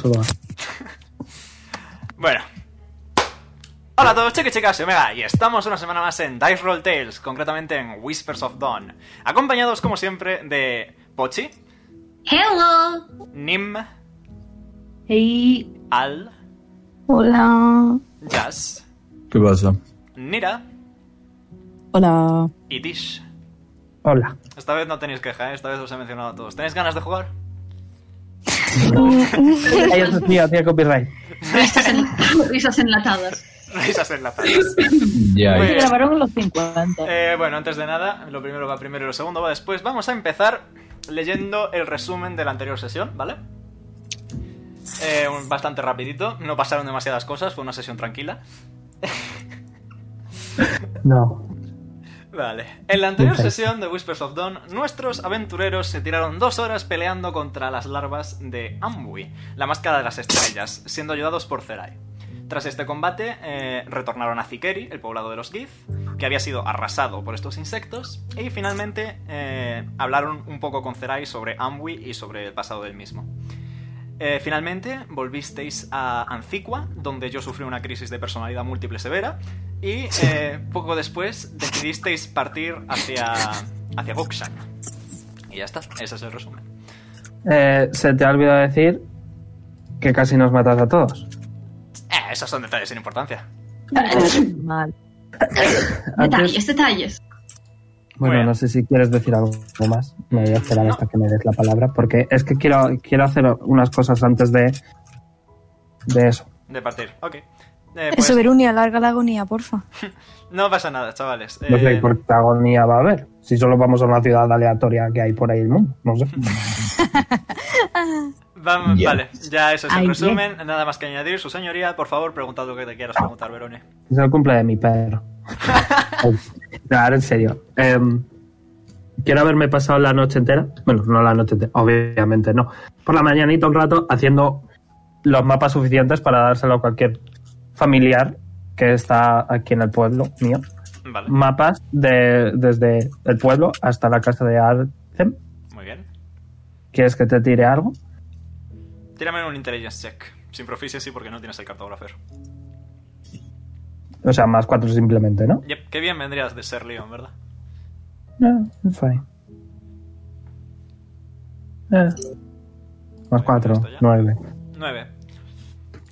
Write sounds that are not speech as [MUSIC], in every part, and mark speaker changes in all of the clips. Speaker 1: solo va.
Speaker 2: Bueno. Hola a todos, chicos y chicas, soy Omega y estamos una semana más en Dice Roll Tales, concretamente en Whispers of Dawn. Acompañados, como siempre, de Pochi,
Speaker 3: Hello.
Speaker 2: Nim,
Speaker 3: Hey.
Speaker 2: Al,
Speaker 3: Hola.
Speaker 2: Jazz,
Speaker 4: ¿Qué pasa?
Speaker 2: Nira
Speaker 5: Hola.
Speaker 2: y Tish.
Speaker 1: Hola.
Speaker 2: Esta vez no tenéis queja, ¿eh? esta vez os he mencionado a todos. ¿Tenéis ganas de jugar? [LAUGHS]
Speaker 1: Ahí es mío, tiene copyright.
Speaker 3: Risas, en- [LAUGHS] risas enlatadas.
Speaker 2: Risas enlazadas.
Speaker 4: Ya,
Speaker 2: Muy
Speaker 4: ya.
Speaker 5: Pues Se
Speaker 2: bien.
Speaker 5: grabaron los 50.
Speaker 2: Eh, bueno, antes de nada, lo primero va primero y lo segundo va después. Vamos a empezar leyendo el resumen de la anterior sesión, ¿vale? Eh, un- bastante rapidito, no pasaron demasiadas cosas, fue una sesión tranquila.
Speaker 1: No.
Speaker 2: Vale. En la anterior
Speaker 1: Ok.
Speaker 2: sesión de Whispers of Dawn, nuestros aventureros se tiraron dos horas peleando contra las larvas de Amwi, la máscara de las estrellas, siendo ayudados por Zerai. Tras este combate, eh, retornaron a Zikeri, el poblado de los Gith, que había sido arrasado por estos insectos, y finalmente eh, hablaron un poco con Zerai sobre Amwi y sobre el pasado del mismo. Eh, finalmente, volvisteis a Anzicua, donde yo sufrí una crisis de personalidad múltiple severa, y eh, poco después decidisteis partir hacia, hacia Gokshan. Y ya está, ese es el resumen.
Speaker 1: Eh, se te ha olvidado decir que casi nos matas a todos.
Speaker 2: Eh, esos son detalles sin importancia.
Speaker 5: Mal.
Speaker 1: Antes,
Speaker 3: Detalles, detalles.
Speaker 1: bueno,
Speaker 2: Bueno.
Speaker 1: no sé si quieres decir algo más. Me voy a esperar hasta que me des la palabra, porque es que quiero, quiero hacer unas cosas antes de, de eso.
Speaker 2: De partir, ok. Eh, pues,
Speaker 6: Eso, Verunia, larga la agonía, porfa.
Speaker 2: no pasa nada, chavales.
Speaker 1: No sé
Speaker 2: Eh,
Speaker 1: qué protagonía va a haber. Si solo vamos a una ciudad aleatoria que hay por ahí el mundo. No sé.
Speaker 2: vam-
Speaker 4: Ya.
Speaker 2: Vale, ya eso es el
Speaker 5: Ay,
Speaker 2: resumen. Nada más que añadir. Su señoría, por favor, preguntad lo que te quieras preguntar, Verone.
Speaker 1: Es el cumple de mi perro. no, ahora en serio. Em, quiero haberme pasado la noche entera. Bueno, no la noche entera, obviamente no. Por la mañanita un rato haciendo los mapas suficientes para dárselo a cualquier familiar que está aquí en el pueblo mío.
Speaker 2: Vale,
Speaker 1: Mapas de, desde el pueblo hasta la casa de Arcem.
Speaker 2: muy bien.
Speaker 1: ¿Quieres que te tire algo?
Speaker 2: Tírame un intelligence check. Sin proficiency porque no tienes el cartógrafo.
Speaker 1: O sea, más cuatro simplemente, ¿no?
Speaker 2: Yep, qué bien vendrías de ser Leon, ¿verdad?
Speaker 1: No, it's fine. Eh. Más cuatro,
Speaker 2: ¿Listo ya?
Speaker 1: nueve.
Speaker 2: 9.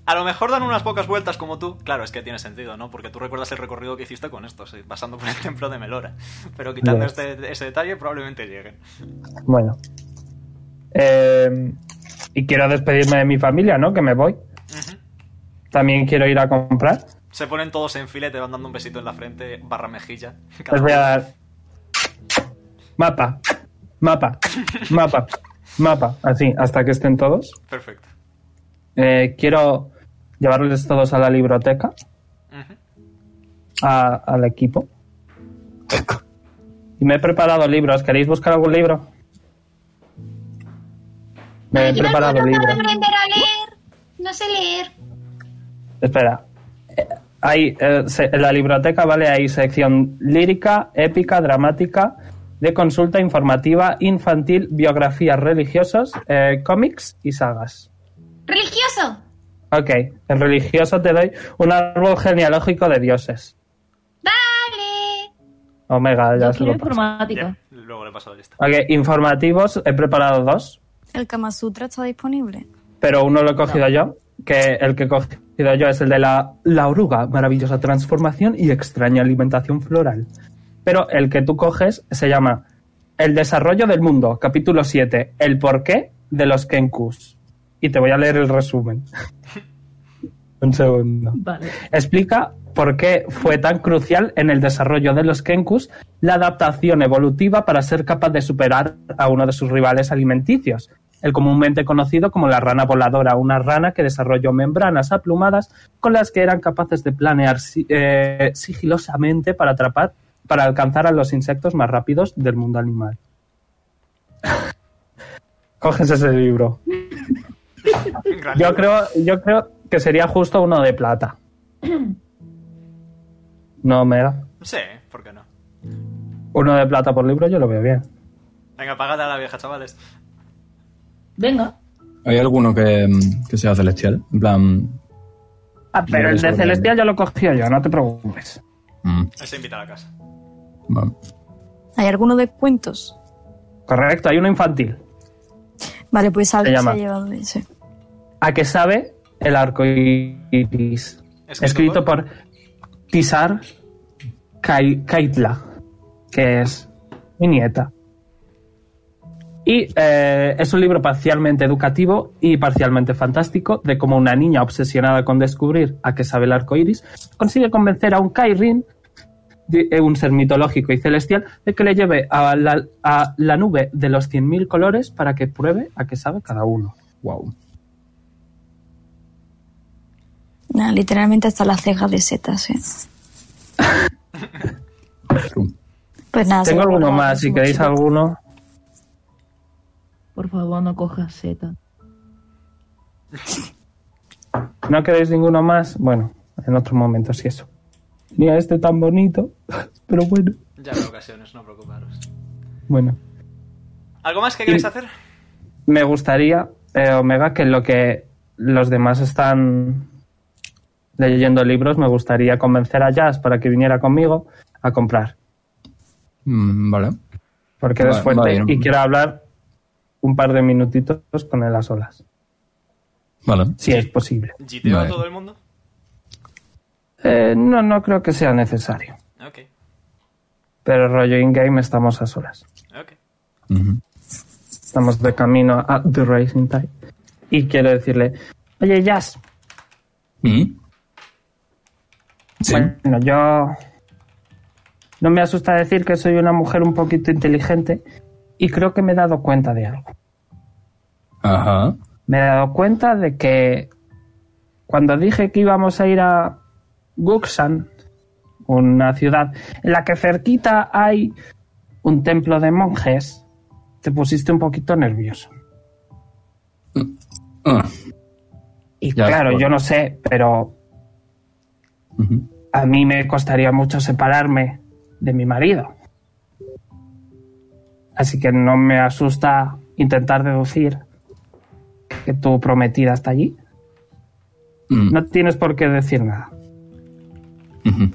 Speaker 2: A lo mejor dan unas pocas vueltas como tú. Claro, es que tiene sentido, ¿no? Porque tú recuerdas el recorrido que hiciste con estos, eh, pasando por el templo de Melora. Pero quitando
Speaker 1: Ya.
Speaker 2: este, ese detalle, probablemente lleguen.
Speaker 1: Bueno. Eh, y quiero despedirme de mi familia, ¿no? Que me voy.
Speaker 2: Ujú.
Speaker 1: También quiero ir a
Speaker 2: [LAUGHS]
Speaker 1: comprar.
Speaker 2: Se ponen todos en fila y te van dando un besito en la frente, barra mejilla. Cada
Speaker 1: Les voy a
Speaker 2: uno.
Speaker 1: dar. Mapa, mapa, mapa, mapa. Así, hasta que estén todos.
Speaker 2: Perfecto.
Speaker 1: Eh, quiero llevarles todos a la biblioteca,
Speaker 2: Ujú.
Speaker 1: a- al equipo. Y me he preparado libros. ¿Queréis buscar algún libro? Me he
Speaker 3: Ayuda,
Speaker 1: preparado
Speaker 3: no acabo de
Speaker 1: libros.
Speaker 3: aprender a leer. No sé leer.
Speaker 1: Espera. Eh, Hay, eh, se- en la biblioteca, ¿vale? Hay sección lírica, épica, dramática, de consulta informativa, infantil, biografías religiosas, eh, cómics y sagas.
Speaker 3: Religioso.
Speaker 1: Ok, en religioso te doy un árbol genealógico de dioses.
Speaker 3: Vale.
Speaker 1: Omega, ya
Speaker 5: Yo
Speaker 1: se
Speaker 5: quiero
Speaker 1: lo paso.
Speaker 5: informática.
Speaker 2: Ya, Luego le paso la lista.
Speaker 1: Ok, informativos, he preparado dos,
Speaker 6: ¿El Kama Sutra está disponible?
Speaker 1: pero uno lo he cogido yo, que el que he cogido yo es el de la, la oruga, maravillosa transformación y extraña alimentación floral. Pero el que tú coges se llama El desarrollo del mundo, capítulo 7, el porqué de los Kenkus. Y te voy a leer el resumen. [LAUGHS] Un segundo.
Speaker 5: Vale.
Speaker 1: Explica por qué fue tan crucial en el desarrollo de los Kenkus la adaptación evolutiva para ser capaz de superar a uno de sus rivales alimenticios, el comúnmente conocido como la rana voladora, una rana que desarrolló membranas aplumadas con las que eran capaces de planear si- eh, sigilosamente para atrapar para alcanzar a los insectos más rápidos del mundo animal. [LAUGHS] Coges ese libro.
Speaker 2: Gran
Speaker 1: Yo
Speaker 2: libro.
Speaker 1: creo, yo creo que sería justo uno de plata. No, Omega.
Speaker 2: Sí, ¿por qué no?
Speaker 1: Uno de plata por libro yo lo veo bien.
Speaker 2: Venga, apagad a la vieja, chavales.
Speaker 5: Venga.
Speaker 4: ¿Hay alguno que, mm, que sea celestial? En plan.
Speaker 1: Ah, pero el de Celestial ya lo cogía yo, no te preocupes.
Speaker 4: mm,
Speaker 2: Se invita a la casa.
Speaker 4: vale.
Speaker 6: ¿Hay alguno de cuentos?
Speaker 1: Correcto, hay uno infantil.
Speaker 6: Vale, pues alguien se
Speaker 1: llama.
Speaker 6: ha llevado ese.
Speaker 1: ¿A qué sabe el arco iris?
Speaker 2: Escrito
Speaker 1: Escrito por Tisar Kai- Kaitla, que es mi nieta. Y eh, es un libro parcialmente educativo y parcialmente fantástico de cómo una niña obsesionada con descubrir a qué sabe el arco iris consigue convencer a un Kairin, de- eh, un ser mitológico y celestial, de que le lleve a la, a la nube de los 100.000 colores para que pruebe a qué sabe cada uno.
Speaker 4: Wow.
Speaker 6: Nah, literalmente hasta las cejas de setas, ¿eh? Pues nada. se
Speaker 1: Tengo
Speaker 6: lo
Speaker 1: alguno
Speaker 6: guardo
Speaker 1: más,
Speaker 6: en
Speaker 1: si
Speaker 6: su
Speaker 1: queréis
Speaker 6: mochila.
Speaker 1: alguno.
Speaker 5: Por favor, no cojas Z.
Speaker 1: ¿No queréis ninguno más? Bueno, en otro momento sí eso. Mira este tan bonito, [LAUGHS] pero bueno.
Speaker 2: Ya habrá ocasiones, no preocuparos.
Speaker 1: Bueno,
Speaker 2: ¿Algo más que queréis hacer?
Speaker 1: me gustaría, eh, Omega, que lo que los demás están leyendo libros, me gustaría convencer a Jazz para que viniera conmigo a comprar,
Speaker 4: Mm, vale.
Speaker 1: porque eres
Speaker 4: Va-
Speaker 1: fuerte
Speaker 4: vale,
Speaker 1: y
Speaker 4: no-
Speaker 1: quiero hablar un par de minutitos con él a solas,
Speaker 4: Vale.
Speaker 1: si es posible.
Speaker 2: ¿Giteo a
Speaker 4: Vale.
Speaker 2: todo el mundo?
Speaker 1: Eh, no, no creo que sea necesario,
Speaker 2: Ok,
Speaker 1: pero rollo in-game estamos a solas.
Speaker 2: ok.
Speaker 4: Ujú.
Speaker 1: Estamos de camino a The Racing Tide. Y quiero decirle, oye, Jazz,
Speaker 4: Mm. Sí.
Speaker 1: bueno, yo... No me asusta decir que soy una mujer un poquito inteligente y creo que me he dado cuenta de algo.
Speaker 4: Ajá.
Speaker 1: Me he dado cuenta de que cuando dije que íbamos a ir a Guxan, una ciudad en la que cerquita hay un templo de monjes, te pusiste un poquito nervioso.
Speaker 4: Ah.
Speaker 1: Y
Speaker 4: Ya,
Speaker 1: claro,
Speaker 4: bueno.
Speaker 1: yo no sé, pero
Speaker 4: Ujú.
Speaker 1: a mí me costaría mucho separarme de mi marido. Así que no me asusta intentar deducir que tu prometida está allí.
Speaker 4: Mm.
Speaker 1: No tienes por qué decir nada.
Speaker 4: Ujú.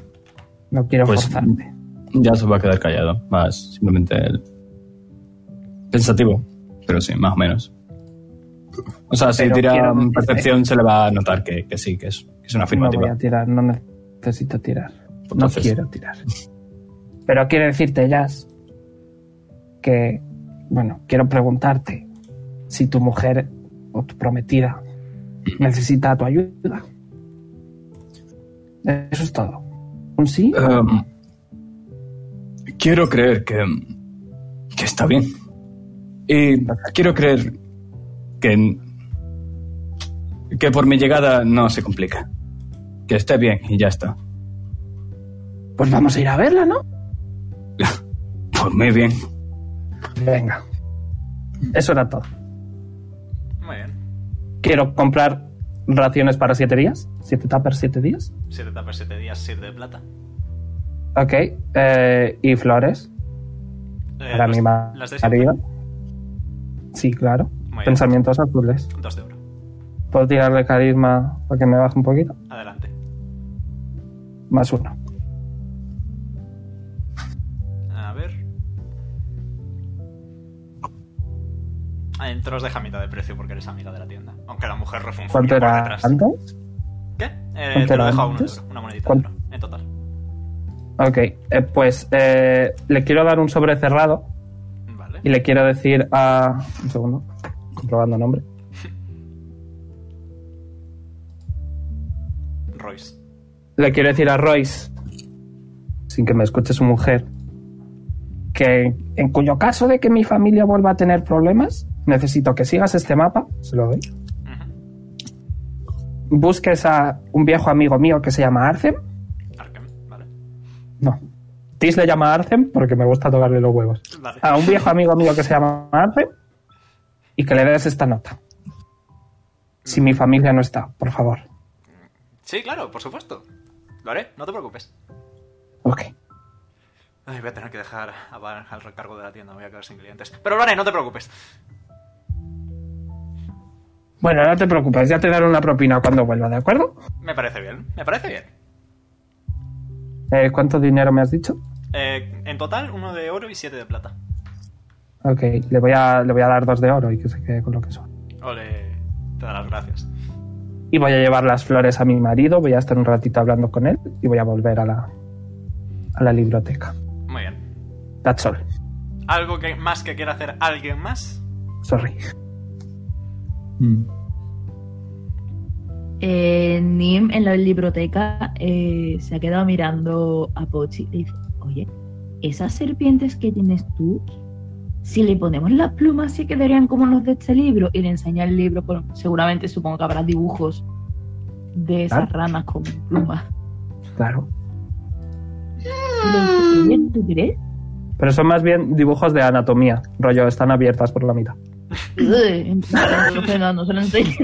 Speaker 1: No quiero
Speaker 4: Pues-
Speaker 1: forzarte.
Speaker 4: Ya se va a quedar callado. Más simplemente el- pensativo. Pero sí, más o menos. O sea, si
Speaker 1: Pero
Speaker 4: tira
Speaker 1: quiero decirte-
Speaker 4: percepción se le va a notar que, que sí, que es, que es una
Speaker 1: No voy
Speaker 4: afirmativa.
Speaker 1: a tirar, no necesito tirar. No
Speaker 4: Entonces-
Speaker 1: quiero tirar. Pero quiero decirte, Jazz, que, bueno, quiero preguntarte si tu mujer o tu prometida necesita tu ayuda. Eso es todo. ¿Un sí?
Speaker 4: Em, quiero creer que, que está bien. Y quiero creer que, que por mi llegada no se complica. Que esté bien y ya está.
Speaker 1: Pues vamos a ir a verla, ¿no?
Speaker 4: Por mí Pues bien.
Speaker 1: Venga. Eso era todo.
Speaker 2: Muy bien.
Speaker 1: Quiero comprar raciones para siete días. Siete tappers, siete días.
Speaker 2: Siete tapas, siete días, siete de plata.
Speaker 1: Ok. eh, y flores
Speaker 2: Eh,
Speaker 1: para
Speaker 2: las-
Speaker 1: mi
Speaker 2: las de siempre.
Speaker 1: marido. Sí, claro.
Speaker 2: Muy bien.
Speaker 1: Pensamientos azules.
Speaker 2: Dos de oro.
Speaker 1: ¿Puedo tirarle carisma para que me baje un poquito?
Speaker 2: Adelante.
Speaker 1: Más uno.
Speaker 2: A ver. Adentro os deja mitad de precio porque eres amiga de la tienda. Aunque la mujer refunfuña
Speaker 1: ¿Cuánto
Speaker 2: por
Speaker 1: era
Speaker 2: detrás.
Speaker 1: antes?
Speaker 2: ¿Qué? Eh,
Speaker 1: ¿Cuánto
Speaker 2: te lo
Speaker 1: era
Speaker 2: dejo a uno de
Speaker 1: antes?
Speaker 2: oro, una monedita de
Speaker 1: ¿Cuánto?
Speaker 2: oro, en total.
Speaker 1: Ok, eh, pues eh, le quiero dar un sobre cerrado
Speaker 2: Vale.
Speaker 1: y le quiero decir a... Un segundo, comprobando nombre.
Speaker 2: Royce.
Speaker 1: Le quiero decir a Royce, sin que me escuche su mujer, que en cuyo caso de que mi familia vuelva a tener problemas, necesito que sigas este mapa, se lo doy,
Speaker 2: Ujú.
Speaker 1: busques a un viejo amigo mío que se llama Arcem,
Speaker 2: Arkham, vale.
Speaker 1: no, Tis le llama Arcem porque me gusta tocarle los huevos.
Speaker 2: Vale.
Speaker 1: a Ah, un viejo amigo mío que se llama Arce y que le des esta nota. Si mi familia no está, por favor.
Speaker 2: Sí, claro, por supuesto. Lo haré, no te preocupes.
Speaker 1: Ok.
Speaker 2: Ay, voy a tener que dejar a Bar al recargo de la tienda, me voy a quedar sin clientes. Pero lo haré, no te preocupes.
Speaker 1: Bueno, no te preocupes, ya te daré una propina cuando vuelva, ¿de acuerdo?
Speaker 2: Me parece bien, me parece bien.
Speaker 1: Eh, ¿Cuánto dinero me has dicho?
Speaker 2: Eh, en total, uno de oro y siete de plata.
Speaker 1: Ok, le voy a, le voy a dar dos de oro y que se quede con lo que son.
Speaker 2: Ole, te da las gracias.
Speaker 1: Y voy a llevar las flores a mi marido, voy a estar un ratito hablando con él y voy a volver a la, a la biblioteca.
Speaker 2: Muy bien.
Speaker 1: That's all.
Speaker 2: ¿Algo que, más que quiera hacer alguien más?
Speaker 1: Sorry.
Speaker 5: Eh, Nim en la biblioteca eh, se ha quedado mirando a Pochi y dice, oye, esas serpientes que tienes tú, si le ponemos las plumas se quedarían como los de este libro y le enseña el libro, con, seguramente supongo que habrá dibujos de esas ranas con plumas.
Speaker 1: Claro.
Speaker 5: Y le dice, "Qué bien, ¿Tú crees?
Speaker 1: Pero son más bien dibujos de anatomía. Rollo, están abiertas por la mitad.
Speaker 5: Ugh, en plan, no se lo- no se lo enseña.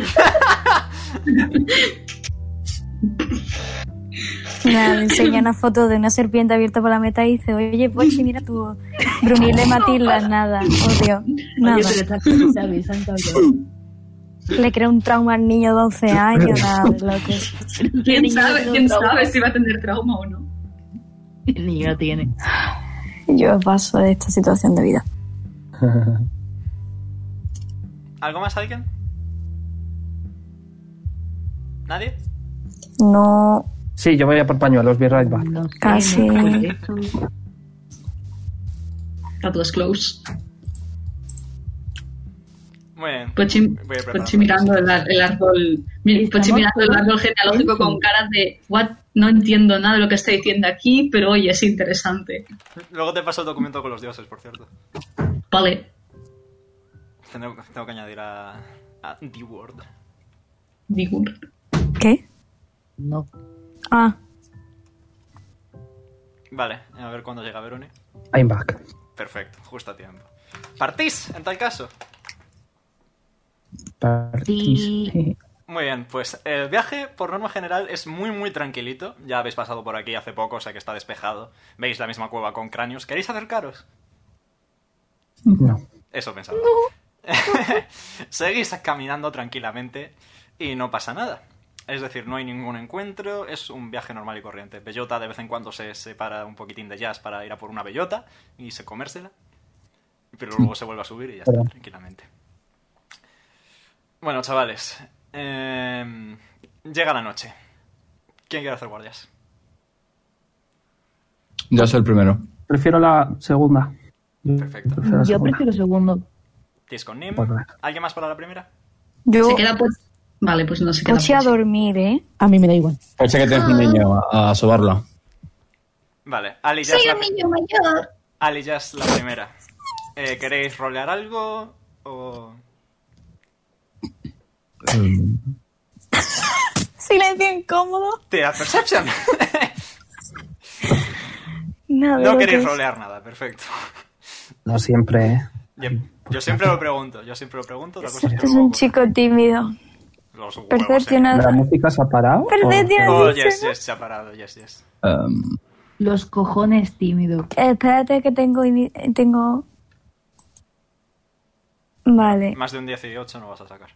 Speaker 6: Mira, le enseña una foto de una serpiente abierta por la meta y dice, oye, Pochi, mira tu Brunilde Matilda, nada, odio, nada.
Speaker 5: Oye, pero estas cosas se avisan, cabrón.
Speaker 6: Le crea un trauma al niño de 12 años, nada, lo que es.
Speaker 5: El
Speaker 3: ¿Quién
Speaker 5: niño
Speaker 3: sabe,
Speaker 5: tiene
Speaker 3: quién
Speaker 5: un trauma.
Speaker 3: sabe si va a tener trauma o no?
Speaker 5: El niño lo tiene.
Speaker 6: Yo paso de esta situación de vida.
Speaker 2: ¿Algo más alguien? ¿Nadie?
Speaker 6: No,
Speaker 1: [LAUGHS] sí, yo voy a por pañuelos, be right back.
Speaker 5: No sé,
Speaker 6: Casi.
Speaker 5: no sé.
Speaker 3: Tatuas close.
Speaker 2: Muy bien.
Speaker 3: Pochi,
Speaker 2: Voy a preparar
Speaker 3: Pochi Pues, mirando el, ar- el árbol. mi- Pochi
Speaker 5: Estamos
Speaker 3: mirando el árbol genealógico con cara de what no entiendo nada de lo que está diciendo aquí, pero oye, es interesante.
Speaker 2: Luego te paso el documento con los dioses, por cierto.
Speaker 3: Vale.
Speaker 2: Tengo, tengo que añadir a, a The Word.
Speaker 3: Digo.
Speaker 6: ¿qué?
Speaker 5: No.
Speaker 6: Ah,
Speaker 2: Vale, a ver cuándo llega Verone.
Speaker 1: I'm back.
Speaker 2: Perfecto, justo a tiempo. ¿Partís, en tal caso?
Speaker 1: Partís.
Speaker 2: Muy bien, pues el viaje por norma general es muy muy tranquilito. Ya habéis pasado por aquí hace poco, o sea que está despejado. Veis la misma cueva con cráneos. ¿Queréis acercaros?
Speaker 1: No.
Speaker 2: Eso pensaba. [LAUGHS] Seguís caminando tranquilamente y no pasa nada. Es decir, no hay ningún encuentro, es un viaje normal y corriente. Bellota de vez en cuando se separa un poquitín de jazz para ir a por una bellota y se comérsela. Pero luego se vuelve a subir y ya está,
Speaker 1: Perdón.
Speaker 2: tranquilamente. Bueno, chavales. em, llega la noche. ¿Quién quiere hacer guardias?
Speaker 4: Yo soy el primero.
Speaker 1: Prefiero la segunda.
Speaker 2: Perfecto.
Speaker 1: Prefiero la
Speaker 5: Yo
Speaker 1: segunda.
Speaker 5: prefiero segundo.
Speaker 2: Tis con Nim.
Speaker 1: Pues nada.
Speaker 2: ¿Alguien más para la primera?
Speaker 6: yo
Speaker 3: Se queda Pochi. Vale, pues no se queda.
Speaker 6: Pochi a
Speaker 3: Pochi.
Speaker 6: dormir, ¿eh?
Speaker 5: A mí me da igual.
Speaker 4: Parece que tienes un niño a, a sobarlo.
Speaker 2: Vale, Ali ya es
Speaker 3: Soy
Speaker 2: la
Speaker 3: un niño mayor.
Speaker 2: Ali, ya es la primera. Eh, ¿Queréis rolear algo? O...
Speaker 6: Silencio incómodo.
Speaker 2: Tira
Speaker 3: [LAUGHS]
Speaker 2: Perception. [LAUGHS]
Speaker 6: Nada,
Speaker 2: no
Speaker 6: lo que
Speaker 2: queréis
Speaker 6: es.
Speaker 2: rolear nada, perfecto.
Speaker 1: No siempre, ¿eh?
Speaker 2: Yo, yo siempre lo pregunto, yo siempre lo pregunto. otra cosa es
Speaker 6: Este
Speaker 2: que
Speaker 6: es
Speaker 2: luego-
Speaker 6: un chico tímido.
Speaker 2: los huevos,
Speaker 6: Percepciona-
Speaker 2: eh.
Speaker 1: ¿La música se ha parado?
Speaker 6: Percepción.
Speaker 2: Oh, yes, yes, se ha parado, yes, yes.
Speaker 4: Um,
Speaker 5: Los cojones tímidos.
Speaker 6: Eh, Espérate que tengo... ini- eh, tengo... Vale.
Speaker 2: Más de un 18 no vas a sacar.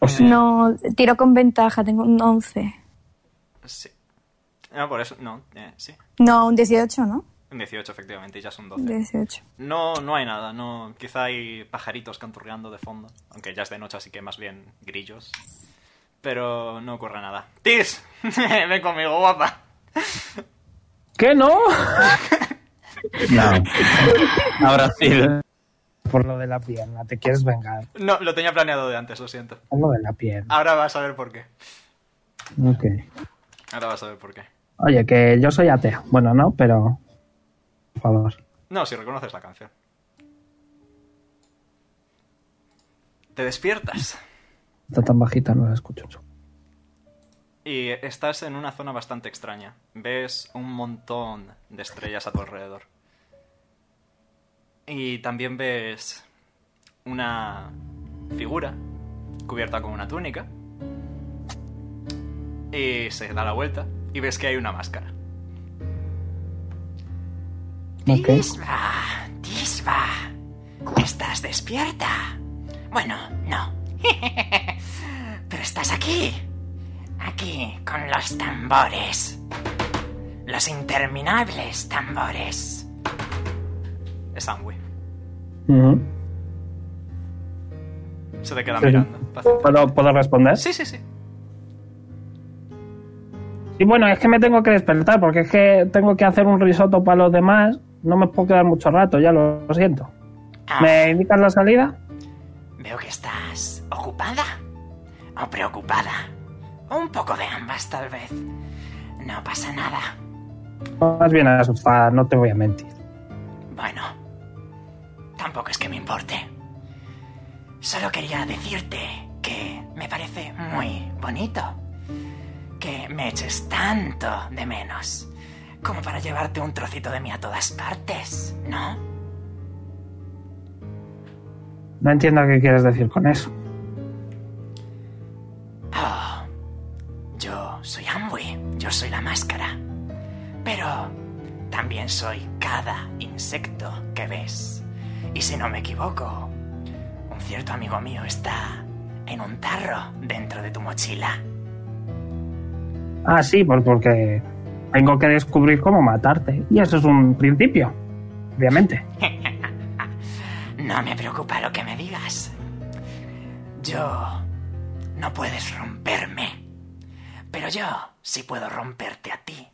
Speaker 1: O- o sí.
Speaker 6: No, tiro con ventaja, tengo un 11.
Speaker 2: Eh, Sí. No, por eso, no, eh, sí.
Speaker 6: No, un 18, ¿no?
Speaker 2: Un 18, efectivamente, y ya son 12.
Speaker 6: 18.
Speaker 2: No, no hay nada, no. Quizá hay pajaritos canturreando de fondo. Aunque ya es de noche, así que más bien grillos. Pero no ocurre nada. ¡Tis! [LAUGHS] Ven conmigo, guapa.
Speaker 1: ¿Qué no? [LAUGHS]
Speaker 4: no. Ahora sí.
Speaker 1: Por lo de la pierna, te quieres vengar.
Speaker 2: No, lo tenía planeado de antes, lo siento.
Speaker 1: Por lo de la pierna.
Speaker 2: Ahora vas a ver por qué. Ah.
Speaker 1: Ok.
Speaker 2: Ahora vas a ver por qué.
Speaker 1: Oye, que yo soy ateo. Bueno, no, pero. Por favor.
Speaker 2: No, si reconoces la canción. Te despiertas.
Speaker 1: Está tan bajita, no la escucho.
Speaker 2: Y estás en una zona bastante extraña. Ves un montón de estrellas a tu alrededor. Y también ves una figura cubierta con una túnica. Y se da la vuelta y ves que hay una máscara.
Speaker 1: Ok.
Speaker 2: Tisba, Tisba, ¿estás despierta? Bueno, no,
Speaker 7: [LAUGHS] Pero estás aquí. Aquí, con los tambores. Los interminables tambores.
Speaker 2: Es Amway.
Speaker 1: Ujú.
Speaker 2: Se te queda
Speaker 1: Sí.
Speaker 2: mirando. paciente.
Speaker 1: ¿Puedo, ¿Puedo responder?
Speaker 2: Sí, sí, sí.
Speaker 1: Y bueno, es que me tengo que despertar porque es que tengo que hacer un risotto para los demás. No me puedo quedar mucho rato, ya lo siento.
Speaker 7: Ah,
Speaker 1: ¿Me indicas la salida?
Speaker 7: Veo que estás ocupada. O preocupada. O un poco de ambas, tal vez. No pasa nada.
Speaker 1: Más bien asustada, no te voy a mentir.
Speaker 7: Bueno, tampoco es que me importe. Solo quería decirte que me parece muy bonito que me eches tanto de menos como para llevarte un trocito de mí a todas partes, ¿no?
Speaker 1: No entiendo qué quieres decir con eso.
Speaker 7: Oh, yo soy Amway, yo soy la máscara, pero también soy cada insecto que ves. Y si no me equivoco, un cierto amigo mío está en un tarro dentro de tu mochila.
Speaker 1: Ah, sí, pues porque tengo que descubrir cómo matarte. Y eso es un principio, obviamente.
Speaker 7: No me preocupa lo que me digas. Yo... No puedes romperme. Pero yo sí puedo romperte a ti.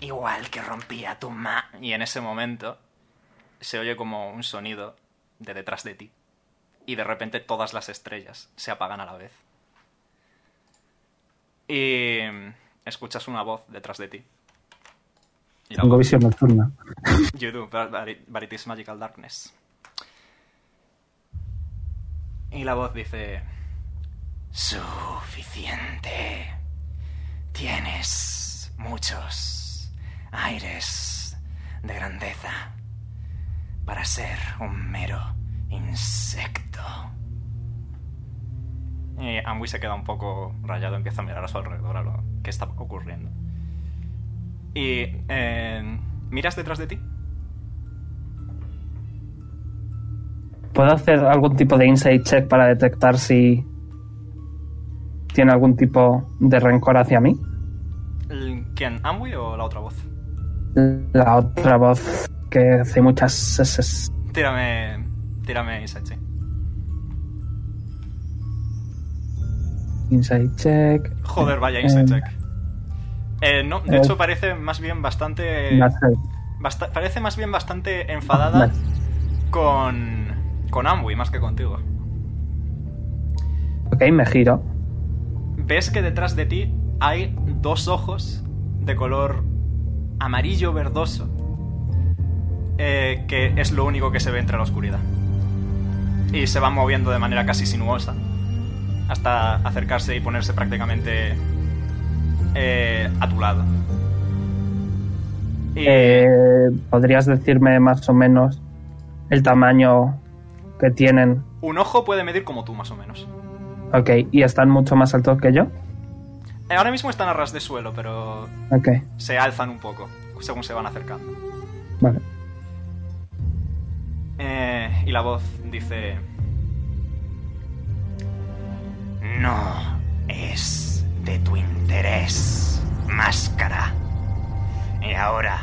Speaker 7: Igual que rompí a tu ma...
Speaker 2: Y en ese momento se oye como un sonido de detrás de ti. Y de repente todas las estrellas se apagan a la vez. Y escuchas una voz detrás de ti. Y la
Speaker 1: Tengo
Speaker 2: voz-
Speaker 1: visión nocturna.
Speaker 2: You do, Var- Vari- Veritas Magical Darkness. Y la voz dice...
Speaker 7: Suficiente. Tienes muchos aires de grandeza para ser un mero insecto.
Speaker 2: Y Amwi se queda un poco rayado, empieza a mirar a su alrededor a lo que está ocurriendo. Y... eh, ¿Miras detrás de ti?
Speaker 1: ¿Puedo hacer algún tipo de insight check para detectar si tiene algún tipo de rencor hacia mí?
Speaker 2: L- ¿Quién? ¿Amwi o la otra voz?
Speaker 1: La otra voz que hace muchas seses.
Speaker 2: Tírame. Tírame insight, sí.
Speaker 1: Insight check.
Speaker 2: Joder, vaya
Speaker 1: Eh,
Speaker 2: insight check. Eh, no, de
Speaker 1: eh.
Speaker 2: hecho parece más bien bastante.
Speaker 1: más seis.
Speaker 2: basta- parece más bien bastante enfadada
Speaker 1: Vale.
Speaker 2: con. con Amwi más que contigo.
Speaker 1: Ok, me giro.
Speaker 2: Ves que detrás de ti hay dos ojos de color amarillo verdoso. eh, que es lo único que se ve entre la oscuridad. Y se van moviendo de manera casi sinuosa. Hasta acercarse y ponerse prácticamente eh, a tu lado. Y
Speaker 1: Eh, ¿Podrías decirme más o menos el tamaño que tienen?
Speaker 2: un ojo puede medir como tú, más o menos.
Speaker 1: Ok, ¿y están mucho más altos que yo?
Speaker 2: Eh, Ahora mismo están a ras de suelo, pero
Speaker 1: Ok,
Speaker 2: se alzan un poco según se van acercando.
Speaker 1: vale.
Speaker 2: Eh, y la voz dice...
Speaker 7: No es de tu interés, máscara. Y ahora,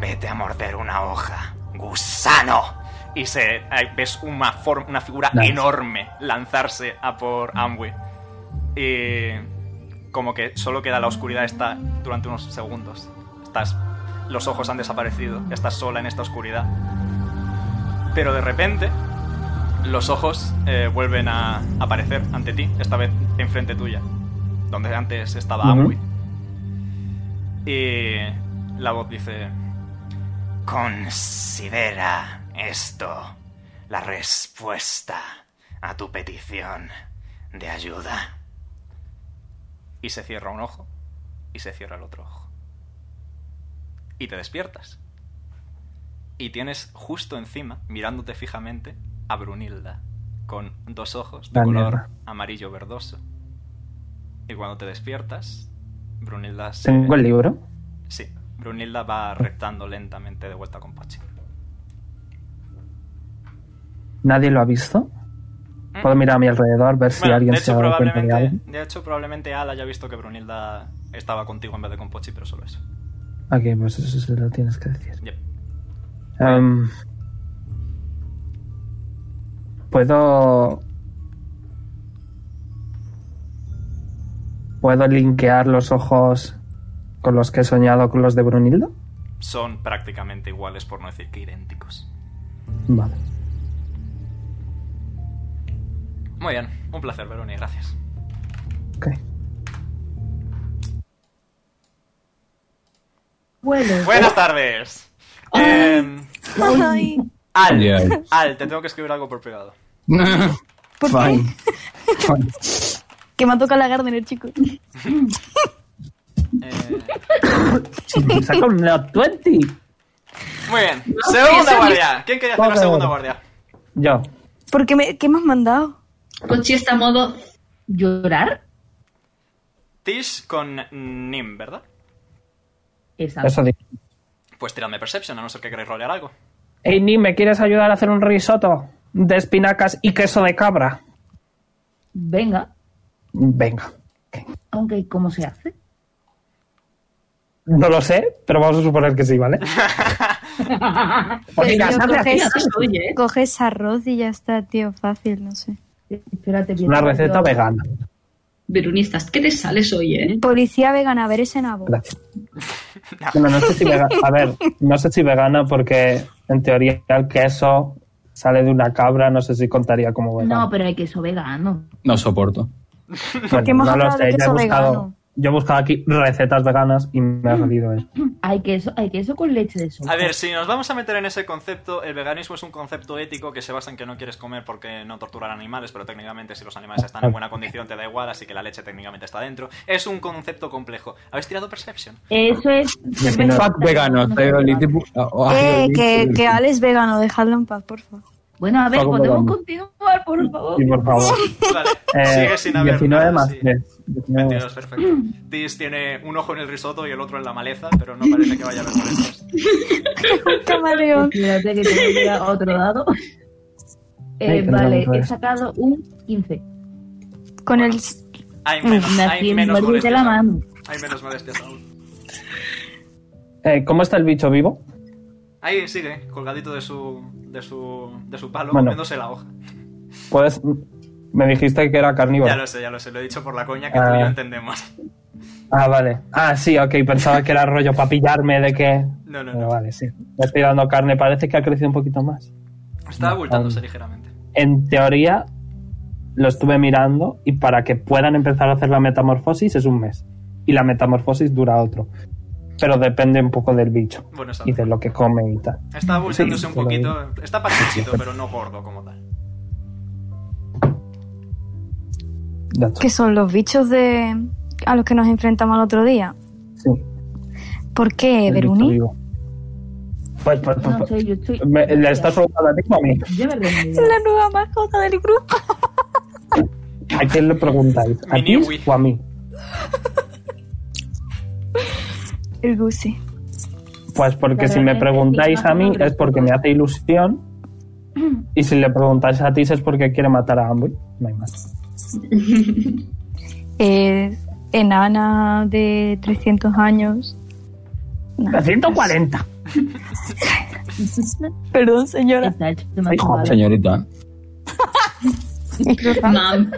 Speaker 7: vete a morder una hoja, gusano.
Speaker 2: Y se, eh, ves una, forma, una figura
Speaker 1: Nice.
Speaker 2: enorme lanzarse a por Amway. Y como que solo queda la oscuridad esta durante unos segundos. Estás, los ojos han desaparecido, estás sola en esta oscuridad. Pero de repente los ojos eh, vuelven a aparecer ante ti, esta vez enfrente tuya, donde antes estaba
Speaker 1: Ujú.
Speaker 2: Amway. Y la voz dice...
Speaker 7: Considera esto la respuesta a tu petición de ayuda.
Speaker 2: Y se cierra un ojo y se cierra el otro ojo. Y te despiertas. Y tienes justo encima, mirándote fijamente, a Brunilda, con dos ojos de
Speaker 1: La
Speaker 2: color
Speaker 1: mierda.
Speaker 2: amarillo verdoso. Y cuando te despiertas, Brunilda se...
Speaker 1: ¿Tengo el libro?
Speaker 2: Sí, Brunilda va reptando lentamente de vuelta con Pachi.
Speaker 1: ¿Nadie lo ha visto?
Speaker 2: Mm,
Speaker 1: Puedo mirar a mi alrededor, ver si
Speaker 2: Bueno,
Speaker 1: alguien
Speaker 2: de
Speaker 1: se ha
Speaker 2: hecho,
Speaker 1: dado cuenta de algo.
Speaker 2: probablemente, de hecho, probablemente Al haya visto que Brunilda estaba contigo en vez de con Pochi, pero solo eso.
Speaker 1: Aquí, pues eso se lo tienes que decir.
Speaker 2: Yep.
Speaker 1: Em, puedo. ¿Puedo linkear los ojos con los que he soñado con los de Brunilda?
Speaker 2: Son prácticamente iguales, por no decir que idénticos.
Speaker 1: Vale.
Speaker 2: Muy bien, un placer, Veroni, gracias.
Speaker 1: Ok.
Speaker 5: Vuelo.
Speaker 2: Buenas tardes.
Speaker 1: Ah.
Speaker 2: Em,
Speaker 6: Ay,
Speaker 2: Al,
Speaker 4: Yeah.
Speaker 2: Al, te tengo que escribir algo por privado.
Speaker 6: ¿Por
Speaker 4: Fine. Fine.
Speaker 6: que me ha tocado la Gardener, chico.
Speaker 2: Eh,
Speaker 1: Saca un Nat 20.
Speaker 2: muy bien, segunda guardia. ¿Quién quería hacer la
Speaker 1: Vale.
Speaker 2: segunda guardia?
Speaker 1: Yo.
Speaker 6: ¿Por qué me, qué me has mandado?
Speaker 3: Pochi está modo
Speaker 5: ¿Llorar?
Speaker 2: Tish con Nim, ¿verdad?
Speaker 5: Exacto.
Speaker 1: Eso digo.
Speaker 2: Pues tiradme Perception, a no ser que queráis rolear algo.
Speaker 1: Ey, Ni, ¿me quieres ayudar a hacer un risotto de espinacas y queso de cabra?
Speaker 5: Venga,
Speaker 1: Venga.
Speaker 5: aunque ¿cómo se hace?
Speaker 1: No lo sé, pero vamos a suponer que sí, ¿vale? Porque ya
Speaker 6: Tío,
Speaker 1: sabe así,
Speaker 6: coges,
Speaker 1: así.
Speaker 3: suyo, ¿eh?
Speaker 6: coges arroz y ya está, tío, fácil, no sé.
Speaker 5: Espérate bien.
Speaker 1: Una receta vegana.
Speaker 3: Verunistas, ¿qué te sales hoy, eh?
Speaker 6: Policía vegana, a ver ese nabo. Eh,
Speaker 2: [LAUGHS]
Speaker 1: Gracias. Bueno, no sé si vegana. A ver, no sé si vegana porque en teoría el queso sale de una cabra, no sé si contaría como
Speaker 5: No,
Speaker 1: vegano.
Speaker 5: pero hay queso vegano.
Speaker 4: No soporto.
Speaker 1: Bueno,
Speaker 6: que hemos
Speaker 1: no lo
Speaker 6: hablado de
Speaker 1: sé, yo he
Speaker 6: queso
Speaker 1: buscado.
Speaker 6: vegano. Mm.
Speaker 1: Yo he buscado aquí recetas veganas y me ha salido eso.
Speaker 5: Hay queso, hay queso con leche de soja.
Speaker 2: A ver, si nos vamos a meter en ese concepto, el veganismo es un concepto ético que se basa en que no quieres comer porque no torturar animales, pero técnicamente si los animales están en buena condición te da igual, así que la leche técnicamente está dentro. Es un concepto complejo. ¿Habéis tirado
Speaker 1: [LAUGHS]
Speaker 2: Perception?
Speaker 5: Eso es.
Speaker 4: Fuck vegano. te olí de bu- ah, ah,
Speaker 6: Eh,
Speaker 4: olí
Speaker 6: que,
Speaker 4: de-
Speaker 6: que Al es vegano, dejadlo en paz, por favor.
Speaker 5: Bueno, a ver,
Speaker 1: Fuck
Speaker 5: podemos
Speaker 1: vegano.
Speaker 5: continuar, por favor.
Speaker 1: Sí, por favor.
Speaker 2: [LAUGHS] Vale,
Speaker 1: Eh,
Speaker 2: sigue sin haber
Speaker 1: 19
Speaker 2: nada,
Speaker 1: más
Speaker 2: sí.
Speaker 1: 3. 19 más
Speaker 2: 22, perfecto. Tis tiene un ojo en el risotto y el otro en la maleza, pero no parece que vaya a haber molestias.
Speaker 6: Camaleón.
Speaker 5: Espérate que tengo que ir a otro lado.
Speaker 1: Ay,
Speaker 5: Eh,
Speaker 1: que no
Speaker 5: vale,
Speaker 1: me
Speaker 5: he
Speaker 1: acuerdo.
Speaker 5: sacado un 15.
Speaker 6: Con el...
Speaker 2: Hay menos, hay
Speaker 5: Nací en
Speaker 2: menos
Speaker 5: Madrid de
Speaker 2: molestias.
Speaker 5: la
Speaker 2: aún.
Speaker 5: mano.
Speaker 2: Hay menos molestias aún.
Speaker 1: Eh, ¿Cómo está el bicho vivo?
Speaker 2: Ahí sigue, colgadito de su, de su, de su palo,
Speaker 1: Bueno.
Speaker 2: comiéndose la hoja.
Speaker 1: Puedes. Me dijiste que era carnívoro.
Speaker 2: Ya lo sé, ya lo sé, lo he dicho por la coña que tú y yo
Speaker 1: Ah.
Speaker 2: entendemos.
Speaker 1: Ah, vale. Ah, sí, ok. Pensaba que era rollo para pillarme de que.
Speaker 2: [LAUGHS] No, no,
Speaker 1: Pero
Speaker 2: no.
Speaker 1: vale, sí. Le estoy dando carne. Parece que ha crecido un poquito más. Ah,
Speaker 2: Está abultándose
Speaker 1: aún.
Speaker 2: ligeramente.
Speaker 1: En teoría, lo estuve mirando y para que puedan empezar a hacer la metamorfosis es un mes. Y la metamorfosis dura otro. Pero depende un poco del bicho
Speaker 2: Bueno, está.
Speaker 1: y de lo que come y tal.
Speaker 2: Está abultándose
Speaker 1: Sí,
Speaker 2: un
Speaker 1: te lo
Speaker 2: poquito. Está pachuchito, pero no gordo como tal.
Speaker 1: Ya está.
Speaker 6: Que son los bichos de... a los que nos enfrentamos el otro día.
Speaker 1: Sí,
Speaker 6: ¿Por qué,
Speaker 1: el bicho
Speaker 6: Beruni?
Speaker 1: vivo. Pues, pues, pues,
Speaker 5: No
Speaker 1: pues.
Speaker 5: sé, yo estoy.
Speaker 1: Me- ¿Le estás preguntando a ti o a mí?
Speaker 5: Yo me rendí.
Speaker 6: La nueva mascota del grupo.
Speaker 1: ¿A quién le preguntáis? ¿A
Speaker 2: Mi
Speaker 1: ti
Speaker 2: niwi.
Speaker 1: o a mí?
Speaker 6: El Gusi.
Speaker 1: Pues porque si me preguntáis a mí es porque me hace ilusión. Y si le preguntáis a ti es porque quiere matar a Amboy. No hay más.
Speaker 6: Es enana de 300 años.
Speaker 1: 140.
Speaker 6: Perdón, señora.
Speaker 5: Está hecho de
Speaker 1: Ay,
Speaker 5: machucado.
Speaker 4: Señorita.
Speaker 3: Mam.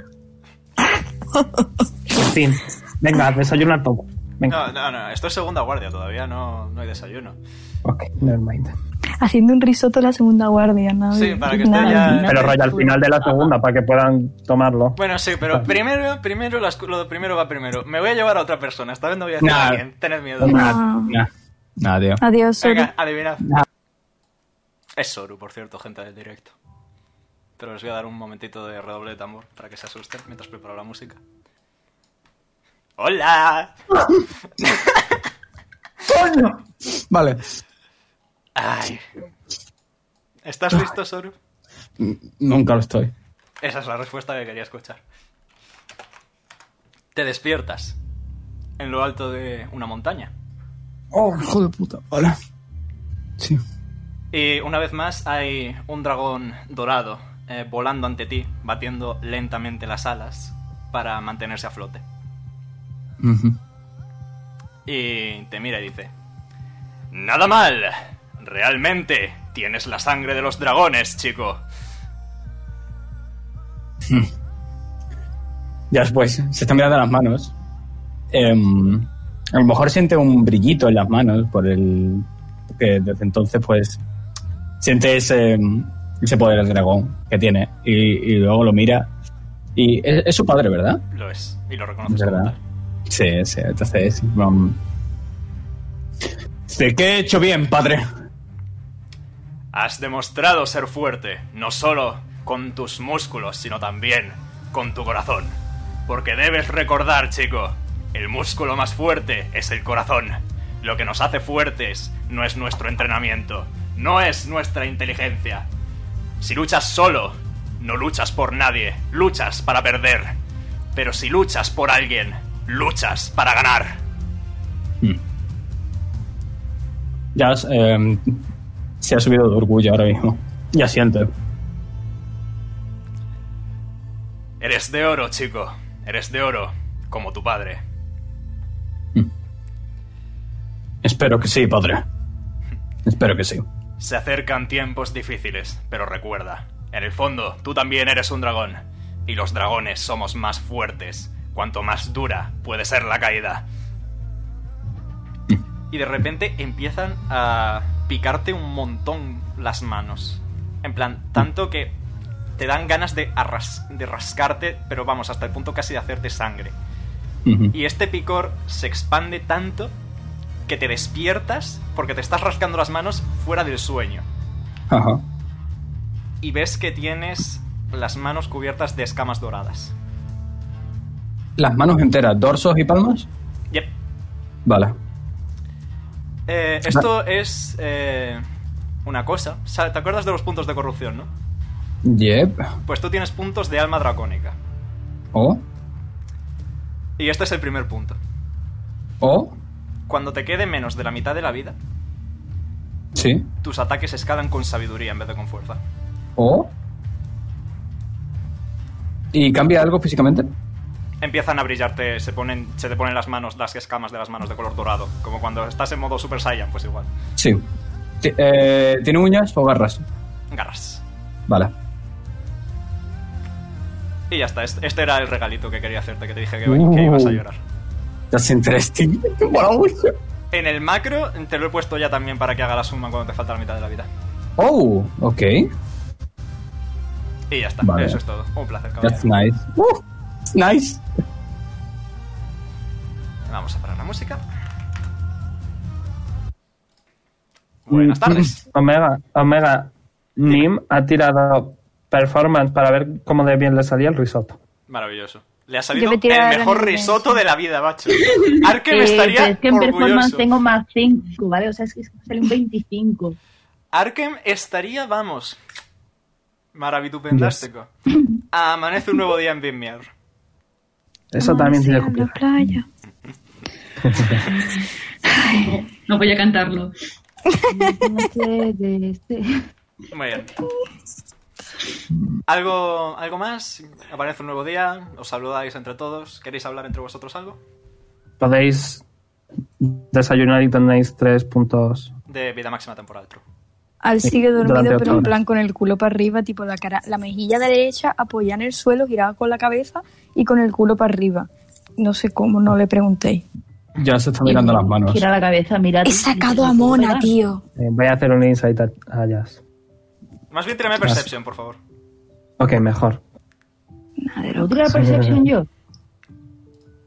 Speaker 1: Fin. Venga, desayunar todo. Venga.
Speaker 2: No, no, no. Esto es segunda guardia todavía, no, no hay desayuno.
Speaker 1: Ok, nevermind.
Speaker 6: Haciendo un risotto la segunda guardia, ¿no?
Speaker 2: Sí, para que esté
Speaker 6: Nada.
Speaker 2: ya-
Speaker 1: Pero rollo al final de
Speaker 2: Ah.
Speaker 1: la segunda para que puedan tomarlo.
Speaker 2: Bueno, sí, pero primero, primero, las cu- lo primero va primero. Me voy a llevar a otra persona. Esta vez no voy a decir a
Speaker 4: Nah.
Speaker 2: alguien. Tened miedo.
Speaker 1: ah.
Speaker 4: Nah, nah. Nah, tío.
Speaker 6: Adiós, Soru.
Speaker 2: Venga, adivinad. Es Soru, por cierto, gente del directo. Pero les voy a dar un momentito de redoble de tambor para que se asusten mientras preparo la música. ¡Hola!
Speaker 4: Vale.
Speaker 2: Ay. ¿Estás listo, Soru?
Speaker 4: Nunca lo estoy.
Speaker 2: Esa es la respuesta que quería escuchar. Te despiertas en lo alto de una montaña.
Speaker 4: Oh, hijo de puta. Vale. Sí.
Speaker 2: Y una vez más hay un dragón dorado eh, volando ante ti, batiendo lentamente las alas para mantenerse a flote.
Speaker 4: Ujú.
Speaker 2: Y te mira y dice: Nada mal. Realmente tienes la sangre de los dragones, chico.
Speaker 4: Ya después, se están mirando las manos. Em, a lo mejor siente un brillito en las manos por el... que desde entonces pues siente ese, ese poder del dragón que tiene y, y luego lo mira. Y es, es su padre, ¿verdad?
Speaker 2: Lo es, y lo reconoces.
Speaker 4: Es
Speaker 2: como
Speaker 4: verdad.
Speaker 2: tal.
Speaker 4: Sí, sí, entonces... um, Sé que he hecho bien, padre.
Speaker 2: Has demostrado ser fuerte, no solo con tus músculos, sino también con tu corazón. Porque debes recordar, chico, el músculo más fuerte es el corazón. Lo que nos hace fuertes no es nuestro entrenamiento, no es nuestra inteligencia. Si luchas solo, no luchas por nadie, luchas para perder. Pero si luchas por alguien, luchas para ganar.
Speaker 4: Ya em, se ha subido de orgullo ahora mismo. Ya siente.
Speaker 2: Eres de oro, chico. Eres de oro, como tu padre.
Speaker 4: Espero que sí, padre. Espero que sí.
Speaker 2: Se acercan tiempos difíciles, pero recuerda, en el fondo, tú también eres un dragón. Y los dragones somos más fuertes, cuanto más dura puede ser la caída. Y de repente empiezan a picarte un montón las manos. En plan, tanto que te dan ganas de, arras- de rascarte, pero vamos, hasta el punto casi de hacerte sangre.
Speaker 4: Ujú.
Speaker 2: Y este picor se expande tanto que te despiertas porque te estás rascando las manos fuera del sueño.
Speaker 4: Ajá.
Speaker 2: Y ves que tienes las manos cubiertas de escamas doradas.
Speaker 4: Las manos enteras, dorsos y palmas.
Speaker 2: Yep.
Speaker 4: Vale.
Speaker 2: Eh, esto es eh, una cosa. O sea, ¿Te acuerdas de los puntos de corrupción, no?
Speaker 4: Yep.
Speaker 2: Pues tú tienes puntos de alma dracónica.
Speaker 4: O.
Speaker 2: Y este es el primer punto.
Speaker 4: O.
Speaker 2: Cuando te quede menos de la mitad de la vida,
Speaker 4: Sí.
Speaker 2: tus ataques escalan con sabiduría en vez de con fuerza.
Speaker 4: O. ¿Y cambia algo físicamente?
Speaker 2: Empiezan a brillarte, se, ponen, se te ponen las manos, las escamas de las manos de color dorado. Como cuando estás en modo Super Saiyan, pues igual.
Speaker 4: Sí. Ti- eh, ¿Tiene uñas o garras?
Speaker 2: Garras.
Speaker 4: Vale.
Speaker 2: Y ya está, este, este era el regalito que quería hacerte, que te dije que,
Speaker 4: Uh.
Speaker 2: que ibas a llorar.
Speaker 4: That's [LAUGHS] interesting. Mola mucho.
Speaker 2: En el macro te lo he puesto ya también para que haga la suma cuando te falta la mitad de la vida.
Speaker 4: Oh, ok.
Speaker 2: Y ya está,
Speaker 4: Vale.
Speaker 2: eso es todo. Un placer,
Speaker 4: That's
Speaker 2: caballero.
Speaker 4: nice. Uh, it's nice.
Speaker 2: Vamos a parar la música.
Speaker 1: Mm.
Speaker 2: Buenas tardes.
Speaker 1: Omega, Omega, Nim ha tirado performance para ver cómo de bien le salía el risotto.
Speaker 2: Maravilloso. Le ha salido
Speaker 6: me
Speaker 2: el
Speaker 6: he tirado
Speaker 2: mejor
Speaker 6: en el
Speaker 2: risotto de la vida,
Speaker 6: [LAUGHS]
Speaker 2: macho. Arkem
Speaker 5: Eh,
Speaker 2: estaría
Speaker 5: pero es que en performance
Speaker 2: orgulloso.
Speaker 5: tengo más 5, ¿vale? O sea, es que sale un 25.
Speaker 2: Arkham estaría, vamos, maravidupendástico. Amanece un nuevo día en Vimmear.
Speaker 5: Ah,
Speaker 1: Eso también tiene que
Speaker 6: la playa.
Speaker 3: No voy a cantarlo.
Speaker 5: Noche de este.
Speaker 2: Muy bien. ¿Algo, ¿Algo más? Aparece un nuevo día, os saludáis entre todos. ¿Queréis hablar entre vosotros algo?
Speaker 1: Podéis desayunar y tenéis tres puntos.
Speaker 2: De vida máxima temporal, true.
Speaker 6: Al
Speaker 1: Sí,
Speaker 6: sigue
Speaker 1: durante
Speaker 6: dormido,
Speaker 1: ocho
Speaker 6: pero en
Speaker 1: horas.
Speaker 6: plan con el culo para arriba, tipo la cara, la mejilla derecha apoyada en el suelo, girada con la cabeza y con el culo para arriba. No sé cómo, no le preguntéis.
Speaker 4: Ya se está mirando las manos.
Speaker 5: Gira la cabeza, mira.
Speaker 6: He sacado a Mona, tío.
Speaker 1: Eh, voy a hacer un insight a, a Jazz.
Speaker 2: Más bien tírame Perception, por favor.
Speaker 1: Ok, mejor.
Speaker 5: ¿Pero tú la percepción yo?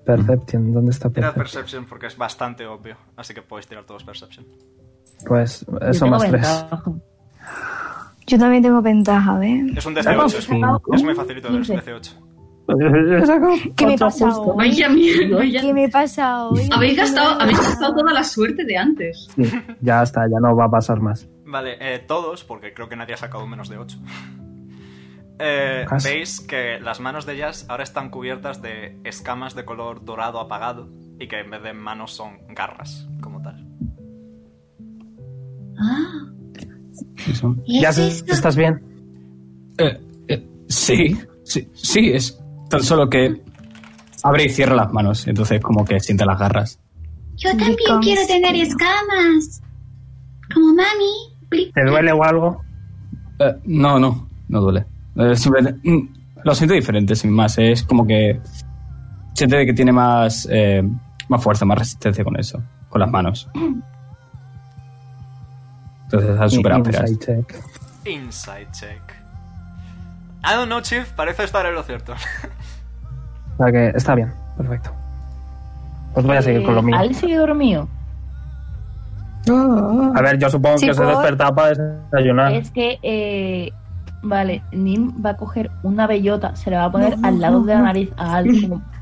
Speaker 1: Perception, ¿dónde está
Speaker 2: Tira
Speaker 1: Perception?
Speaker 2: Perception porque es bastante obvio. Así que podéis tirar todos Perception.
Speaker 1: Pues eso
Speaker 5: Yo
Speaker 1: más
Speaker 5: tengo
Speaker 1: tres.
Speaker 5: ventaja.
Speaker 6: Yo también tengo ventaja, ¿eh? ¿ves?
Speaker 2: Es un
Speaker 4: Vamos,
Speaker 2: DC8. Es muy facilito de ver, es un
Speaker 5: 15.
Speaker 2: DC8.
Speaker 1: He sacado
Speaker 6: ¿Qué me
Speaker 1: ocho
Speaker 6: pasa
Speaker 1: justo.
Speaker 6: hoy?
Speaker 3: Vaya mierda, vaya.
Speaker 6: ¿Qué me pasa hoy?
Speaker 3: Habéis gastado, habéis gastado toda la suerte de antes.
Speaker 1: Sí, [LAUGHS] ya está, ya no va a pasar más.
Speaker 2: Vale, eh, todos, porque creo que nadie ha sacado menos de 8. [LAUGHS] Eh,
Speaker 1: Casi.
Speaker 2: Veis que las manos de ellas ahora están cubiertas de escamas de color dorado apagado y que en vez de manos son garras, como tal.
Speaker 3: Ah,
Speaker 4: Sí, son.
Speaker 1: Jazz, ¿estás bien?
Speaker 4: Eh, eh, Sí, sí, sí, es tan solo que abre y cierra las manos, entonces como que siente las garras.
Speaker 8: Yo también
Speaker 6: Becomes
Speaker 8: quiero tener escamas. Como mami. Plic,
Speaker 1: ¿Te duele o algo?
Speaker 4: Eh, no, no, no duele. Eh, simple- mm, lo siento diferente, sin más. eh, Es como que siente de que tiene más, eh, más fuerza, más resistencia con eso, con las manos. Entonces están súper ásperas.
Speaker 1: Insight check.
Speaker 2: Inside check. I don't know, Chief. Parece estar en lo
Speaker 6: [LAUGHS]
Speaker 2: cierto.
Speaker 1: O sea que está bien, perfecto. Pues voy a seguir con lo mío.
Speaker 5: Al Eh, sigue dormido.
Speaker 1: A ver, yo supongo que
Speaker 6: Chicos.
Speaker 1: os he despertado para desayunar.
Speaker 5: Es que, eh, vale, Nim va a coger una bellota, se la va a poner al lado de la nariz a Al,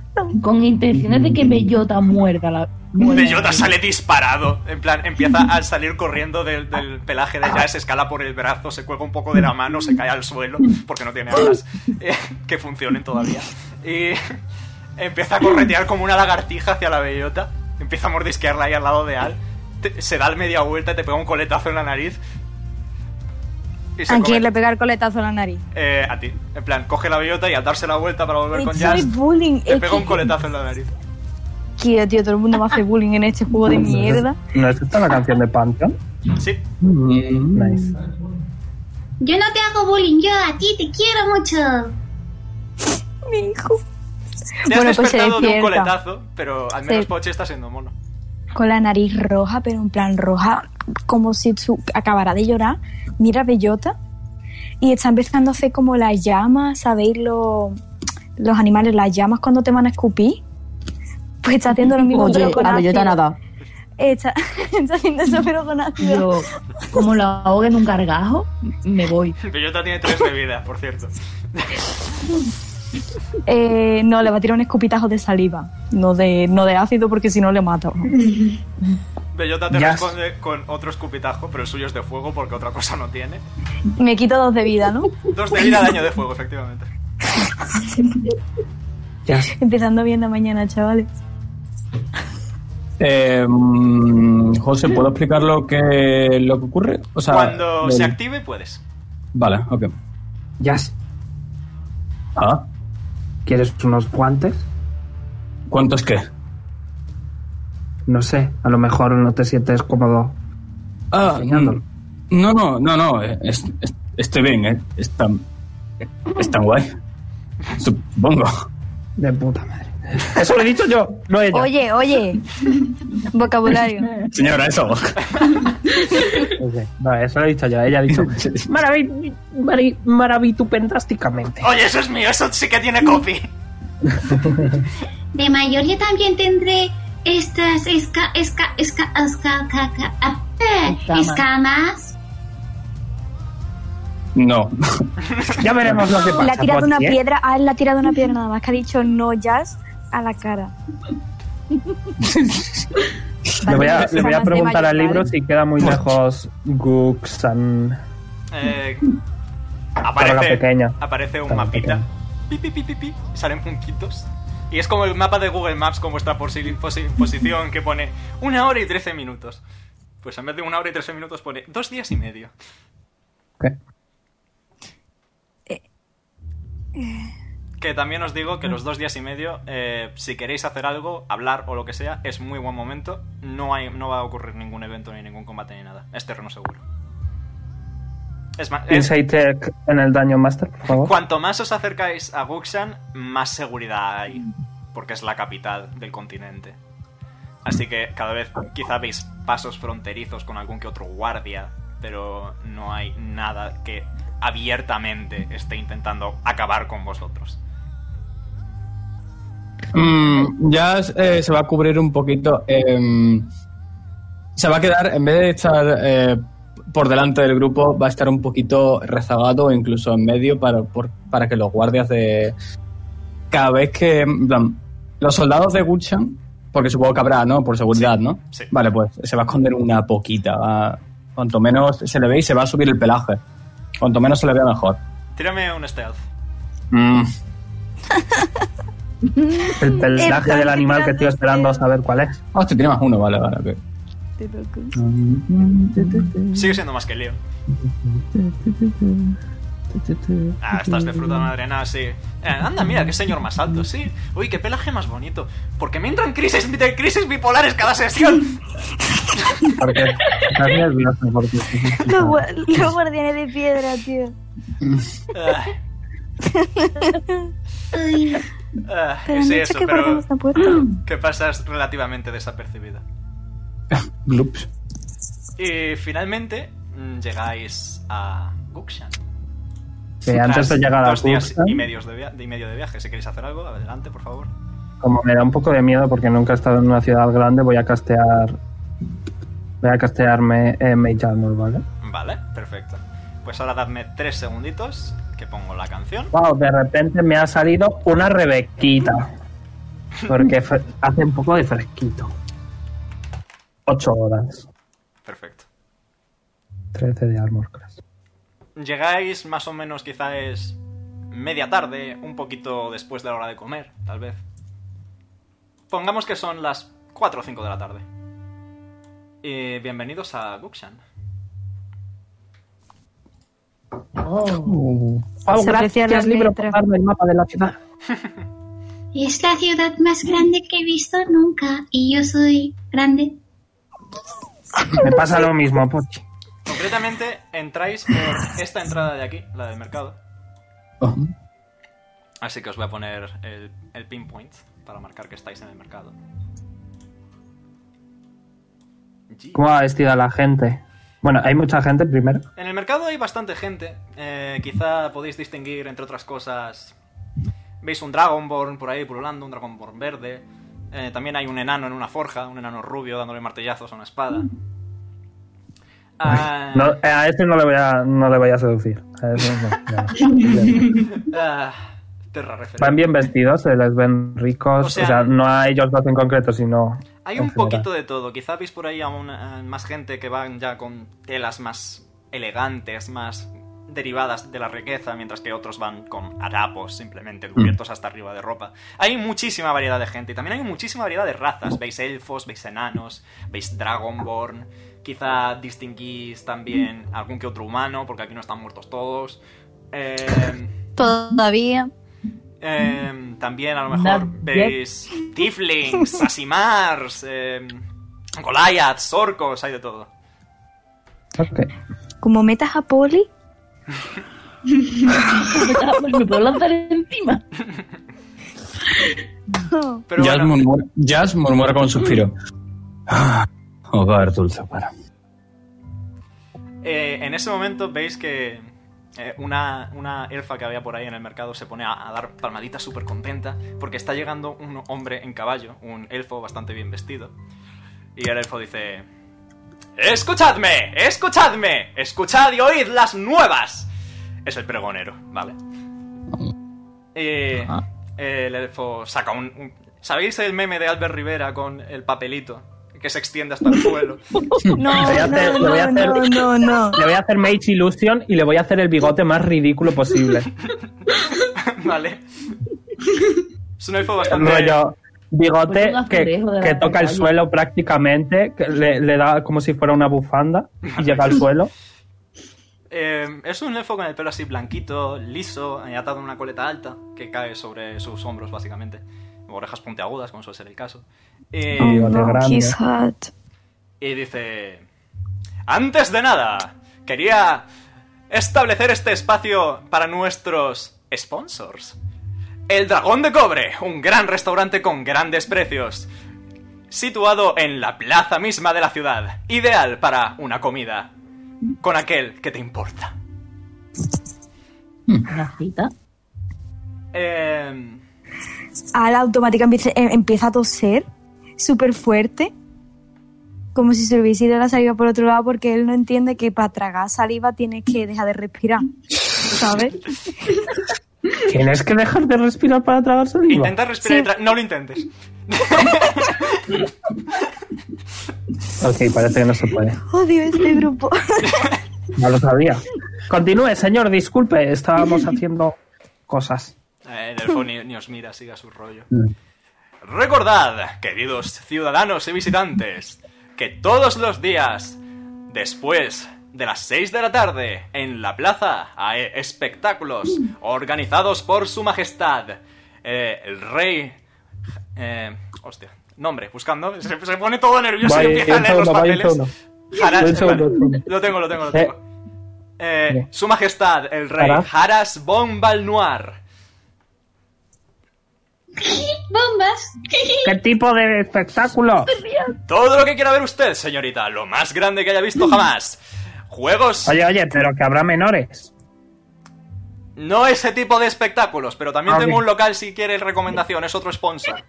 Speaker 6: [LAUGHS]
Speaker 5: como- con intenciones de que bellota muerda la. muerda.
Speaker 2: Bellota sale disparado. En plan, empieza a salir corriendo del, del pelaje de Jazz, escala por el brazo, se cuelga un poco de la mano, se cae al suelo, porque no tiene alas [LAUGHS] eh, que funcionen todavía. Y [LAUGHS] empieza a corretear como una lagartija hacia la bellota. Empieza a mordisquearla ahí al lado de Al. Te- se da media vuelta, te pega un coletazo en la nariz. Y se
Speaker 6: ¿A
Speaker 2: come-
Speaker 6: quién Ah, le pega el coletazo a la nariz?
Speaker 2: Eh, a ti. En plan, coge la bellota y al darse la vuelta para volver con
Speaker 6: It's
Speaker 2: Jazz,
Speaker 6: not bullying.
Speaker 2: te
Speaker 6: es
Speaker 2: pega un
Speaker 6: que-
Speaker 2: coletazo en la nariz.
Speaker 6: Quiero, tío, todo el mundo me
Speaker 2: [LAUGHS]
Speaker 6: hace bullying en este juego de mierda.
Speaker 1: ¿No es esta la canción de Pantheon?
Speaker 2: Sí.
Speaker 4: Mm,
Speaker 1: Nice.
Speaker 8: Yo no te hago bullying, yo a ti te quiero mucho.
Speaker 6: Mi hijo.
Speaker 2: Te
Speaker 6: Bueno,
Speaker 2: has
Speaker 6: pues se
Speaker 2: despertado de un
Speaker 6: despierta.
Speaker 2: coletazo, pero al menos
Speaker 6: Sí.
Speaker 2: Pochi está siendo mono. [LAUGHS]
Speaker 6: Con la nariz roja, pero en plan roja, como si su- acabara de llorar. Mira a Bellota. Y está empezando a hacer como las llamas, ¿sabéis? Lo- los animales, las llamas cuando te van a escupir. Pues está haciendo lo mismo
Speaker 9: Oye,
Speaker 6: pero con
Speaker 9: a bellota
Speaker 6: ácido.
Speaker 9: nada.
Speaker 6: Está, [LAUGHS] está haciendo eso pero con ácido.
Speaker 5: Yo, como la ahoga en un gargajo, me
Speaker 6: [LAUGHS]
Speaker 5: voy.
Speaker 2: Bellota tiene tres de vida, por cierto.
Speaker 6: Eh, no, le va a tirar un escupitajo de saliva. No de, no de ácido porque si no le mato.
Speaker 2: Bellota te
Speaker 1: Yas.
Speaker 2: responde con otro escupitajo, pero el suyo es de fuego porque otra cosa no tiene.
Speaker 6: Me quito dos de vida,
Speaker 9: [LAUGHS]
Speaker 6: ¿no?
Speaker 2: Dos de vida, daño de fuego,
Speaker 1: [LAUGHS]
Speaker 2: efectivamente.
Speaker 1: Ya.
Speaker 6: Empezando bien la mañana, chavales.
Speaker 4: Eh, mm, José, ¿puedo explicar lo que, lo que ocurre? O sea,
Speaker 2: Cuando
Speaker 4: del-
Speaker 2: se active, puedes.
Speaker 4: Vale, ok.
Speaker 1: Jazz,
Speaker 4: Ah,
Speaker 1: ¿quieres unos guantes?
Speaker 4: ¿Cuánto es qué?
Speaker 1: No sé, a lo mejor no te sientes cómodo.
Speaker 4: Ah,
Speaker 1: Enseñándolo.
Speaker 4: No, no, no, no. eh, es- es- estoy bien, ¿eh? Es tan, es tan guay. Supongo.
Speaker 1: De puta madre. Eso lo he dicho yo, no ella.
Speaker 6: Oye, oye. [LAUGHS] Vocabulario.
Speaker 4: Señora, eso.
Speaker 1: Ok, No, eso lo he dicho yo, ella ha dicho. Maravi- mari- maravitupendrásticamente.
Speaker 2: Oye, eso es mío, eso sí que tiene copy.
Speaker 8: De mayor yo también tendré estas esca, esca, esca, esca, ca- ca- a- eh,
Speaker 5: Escamas.
Speaker 8: escamas.
Speaker 4: No.
Speaker 1: Ya veremos lo que pasa.
Speaker 6: Le ha tirado
Speaker 1: Pochi,
Speaker 6: una
Speaker 1: ¿eh?
Speaker 6: piedra. A él le ha tirado una piedra nada más que ha dicho no jazz a
Speaker 1: [LAUGHS]
Speaker 6: la cara.
Speaker 1: Le voy a, le voy a
Speaker 6: Jamás de
Speaker 1: preguntar al
Speaker 6: mayor,
Speaker 1: libro
Speaker 6: ¿vale?
Speaker 1: si queda muy lejos Guxan.
Speaker 2: Eh,
Speaker 1: Carga
Speaker 2: aparece,
Speaker 1: pequeña.
Speaker 2: aparece un
Speaker 1: Carga
Speaker 2: mapita.
Speaker 1: pequeña.
Speaker 2: Pi, pi, pi, pi, pi, salen puntitos. Y es como el mapa de Google Maps con vuestra posi- posi- posición que pone una hora y trece minutos. Pues en vez de una hora y trece minutos pone dos días y medio.
Speaker 1: Ok.
Speaker 2: Que también os digo que los dos días y medio, eh, si queréis hacer algo, hablar o lo que sea, es muy buen momento. No, hay, no va a ocurrir ningún evento ni ningún combate ni nada. Es terreno seguro. Es más,
Speaker 1: Insight check en el daño master, por favor.
Speaker 2: cuanto más os acercáis a Guxan, más seguridad hay. Porque es la capital del continente. Así que cada vez quizá veis pasos fronterizos con algún que otro guardia, pero no hay nada que abiertamente esté intentando acabar con vosotros.
Speaker 4: Mm, ya eh, se va a cubrir un poquito. em, se va a quedar, en vez de estar eh, por delante del grupo, va a estar un poquito rezagado o incluso en medio para, por- para que los guardias de... Cada vez que... en plan, los soldados de Guchan, porque supongo que habrá, ¿no? Por seguridad, ¿no?
Speaker 2: sí.
Speaker 4: Vale, pues se va a esconder una poquita. va- cuanto menos se le ve y se va a subir el pelaje. Cuanto menos se le vea mejor.
Speaker 2: Tírame un stealth.
Speaker 4: Mm,
Speaker 1: El pelaje
Speaker 6: plan,
Speaker 1: del animal que estoy
Speaker 6: detrás de-
Speaker 1: esperando a saber cuál es.
Speaker 4: hostia, tiene más uno, vale, vale. ok.
Speaker 2: Sigue siendo más que Leo. Ah, estás de fruta madre, nada, sí. Eh, anda, mira, qué señor más alto, sí. Uy, qué pelaje más bonito. Porque me entran crisis, de crisis bipolares cada sesión.
Speaker 1: Porque estás
Speaker 4: [LAUGHS]
Speaker 1: nervioso. Porque...
Speaker 6: Los, gua- los guardianes de piedra, tío.
Speaker 2: Ah,
Speaker 8: Uy,
Speaker 2: ah,
Speaker 6: Pero han
Speaker 2: sí,
Speaker 6: dicho
Speaker 2: eso,
Speaker 6: que
Speaker 2: pero
Speaker 6: guardemos la puerta.
Speaker 2: que pasas relativamente desapercibida.
Speaker 4: Gloops.
Speaker 2: Y finalmente mm, llegáis a Gukshan.
Speaker 1: Sí, antes de
Speaker 2: Tras
Speaker 1: llegar a
Speaker 2: dos días
Speaker 1: Kuxan,
Speaker 2: y, medios de via- de- y medio de viaje. Si queréis hacer algo, adelante, por favor.
Speaker 1: como me da un poco de miedo porque nunca he estado en una ciudad grande, voy a castear. Voy a castearme en Mage Armor, ¿vale?
Speaker 2: Vale, perfecto. Pues ahora dadme tres segunditos que pongo la canción.
Speaker 1: Wow, de repente me ha salido una Rebequita. Porque fre- hace un poco de fresquito. Ocho horas.
Speaker 2: Perfecto.
Speaker 1: 13 de Armor Class.
Speaker 2: Llegáis más o menos quizá es media tarde, un poquito después de la hora de comer, tal vez. Pongamos que son las 4 o 5 de la tarde. Y bienvenidos a Gukshan.
Speaker 1: Wow,
Speaker 9: Se aprecia
Speaker 1: gracias,
Speaker 9: las
Speaker 1: libro, por
Speaker 9: letras.
Speaker 1: darme el mapa de la ciudad.
Speaker 8: es la ciudad más grande que he visto nunca y yo soy grande.
Speaker 1: Me pasa lo mismo, Pochi.
Speaker 2: Concretamente, entráis por esta entrada de aquí, la del mercado.
Speaker 4: Oh,
Speaker 2: Así que os voy a poner el, el pinpoint para marcar que estáis en el mercado. Allí.
Speaker 1: ¿Cómo ha vestido a la gente? Bueno, hay mucha gente primero.
Speaker 2: En el mercado hay bastante gente. Eh, quizá podéis distinguir, entre otras cosas. Veis un Dragonborn por ahí pululando, un Dragonborn verde. Eh, también hay un enano en una forja, un enano rubio dándole martillazos a una espada. Ah,
Speaker 1: No, a este no le voy a, no le voy a seducir. A ese no, no.
Speaker 2: ah, terra referente.
Speaker 1: Van bien vestidos, se les ven ricos.
Speaker 2: O
Speaker 1: O
Speaker 2: sea-
Speaker 1: sea, no a ellos dos en concreto, sino.
Speaker 2: Hay
Speaker 1: en
Speaker 2: un
Speaker 1: general.
Speaker 2: poquito de todo. Quizá veis por ahí a una- a más gente que van ya con telas más elegantes, más derivadas de la riqueza, mientras que otros van con harapos simplemente
Speaker 1: Mm.
Speaker 2: cubiertos hasta arriba de ropa. Hay muchísima variedad de gente y también hay muchísima variedad de
Speaker 1: Mm.
Speaker 2: razas. Veis elfos, veis enanos, veis dragonborn. Quizá distinguís también algún que otro humano, porque aquí no están muertos todos. Eh,
Speaker 6: Todavía.
Speaker 2: eh, también a lo mejor
Speaker 5: Not
Speaker 2: veis Tiflings, Asimars, eh, Goliaths, Orcos, hay de todo.
Speaker 1: Ok.
Speaker 6: Como metas a Poli,
Speaker 5: Me puedo lanzar encima.
Speaker 2: Pero
Speaker 4: Jazz,
Speaker 2: bueno,
Speaker 4: murmura, Jazz murmura con un suspiro. Ah, hogar dulce para.
Speaker 2: eh, en ese momento veis que eh, una, una elfa que había por ahí en el mercado se pone a, a dar palmaditas súper contenta porque está llegando un hombre en caballo, un elfo bastante bien vestido. Y el elfo dice... ¡Escuchadme! ¡Escuchadme! ¡Escuchad y oíd las nuevas! Es el pregonero, ¿vale? Eh,
Speaker 4: Ajá.
Speaker 2: el elfo saca un, un- ¿Sabéis el meme de Albert Rivera con el papelito? Que se extiende hasta el suelo.
Speaker 6: No,
Speaker 1: voy a hacer-
Speaker 6: no,
Speaker 1: le voy a
Speaker 6: no, no,
Speaker 1: hacer-
Speaker 6: no, no.
Speaker 1: Le voy a hacer Mage Illusion y le voy a hacer el bigote más ridículo posible.
Speaker 2: [LAUGHS] vale. Es un elfo bastante...
Speaker 1: rollo bigote
Speaker 5: Pues un
Speaker 1: que,
Speaker 5: azulejo de la
Speaker 1: que toca el
Speaker 5: calle.
Speaker 1: suelo prácticamente, que le, le da como si fuera una bufanda y llega al suelo.
Speaker 2: Eh, es un elfo con el pelo así blanquito, liso, eh, atado en una coleta alta que cae sobre sus hombros, básicamente. Orejas puntiagudas, como suele ser el caso. Eh,
Speaker 1: Y bigote
Speaker 6: Oh, No,
Speaker 1: grande.
Speaker 6: he's hot.
Speaker 2: y dice... Antes de nada, quería establecer este espacio para nuestros sponsors. El Dragón de Cobre, un gran restaurante con grandes precios, situado en la plaza misma de la ciudad, ideal para una comida con aquel que te importa.
Speaker 5: Una cita.
Speaker 2: Eh,
Speaker 6: Al automática empieza, em- empieza a toser súper fuerte. Como si se le hubiese ido la saliva por otro lado, porque él no entiende que para tragar saliva tienes que dejar de respirar. [LAUGHS] ¿Sabes?
Speaker 1: Tienes que dejar de respirar para tragar saliva.
Speaker 2: intenta respirar y
Speaker 6: Sí.
Speaker 2: tra- No lo intentes.
Speaker 1: Ok, parece que no se puede.
Speaker 6: Odio este grupo.
Speaker 1: No lo sabía. Continúe, señor, disculpe, estábamos haciendo cosas.
Speaker 2: Eh, El elfo ni, ni os mira, siga su rollo.
Speaker 1: Mm.
Speaker 2: Recordad, queridos ciudadanos y visitantes, que todos los días, después de las 6 de la tarde en la plaza hay espectáculos organizados por su majestad eh, el rey eh, hostia nombre buscando se, se pone todo nervioso y
Speaker 1: Vaya,
Speaker 2: empieza a leer los
Speaker 1: solo, vaya,
Speaker 2: papeles
Speaker 1: solo.
Speaker 2: Harás-
Speaker 1: Vaya, solo.
Speaker 2: vale, lo tengo lo tengo lo
Speaker 1: Eh.
Speaker 2: tengo Eh, su majestad el rey
Speaker 1: Harás.
Speaker 2: Haras von Balnuar
Speaker 8: ¡Bombas!
Speaker 1: ¿Qué tipo de espectáculo?
Speaker 2: todo lo que quiera ver usted señorita lo más grande que haya visto jamás juegos
Speaker 1: Oye, oye, pero que habrá menores.
Speaker 2: No ese tipo de espectáculos, pero también
Speaker 1: Ah,
Speaker 2: tengo
Speaker 1: ok.
Speaker 2: un local si quiere recomendación, es otro sponsor.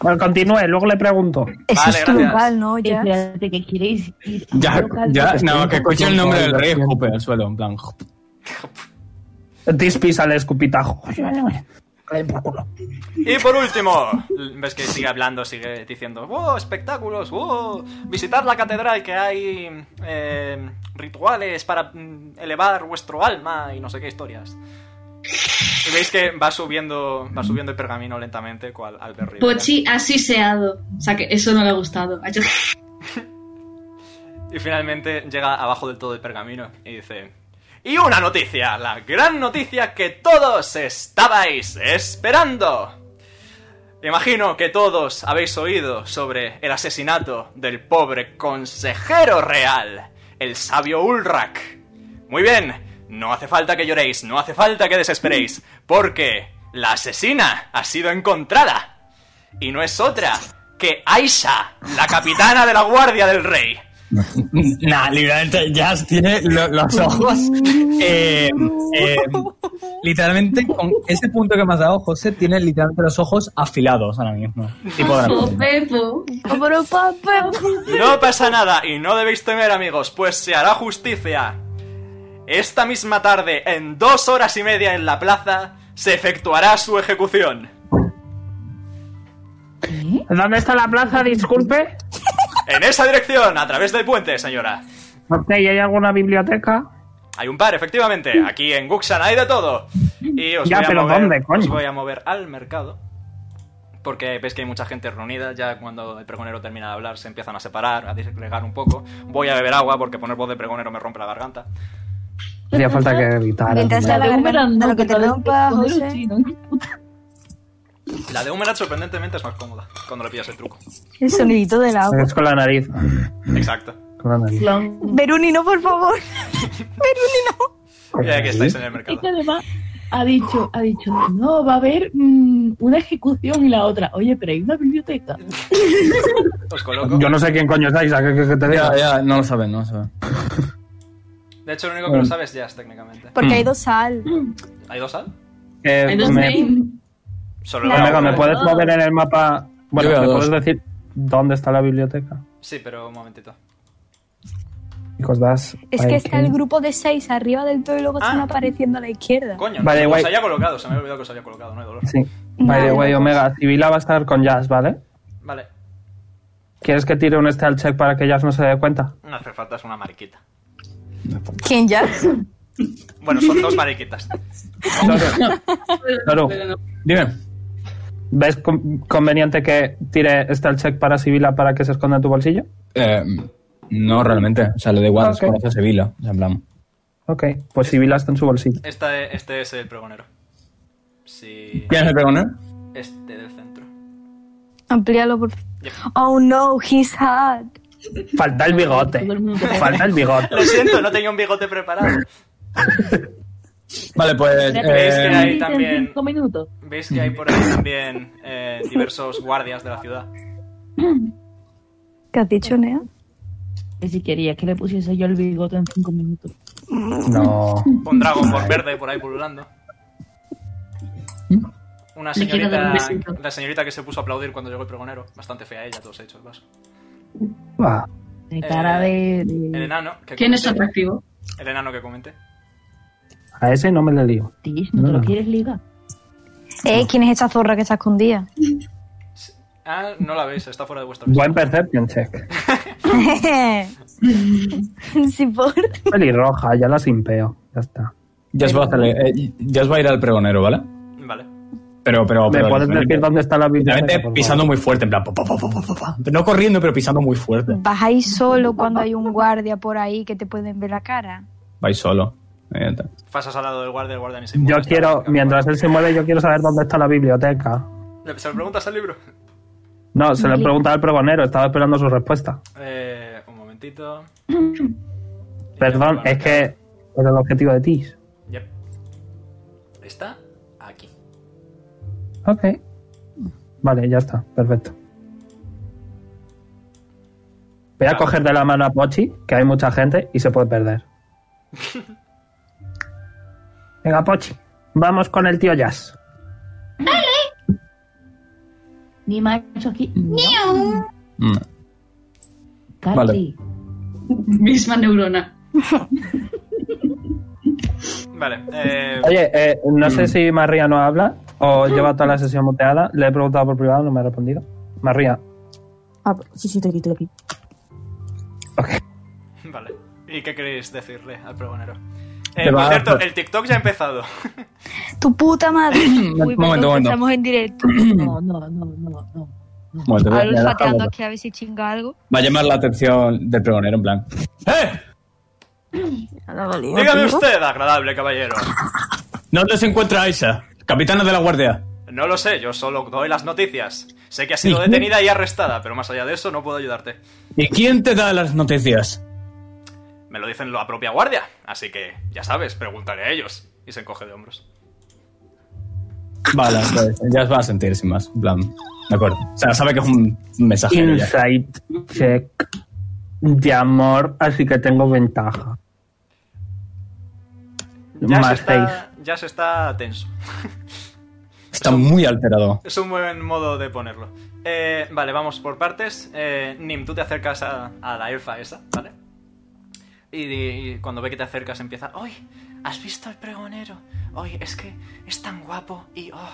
Speaker 1: Bueno, continúe, luego le pregunto.
Speaker 6: Eso
Speaker 2: Vale,
Speaker 6: es tu
Speaker 2: gracias.
Speaker 6: local, ¿no? Ya.
Speaker 5: Espérate, que queréis ir. a un
Speaker 4: Ya,
Speaker 5: local
Speaker 4: ya,
Speaker 5: que
Speaker 4: no, que
Speaker 5: esté-
Speaker 4: escuche el nombre del rey escupe al suelo, en plan. jup.
Speaker 1: Tispi sale escupitajo. Oye, oye, oye. Dale por culo.
Speaker 2: Y por último, ves que sigue hablando, sigue diciendo, ¡wow! Espectáculos, ¡wow! Visitar la catedral que hay eh, rituales para mm, elevar vuestro alma y no sé qué historias. Y veis que va subiendo, va subiendo el pergamino lentamente, cual al berrío.
Speaker 3: Pochi así seado. O sea que eso no le ha gustado. Ha hecho-
Speaker 2: Y finalmente llega abajo del todo el pergamino y dice... Y una noticia, la gran noticia que todos estabais esperando. Imagino que todos habéis oído sobre el asesinato del pobre consejero real, el sabio Ulrak. Muy bien, no hace falta que lloréis, no hace falta que desesperéis, porque la asesina ha sido encontrada. Y no es otra que Aisha, la capitana de la Guardia del Rey.
Speaker 9: Nah, literalmente Jazz tiene lo- los
Speaker 1: [LAUGHS]
Speaker 9: ojos. eh, eh, literalmente, con ese punto que me has dado, José, tiene literalmente los ojos afilados ahora mismo. Tipo
Speaker 1: Ah,
Speaker 9: ahora
Speaker 3: [LAUGHS]
Speaker 9: mismo.
Speaker 3: Pepo, Pepo.
Speaker 6: Pero, papá,
Speaker 2: No pasa nada y no debéis temer amigos, pues se hará justicia. Esta misma tarde, en dos horas y media en la plaza, se efectuará su ejecución.
Speaker 1: ¿Dónde está la plaza? Disculpe.
Speaker 2: En esa dirección, a través del puente, señora.
Speaker 1: Ok, ¿hay alguna biblioteca?
Speaker 2: Hay un par, efectivamente. Aquí en Guxan hay de todo. Y os
Speaker 1: Ya,
Speaker 2: voy a
Speaker 1: pero
Speaker 2: mover,
Speaker 1: ¿dónde, coño?
Speaker 2: os voy a mover al mercado. Porque ves que hay mucha gente reunida. Ya cuando el pregonero termina de hablar, se empiezan a separar, a disgregar un poco. Voy a beber agua porque poner voz de pregonero me rompe la garganta.
Speaker 1: Hacía falta que evitar.
Speaker 6: Mientras
Speaker 5: La de
Speaker 6: la
Speaker 5: húmeda
Speaker 6: garganta,
Speaker 5: no,
Speaker 6: lo que
Speaker 5: que
Speaker 6: te
Speaker 5: la de-
Speaker 6: rompa,
Speaker 5: joder,
Speaker 6: José.
Speaker 5: sí, ¿no?
Speaker 2: La de Humerat sorprendentemente es más cómoda cuando le pillas el truco.
Speaker 6: El sonidito del agua.
Speaker 1: Es con la nariz. Mm.
Speaker 2: Exacto.
Speaker 1: Con la nariz.
Speaker 5: Clon.
Speaker 6: Veruni, no, por favor. Veruni, no.
Speaker 2: Ya que estáis en el
Speaker 5: Es
Speaker 2: mercado.
Speaker 5: que además ha dicho, ha dicho, no, va a haber mm, una ejecución y la otra. Oye, pero hay una biblioteca.
Speaker 2: Os coloco.
Speaker 1: Yo no sé quién coño es Aisha, ¿qué qué- qué te digo?
Speaker 9: Ya, ya, no lo saben, no lo saben.
Speaker 2: De hecho, lo único
Speaker 1: Mm.
Speaker 2: que lo sabes ya es técnicamente.
Speaker 6: Porque hay dos sal.
Speaker 2: ¿Hay dos al?
Speaker 1: Eh,
Speaker 3: Hay dos
Speaker 1: me-
Speaker 3: name.
Speaker 2: Solo
Speaker 6: Claro.
Speaker 1: Omega,
Speaker 2: la
Speaker 1: ¿me
Speaker 2: una.
Speaker 1: puedes mover en el mapa? Bueno,
Speaker 9: Yo veo
Speaker 1: ¿me
Speaker 9: dos.
Speaker 1: puedes decir dónde está la biblioteca?
Speaker 2: Sí, pero un momentito.
Speaker 1: Chicos, das.
Speaker 6: Es que está el grupo de seis arriba del todo y luego están
Speaker 2: Ah.
Speaker 6: apareciendo a la izquierda.
Speaker 2: Coño,
Speaker 1: Vale,
Speaker 2: no, os
Speaker 1: guay.
Speaker 2: había colocado. Se me había olvidado que os había colocado, no hay dolor.
Speaker 1: Sí. By the
Speaker 6: Vale.
Speaker 1: way, Omega, Sibila va a estar con Jazz, ¿vale?
Speaker 2: Vale.
Speaker 1: ¿Quieres que tire un stealth check para que Jazz no se dé cuenta?
Speaker 2: No hace falta, es una mariquita.
Speaker 6: ¿Quién ya?
Speaker 2: Bueno, son
Speaker 1: [LAUGHS]
Speaker 2: dos mariquitas.
Speaker 1: Claro.
Speaker 3: Pero no.
Speaker 9: Dime.
Speaker 1: ¿Ves con- conveniente que tire stealth check para Sibila para que se esconda en tu bolsillo?
Speaker 4: Eh, no, realmente. O sea, le da igual,
Speaker 1: Ok.
Speaker 4: okay. conoce a Sevilla. O sea, en plan.
Speaker 1: Ok, pues Sibila está en su bolsillo.
Speaker 2: Esta, este es el pregonero. Sí.
Speaker 4: ¿Quién es el pregonero?
Speaker 2: Este del centro.
Speaker 6: Amplíalo, por favor.
Speaker 2: Yep.
Speaker 6: Oh no, he's hot.
Speaker 1: Falta el bigote.
Speaker 5: Todo el mundo-
Speaker 1: Falta el bigote.
Speaker 2: Lo siento, no tenía un
Speaker 1: [LAUGHS]
Speaker 2: bigote preparado.
Speaker 4: Vale, pues.
Speaker 2: Espérate, es que
Speaker 4: Eh,
Speaker 2: hay-
Speaker 5: En
Speaker 2: también-
Speaker 5: cinco minutos.
Speaker 2: Veis que hay por ahí también eh, diversos guardias de la ciudad.
Speaker 6: ¿Qué has dicho, Nea?
Speaker 5: Que si quería que le pusiese yo el bigote en cinco minutos.
Speaker 1: No.
Speaker 2: Un dragón por verde por ahí pululando. Una
Speaker 3: Le ¿Mm? quiero dar
Speaker 2: señorita,
Speaker 3: un besito.
Speaker 2: la señorita que se puso a aplaudir cuando llegó el pregonero. Bastante fea ella, todos hechos. vas.
Speaker 1: Ah,
Speaker 5: De cara de.
Speaker 2: Eh, El
Speaker 5: de
Speaker 2: enano. Que
Speaker 3: ¿Quién es
Speaker 2: comenté-
Speaker 3: atractivo?
Speaker 2: El enano que comenté.
Speaker 1: a ese no me le lío.
Speaker 5: Tish, ¿no te
Speaker 1: No.
Speaker 5: lo quieres ligar?
Speaker 6: Eh, ¿quién es esta zorra que está escondida?
Speaker 2: Ah, no la veis, está fuera de vuestra vista.
Speaker 1: Buen perception check.
Speaker 6: sí, por.
Speaker 1: Pelirroja, ya la simpeo. Ya está.
Speaker 4: ya os va a hacerle- eh, ya os va a ir al pregonero, ¿vale?
Speaker 2: Vale.
Speaker 4: Pero, pero,
Speaker 1: ¿Me
Speaker 4: pero
Speaker 1: puedes
Speaker 4: literalmente-
Speaker 1: decir dónde está la biblioteca?
Speaker 4: literalmente
Speaker 1: por favor?
Speaker 4: pisando muy fuerte, en plan, pa, pa, pa, pa, pa, pa, pa. no corriendo, pero pisando muy fuerte.
Speaker 6: ¿Vas ahí solo cuando hay un guardia por ahí que te pueden ver la cara?
Speaker 4: Vais solo. Ahí está.
Speaker 2: Pasas al lado del guardia, el guardia ni se
Speaker 1: Yo
Speaker 2: mueve, está
Speaker 1: quiero,
Speaker 2: cerca.
Speaker 1: mientras él se mueve, yo quiero saber dónde está la biblioteca.
Speaker 2: Le- ¿Se lo preguntas al libro?
Speaker 1: No, se lo preguntaba al pregonero, estaba esperando su respuesta.
Speaker 2: Eh, un momentito.
Speaker 1: Perdón, es que era el objetivo de ti.
Speaker 2: Yep. Está aquí.
Speaker 1: Ok. Vale, ya está, perfecto. Voy a
Speaker 2: Vale.
Speaker 1: coger de la mano a Pochi, que hay mucha gente y se puede perder. Venga, Pochi, vamos con el tío Jazz.
Speaker 5: Ni macho aquí. No.
Speaker 4: Mm.
Speaker 5: Carly.
Speaker 4: Vale.
Speaker 3: Misma neurona.
Speaker 2: Vale. Eh,
Speaker 1: Oye, eh, no sé si María no habla o lleva toda la sesión muteada. Le he preguntado por privado, no me ha respondido. María,
Speaker 10: Ah, sí, sí, te aquí, estoy aquí.
Speaker 2: [LAUGHS] vale. ¿Y qué queréis decirle al pregonero?
Speaker 4: Le
Speaker 2: Eh, por
Speaker 4: va a-
Speaker 2: cierto, el TikTok ya ha empezado.
Speaker 6: ¡Tu puta madre! Uy,
Speaker 4: momento,
Speaker 6: perdón,
Speaker 4: momento.
Speaker 6: Estamos en directo.
Speaker 5: No, no, no, no, no.
Speaker 4: Bueno, te voy a-
Speaker 6: Ahora
Speaker 4: ya la-
Speaker 6: olfateando aquí a ver si chinga algo.
Speaker 4: Va a llamar la atención del pregonero, en plan. ¡Eh!
Speaker 2: Dígame usted, agradable caballero.
Speaker 4: ¿Dónde se encuentra Isa? Capitana de la Guardia.
Speaker 2: No lo sé, yo solo doy las noticias. Sé que ha sido detenida y arrestada, pero más allá de eso no puedo ayudarte.
Speaker 4: ¿Y quién te da las noticias?
Speaker 2: Me lo dicen la propia guardia, así que ya sabes, pregúntale a ellos. Y se encoge de hombros.
Speaker 4: Vale, pues, ya os va a sentir sin más. En plan, de acuerdo. O sea, sabe que es un mensajero ya.
Speaker 1: insight check de amor, así que tengo ventaja.
Speaker 2: Ya se
Speaker 1: Más seis.
Speaker 2: está, ya se está tenso.
Speaker 4: Está muy alterado.
Speaker 2: Es un buen modo de ponerlo. Eh, vale, vamos por partes. Eh, Nim, tú te acercas a, a la elfa esa, ¿vale? Y, y cuando ve que te acercas empieza... ¡Ay! ¿Has visto al pregonero? ¡Ay! Es que es tan guapo y... ¡Oh!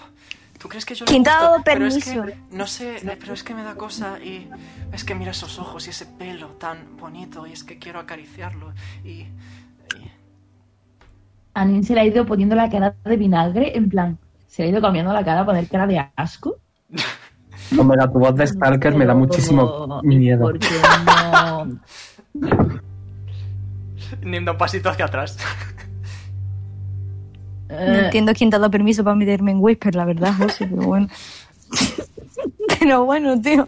Speaker 2: ¿Tú crees que yo le
Speaker 6: ¿Quién te ha
Speaker 2: gusto?
Speaker 6: dado
Speaker 2: Pero es
Speaker 6: permiso?
Speaker 2: que- no sé, eh, pero es que me da cosa y... Es que mira esos ojos y ese pelo tan bonito y es que quiero acariciarlo y... y-
Speaker 5: A Nin se le ha ido poniendo la cara de vinagre, en plan, se le ha ido cambiando la cara a poner cara de asco.
Speaker 1: Como la tu voz de Stalker me da
Speaker 5: Pero,
Speaker 1: muchísimo
Speaker 5: ¿y
Speaker 1: miedo.
Speaker 5: por qué no?
Speaker 2: Nim da un pasito hacia atrás.
Speaker 6: No
Speaker 5: Eh,
Speaker 6: entiendo quién te ha dado permiso para meterme en Whisper, la verdad, José, pero bueno. [LAUGHS] pero bueno, tío.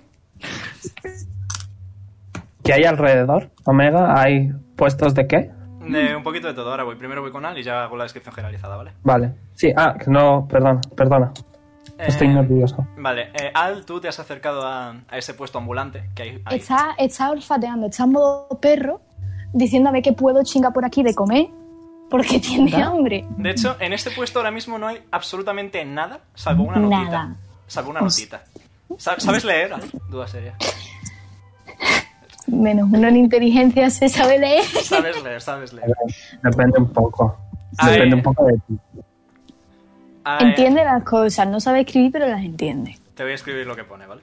Speaker 1: ¿Qué hay alrededor? Omega, ¿hay puestos de qué?
Speaker 2: Eh, un poquito de todo, ahora voy. Primero voy con Al y ya hago la descripción generalizada, ¿vale?
Speaker 1: Vale. Sí, ah, que no, perdona, perdona. Estoy
Speaker 2: Eh,
Speaker 1: nervioso.
Speaker 2: Vale, eh, Al, tú te has acercado a, a ese puesto ambulante que hay ahí.
Speaker 10: Está, está olfateando, está en modo perro, diciéndome que puedo chingar por aquí de comer porque tiene hambre.
Speaker 2: De hecho, en este puesto ahora mismo no hay absolutamente nada, salvo una notita.
Speaker 10: Nada.
Speaker 2: Salvo una notita. Sa- ¿Sabes leer? Al? Duda seria.
Speaker 10: Menos uno en inteligencia se sabe leer.
Speaker 2: Sabes leer, sabes leer.
Speaker 1: Depende un poco.
Speaker 2: Ah,
Speaker 1: Depende
Speaker 2: eh.
Speaker 1: un poco de ti.
Speaker 2: Ah, eh,
Speaker 10: Entiende las cosas, no sabe escribir, pero las entiende.
Speaker 2: te voy a escribir lo que pone, ¿vale?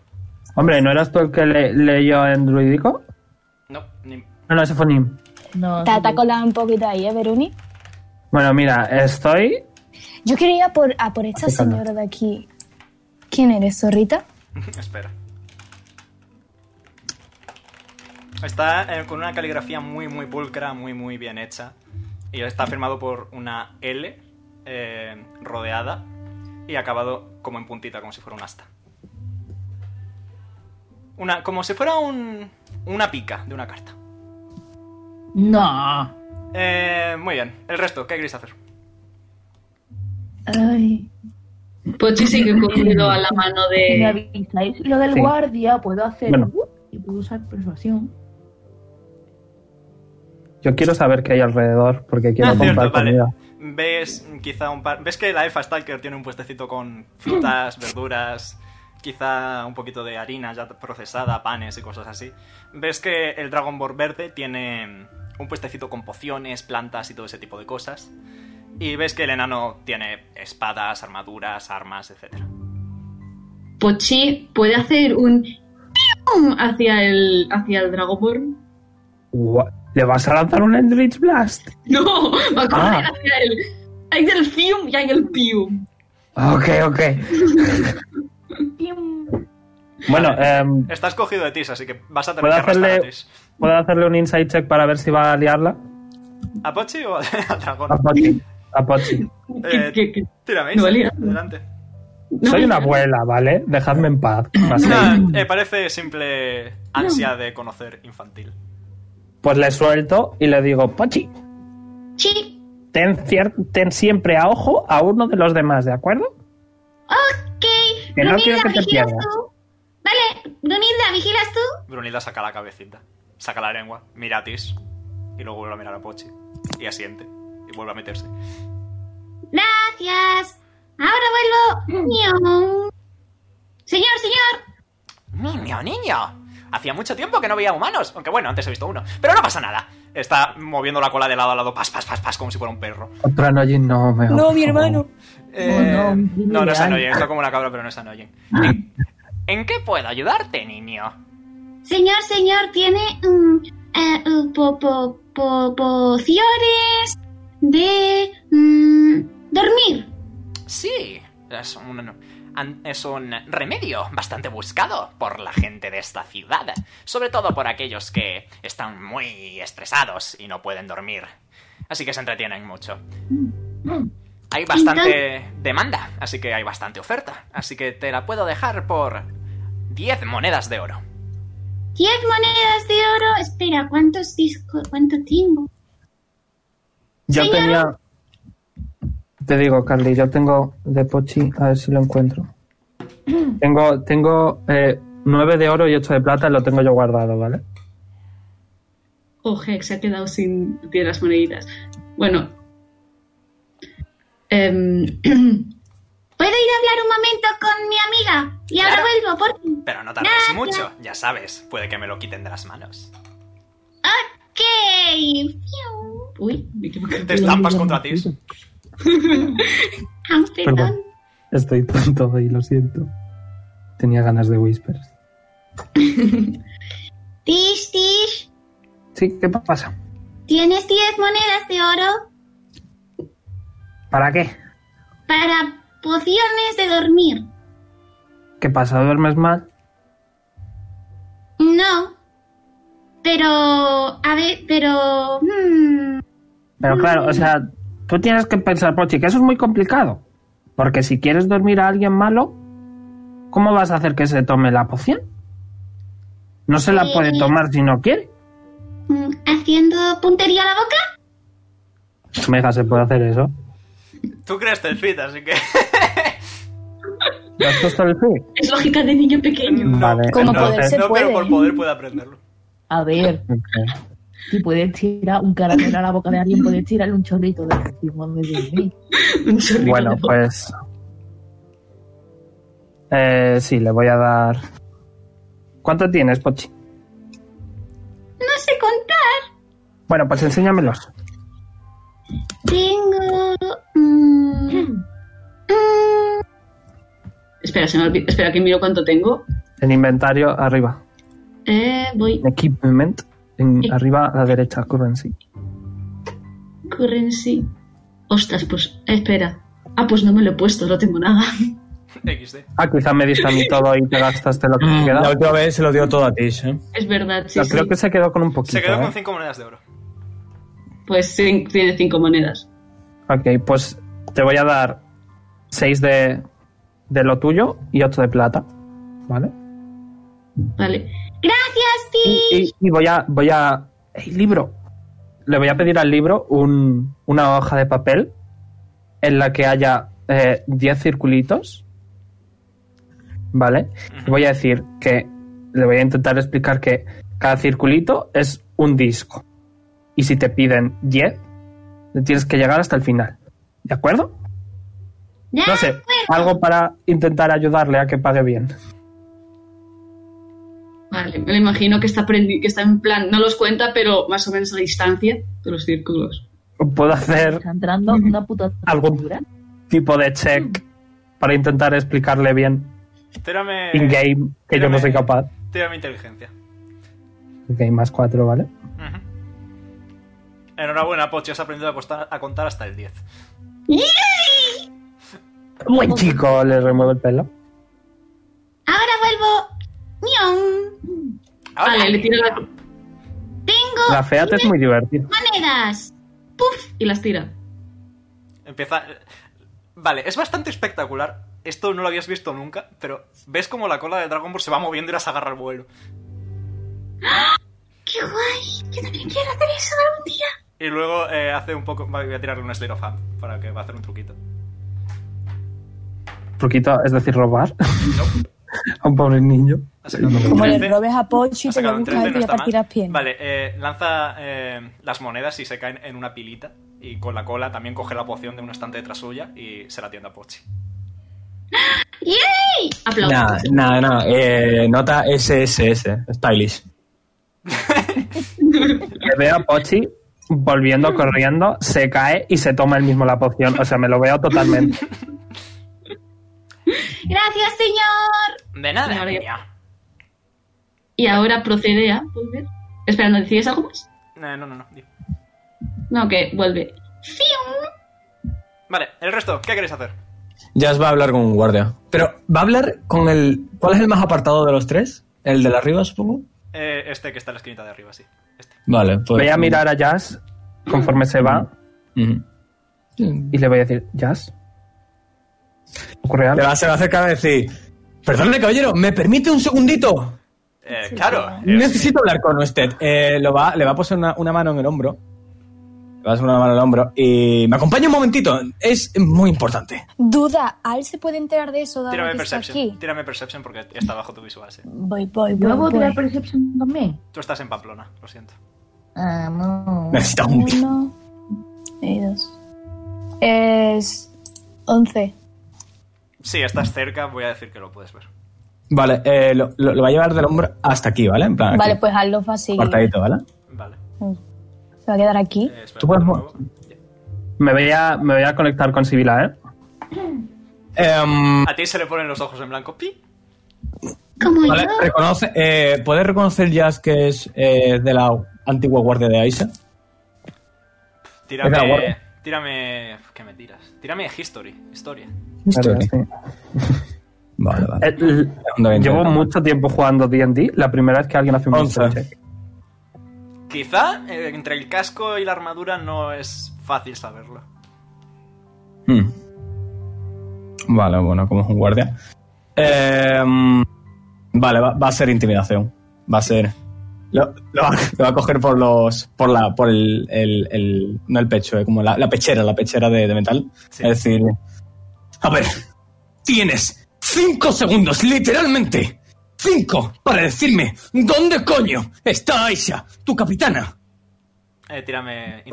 Speaker 1: Hombre, ¿no eras tú el que le- leyó en druídico?
Speaker 2: No, ni...
Speaker 1: No, no, ese fue Nim.
Speaker 5: no,
Speaker 10: Te ha colado un poquito ahí, ¿eh, Veruni?
Speaker 1: Bueno, mira, estoy...
Speaker 10: Yo quería ir a por, a por esta
Speaker 1: Acércalo.
Speaker 10: señora de aquí. ¿Quién eres, zorrita?
Speaker 2: [LAUGHS] Espera. Está eh, con una caligrafía muy, muy pulcra, muy, muy bien hecha. Y está firmado por una L eh, rodeada y acabado como en puntita, como si fuera un asta. Una, como si fuera un, una pica de una carta.
Speaker 5: no.
Speaker 2: Eh, muy bien. El resto, ¿qué queréis hacer?
Speaker 5: Ay,
Speaker 3: Pochi sigue cogido a la mano
Speaker 5: si me
Speaker 3: de.
Speaker 5: avisáis lo del
Speaker 1: Sí.
Speaker 5: guardia, puedo hacer
Speaker 1: Bueno.
Speaker 5: uh, y puedo usar persuasión.
Speaker 1: Yo quiero saber qué hay alrededor porque quiero
Speaker 2: Ah, cierto,
Speaker 1: comprar
Speaker 2: vale.
Speaker 1: comida.
Speaker 2: Ves mm, quizá un par... ¿Ves que la Elfa Stalker tiene un puestecito con frutas, verduras, quizá un poquito de harina ya procesada, panes y cosas así? ¿Ves que el Dragonborn verde tiene mm, un puestecito con pociones, plantas y todo ese tipo de cosas? Y ves que el enano tiene espadas, armaduras, armas, etcétera.
Speaker 3: Pochi puede hacer un. ¡pium! hacia el. hacia el Dragonborn.
Speaker 1: Gua- ¿Le vas a lanzar un Eldritch Blast?
Speaker 3: [LAUGHS] No, va a correr
Speaker 1: Ah.
Speaker 3: hacia él. Hay el fium y hay el pium.
Speaker 1: Ok, ok. [LAUGHS] bueno, em,
Speaker 2: Estás cogido de tis, así que vas a tener
Speaker 1: ¿puedo
Speaker 2: que arrastrar a
Speaker 1: hacerle,
Speaker 2: tis.
Speaker 1: ¿puedo hacerle un insight check para ver si va a liarla?
Speaker 2: ¿A Pochi o [LAUGHS] al dragón?
Speaker 1: A Pochi. A Pochi.
Speaker 2: Eh,
Speaker 3: ¿Qué- qué- qué?
Speaker 2: Tírame,
Speaker 3: No,
Speaker 2: Isa,
Speaker 3: liga.
Speaker 2: adelante.
Speaker 1: Soy una abuela, ¿vale? Dejadme en
Speaker 2: [CLEARS THROAT]
Speaker 1: paz. Más
Speaker 2: Nah,
Speaker 1: seis.
Speaker 2: eh, parece simple ansia de conocer infantil.
Speaker 1: Pues le suelto y le digo, Pochi,
Speaker 8: Sí,
Speaker 1: ten, cier- ten siempre a ojo a uno de los demás, ¿de acuerdo?
Speaker 8: ok.
Speaker 1: Que no
Speaker 8: Brunilda,
Speaker 1: quiero que te
Speaker 8: vigilas
Speaker 1: pierdas.
Speaker 8: tú. Vale, Brunilda, ¿vigilas tú?
Speaker 2: Brunilda saca la cabecita, saca la lengua, mira a Tis y luego vuelve a mirar a Pochi y asiente y vuelve a meterse.
Speaker 8: Gracias. Ahora vuelvo. Miau. Señor, señor.
Speaker 2: Niño, niño. Hacía mucho tiempo que no veía humanos, aunque bueno, antes he visto uno, pero no pasa nada. Está moviendo la cola de lado a lado, pas, pas, pas, pas, como si fuera un perro.
Speaker 1: Otra no, Jin, no, me
Speaker 6: No, mi hermano.
Speaker 2: Eh,
Speaker 5: no,
Speaker 2: no, no es
Speaker 5: ideal.
Speaker 2: Anoyen, está como una cabra, pero no es Anoyen. ¿En, en qué puedo ayudarte, niño?
Speaker 8: Señor, señor, tiene mm, eh, eh, po- po- po- pociones de mm, dormir.
Speaker 2: Sí, es un, an- es un remedio bastante buscado por la gente de esta ciudad, sobre todo por aquellos que están muy estresados y no pueden dormir, así que se entretienen mucho. Hay bastante demanda, así que hay bastante oferta, así que te la puedo dejar por 10 monedas de oro.
Speaker 8: Diez monedas de oro. Espera, ¿cuántos discos? ¿Cuánto tengo?
Speaker 1: Yo
Speaker 8: Señor.
Speaker 1: tenía. Te digo, Carly, yo tengo de Pochi, a ver si lo encuentro. tengo tengo eh, nueve de oro y ocho de plata, lo tengo yo guardado, ¿vale?
Speaker 3: Oje, Oh, se ha quedado sin tiene las moneditas. Bueno. Em, [CLEARS THROAT]
Speaker 8: ¿Puedo ir a hablar un momento con mi amiga? Y ahora
Speaker 2: Claro.
Speaker 8: vuelvo, por fin.
Speaker 2: Pero no tardes
Speaker 8: Gracias.
Speaker 2: mucho, ya sabes, puede que me lo quiten de las manos.
Speaker 8: Ok. Fiu.
Speaker 3: uy, me equivoqué.
Speaker 2: Te estampas contra ti.
Speaker 8: Ah, perdón.
Speaker 1: Perdón. Estoy tonto y lo siento. Tenía ganas de whispers.
Speaker 8: Tish, tish.
Speaker 1: Sí, ¿qué pasa?
Speaker 8: ¿Tienes diez monedas de oro?
Speaker 1: ¿Para qué?
Speaker 8: Para pociones de dormir.
Speaker 1: ¿Qué pasa? ¿Duermes mal?
Speaker 8: No. Pero. A ver, pero. hmm,
Speaker 1: Pero claro, o sea, tú tienes que pensar, Pochi, que eso es muy complicado. Porque si quieres dormir a alguien malo, ¿cómo vas a hacer que se tome la poción? No se la
Speaker 8: Sí.
Speaker 1: puede tomar si no quiere.
Speaker 8: hmm, ¿Haciendo puntería a la boca?
Speaker 1: Mega se puede hacer eso.
Speaker 2: Tú crees el fit, así que...
Speaker 1: ¿Lo has puesto el sí?
Speaker 3: Es lógica de niño pequeño.
Speaker 1: Vale,
Speaker 10: Como
Speaker 2: no,
Speaker 10: poder se
Speaker 2: no, pero
Speaker 10: puede. ¿eh?
Speaker 2: por poder puede aprenderlo.
Speaker 5: A ver,
Speaker 1: Ok.
Speaker 5: si puedes tirar un caramelo a la boca de alguien, puedes tirarle un chorrito de racimo desde mí.
Speaker 3: [LAUGHS] Un chorrito
Speaker 1: Bueno,
Speaker 3: de po-
Speaker 1: pues. Eh, sí, le voy a dar. ¿Cuánto tienes, Pochi?
Speaker 8: No sé contar.
Speaker 1: Bueno, pues enséñamelos.
Speaker 8: Tengo. hmm, hmm,
Speaker 3: Espera, se me olvi- espera que miro cuánto tengo.
Speaker 1: En inventario, arriba.
Speaker 3: Eh, voy.
Speaker 1: En equipment, en-
Speaker 3: Sí.
Speaker 1: arriba a la derecha, currency.
Speaker 3: Currency. Ostras, pues. Espera. Ah, pues no me lo he puesto, no tengo nada. [LAUGHS]
Speaker 2: XD.
Speaker 1: Ah, quizá me diste a mí todo y te gastaste lo que
Speaker 2: Mm,
Speaker 1: te
Speaker 4: Ah.
Speaker 9: La
Speaker 1: quedaba.
Speaker 9: última vez se lo dio todo a Tish, ¿eh?
Speaker 3: Es verdad, sí.
Speaker 1: No,
Speaker 3: sí.
Speaker 1: creo que se quedó con un poquito.
Speaker 2: Se quedó
Speaker 1: ¿eh?
Speaker 2: con 5 monedas de oro.
Speaker 3: Pues sí, tiene cinco monedas.
Speaker 1: Ok, pues te voy a dar 6 de, de lo tuyo y 8 de plata. ¿Vale?
Speaker 3: Vale.
Speaker 8: Gracias,
Speaker 1: Y,
Speaker 8: Tish.
Speaker 1: y- y voy a. Voy a ¡Ey, libro! Le voy a pedir al libro un- una hoja de papel en la que haya eh, 10 circulitos. ¿Vale? Y voy a decir que. Le voy a intentar explicar que cada circulito es un disco. Y si te piden 10, le tienes que llegar hasta el final. ¿De acuerdo?
Speaker 8: Ya.
Speaker 1: No sé, algo para intentar ayudarle a que pague bien.
Speaker 3: Vale, me lo imagino que está, prendi- que está en plan, no los cuenta, pero más o menos a distancia de los círculos.
Speaker 1: Puedo hacer
Speaker 5: Está entrando una puta
Speaker 1: Algo-
Speaker 5: tortura.
Speaker 1: tipo de check para intentar explicarle bien
Speaker 2: Tírame.
Speaker 1: in-game que yo no soy capaz.
Speaker 2: Tírame inteligencia.
Speaker 1: Ok, más 4, ¿vale?
Speaker 2: Ujú. Enhorabuena, Pochi, has aprendido a, costar- a contar hasta el 10.
Speaker 1: Buen chico, le remueve el pelo.
Speaker 8: Ahora vuelvo. ¡Mion!
Speaker 2: Ah.
Speaker 3: Vale, le tiro la-
Speaker 8: Tengo
Speaker 1: La feate es muy divertida.
Speaker 8: monedas.
Speaker 3: y las tira.
Speaker 2: Empieza. Vale, es bastante espectacular. Esto no lo habías visto nunca, pero ves como la cola de Dragon Ball se va moviendo y las agarra al vuelo.
Speaker 8: ¡Qué guay! Yo también quiero hacer eso algún día.
Speaker 2: Y luego eh, hace un poco. Voy a tirarle un Slayer of Hand para que va a hacer un truquito.
Speaker 1: Truquito, es decir, robar. [LAUGHS] a un pobre niño.
Speaker 2: Ha sacado un
Speaker 6: Como le
Speaker 2: 13.
Speaker 6: robes a Pochi,
Speaker 2: Ha
Speaker 6: te
Speaker 2: sacado
Speaker 6: lo
Speaker 2: un
Speaker 6: buscas
Speaker 2: 13, no
Speaker 6: y te voy a
Speaker 2: está
Speaker 6: partir
Speaker 2: mal.
Speaker 6: las piernas.
Speaker 2: Vale, eh, lanza eh, las monedas y se caen en una pilita. Y con la cola también coge la poción de un estante detrás suya y se la tiende a Pochi.
Speaker 8: ¡Yay!
Speaker 3: Aplausos.
Speaker 4: Nada, nada, nada. Eh, nota SSS, stylish.
Speaker 1: Le veo a Pochi volviendo corriendo, se cae y se toma él mismo la poción. O sea, me lo veo totalmente.
Speaker 8: Gracias, señor.
Speaker 2: De nada,
Speaker 3: Y ahora-
Speaker 2: niña.
Speaker 3: Y ahora procede a volver. Espera, ¿no decides algo más?
Speaker 2: Eh, no, no, no. di.
Speaker 3: No, que vuelve.
Speaker 2: Vale, el resto, ¿qué queréis hacer?
Speaker 4: Jazz va a hablar con un guardia. Pero, ¿va a hablar con el. ¿Cuál es el más apartado de los tres? ¿El de la arriba, supongo?
Speaker 2: Eh, este que está en la esquinita de arriba, sí. Este.
Speaker 4: Vale, pues.
Speaker 1: Voy a mirar a Jazz conforme se va
Speaker 4: Ujú.
Speaker 1: y le voy a decir, Jazz. ¿Ocurre
Speaker 4: Se
Speaker 1: algo?
Speaker 4: va, se va a acercar a decir. Perdone, caballero, ¿me permite un segundito?
Speaker 2: Eh, claro. eh,
Speaker 4: Necesito hablar con usted. Eh, lo va, le va a poner una, una mano en el hombro. Le va a poner una mano en el hombro. Y me acompaña un momentito. Es muy importante.
Speaker 11: Duda, ¿Al se puede enterar de eso? dado
Speaker 2: Tírame
Speaker 11: que está
Speaker 2: Perception.
Speaker 11: aquí?
Speaker 2: Tírame Perception porque está bajo tu visual, sí.
Speaker 6: Voy, voy, voy.
Speaker 5: ¿Yo puedo
Speaker 6: voy.
Speaker 5: tirar Perception también?
Speaker 2: Tú estás en Pamplona, lo siento.
Speaker 5: Vamos.
Speaker 4: Necesita un.
Speaker 11: Uno y dos. Es 11.
Speaker 2: Sí, estás cerca, voy a decir que lo puedes ver.
Speaker 4: Vale, eh, lo, lo- lo va a llevar del hombro hasta aquí, ¿vale? En plan.
Speaker 11: Vale,
Speaker 4: aquí,
Speaker 11: pues Aldo va a seguir.
Speaker 4: apartadito, ¿vale?
Speaker 2: Vale.
Speaker 11: Se va a quedar aquí.
Speaker 2: Eh, espera,
Speaker 4: Tú puedes
Speaker 2: de
Speaker 4: mo-
Speaker 2: nuevo.
Speaker 1: Me voy, a, me voy a conectar con Sibila, ¿eh?
Speaker 4: Em,
Speaker 2: A ti se le ponen los ojos en blanco. ¡Pi!
Speaker 8: Como
Speaker 4: vale,
Speaker 8: yo.
Speaker 4: reconoce. eh, ¿Puedes reconocer Jazz que es eh, de la antigua guardia de Aisha? Venga,
Speaker 2: Tírame.
Speaker 4: guarda.
Speaker 2: Tírame. ¿Qué me tiras? Tírame History. Historia.
Speaker 4: Historia.
Speaker 1: Sí.
Speaker 4: Vale, vale.
Speaker 1: Eh, l-
Speaker 4: Onda veinte.
Speaker 1: Llevo mucho tiempo jugando D&D. La primera vez que alguien hace un
Speaker 4: Once.
Speaker 1: history check.
Speaker 2: Quizá eh, entre el casco y la armadura no es fácil saberlo.
Speaker 4: Hmm. Vale, bueno, como es un guardia. Em, vale, va, va a ser intimidación. Va a ser. Lo, lo va, lo va a coger por los. por la. por el. el- el- no el pecho, eh, como la, la pechera, la pechera de, de metal.
Speaker 2: Sí.
Speaker 4: Es decir. A ver, tienes cinco segundos, literalmente. Cinco para decirme dónde coño está Aisha, tu capitana.
Speaker 2: Eh, tírame.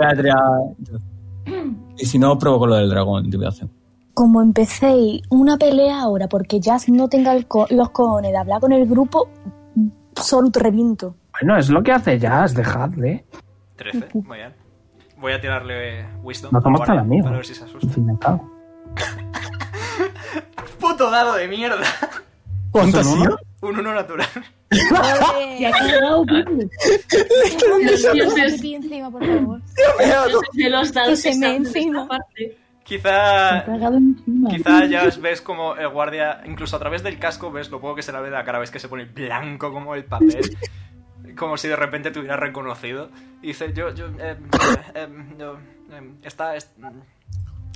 Speaker 4: Y si no, provoco lo del dragón, intimidación.
Speaker 6: Como empecéis una pelea ahora porque Jazz no tenga el co- los cojones de hablar con el grupo, solo te reviento.
Speaker 1: Bueno, es lo que hace Jazz, dejadle.
Speaker 2: 13. Muy bien. Voy a tirarle Wisdom.
Speaker 1: No somos
Speaker 2: guardia,
Speaker 1: tan amigos.
Speaker 2: Para ver si se
Speaker 1: Al
Speaker 2: asusta.
Speaker 1: fin y al cabo.
Speaker 2: ¡Puto dado de mierda! [LAUGHS]
Speaker 4: ¿Cuánto ha
Speaker 1: Pues ¿Son
Speaker 4: sido?
Speaker 1: uno?
Speaker 2: Un uno natural. [LAUGHS]
Speaker 5: Ya te he dado, Pili.
Speaker 3: Los dioses,
Speaker 11: Pipi encima, por
Speaker 3: [LAUGHS]
Speaker 11: favor.
Speaker 3: los dioses de los dados
Speaker 6: Que se me
Speaker 3: están en esta
Speaker 6: encima.
Speaker 3: parte.
Speaker 5: Me
Speaker 2: Quizá
Speaker 5: he cagado encima.
Speaker 2: Quizá ya os ves como el guardia, incluso a través del casco, ves lo poco que se la ve de la cara, ves que se pone blanco como el papel, como si de repente te hubiera reconocido. Y dice, yo, yo, eh, eh, yo, eh, está, es-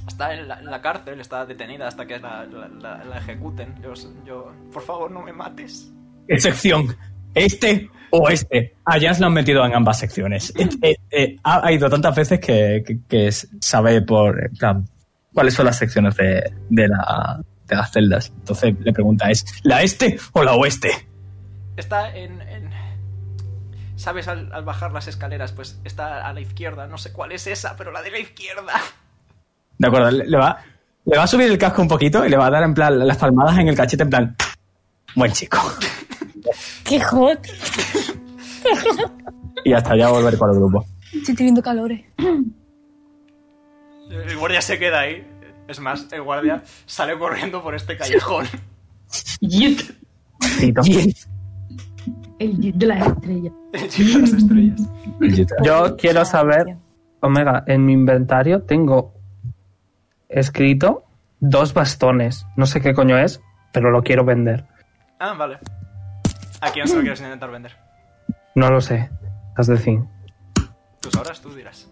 Speaker 2: está en la, en la cárcel, está detenida hasta que la, la- la- la ejecuten. Yo, yo, por favor, no me mates.
Speaker 4: en sección este o este. A Jazz lo han metido en ambas
Speaker 6: [LAUGHS]
Speaker 4: secciones. Eh, eh, eh, ha, ha ido tantas veces que, que- que s- sabe por en plan, cuáles son las secciones de, de la- de las celdas. Entonces le pregunta, ¿es la este o la oeste?
Speaker 2: Está en... en- ¿Sabes? Al, al bajar las escaleras, pues está a la izquierda. No sé cuál es esa, pero la de la izquierda.
Speaker 4: De acuerdo, le, le va, le va a subir el casco un poquito y le va a dar en plan las palmadas en el cachete en plan, buen chico.
Speaker 6: [LAUGHS] ¡Qué hot!
Speaker 4: Y hasta ya volver con el
Speaker 6: [LAUGHS]
Speaker 4: grupo.
Speaker 6: Estoy teniendo calores.
Speaker 2: El guardia se queda ahí. Es más, el guardia sale corriendo por
Speaker 1: [LAUGHS]
Speaker 2: este callejón.
Speaker 3: Yeet.
Speaker 1: Tito.
Speaker 5: El jeep de las estrellas.
Speaker 2: El chico de las estrellas.
Speaker 1: Yo quiero saber, Omega, en mi inventario tengo escrito dos bastones. No sé qué coño es, pero lo quiero vender.
Speaker 2: Ah, vale. ¿A quién se lo quieres intentar vender?
Speaker 1: No lo sé. Has de decir.
Speaker 2: Tú sabrás, tú dirás.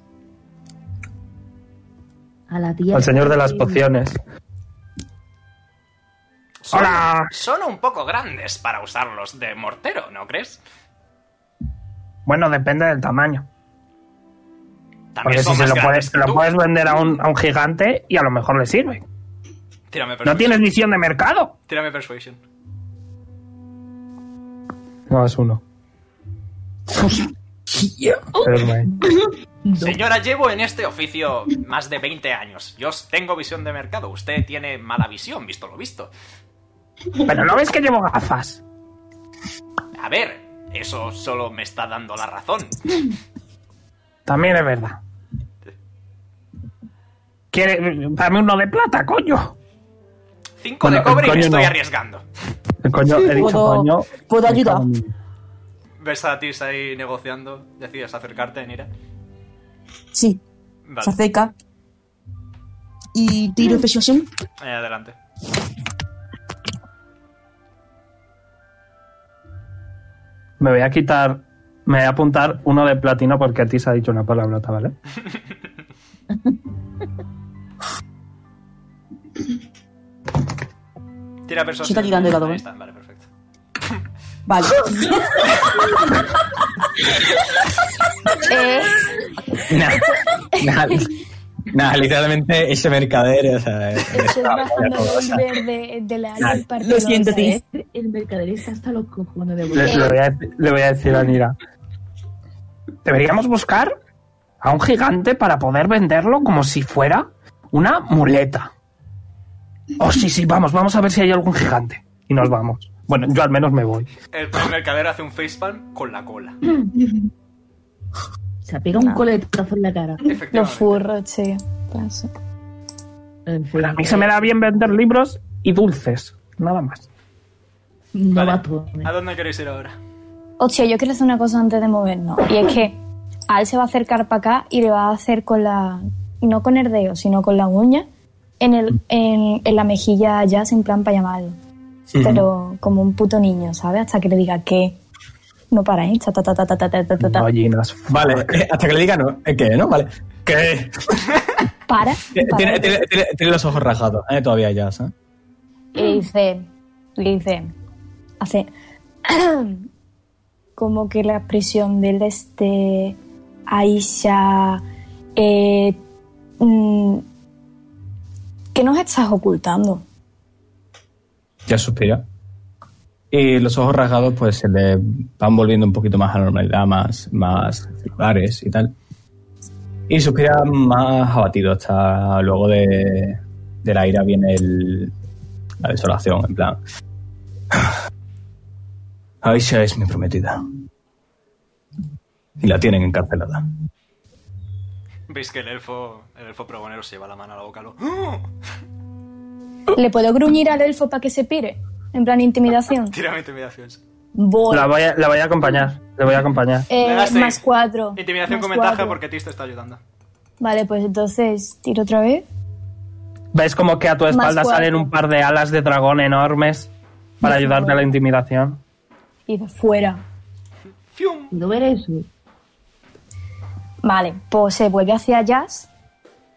Speaker 5: A la tía.
Speaker 1: Al señor de las pociones.
Speaker 2: Son,
Speaker 1: Hola.
Speaker 2: Son un poco grandes para usarlos de mortero, ¿no crees?
Speaker 1: Bueno, depende del tamaño. Porque
Speaker 2: También
Speaker 1: si
Speaker 2: son
Speaker 1: se
Speaker 2: más
Speaker 1: lo
Speaker 2: grandes
Speaker 1: puedes,
Speaker 2: que
Speaker 1: lo
Speaker 2: tú.
Speaker 1: puedes vender a un, a un gigante y a lo mejor le sirve.
Speaker 2: Tírame
Speaker 1: ¿No
Speaker 2: persuasion.
Speaker 1: tienes visión de mercado?
Speaker 2: Tírame persuasion.
Speaker 1: No, es uno. Pero es bueno.
Speaker 2: Señora, llevo en este oficio más de 20 años. Yo tengo visión de mercado. Usted tiene mala visión, visto lo visto.
Speaker 1: Pero no ves que llevo gafas.
Speaker 2: A ver, eso solo me está dando la razón.
Speaker 1: También es verdad. ¿Quiere, dame uno de plata, coño.
Speaker 2: Cinco
Speaker 1: Bueno,
Speaker 2: de cobre y
Speaker 1: coño,
Speaker 2: me estoy
Speaker 1: no.
Speaker 2: arriesgando.
Speaker 1: El Eh, coño, he dicho
Speaker 12: Puedo-
Speaker 1: coño.
Speaker 12: puedo
Speaker 1: Me
Speaker 12: ayudar.
Speaker 1: cago en-
Speaker 2: Ves a Tis ahí negociando. Decides acercarte, Nira.
Speaker 12: Sí,
Speaker 2: Vale,
Speaker 12: se acerca. Y tiro persuasión.
Speaker 2: eh, adelante.
Speaker 1: Me voy a quitar. Me voy a apuntar uno de platino porque a ti se ha dicho una palabrota, ¿vale?
Speaker 2: Tira persuasión.
Speaker 12: Se está quitando el dado,
Speaker 2: Ahí
Speaker 12: ¿eh?
Speaker 2: está, vale, perfecto.
Speaker 12: Vale.
Speaker 10: Eh,
Speaker 9: Nada, nada, nada, literalmente ese mercader, o sea,
Speaker 10: estoy
Speaker 9: estaba
Speaker 10: bajando
Speaker 9: todo, o
Speaker 10: el
Speaker 9: sea,
Speaker 10: verde de la
Speaker 9: Nah,
Speaker 10: del partido.
Speaker 12: Lo siento,
Speaker 6: ¿eh?
Speaker 12: Tis.
Speaker 5: El mercader está hasta los cojones de
Speaker 1: Le, le voy, a, le voy a decir a Nira. Deberíamos buscar a un gigante para poder venderlo como si fuera una muleta. Oh, sí, sí, vamos, vamos a ver si hay algún gigante. Y nos vamos. Bueno, yo al menos me voy.
Speaker 2: El mercader hace un facepalm con la cola.
Speaker 5: Se pega un coletazo en la cara.
Speaker 10: Los
Speaker 2: Efectivamente.
Speaker 10: furros, che. Paso.
Speaker 5: En fin,
Speaker 1: Pues A mí se me da bien vender libros y dulces. Nada más.
Speaker 5: no
Speaker 2: Vale.
Speaker 5: va todo. ¿eh?
Speaker 2: ¿A dónde queréis ir ahora?
Speaker 6: Hostia, yo quiero hacer una cosa antes de movernos. Y es que Al se va a acercar para acá y le va a hacer con la. No con el dedo, sino con la uña. En, el, en, en la mejilla a Jazz, en plan para llamarlo. Pero como un puto niño, ¿sabes? Hasta que le diga que. No para, ¿eh? Cha, ta, ta, ta, ta, ta, ta, ta, ta.
Speaker 1: Gallinas.
Speaker 9: Vale, eh, hasta que le diga no, eh, que no, vale. Que
Speaker 6: Para.
Speaker 9: tiene, tiene-
Speaker 6: para.
Speaker 9: tiene- tiene los ojos rajados, eh, todavía ya, ¿sabes?
Speaker 6: Y
Speaker 3: Mm.
Speaker 6: dice, le dice, hace [CLEARS THROAT] como que la expresión del este, Aisha, eh, mm, ¿qué nos estás ocultando?
Speaker 9: Ya suspira. Y los ojos rasgados pues se le van volviendo un poquito más a la normalidad, más, más circulares y tal. Y suspira más abatido hasta luego de, de la ira viene el, la desolación, en plan. [SIGHS] Aisha es mi prometida. Y la tienen encarcelada.
Speaker 2: Veis que el elfo, el elfo pregonero se lleva la mano a la boca. Lo... ¡Oh!
Speaker 6: ¿Le puedo gruñir al elfo para que se pire? En plan intimidación.
Speaker 2: Tira mi intimidación.
Speaker 6: Voy.
Speaker 1: La voy, a, la voy a acompañar. Le voy a acompañar.
Speaker 6: Eh,
Speaker 2: Le das seis.
Speaker 6: más cuatro.
Speaker 2: Intimidación
Speaker 6: más
Speaker 2: con ventaja
Speaker 6: cuatro.
Speaker 2: porque Tis te está ayudando.
Speaker 6: Vale, pues entonces tiro otra vez.
Speaker 1: ¿Ves como que a tu espalda
Speaker 6: cuatro.
Speaker 1: salen un par de alas de dragón enormes para ayudarte a la intimidación?
Speaker 6: Y dice, fuera.
Speaker 2: ¡Fium!
Speaker 5: ¿Puedo ver eso?
Speaker 6: Vale, pues se vuelve hacia Jazz.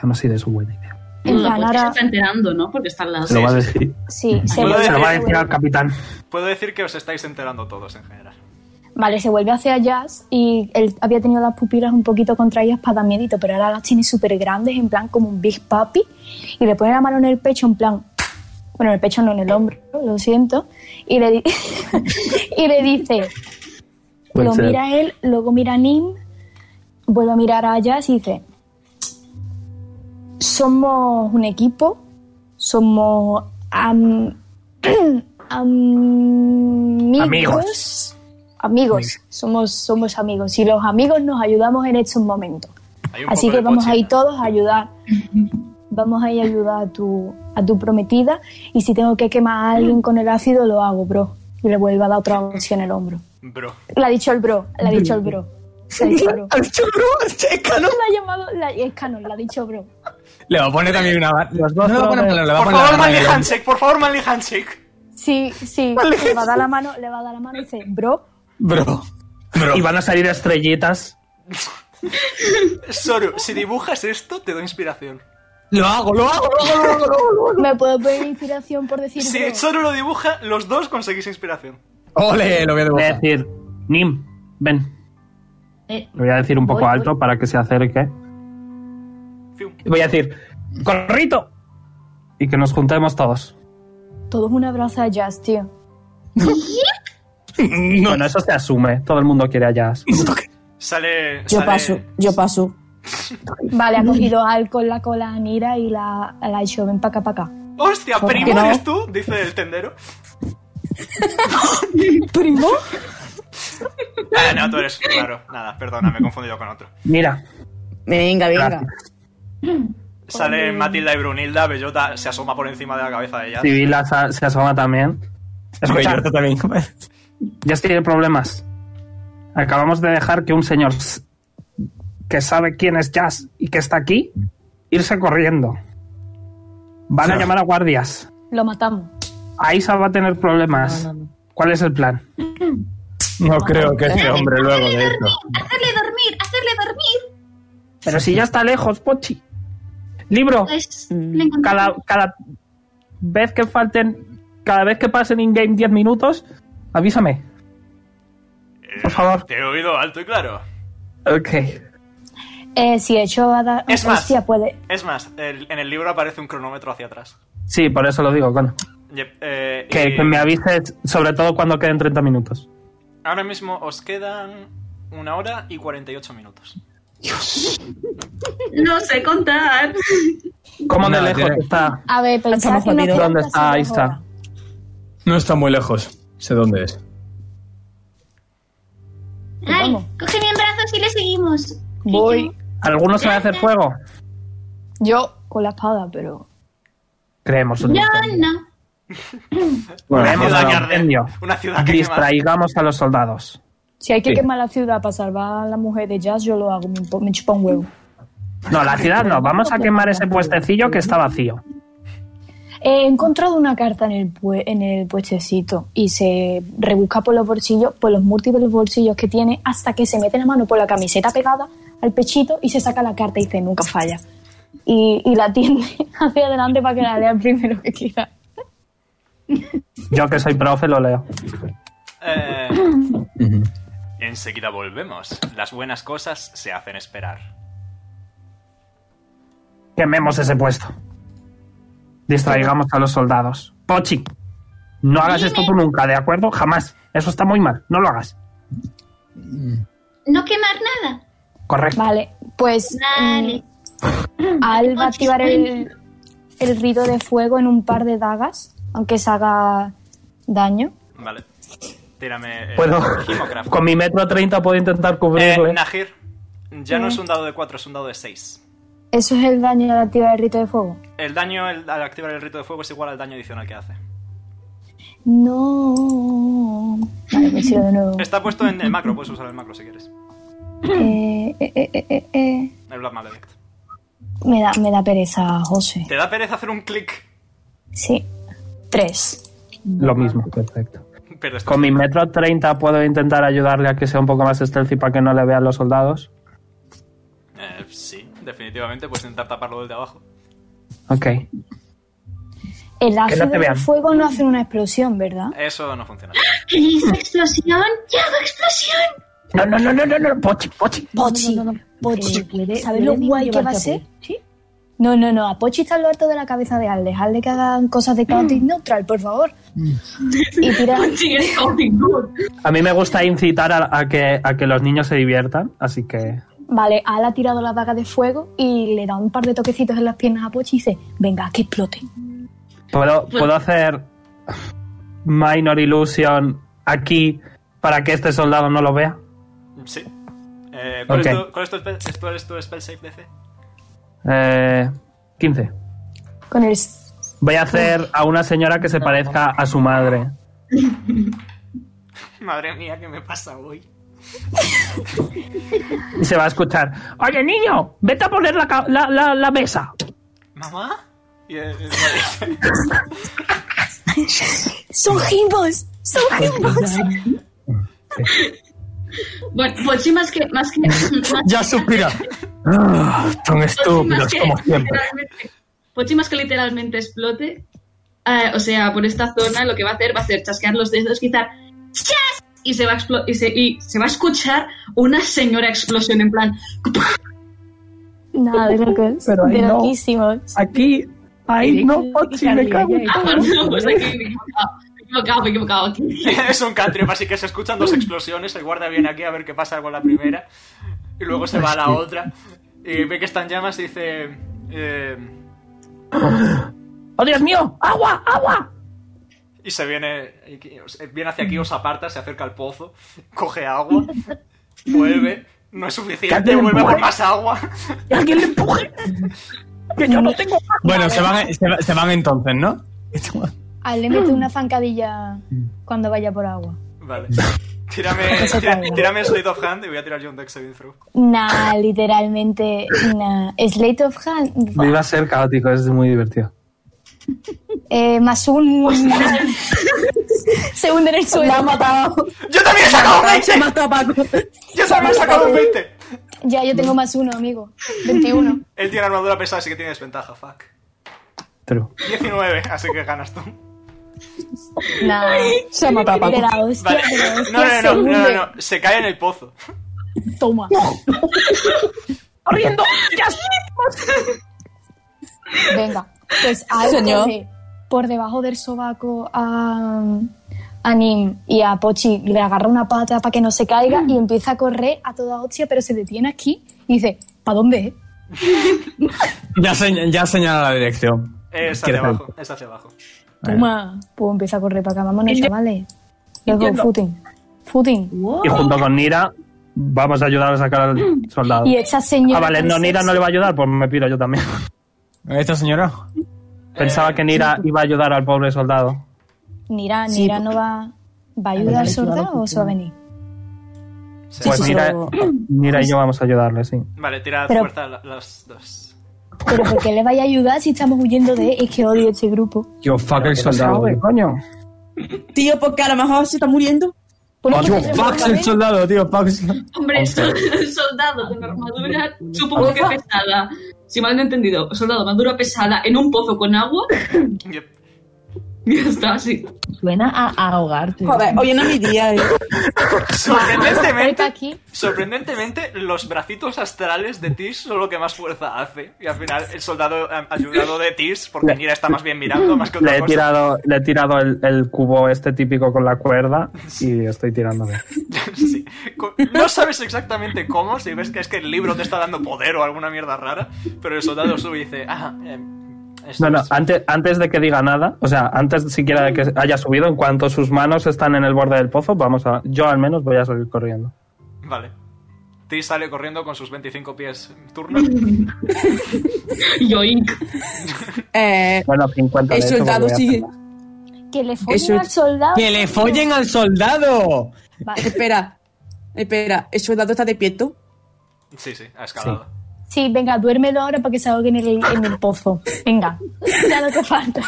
Speaker 1: Ya no sé de su buena idea.
Speaker 6: En
Speaker 3: No, pues
Speaker 6: plan,
Speaker 3: se
Speaker 6: ahora-
Speaker 3: está enterando, ¿no? Porque está al lado.
Speaker 1: Se lo
Speaker 3: [LAUGHS]
Speaker 1: va a decir,
Speaker 6: Sí, se
Speaker 2: Puedo
Speaker 6: vuelve
Speaker 1: se lo va a decir
Speaker 6: hacia-
Speaker 1: al capitán.
Speaker 2: Puedo decir que os estáis enterando todos en general.
Speaker 6: Vale, se vuelve hacia Jazz y él había tenido las pupilas un poquito contraídas para dar miedito, pero ahora las tiene súper grandes, en plan como un Big Papi, y le pone la mano en el pecho, en plan. Bueno, en el pecho no, en el hombro, lo siento. Y le, di- [LAUGHS] y le dice.
Speaker 1: Puede
Speaker 6: Lo
Speaker 1: ser.
Speaker 6: mira él, luego mira a Nim, vuelve a mirar a Jazz y dice: Somos un equipo, somos. am- [CLEARS THROAT] amigos.
Speaker 1: [LAUGHS] Amigos.
Speaker 6: Amigos, somos, somos amigos. Y los amigos nos ayudamos en estos momentos.
Speaker 2: Hay un
Speaker 6: Así
Speaker 2: poco
Speaker 6: que
Speaker 2: de
Speaker 6: vamos a ir
Speaker 2: pochina.
Speaker 6: todos a [LAUGHS] ayudar. Vamos a ir a ayudar a tu, a tu prometida. Y si tengo que quemar a alguien con el ácido, lo hago, bro. Y le vuelvo a dar otra opción en el hombro.
Speaker 2: Bro.
Speaker 6: La ha dicho el bro, la ha dicho el bro. La [LAUGHS] ha dicho el bro.
Speaker 9: dicho bro?
Speaker 6: La ha llamado, la, es canon, la ha dicho bro.
Speaker 4: Le voy a poner también una. Los
Speaker 1: dos
Speaker 4: no le voy a poner
Speaker 1: troles.
Speaker 4: balón, le voy a
Speaker 2: Por
Speaker 4: poner la
Speaker 2: favor,
Speaker 4: mano ¿eh? en
Speaker 2: Manly
Speaker 4: el hombro.
Speaker 2: Handshake, por favor, Manly Handshake.
Speaker 6: Sí, [LAUGHS] sí,
Speaker 2: Vale.
Speaker 6: le va a dar la mano, le va a dar la mano y dice, bro,
Speaker 4: Bro.
Speaker 1: Y van a salir estrellitas.
Speaker 2: Soru, si dibujas esto, te doy inspiración.
Speaker 4: Lo hago, lo hago, lo hago, lo hago.
Speaker 6: ¿me puedo pedir inspiración por decir
Speaker 2: Si
Speaker 6: bro?
Speaker 2: Soru lo dibuja, los dos conseguís inspiración.
Speaker 4: Ole, lo
Speaker 1: Voy
Speaker 4: voy a
Speaker 1: a
Speaker 4: dibujar.
Speaker 1: decir, Nim, ven.
Speaker 5: Eh,
Speaker 1: Lo voy a decir un poco
Speaker 5: Voy,
Speaker 1: alto
Speaker 5: voy.
Speaker 1: para que se acerque.
Speaker 2: Fiu.
Speaker 1: Y voy a decir, ¡corrito! Y que nos juntemos todos.
Speaker 6: Todo es un abrazo a Jazz, tío.
Speaker 1: Bueno, eso se asume. Todo el mundo quiere a Jazz.
Speaker 2: Sale.
Speaker 13: Yo
Speaker 2: sale-
Speaker 13: paso, yo paso.
Speaker 6: Vale, ha cogido al con la cola a Nira y la, la ha hecho, ven pa' acá, pa' acá.
Speaker 2: ¡Hostia,
Speaker 6: ¿Por
Speaker 2: primo
Speaker 6: qué no?
Speaker 2: eres tú! Dice el tendero.
Speaker 6: [LAUGHS] ¿Primo?
Speaker 2: Ah, no, tú eres claro. Nada, perdona, me he confundido con otro.
Speaker 1: Mira,
Speaker 13: Venga, venga.
Speaker 2: Sale Matilda y Brunilda, Bellota se asoma por encima de la cabeza de ella.
Speaker 1: Sibila sa- se asoma también. Escucha,
Speaker 4: Bellota también.
Speaker 1: Jazz tiene problemas. Acabamos de dejar que un señor s- que sabe quién es Jazz y que está aquí, irse corriendo. Van a
Speaker 4: Ah.
Speaker 1: llamar a guardias.
Speaker 6: Lo matamos.
Speaker 1: Aisa va a tener problemas. ¿Cuál es el plan?
Speaker 4: No creo que este hombre luego de esto.
Speaker 8: Hacerle dormir, hacerle dormir.
Speaker 1: Pero si ya está lejos, Pochi. Libro,
Speaker 8: Pues
Speaker 1: Mm,
Speaker 8: le encontré.
Speaker 1: cada, cada vez que falten, cada vez que pasen in-game 10 minutos, avísame.
Speaker 2: Eh,
Speaker 1: por favor.
Speaker 2: Te he oído alto y claro.
Speaker 1: Ok.
Speaker 6: Eh, si he hecho a dar...
Speaker 2: Es más.
Speaker 6: Hostia, puede...
Speaker 2: Es más, el- en el libro aparece un cronómetro hacia atrás.
Speaker 1: Sí, por eso lo digo, coño.
Speaker 2: Yep, eh,
Speaker 1: Que,
Speaker 2: y
Speaker 1: que me avises, sobre todo cuando queden 30 minutos.
Speaker 2: Ahora mismo os quedan una hora y 48 minutos.
Speaker 3: No sé contar.
Speaker 1: ¿Cómo de
Speaker 4: No,
Speaker 1: lejos
Speaker 4: tiene-
Speaker 1: está?
Speaker 6: A ver, pensad
Speaker 13: Estamos
Speaker 6: que no
Speaker 13: jodidos.
Speaker 1: ¿Dónde está Aisa?
Speaker 4: No está muy lejos. Sé dónde es.
Speaker 8: Ay,
Speaker 6: ¿Cómo?
Speaker 8: cógeme en brazos y le seguimos.
Speaker 6: Voy.
Speaker 1: ¿Alguno sabe hacer fuego?
Speaker 6: Yo con la espada, pero...
Speaker 1: Creemos un
Speaker 8: Yo
Speaker 1: incendio.
Speaker 8: no.
Speaker 4: Bueno,
Speaker 1: Creemos
Speaker 4: no,
Speaker 1: un
Speaker 4: no.
Speaker 2: que arde.
Speaker 1: incendio.
Speaker 2: Una ciudad que quema.
Speaker 1: Distraigamos a los soldados.
Speaker 6: Si hay que
Speaker 4: Sí.
Speaker 6: quemar la ciudad para salvar a la mujer de Jazz, yo lo hago, me, impo- me chupa un huevo.
Speaker 1: No, la ciudad no. Vamos a quemar ese puestecillo que está vacío.
Speaker 6: He encontrado una carta en el, pue- en el puestecito y se rebusca por los bolsillos, por los múltiples bolsillos que tiene, hasta que se mete la mano por la camiseta pegada al pechito y se saca la carta y dice, nunca falla. Y, y la tiende [LAUGHS] hacia adelante para que la lea primero que quiera.
Speaker 1: Yo que soy profe lo leo. [LAUGHS]
Speaker 2: Eh, enseguida volvemos. Las buenas cosas se hacen esperar.
Speaker 1: Quememos ese puesto. Distraigamos a los soldados. Pochi, no hagas esto tú nunca, ¿de acuerdo? Jamás. Eso está muy mal. No lo hagas.
Speaker 8: No quemar nada.
Speaker 1: Correcto.
Speaker 6: Vale, pues
Speaker 8: Vale.
Speaker 6: mm, Al va a activar el, el rito de fuego en un par de dagas, aunque se haga daño.
Speaker 2: Vale. Tírame. eh,
Speaker 1: Puedo. [LAUGHS]
Speaker 2: Himocraft.
Speaker 1: Con mi metro 30 puedo intentar
Speaker 2: Eh,
Speaker 1: cubrirle.
Speaker 2: Nahir, ya no es un dado de 4, es un dado de 6.
Speaker 6: ¿Eso es el daño al activar el rito de fuego?
Speaker 2: El daño el- al activar el rito de fuego es igual al daño adicional que hace.
Speaker 6: No. Vale, pues tiro de nuevo.
Speaker 2: Está puesto en el macro, puedes usar el macro si quieres.
Speaker 6: Eh, eh, eh, eh, eh, eh.
Speaker 2: El Blood Maledict.
Speaker 6: Me da, me da pereza, José.
Speaker 2: Te da pereza hacer un clic,
Speaker 6: Sí. Tres.
Speaker 1: Lo mismo, perfecto.
Speaker 2: pero está
Speaker 1: Con mi metro 30 puedo intentar ayudarle a que sea un poco más stealthy para que no le vean los soldados.
Speaker 2: Eh, sí, definitivamente puedes intentar taparlo desde abajo.
Speaker 1: Ok.
Speaker 6: El ácido
Speaker 1: te
Speaker 6: del
Speaker 1: vean.
Speaker 6: fuego no hace una explosión, ¿verdad?
Speaker 2: Eso no funciona.
Speaker 8: ¿Qué es explosión? ¡Yo hago explosión!
Speaker 1: No, no, no, no, no, no. Pochi, pochi.
Speaker 6: Pochi.
Speaker 5: no, no, no.
Speaker 6: Pochi.
Speaker 5: Eh, puede-
Speaker 6: ¿Sabes lo
Speaker 5: puede
Speaker 6: guay que va a
Speaker 5: llevarte
Speaker 6: ser?
Speaker 5: Pochi.
Speaker 6: No, no, no. A Pochi está lo harto de la cabeza de Al. Dejadle que hagan cosas de caótico
Speaker 5: Mm.
Speaker 6: neutral, por favor. Y tira.
Speaker 3: Sí, es continuo.
Speaker 1: A mí me gusta incitar a, a que, a que los niños se diviertan, así que.
Speaker 6: Vale, Al ha tirado la daga de fuego y le da un par de toquecitos en las piernas a Pochi y dice: Venga, que explote.
Speaker 1: ¿Puedo,
Speaker 7: Pues,
Speaker 1: puedo hacer Minor Illusion aquí para que este soldado no lo vea?
Speaker 2: Sí. Eh, ¿cuál, es
Speaker 1: Ok.
Speaker 2: tu, cuál es tu spell, cuál es tu spell save DC?
Speaker 1: Eh, 15.
Speaker 6: Con el
Speaker 1: Voy a hacer a una señora que se parezca a su madre.
Speaker 2: Madre mía, ¿qué me pasa hoy?
Speaker 1: Y se va a escuchar. Oye, niño, vete a poner la, ca- la- la- la mesa.
Speaker 2: ¿Mamá? Y eh, él- él-
Speaker 14: ¡Son gimbos! ¡Son gimbos!
Speaker 3: Bueno, Pochi más que... Más que más
Speaker 4: [LAUGHS] Ya suspira. Ah, Son
Speaker 3: más
Speaker 4: estúpidos,
Speaker 3: que
Speaker 4: como siempre.
Speaker 3: literalmente- Pochi más que literalmente explote, eh, o sea, por esta zona lo que va a hacer va a ser chasquear los dedos, quizá ¡Chas! Y se va a, explo- y se, y se va a escuchar una señora explosión en plan...
Speaker 4: [LAUGHS]
Speaker 6: Nada, de locos.
Speaker 1: Pero ahí
Speaker 6: de
Speaker 1: no.
Speaker 6: loquísimos.
Speaker 1: Aquí, ahí no, Pochi, me cago en
Speaker 3: Ah,
Speaker 1: todo.
Speaker 3: perdón, [LAUGHS] pues aquí me he equivocado, me he equivocado, me he equivocado.
Speaker 2: [LAUGHS] es un cantrip, así que se escuchan dos explosiones. El guardia viene aquí a ver qué pasa con la primera. Y luego se va a la otra. Y ve que están llamas y dice... eh,
Speaker 1: ¡Oh, Dios mío! ¡Agua, agua!
Speaker 2: Y se viene, viene hacia aquí, os aparta, se acerca al pozo, coge agua, vuelve, no es suficiente,
Speaker 4: Cállate,
Speaker 2: vuelve por
Speaker 4: mujer.
Speaker 2: más agua. [LAUGHS]
Speaker 1: ¡Que alguien le empuje! ¡Que yo no tengo agua!
Speaker 4: Bueno, se van, se, va- se van entonces, ¿no?
Speaker 6: Ah, le mete una zancadilla cuando vaya por agua.
Speaker 2: Vale. Tírame, tira- tírame Slate of Hand y voy a tirar yo un Dex Saving Throw.
Speaker 6: Nah, literalmente, nah. Slate of hand.
Speaker 1: Me iba a ser caótico, es muy divertido.
Speaker 6: Eh,
Speaker 2: [LAUGHS]
Speaker 6: más un. Se hunde en el suelo.
Speaker 7: La ha matado.
Speaker 2: ¡Yo también he sacado un 20!
Speaker 7: Se ha matado a Paco.
Speaker 2: ¡Yo también he sacado un 20!
Speaker 6: Ya, yo tengo más uno, amigo. 21.
Speaker 2: Él tiene armadura pesada, así que tiene desventaja, fuck.
Speaker 1: True.
Speaker 2: 19, así que ganas tú.
Speaker 6: Nah.
Speaker 7: Se ha matado a
Speaker 6: De
Speaker 7: Paco.
Speaker 6: la hostia, [LAUGHS]
Speaker 2: Vale.
Speaker 6: de la hostia,
Speaker 2: No, no, no,
Speaker 6: se
Speaker 2: no, no,
Speaker 6: hunde.
Speaker 2: no, no, se cae en el pozo.
Speaker 6: Toma. [LAUGHS]
Speaker 1: ¡Corriendo! ¡Ya
Speaker 6: Venga, pues algo
Speaker 7: Señor.
Speaker 6: coge por debajo del sobaco a, a Nim y a Pochi le agarra una pata para que no se caiga y empieza a correr a toda hostia, pero se detiene aquí y dice, ¿para dónde? eh?". es?".
Speaker 4: Ya, señ- ya señala la dirección.
Speaker 2: Es
Speaker 4: Quiero
Speaker 2: hacia
Speaker 4: hacer-
Speaker 2: abajo, es hacia abajo.
Speaker 6: Toma. Pues empieza a correr para acá, vámonos, chavales. Luego, footing. Footing.
Speaker 1: Y junto con Nira vamos a ayudar a sacar al
Speaker 7: Mm.
Speaker 1: soldado.
Speaker 6: Y esta señora...
Speaker 1: Ah, vale, no,
Speaker 6: tan
Speaker 1: Nira no
Speaker 6: sexy-
Speaker 1: le va a ayudar, pues me piro yo también. [LAUGHS]
Speaker 4: ¿Esta señora?
Speaker 1: Pensaba que Nira iba a ayudar al pobre soldado.
Speaker 6: Nira,
Speaker 7: Sí,
Speaker 6: Nira
Speaker 7: porque-
Speaker 6: no va... ¿Va a ayudar al soldado
Speaker 7: claro que
Speaker 6: o se va a venir?
Speaker 2: Sí.
Speaker 1: Pues
Speaker 7: sí,
Speaker 1: Nira,
Speaker 7: pero-
Speaker 1: Nira y yo vamos a ayudarle, sí.
Speaker 2: Vale, tira
Speaker 6: Pero-
Speaker 2: fuerza la- las dos.
Speaker 6: Pero ¿por qué le vaya a ayudar si estamos huyendo de... él? Es que odio este grupo.
Speaker 4: Yo fuck el soldado.
Speaker 1: Sabe, coño.
Speaker 7: Tío, porque a lo mejor se está muriendo.
Speaker 6: Bueno,
Speaker 4: Yo
Speaker 6: pues-
Speaker 4: fuck el soldado, tío. Fuck el-
Speaker 3: Hombre, sol- [LAUGHS] soldado con armadura, supongo que pesada. Si mal no he entendido, soldado, armadura pesada en un pozo con agua. [LAUGHS]
Speaker 2: Yep.
Speaker 3: Ya está, sí.
Speaker 5: Suena a, a ahogarte.
Speaker 7: Joder, hoy no es mi día. eh.
Speaker 2: Sorprendentemente,
Speaker 5: [LAUGHS]
Speaker 6: Ahorita aquí.
Speaker 2: Sorprendentemente, los bracitos astrales de Tis son lo que más fuerza hace. Y al final, el soldado eh, ayudado de Tis, porque Nira está más bien mirando más que
Speaker 1: Le
Speaker 2: otra
Speaker 1: he
Speaker 2: cosa.
Speaker 1: tirado, le he tirado el, el cubo este típico con la cuerda y estoy tirándome.
Speaker 2: [LAUGHS] Sí. Co- No sabes exactamente cómo, si ves que es que el libro te está dando poder o alguna mierda rara, pero el soldado sube y dice, ah, eh, esto
Speaker 1: No, no,
Speaker 2: es-
Speaker 1: antes, antes de que diga nada, o sea, antes siquiera de que haya subido, en cuanto sus manos están en el borde del pozo, vamos a. Yo al menos voy a salir corriendo.
Speaker 2: Vale. Tis sale corriendo con sus 25 pies turno.
Speaker 3: Yoink.
Speaker 7: Eh,
Speaker 1: Bueno, 50 de
Speaker 7: el
Speaker 1: hecho,
Speaker 7: soldado
Speaker 1: porque voy a
Speaker 7: sigue.
Speaker 1: hacerla.
Speaker 6: Que le follen
Speaker 7: Eso-
Speaker 6: al soldado.
Speaker 4: ¡Que le follen al soldado!
Speaker 6: Vale.
Speaker 7: Espera, espera. ¿El soldado está despierto?
Speaker 2: Sí, sí, ha escalado.
Speaker 6: Sí, venga, duérmelo ahora para que se ahogue en el, en el pozo. Venga, ya lo que falta.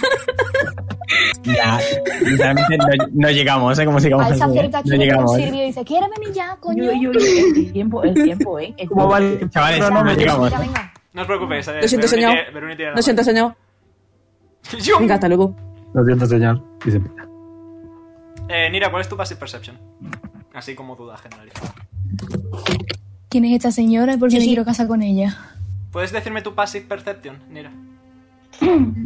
Speaker 4: Ya, literalmente no, no llegamos, ¿eh? Como sigamos
Speaker 6: Ahí se
Speaker 4: así, ¿eh?
Speaker 6: acerca aquí
Speaker 4: No
Speaker 6: con
Speaker 4: llegamos.
Speaker 6: Silvio y dice, ¿quieres venir ya, coño?
Speaker 5: Yo, yo, yo, el tiempo, el tiempo, ¿eh?
Speaker 1: [LAUGHS]
Speaker 5: El
Speaker 1: ¿Cómo va
Speaker 5: tiempo.
Speaker 1: el-
Speaker 4: Chavales,
Speaker 1: No, no,
Speaker 4: no
Speaker 1: no,
Speaker 4: llegamos.
Speaker 6: Venga, venga.
Speaker 2: No os preocupéis, eh,
Speaker 7: Lo
Speaker 2: Veruni
Speaker 7: siento, señor.
Speaker 2: tiene- Veruni tiene la
Speaker 7: Lo siento, señor.
Speaker 2: mano. [LAUGHS] Yo-
Speaker 7: Venga, hasta luego.
Speaker 1: Lo siento, señor. Y se pira.
Speaker 2: Eh, Nira, ¿cuál es tu passive perception? Así como duda generalizada.
Speaker 6: ¿Quién es esta señora? Porque me quiero casar con ella.
Speaker 2: ¿Puedes decirme tu passive perception, Nira?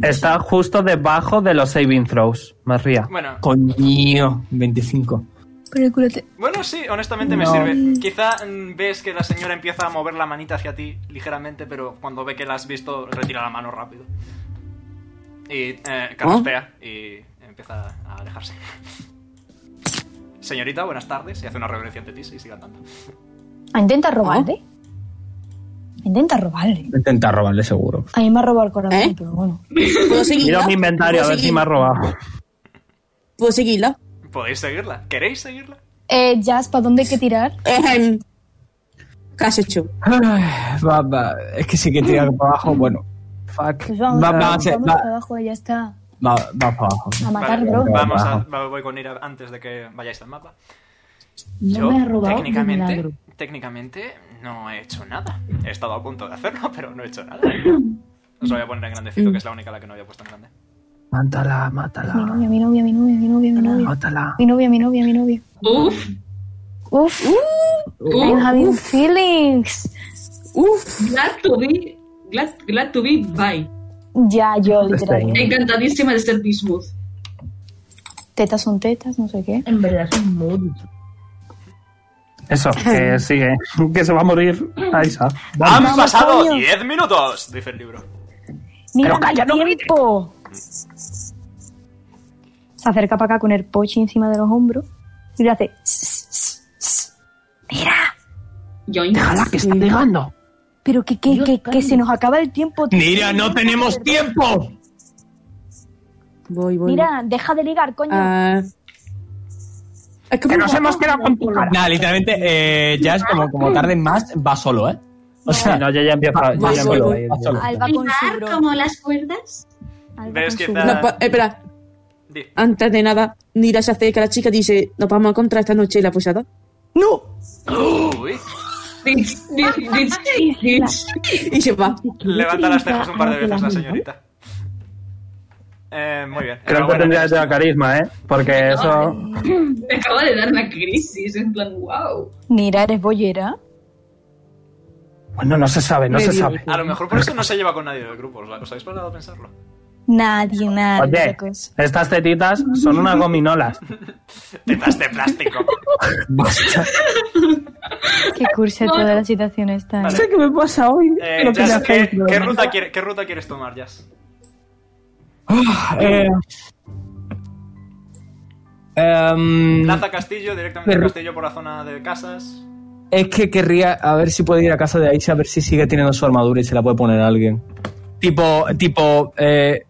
Speaker 1: Está justo debajo de los saving throws, María.
Speaker 2: Bueno,
Speaker 4: Coño, 25.
Speaker 6: Con el culo te-
Speaker 2: bueno, sí, honestamente me sirve. Quizá mm, ves que la señora empieza a mover la manita hacia ti ligeramente, pero cuando ve que la has visto, retira la mano rápido. Y eh, carraspea y empieza a alejarse. [LAUGHS] Señorita, buenas tardes. Y hace una reverencia ante ti y sigue andando.
Speaker 6: Ah, intenta robarle. Intenta robarle.
Speaker 4: Intenta robarle seguro.
Speaker 6: A mí me ha robado el corazón,
Speaker 7: ¿Eh?
Speaker 6: pero bueno.
Speaker 7: ¿Puedo seguirla?
Speaker 1: Miro mi inventario a
Speaker 7: ¿Puedo
Speaker 1: ver si
Speaker 7: seguir-
Speaker 1: me ha robado.
Speaker 7: ¿Puedo seguirla?
Speaker 2: ¿Podéis seguirla? ¿Queréis seguirla?
Speaker 6: Eh, Jazz, ¿para dónde hay que tirar?
Speaker 7: Ejem. ¿Qué has hecho?
Speaker 4: Ay, va, va. Es que sí que tira para abajo. Bueno, Fuck.
Speaker 6: Pues vamos,
Speaker 4: Va- va a
Speaker 6: vamos,
Speaker 4: ser-
Speaker 6: vamos
Speaker 4: va-
Speaker 6: para abajo, ya está.
Speaker 4: Va, va para abajo.
Speaker 6: A matar,
Speaker 2: Vale,
Speaker 6: bro.
Speaker 2: Vamos a, va- voy con ir a- antes de que vayáis al mapa.
Speaker 5: No
Speaker 2: Yo,
Speaker 5: me ha robado de
Speaker 2: técnicamente,
Speaker 5: milagro.
Speaker 2: técnicamente, no he hecho nada. He estado a punto de hacerlo, [LAUGHS] pero no he hecho nada. Os lo voy a poner en grandecito, que es la única a la que no había puesto en grande.
Speaker 1: Mátala,
Speaker 4: Ah.
Speaker 6: Mi
Speaker 1: mátala.
Speaker 6: novia, mi novia, mi novia, mi novia, mi novia.
Speaker 1: Mátala.
Speaker 6: Mi novia, mi novia, mi novia.
Speaker 3: Uf,
Speaker 6: Uf, I'm
Speaker 3: Uh, uf,
Speaker 6: having feelings.
Speaker 7: Uf,
Speaker 3: glad to be, glad, glad to be, bye.
Speaker 6: Ya, yo, literalmente.
Speaker 3: Encantadísima de ser Bismuth.
Speaker 6: Tetas son tetas, no sé qué.
Speaker 5: En verdad es un mood.
Speaker 1: Eso, que
Speaker 7: [LAUGHS]
Speaker 1: sigue. Que se va a morir Aisa.
Speaker 2: ¡Han
Speaker 6: vamos,
Speaker 2: pasado
Speaker 6: coño.
Speaker 2: 10 minutos! Dice el libro.
Speaker 6: ¡Mira,
Speaker 1: Pero calla,
Speaker 6: qué
Speaker 1: no
Speaker 6: tiempo! Se acerca para acá con el pochi encima de los hombros y le hace... "Ss, ss, ss". ¡Mira!
Speaker 3: Join.
Speaker 1: que está llegando.
Speaker 6: Pero que, que,
Speaker 5: Dios,
Speaker 6: que, que
Speaker 5: Carlos.
Speaker 6: se nos acaba el tiempo. tío.
Speaker 4: Mira, no tenemos tiempo.
Speaker 7: voy, voy.
Speaker 6: Mira, deja de ligar, coño.
Speaker 7: Ah. es que,
Speaker 1: Que
Speaker 7: me
Speaker 1: nos hemos quedado con tu cara.
Speaker 4: Nada, literalmente, eh, Jazz, como, como tarde más, va solo, ¿eh? O sea,
Speaker 1: No, yo ya empiezo.
Speaker 4: Va-
Speaker 1: yo
Speaker 7: va
Speaker 1: ya empiezo
Speaker 7: solo,
Speaker 1: a ir.
Speaker 4: va solo.
Speaker 6: Alba con su
Speaker 8: ¿Ligar
Speaker 6: bro.
Speaker 8: como las cuerdas?
Speaker 6: Alba
Speaker 2: Ves
Speaker 6: con
Speaker 2: que
Speaker 6: su
Speaker 2: está-
Speaker 6: bro.
Speaker 7: No, pa- espera,
Speaker 2: Di.
Speaker 7: antes de nada, Nira se acerca a la chica y dice: Nos vamos a encontrar esta noche en la posada.
Speaker 2: Uy.
Speaker 3: Bitch, bitch, bitch, bitch.
Speaker 7: Y se va.
Speaker 2: Levanta las cejas un par de veces la
Speaker 5: Ángela,
Speaker 2: señorita. Eh, muy bien.
Speaker 1: Creo que
Speaker 2: Enhorabuena,
Speaker 1: tendrías ya
Speaker 2: Jazz.
Speaker 1: carisma, ¿eh? Porque eso.
Speaker 3: Me acaba de dar una crisis, en plan, wow.
Speaker 6: Mira, eres bollera.
Speaker 1: Bueno, no se sabe, no
Speaker 7: Me
Speaker 1: se
Speaker 7: digo.
Speaker 1: sabe.
Speaker 2: A lo mejor por eso no se lleva con nadie del grupo. ¿Os habéis parado a pensarlo?
Speaker 6: Nadie, nadie.
Speaker 1: Oye,
Speaker 6: chicos.
Speaker 1: estas tetitas son unas gominolas.
Speaker 2: Tetas de plástico.
Speaker 6: Qué cursa toda la situación está.
Speaker 2: Vale.
Speaker 1: ¿Qué me pasa hoy?
Speaker 2: Eh,
Speaker 1: Lo que
Speaker 2: Jazz,
Speaker 1: le
Speaker 2: ¿qué,
Speaker 1: hacéis,
Speaker 2: qué
Speaker 1: broma.
Speaker 2: ruta quiere- ¿Qué ruta quieres tomar, Jazz?
Speaker 4: eh, em,
Speaker 2: Plaza Castillo, directamente
Speaker 4: Pero-
Speaker 2: Castillo por la zona de casas.
Speaker 4: es que querría a ver si puede ir a casa de Aisha a ver si sigue teniendo su armadura y se la puede poner a alguien. Tipo, tipo, eh,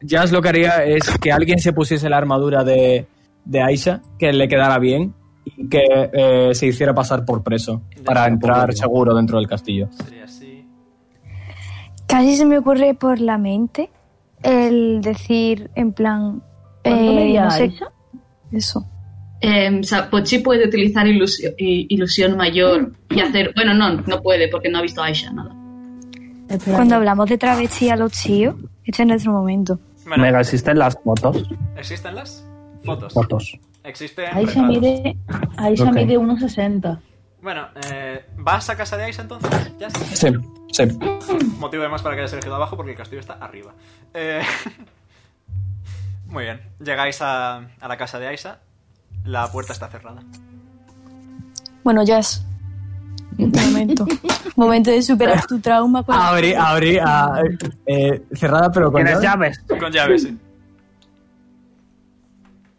Speaker 4: Jazz lo que haría es que alguien se pusiese la armadura de, de Aisha, que le quedara bien y que eh, se hiciera pasar por preso para entrar seguro dentro del castillo.
Speaker 2: Sería así.
Speaker 15: Casi se me ocurre por la mente el decir en plan...
Speaker 5: ¿Cuánto
Speaker 15: eh,
Speaker 5: medía
Speaker 15: no sé,
Speaker 5: Aisha?
Speaker 15: Eso.
Speaker 3: Eh, Sa- Pochi puede utilizar ilusio- i- ilusión mayor y hacer. Bueno, no, no puede porque no ha visto a Aisha nada.
Speaker 5: Espera,
Speaker 15: Cuando hablamos de travesti a los chíos, este es nuestro momento.
Speaker 2: Bueno,
Speaker 1: Mega, existen las fotos.
Speaker 2: ¿existen las fotos?
Speaker 1: Fotos.
Speaker 2: Existen
Speaker 5: Aisha
Speaker 2: retratos.
Speaker 5: mide, Aisha
Speaker 1: Ok.
Speaker 5: mide 1,60.
Speaker 2: Bueno, eh, ¿vas a casa de Aisha entonces? Jazz?
Speaker 4: Sí, sí.
Speaker 2: Motivo además para que hayas elegido abajo porque el castillo está arriba. Eh, [LAUGHS] Muy bien. Llegáis a, a la casa de Aisha. La puerta está cerrada.
Speaker 6: Bueno, Jazz.
Speaker 5: [LAUGHS]
Speaker 6: Momento. Momento de superar tu trauma. con-
Speaker 4: Abrí, abrí, ah, eh, cerrada pero con
Speaker 1: ¿Tienes
Speaker 4: llave.
Speaker 1: llaves?
Speaker 2: Con llaves, sí.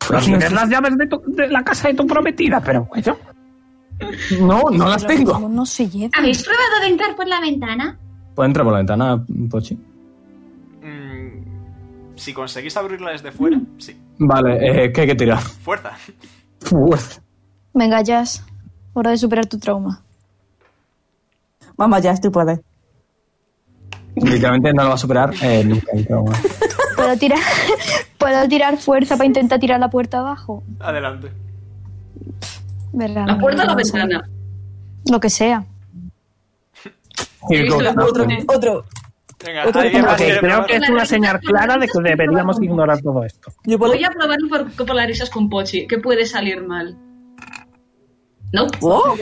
Speaker 4: [LAUGHS]
Speaker 1: ¿Tienes las llaves de, tu- de la casa de tu prometida? Pero, pues bueno.
Speaker 4: No, no las
Speaker 6: Pero
Speaker 4: tengo.
Speaker 6: como No se lleva.
Speaker 8: ¿Habéis probado de entrar por la ventana?
Speaker 4: Puede entrar por la ventana, Pochi.
Speaker 2: Mm, si conseguís abrirla desde fuera, sí.
Speaker 4: Vale, eh, ¿qué hay que tirar?
Speaker 2: Fuerza. [LAUGHS]
Speaker 4: Uf.
Speaker 6: Venga, Jazz. Hora de superar tu trauma.
Speaker 7: Vamos, ya, tú puedes.
Speaker 4: Literalmente no lo va a superar eh, nunca. el trauma.
Speaker 6: ¿Puedo tirar, [LAUGHS] ¿Puedo tirar fuerza para intentar tirar la puerta abajo?
Speaker 2: Adelante.
Speaker 6: ¿Verdad?
Speaker 3: La puerta o la ventana.
Speaker 6: Lo que sea.
Speaker 3: He visto la foto.
Speaker 7: Otro, otro.
Speaker 2: Venga,
Speaker 7: Otro
Speaker 2: alguien
Speaker 7: tema.
Speaker 2: más
Speaker 1: Ok,
Speaker 2: quiere
Speaker 1: creo
Speaker 2: probar?
Speaker 1: que es una señal clara de que deberíamos ignorar todo esto.
Speaker 7: Yo puedo.
Speaker 3: Voy a probar por, por las risas con Pochi. ¿Qué puede salir mal? No.
Speaker 7: Oh,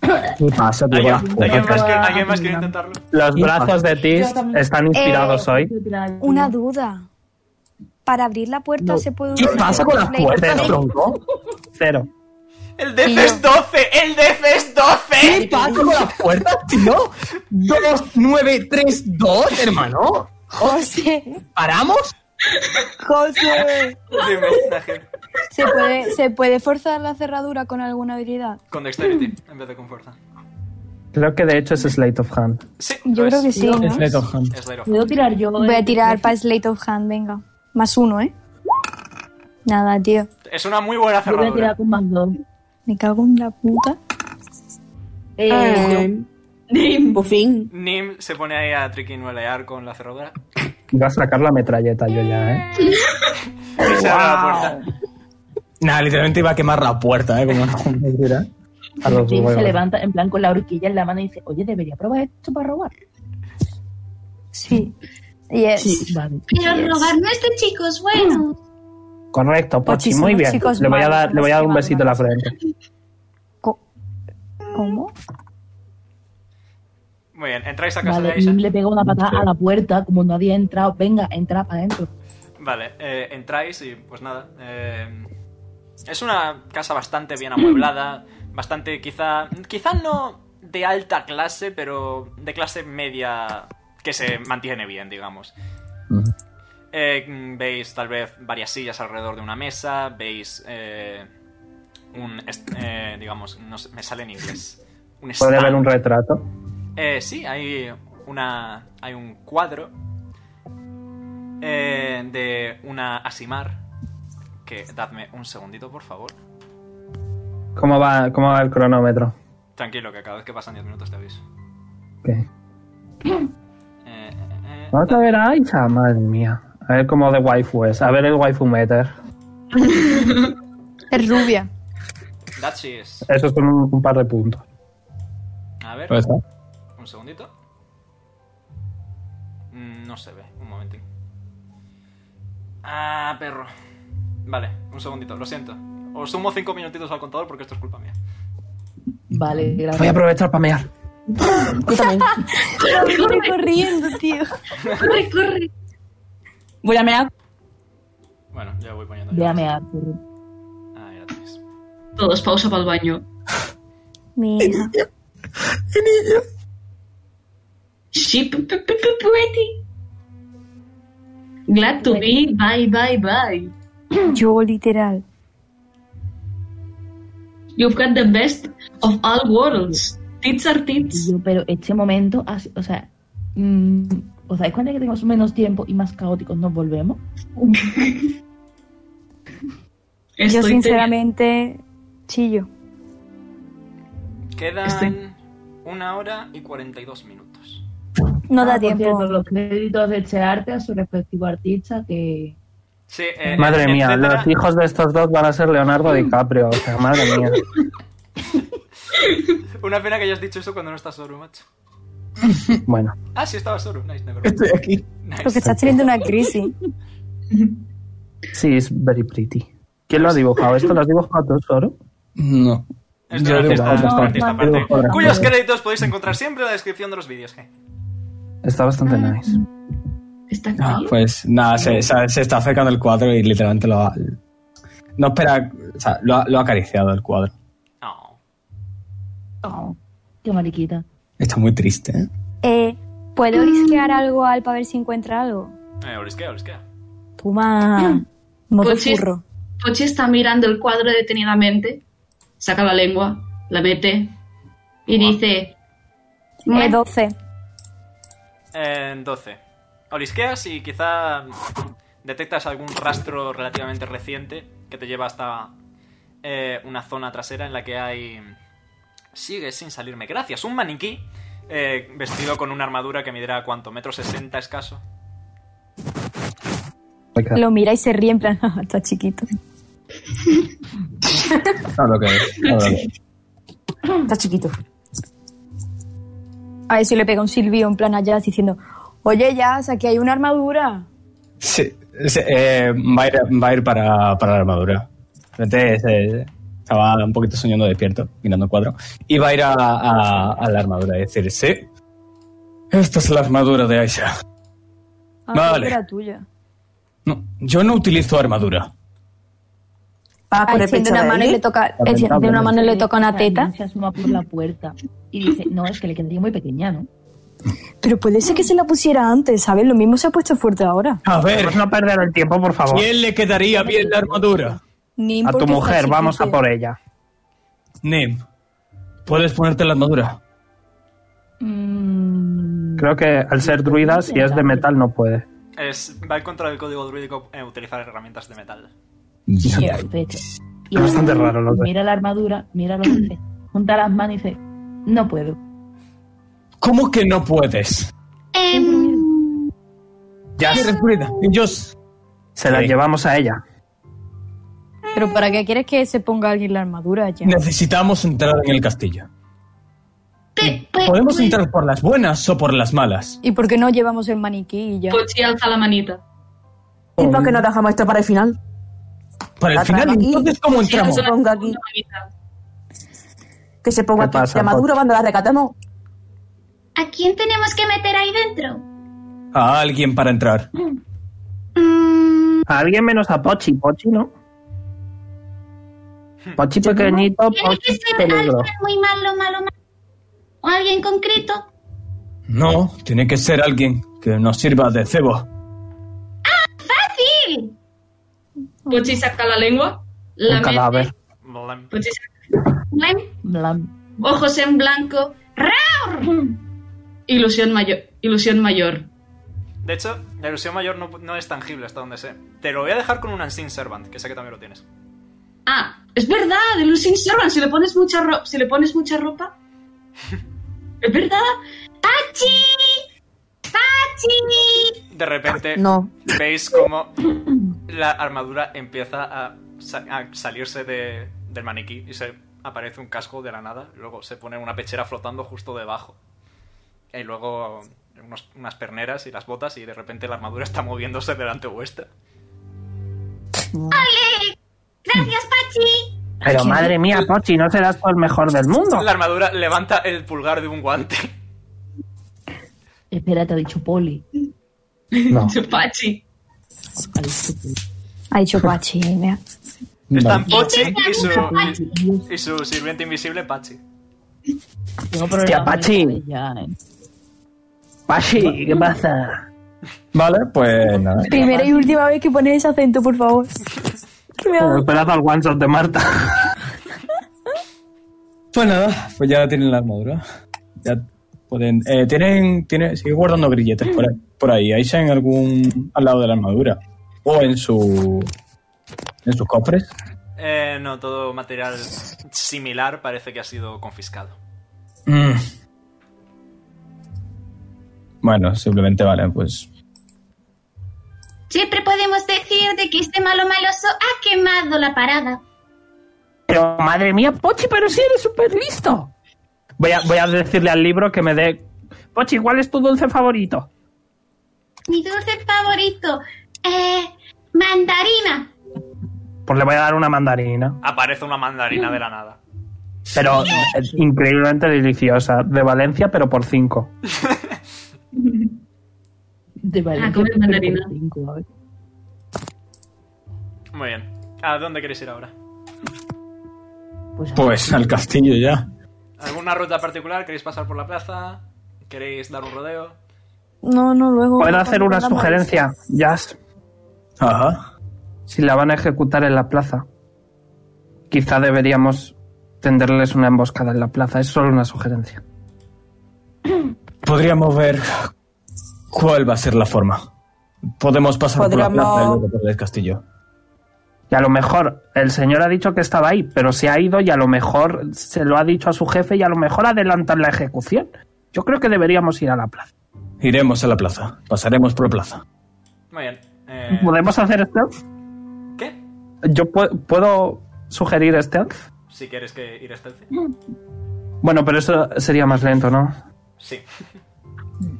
Speaker 5: Ah,
Speaker 4: ¿Qué pasa, tío?
Speaker 2: ¿Alguien,
Speaker 4: Con las
Speaker 2: alguien
Speaker 4: puertas.
Speaker 2: más quiere, alguien más quiere intentarlo?
Speaker 1: Los brazos de Tis están inspirados hoy.
Speaker 15: Una duda. Para abrir la puerta se puede
Speaker 4: ¿Qué
Speaker 15: usar
Speaker 4: pasa con las
Speaker 15: Play-
Speaker 4: puertas,
Speaker 1: Cero.
Speaker 4: tronco?
Speaker 1: Cero.
Speaker 2: ¡El DF es 12! ¡El DF es 12!
Speaker 4: ¿Qué pasa con las puertas, tío? 2, 9, 3, 2, hermano.
Speaker 6: José,
Speaker 4: ¿Paramos?
Speaker 6: José.
Speaker 2: Dime, Nagel.
Speaker 6: ¿Se puede, ¿Se puede forzar la cerradura con alguna habilidad?
Speaker 2: Con dexterity, en vez de con fuerza.
Speaker 1: Creo que de hecho es Slate of Hand.
Speaker 2: Sí, pues,
Speaker 6: Yo
Speaker 2: lo
Speaker 4: Pues
Speaker 6: creo
Speaker 2: es.
Speaker 6: que sí. ¿no?
Speaker 2: Es Lair of
Speaker 5: ¿Puedo tirar yo?
Speaker 6: Voy a tirar para Slate of Hand, venga. Más uno, ¿eh? Nada, tío.
Speaker 2: Es una muy buena
Speaker 5: Yo voy a
Speaker 2: cerradura.
Speaker 5: tirar con más dos.
Speaker 6: Me cago en la puta.
Speaker 5: Eh,
Speaker 7: eh,
Speaker 16: Por fin.
Speaker 2: Nim se pone ahí a triquinuelear con la cerradura
Speaker 1: Iba a sacar la metralleta yo ya, ¿eh?
Speaker 2: y se abre la puerta.
Speaker 4: Nada, literalmente iba a quemar la puerta, ¿eh? Como no me diera. A los
Speaker 1: Pues
Speaker 5: Jim se
Speaker 4: huevos.
Speaker 5: levanta en plan con la horquilla en la mano y dice, oye, debería probar esto para robar.
Speaker 6: Sí. Yes.
Speaker 5: Sí, vale.
Speaker 8: Pero robar no es de chicos buenos.
Speaker 1: Correcto, Pochi,
Speaker 6: Pochi,
Speaker 1: muy
Speaker 6: somos
Speaker 1: bien.
Speaker 6: chicos
Speaker 1: Le voy a
Speaker 6: malos,
Speaker 1: dar, le voy a dar un
Speaker 6: somos
Speaker 1: besito en la frente.
Speaker 6: ¿Cómo?
Speaker 2: Muy bien, entráis a casa
Speaker 5: Vale,
Speaker 2: de Aisha.
Speaker 5: Nim le pega una patada a la puerta, como nadie ha entrado, venga, entra para adentro.
Speaker 2: Vale, eh, entráis y pues nada. eh, es una casa bastante bien amueblada, bastante quizá, quizá no de alta clase, pero de clase media que se mantiene bien, digamos. Eh, mm, veis tal vez varias sillas alrededor de una mesa, veis eh, un, est- eh, digamos, no sé, me sale en inglés. Un
Speaker 1: Puede haber
Speaker 2: stand.
Speaker 1: un retrato.
Speaker 2: Eh, sí, hay una. hay un cuadro eh, de una Asimar. Que dadme un segundito, por favor.
Speaker 1: ¿Cómo va, cómo va el cronómetro?
Speaker 2: Tranquilo, que cada vez que pasan 10 minutos te aviso.
Speaker 1: ¿Qué?
Speaker 2: Eh, eh, eh.
Speaker 1: Vamos a ver a Aisha, madre mía. A ver cómo de waifu es. A ver el waifu meter.
Speaker 6: Es [LAUGHS] rubia.
Speaker 2: That she is.
Speaker 1: Eso es un, un par de puntos.
Speaker 2: A ver,
Speaker 7: ¿Dónde está?
Speaker 2: un segundito. Mm, No se ve, un momentín. Ah, perro. Vale, un segundito, lo siento. Os sumo 5 minutitos al contador porque esto es culpa mía.
Speaker 5: Vale,
Speaker 1: Voy a
Speaker 5: gracias.
Speaker 1: aprovechar para mear.
Speaker 16: Yo también.
Speaker 5: [LAUGHS]
Speaker 6: Estoy corriendo, tío.
Speaker 8: Corre, corre.
Speaker 16: Voy a mear.
Speaker 2: Bueno, ya voy poniendo. yo.
Speaker 5: Déjame a por-
Speaker 2: Ah, ya tenéis.
Speaker 3: Todos pausa para el baño.
Speaker 6: Mira.
Speaker 3: Ship pretty. Glad to be. Bye, bye, bye.
Speaker 6: Yo literal.
Speaker 3: You've got the best of all worlds. Tits are
Speaker 5: Y
Speaker 3: tits.
Speaker 5: yo, pero este momento, ha si- o sea, mm, ¿os dais cuenta que tenemos menos tiempo y más caóticos nos volvemos?
Speaker 6: Yo
Speaker 3: teniendo-
Speaker 6: sinceramente chillo.
Speaker 2: Quedan
Speaker 3: Estoy-
Speaker 2: una hora y 42 minutos.
Speaker 6: No
Speaker 5: Ah,
Speaker 6: da
Speaker 5: por
Speaker 6: tiempo.
Speaker 5: cierto, los créditos de este arte a su respectivo artista que...
Speaker 2: Sí, eh,
Speaker 1: Madre
Speaker 2: et-
Speaker 1: mía,
Speaker 2: etcétera.
Speaker 1: los hijos de estos dos van a ser Leonardo DiCaprio. O sea, madre mía.
Speaker 2: Una pena que hayas dicho eso cuando no está Soru, macho.
Speaker 1: Bueno,
Speaker 2: Ah, sí, estaba Soru. Nice, never mind.
Speaker 4: Estoy aquí.
Speaker 6: Porque
Speaker 2: Nice.
Speaker 6: estás teniendo una crisis.
Speaker 1: sí, es very pretty. ¿Quién lo ha dibujado? ¿Esto lo has dibujado tú, Zoro?
Speaker 4: No.
Speaker 2: Es de un artista,
Speaker 4: digo, vamos,
Speaker 2: es de un
Speaker 4: vamos,
Speaker 2: artista
Speaker 4: vamos,
Speaker 2: aparte,
Speaker 4: vamos, vamos.
Speaker 2: Cuyos créditos podéis encontrar siempre en la descripción de los vídeos. eh.
Speaker 1: Está bastante nice.
Speaker 3: Está
Speaker 4: Ah,
Speaker 3: aquí.
Speaker 4: pues nada, se, se- se está acercando el cuadro y literalmente lo ha. No espera. O sea, lo ha, lo ha acariciado el cuadro.
Speaker 2: No.
Speaker 5: Oh, qué mariquita.
Speaker 4: Está muy triste, ¿eh?
Speaker 6: Eh, ¿Puedo risquear algo al para ver si encuentra algo?
Speaker 2: Eh, orisquea, orisquea.
Speaker 6: Toma. Modo
Speaker 3: Pochi,
Speaker 6: furro.
Speaker 3: Pochi está mirando el cuadro detenidamente, saca la lengua, la mete y dice:
Speaker 6: Eh,
Speaker 3: "Eh,
Speaker 6: 12.
Speaker 2: Eh, 12. Orisqueas y quizá detectas algún rastro relativamente reciente que te lleva hasta eh, una zona trasera en la que hay... Sigue sin salirme. Gracias, un maniquí eh, vestido con una armadura que midirá cuánto, metro sesenta escaso.
Speaker 6: Lo mira y se ríe en plan, [LAUGHS] "Ah, está chiquito.
Speaker 4: No lo que es. no lo que es.
Speaker 16: Está chiquito.
Speaker 6: A ver si le pega un silbío en plan allá diciendo, oye Jazz, aquí hay una armadura.
Speaker 4: Sí, sí, eh, va, a ir, va a ir para, para la armadura. Realmente se- estaba un poquito soñando despierto, mirando el cuadro. Y va a ir a, a- a la armadura y decir, sí, esta es la armadura de Aisha.
Speaker 6: Ah,
Speaker 4: Vale.
Speaker 6: era tuya.
Speaker 4: No, yo no utilizo armadura.
Speaker 5: Ah,
Speaker 16: Va por el
Speaker 6: Extiende
Speaker 16: pecho de
Speaker 6: una mano y le
Speaker 16: alguien.
Speaker 6: toca,
Speaker 1: Lamentable,
Speaker 6: extiende una mano y le toca una
Speaker 5: O sea, Nim
Speaker 6: teta.
Speaker 5: Se asoma por la puerta y dice, no, es que le quedaría muy pequeña, ¿no?
Speaker 6: Pero puede ser que se la pusiera antes, ¿sabes? Lo mismo se ha puesto fuerte ahora.
Speaker 4: A ver,
Speaker 1: Pues no perder el tiempo, por favor.
Speaker 4: ¿quién le quedaría bien la armadura?
Speaker 6: Ni
Speaker 1: A tu mujer, vamos a por ella.
Speaker 4: Nim, ¿puedes ponerte la armadura?
Speaker 5: Mm,
Speaker 1: Creo que al ser druida, si es de metal, no puede.
Speaker 2: Es, va en contra del código druídico eh, utilizar herramientas de metal.
Speaker 5: perfecto. Y
Speaker 1: Es bastante raro lo que-
Speaker 5: Mira la armadura, mira lo que dice, junta las manos y dice, no puedo.
Speaker 9: ¿Cómo que no puedes?
Speaker 8: em,
Speaker 9: Ya.
Speaker 1: Se la llevamos a ella.
Speaker 17: Pero ¿para qué quieres que se ponga alguien la armadura ya?
Speaker 9: Necesitamos entrar en el castillo.
Speaker 8: Pues,
Speaker 9: Podemos entrar por las buenas o por las malas.
Speaker 17: ¿Y por qué no llevamos el maniquí y ya?
Speaker 1: Pues-
Speaker 3: Pochi alza la manita.
Speaker 12: ¿Y por qué no dejamos esto para el final?
Speaker 9: Para el final, entonces, ¿cómo
Speaker 12: Sí,
Speaker 9: entramos?
Speaker 12: Que se ponga aquí. Que se ponga
Speaker 9: ¿Qué
Speaker 12: aquí.
Speaker 9: pasa,
Speaker 12: la madura
Speaker 9: Pot?
Speaker 12: cuando la recatemos.
Speaker 8: ¿A quién tenemos que meter ahí dentro?
Speaker 9: A alguien para entrar.
Speaker 1: A alguien menos a Pochi. Pochi, ¿no?
Speaker 2: Hmm.
Speaker 1: Pochi pequeñito,
Speaker 8: Tiene que
Speaker 1: Pochi
Speaker 8: ser
Speaker 1: Oh, peligro.
Speaker 8: alguien muy malo, malo, malo. O alguien concreto.
Speaker 9: No, tiene que ser alguien que nos sirva de cebo.
Speaker 8: ¡Fácil!
Speaker 3: Pochi saca la lengua. La mete. Pochi saca. Ojos en blanco. ¡Raur! Ilusión mayor. Ilusión mayor.
Speaker 2: De hecho, la ilusión mayor no, no es tangible hasta donde sé. Te lo voy a dejar con un Unseen Servant, que sé que también lo tienes.
Speaker 3: Ah, es verdad, el Lucin Servant, si le pones mucha ropa, si le pones mucha ropa. Es verdad.
Speaker 8: ¡Pachi! ¡Pachi!
Speaker 2: De repente,
Speaker 12: No.
Speaker 2: veis cómo la armadura empieza a, sa- a salirse de- del maniquí y se aparece un casco de la nada. Luego se pone una pechera flotando justo debajo. Y luego unos- unas perneras y las botas y de repente la armadura está moviéndose delante vuestra.
Speaker 8: ¡Ole! ¡Gracias, Pachi!
Speaker 1: Pero madre mía, Pochi, no serás por el mejor del mundo.
Speaker 2: La armadura levanta el pulgar de un guante.
Speaker 5: Espera, te ha dicho Poli.
Speaker 1: No.
Speaker 3: Pachi.
Speaker 17: Ha dicho Pachi, mira.
Speaker 2: Están Pochi
Speaker 17: Este
Speaker 2: y
Speaker 17: es la bruja
Speaker 2: su, y su sirviente invisible, Pachi.
Speaker 1: Hostia, Pachi.
Speaker 5: eh.
Speaker 1: Pachi, ¿qué pasa?
Speaker 4: Vale, pues nada.
Speaker 17: Primera y última vez que pones ese acento, por favor. Que me
Speaker 1: Pero
Speaker 17: ha-
Speaker 1: Esperad al one shot de Marta.
Speaker 4: Pues nada, pues ya tienen la armadura. Ya pueden. eh, tienen, tienen. Sigue guardando grilletes por ahí. Por ahí. Ahí está en algún. al lado de la armadura. O en su. en sus cofres.
Speaker 2: Eh, no, todo material similar parece que ha sido confiscado.
Speaker 4: Mm. Bueno, simplemente vale, pues.
Speaker 8: Siempre podemos decir de que este malo maloso ha quemado la parada.
Speaker 1: Pero madre mía, Pochi, pero si eres súper listo. Voy a, voy a decirle al libro que me dé. Pochi, ¿cuál es tu dulce favorito?
Speaker 8: Mi dulce favorito. Eh. Mandarina.
Speaker 1: Pues le voy a dar una mandarina.
Speaker 2: Aparece una mandarina de la nada.
Speaker 1: Pero eh, increíblemente deliciosa. De Valencia, pero por cinco.
Speaker 5: De Valencia,
Speaker 3: Ah, comer mandarina.
Speaker 5: cinco, a ver.
Speaker 2: Muy bien. ¿A dónde queréis ir ahora?
Speaker 4: Pues al castillo ya.
Speaker 2: ¿Alguna ruta particular? ¿Queréis pasar por la plaza? ¿Queréis dar un rodeo?
Speaker 17: No, no, luego.
Speaker 1: ¿Puedo hacer una
Speaker 17: Nada más.
Speaker 1: sugerencia, Jazz?
Speaker 4: Ajá.
Speaker 1: Si la van a ejecutar en la plaza, quizá deberíamos tenderles una emboscada en la plaza. Es solo una sugerencia.
Speaker 4: Podríamos ver cuál va a ser la forma. Podemos pasar por la
Speaker 12: Podríamos-
Speaker 4: plaza y luego por el castillo.
Speaker 1: Y a lo mejor el señor ha dicho que estaba ahí, pero se ha ido y a lo mejor se lo ha dicho a su jefe y a lo mejor adelantan la ejecución. Yo creo que deberíamos ir a la plaza.
Speaker 4: Iremos a la plaza. Pasaremos por la plaza.
Speaker 2: Muy bien. Eh,
Speaker 1: ¿Podemos hacer stealth?
Speaker 2: ¿Qué?
Speaker 1: ¿Yo pu- puedo sugerir stealth?
Speaker 2: Si quieres que ir a stealth.
Speaker 1: Bueno, pero eso sería más lento, ¿no?
Speaker 2: Sí.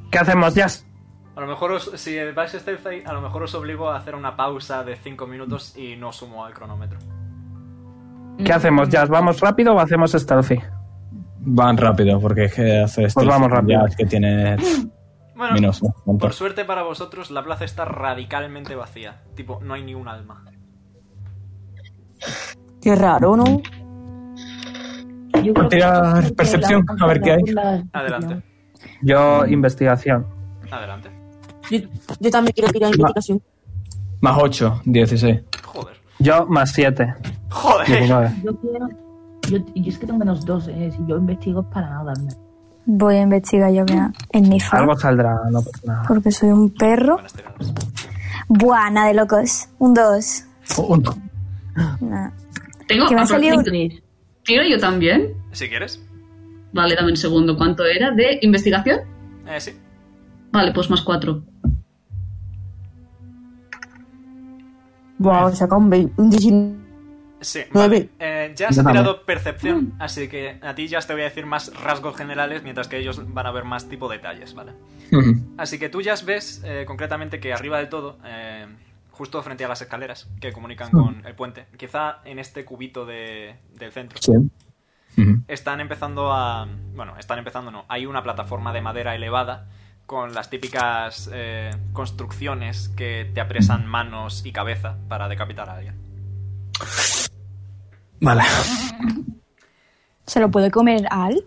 Speaker 1: ¿Qué hacemos, Jazz?
Speaker 2: A lo mejor os- si vais a stealth, ahí, a lo mejor os obligo a hacer una pausa de 5 minutos y no sumo al cronómetro.
Speaker 1: ¿Qué hacemos, Jazz? ¿Vamos rápido o hacemos stealthy?
Speaker 4: Van rápido, porque es que hace esto.
Speaker 1: vamos rápido.
Speaker 4: Ya es que tiene.
Speaker 2: Bueno, Pues-
Speaker 4: Menos, ¿no? Un montón.
Speaker 2: por suerte para vosotros, la plaza está radicalmente vacía. Tipo, no hay ni un alma.
Speaker 12: Qué raro, ¿no?
Speaker 5: Yo creo que
Speaker 4: Tirar
Speaker 5: la-
Speaker 4: percepción, a ver qué hay.
Speaker 5: la-
Speaker 2: [LAUGHS] Adelante.
Speaker 1: Yo, investigación.
Speaker 2: Adelante.
Speaker 12: Yo, yo también quiero tirar investigación.
Speaker 4: Más 8, 16. [LAUGHS]
Speaker 2: Joder.
Speaker 1: Yo, más 7.
Speaker 2: Joder.
Speaker 1: 19.
Speaker 5: Yo quiero. Yo, yo es que tengo menos dos, eh, si yo investigo es para nada. ¿no?
Speaker 17: Voy a investigar yo mira, en mi
Speaker 6: Ah.
Speaker 17: fa.
Speaker 1: Algo saldrá, no pasa nada.
Speaker 17: Porque soy un perro.
Speaker 2: Buenas tiradas.
Speaker 17: Buena de locos. Un dos. Nah.
Speaker 3: Tengo
Speaker 17: Que me ha
Speaker 3: otro
Speaker 17: salido
Speaker 3: tiro. ¿Tiro yo también?
Speaker 2: Si quieres.
Speaker 3: Vale, dame un segundo. ¿Cuánto era? ¿De investigación?
Speaker 2: Eh, sí.
Speaker 3: Vale, pues más cuatro.
Speaker 12: Wow, saca un, vein- un 19.
Speaker 2: Sí,
Speaker 12: Nueve.
Speaker 2: vale. Eh, Jazz ha
Speaker 12: Yo también.
Speaker 2: tirado percepción, así que a ti Jazz te voy a decir más rasgos generales, mientras que ellos van a ver más tipo detalles, ¿vale? Así que tú ya ves eh, concretamente que arriba del todo, eh, justo frente a las escaleras que comunican con el puente, quizá en este cubito de- del centro, están empezando a... Bueno, están empezando no. Hay una plataforma de madera elevada con las típicas eh, construcciones que te apresan manos y cabeza para decapitar a alguien.
Speaker 4: Vale.
Speaker 6: ¿Se lo puede comer Al?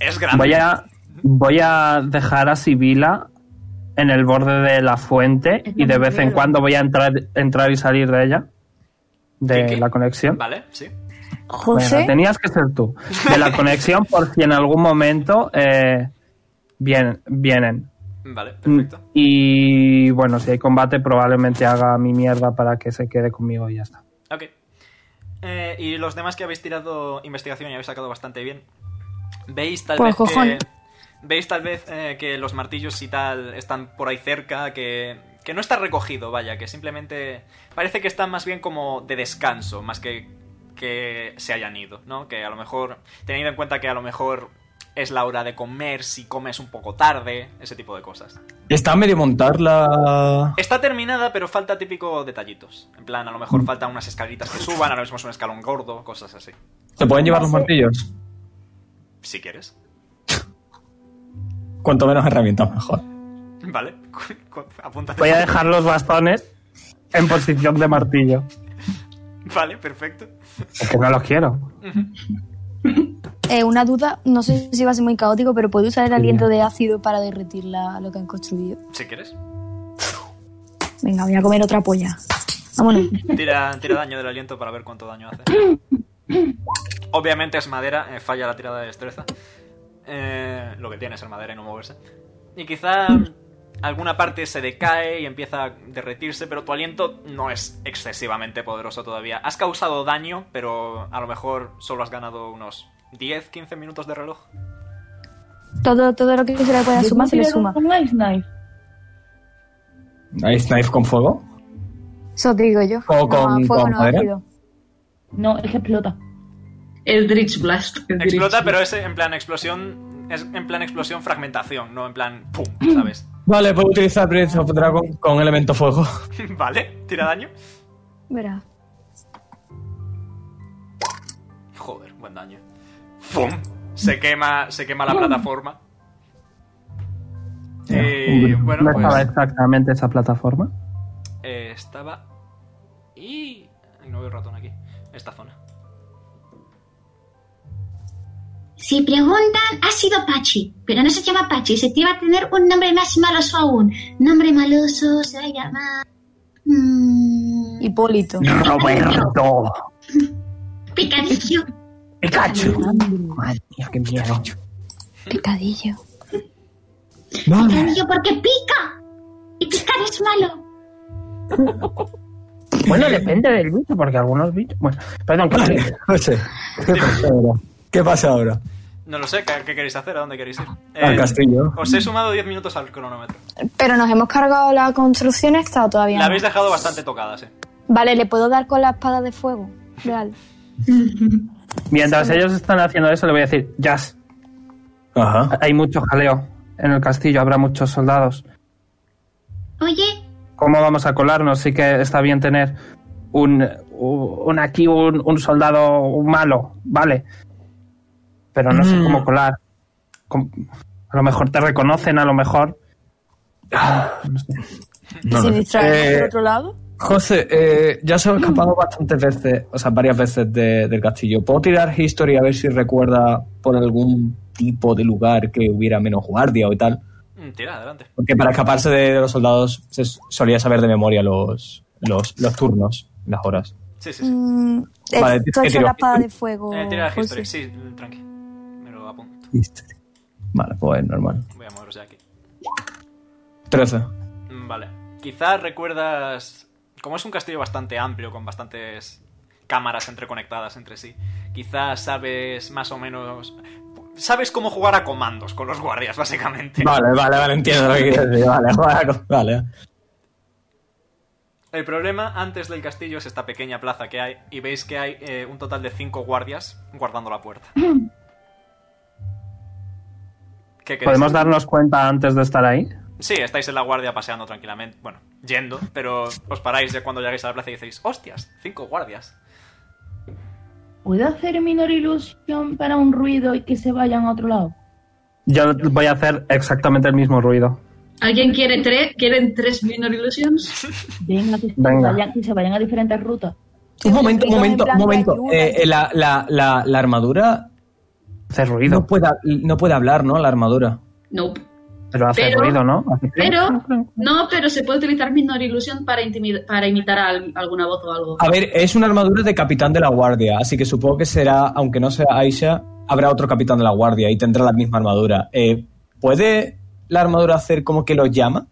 Speaker 2: Es
Speaker 1: Voy a, voy a dejar a Sibila en el borde de la fuente y de vez en cuando voy a entrar, entrar y salir de ella, de la conexión.
Speaker 2: ¿Vale? Sí.
Speaker 1: Venga, tenías que ser tú. De la conexión, por si en algún momento eh, vienen- vienen.
Speaker 2: Vale.
Speaker 1: Mm, Y bueno, si hay combate, probablemente haga mi mierda para que se quede conmigo y ya está.
Speaker 2: Ok. Eh, y los demás que habéis tirado investigación y habéis sacado bastante bien. Veis tal
Speaker 6: Por
Speaker 2: vez que.
Speaker 6: cojones.
Speaker 2: Veis tal vez eh, que los martillos y tal están por ahí cerca, que. Que no está recogido, vaya, que simplemente. Parece que están más bien como de descanso, más que que se hayan ido, ¿no? Que a lo mejor. Teniendo en cuenta que a lo mejor es la hora de comer, si comes un poco tarde, ese tipo de cosas.
Speaker 4: Está medio montar la...
Speaker 2: Está terminada, pero falta típico detallitos. En plan, a lo mejor faltan unas escaleritas que suban, ahora mismo es un escalón gordo, cosas así.
Speaker 4: ¿Se pueden llevar los martillos?
Speaker 2: Si quieres. [LAUGHS]
Speaker 4: Cuanto menos herramientas, mejor.
Speaker 2: Vale, [LAUGHS] cu- cu- apúntate.
Speaker 1: Voy a dejar los bastones en posición de martillo.
Speaker 2: [LAUGHS] Vale, perfecto.
Speaker 1: Porque no los quiero.
Speaker 6: Eh, una duda, no sé si va a ser muy caótico, pero ¿puede usar el aliento de ácido para derretir la- lo que han construido?
Speaker 2: Si quieres.
Speaker 6: Venga, voy a comer otra polla. Vámonos.
Speaker 2: Tira, tira daño del aliento para ver cuánto daño hace. Obviamente es madera, eh, falla la tirada de destreza. Eh, lo que tiene es ser madera y no moverse. Y quizá alguna parte se decae y empieza a derretirse, pero tu aliento no es excesivamente poderoso todavía. Has causado daño, pero a lo mejor solo has ganado unos 10, 15 minutos de reloj.
Speaker 6: Todo, todo lo que se le pueda
Speaker 5: Yo
Speaker 6: sumar se le
Speaker 5: considero
Speaker 6: suma.
Speaker 5: un ice knife.
Speaker 4: ¿Ice knife con fuego?
Speaker 6: Eso te digo yo.
Speaker 4: ¿O
Speaker 6: No,
Speaker 4: con,
Speaker 6: fuego
Speaker 4: con
Speaker 6: no,
Speaker 4: madera?
Speaker 6: ácido.
Speaker 5: No, es que explota.
Speaker 3: El Dritch Blast.
Speaker 2: Explota, pero es en plan explosión. Es en plan explosión fragmentación, no en plan pum, ¿sabes? [LAUGHS]
Speaker 4: Vale, puedo utilizar Breath of Dragon con elemento fuego.
Speaker 2: vale, tira daño.
Speaker 6: Verá.
Speaker 2: Joder, buen daño. ¡Fum! Se quema, se quema la plataforma. Y bueno,
Speaker 1: no estaba
Speaker 2: pues
Speaker 1: exactamente esa plataforma.
Speaker 2: eh, estaba. Y. ay, No veo ratón aquí. Esta zona.
Speaker 8: Si preguntan, ha sido Pachi, pero no se llama Pachi, se te iba a tener un nombre más maloso aún. Nombre maloso se mm, va a llamar
Speaker 6: Hipólito.
Speaker 1: Roberto.
Speaker 8: Picadillo.
Speaker 1: Pikachu. Madre mía, qué miedo.
Speaker 6: Picadillo.
Speaker 8: Picadillo porque pica. Y picar es malo.
Speaker 1: Bueno, depende del bicho, porque algunos bichos. Bueno, perdón, que-
Speaker 4: No sé. ¿Qué pasa ahora? ¿Qué pasa ahora?
Speaker 2: No lo sé, ¿qué, qué queréis hacer? ¿A dónde queréis ir? Eh,
Speaker 4: Al Ah, castillo.
Speaker 2: Os he sumado 10 minutos al cronómetro.
Speaker 6: Pero nos hemos cargado la construcción esta o todavía.
Speaker 2: La
Speaker 6: no?
Speaker 2: habéis dejado bastante tocada, sí.
Speaker 6: Vale, le puedo dar con la espada de fuego. Real.
Speaker 1: mientras ellos están haciendo eso, le voy a decir: Jazz,
Speaker 4: Ajá.
Speaker 1: hay mucho jaleo en el castillo, habrá muchos soldados.
Speaker 8: Oye,
Speaker 1: ¿Cómo vamos a colarnos? Sí que está bien tener un, un aquí, un, un soldado, un malo, ¿vale? Pero no sé
Speaker 4: Mm.
Speaker 1: cómo colar. Com- A lo mejor te reconocen, a lo mejor.
Speaker 4: No
Speaker 6: ¿Y
Speaker 4: lo
Speaker 6: si
Speaker 4: sé.
Speaker 6: distraemos
Speaker 4: Eh,
Speaker 6: por otro lado?
Speaker 4: José, eh, ya se ha escapado bastantes veces, o sea, varias veces de- del castillo. ¿Puedo tirar History a ver si recuerda por algún tipo de lugar que hubiera menos guardia o tal?
Speaker 2: Mm, Tira, adelante.
Speaker 4: Porque para escaparse de los soldados se s- solía saber de memoria los, los, los turnos, las horas.
Speaker 2: Sí, sí, sí.
Speaker 6: Mm,
Speaker 4: Vale,
Speaker 6: esto
Speaker 4: ¿qué
Speaker 6: es
Speaker 4: tiro?
Speaker 6: la espada de fuego. pues
Speaker 2: Eh, tira
Speaker 6: José.
Speaker 2: history, sí, tranqui. Me lo apunto.
Speaker 4: History. Vale, pues normal.
Speaker 2: Voy a moveros ya aquí.
Speaker 4: 13.
Speaker 2: Mm, Vale. Quizás recuerdas. Como es un castillo bastante amplio, con bastantes cámaras entreconectadas entre sí, Quizás sabes más o menos... Sabes cómo jugar a comandos con los guardias, básicamente.
Speaker 4: Vale, vale, vale, entiendo lo que quieres decir. [LAUGHS] Vale, vale, vale.
Speaker 2: El problema antes del castillo es esta pequeña plaza que hay y veis que hay eh, un total de cinco guardias guardando la puerta. ¿Qué queréis?
Speaker 1: ¿Podemos darnos cuenta antes de estar ahí?
Speaker 2: Sí, estáis en la guardia paseando tranquilamente, bueno, yendo, pero os paráis ya cuando llegáis a la plaza y decís, hostias, cinco guardias.
Speaker 5: ¿Puedo hacer menor ilusión para un ruido y que se vayan a otro lado?
Speaker 1: Yo voy a hacer exactamente el mismo ruido.
Speaker 3: ¿Alguien quiere tres? ¿Quieren tres Minor Illusions?
Speaker 5: Venga, que se,
Speaker 1: Venga.
Speaker 5: Vayan, que se vayan a diferentes rutas.
Speaker 4: Un momento, un momento, un momento.
Speaker 5: ayuda.
Speaker 4: Eh, eh, la, la, la, la armadura.
Speaker 1: Hace ruido.
Speaker 4: No puede, no puede hablar, ¿no? La armadura.
Speaker 3: Nope.
Speaker 1: Pero hace
Speaker 3: Pero-
Speaker 1: ruido, ¿no?
Speaker 3: Pero, no, pero se puede utilizar Minor Illusion para, intimid- para imitar a al- alguna voz o algo.
Speaker 4: A ver, es una armadura de capitán de la guardia, así que supongo que será, aunque no sea Aisha, habrá otro capitán de la guardia y tendrá la misma armadura. Eh, ¿Puede la armadura hacer como que lo llama?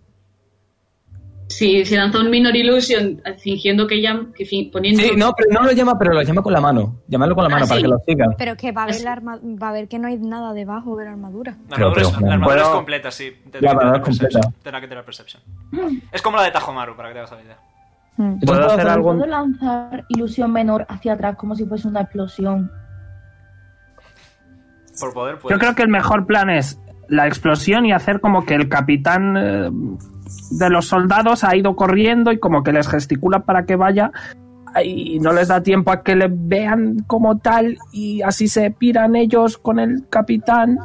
Speaker 3: Si se lanza un Minor Illusion eh, fingiendo que ya... Que fin- poniendo...
Speaker 4: Sí, no, pero no lo llama, pero lo llama con la mano. Llamarlo con la mano
Speaker 3: Ah,
Speaker 4: para
Speaker 3: sí.
Speaker 4: que lo sigan.
Speaker 6: Pero es que va a, ver la arma- va a ver que no hay nada debajo de la armadura.
Speaker 2: La armadura,
Speaker 4: Pero-
Speaker 2: es,
Speaker 4: pero-
Speaker 2: la armadura es
Speaker 4: Bueno,
Speaker 2: completa, sí. Tendrá
Speaker 4: la
Speaker 2: que
Speaker 4: armadura
Speaker 2: tirar
Speaker 4: es completa.
Speaker 2: perception. Tendrá que tirar perception. Es como la de Tajomaru, para que te hagas la idea.
Speaker 1: ¿Puedo hacer
Speaker 5: Pero
Speaker 1: algún...?
Speaker 5: ¿Puedo lanzar ilusión menor hacia atrás como si fuese una explosión?
Speaker 2: Por poder, pues.
Speaker 1: Yo creo que el mejor plan es la explosión y hacer como que el capitán eh, de los soldados ha ido corriendo y como que les gesticula para que vaya y no les da tiempo a que le vean como tal y así se piran ellos con el capitán.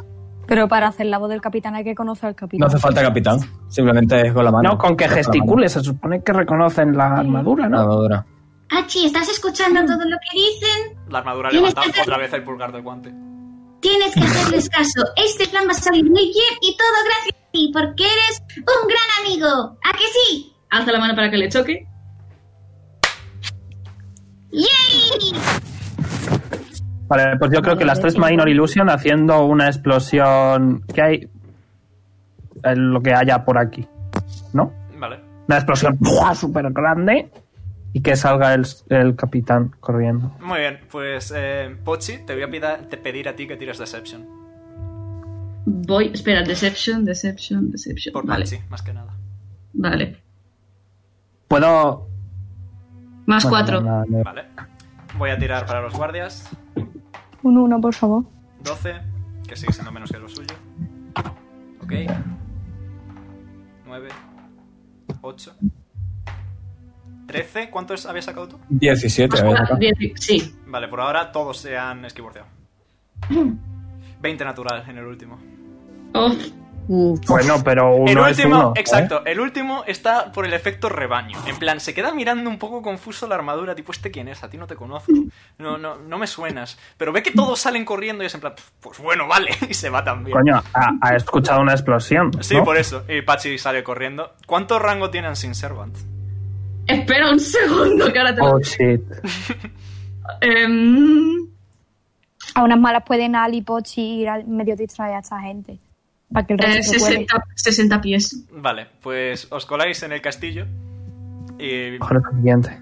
Speaker 6: Pero para hacer la voz del capitán hay que conocer al capitán.
Speaker 4: No hace falta capitán, simplemente es con la mano.
Speaker 1: No, con que
Speaker 4: la
Speaker 1: gesticule, se supone que reconocen la armadura,
Speaker 4: mano. La
Speaker 1: ¿no?
Speaker 4: armadura.
Speaker 8: Achi, ¿estás escuchando todo lo que dicen?
Speaker 2: La armadura
Speaker 8: Tienes
Speaker 2: levanta
Speaker 8: que hacer-
Speaker 2: otra vez el pulgar del guante.
Speaker 8: Tienes que hacerles caso. Este plan va a salir muy bien y todo gracias a ti, porque eres un gran amigo. ¿A que sí?
Speaker 3: Alza la mano para que le choque.
Speaker 8: ¡Yay!
Speaker 1: Vale, pues yo creo que las tres Minor Illusion haciendo una explosión que hay... eh, Lo que haya por aquí, ¿no?
Speaker 2: Vale.
Speaker 1: una explosión súper grande y que salga el, el capitán corriendo.
Speaker 2: Muy bien, pues eh, Pochi, te voy a pida- te pedir a ti que tires Deception.
Speaker 3: Voy... Espera, Deception, Deception, Deception.
Speaker 2: Por
Speaker 3: vale,
Speaker 2: Pochi, más que nada.
Speaker 3: vale.
Speaker 1: Puedo.
Speaker 3: Más
Speaker 1: bueno,
Speaker 3: cuatro.
Speaker 1: no, no, no.
Speaker 2: Vale. Voy a tirar para los guardias.
Speaker 6: Un uno, por favor.
Speaker 2: 12, que sigue siendo menos que lo suyo. Ok. 9, 8, 13. ¿Cuántos habías sacado tú?
Speaker 4: 17,
Speaker 1: Ah,
Speaker 3: Más
Speaker 4: a ver,
Speaker 3: cuatro,
Speaker 4: acá.
Speaker 3: diez- sí.
Speaker 2: Vale, por ahora todos se han [CLEARS THROAT] esquivorceado. 20 natural en el último.
Speaker 3: Oh,
Speaker 1: Bueno, pero uno
Speaker 2: el
Speaker 1: es
Speaker 2: último,
Speaker 1: uno. ¿eh?
Speaker 2: exacto, el último está por el efecto rebaño. En plan, se queda mirando un poco confuso la armadura, tipo, ¿este quién es? A ti no te conozco. No, no, no me suenas. Pero ve que todos salen corriendo y es en plan, pues bueno, vale, [LAUGHS] y se va también.
Speaker 1: ¿eh? Coño, ha, ha escuchado una explosión.
Speaker 2: Sí,
Speaker 1: ¿no?
Speaker 2: por eso. Y Pachi sale corriendo. ¿Cuánto rango tienen sin Servant?
Speaker 3: Espera un segundo, que ahora te lo-
Speaker 1: Oh shit.
Speaker 3: Em,
Speaker 6: A unas malas pueden Ali, Pochi ir al medio distraer a esta gente. Para que el resto
Speaker 3: eh,
Speaker 6: se cuele.
Speaker 3: 60, 60 pies.
Speaker 2: Vale, pues os coláis en el castillo. Y,
Speaker 1: Mejor el siguiente.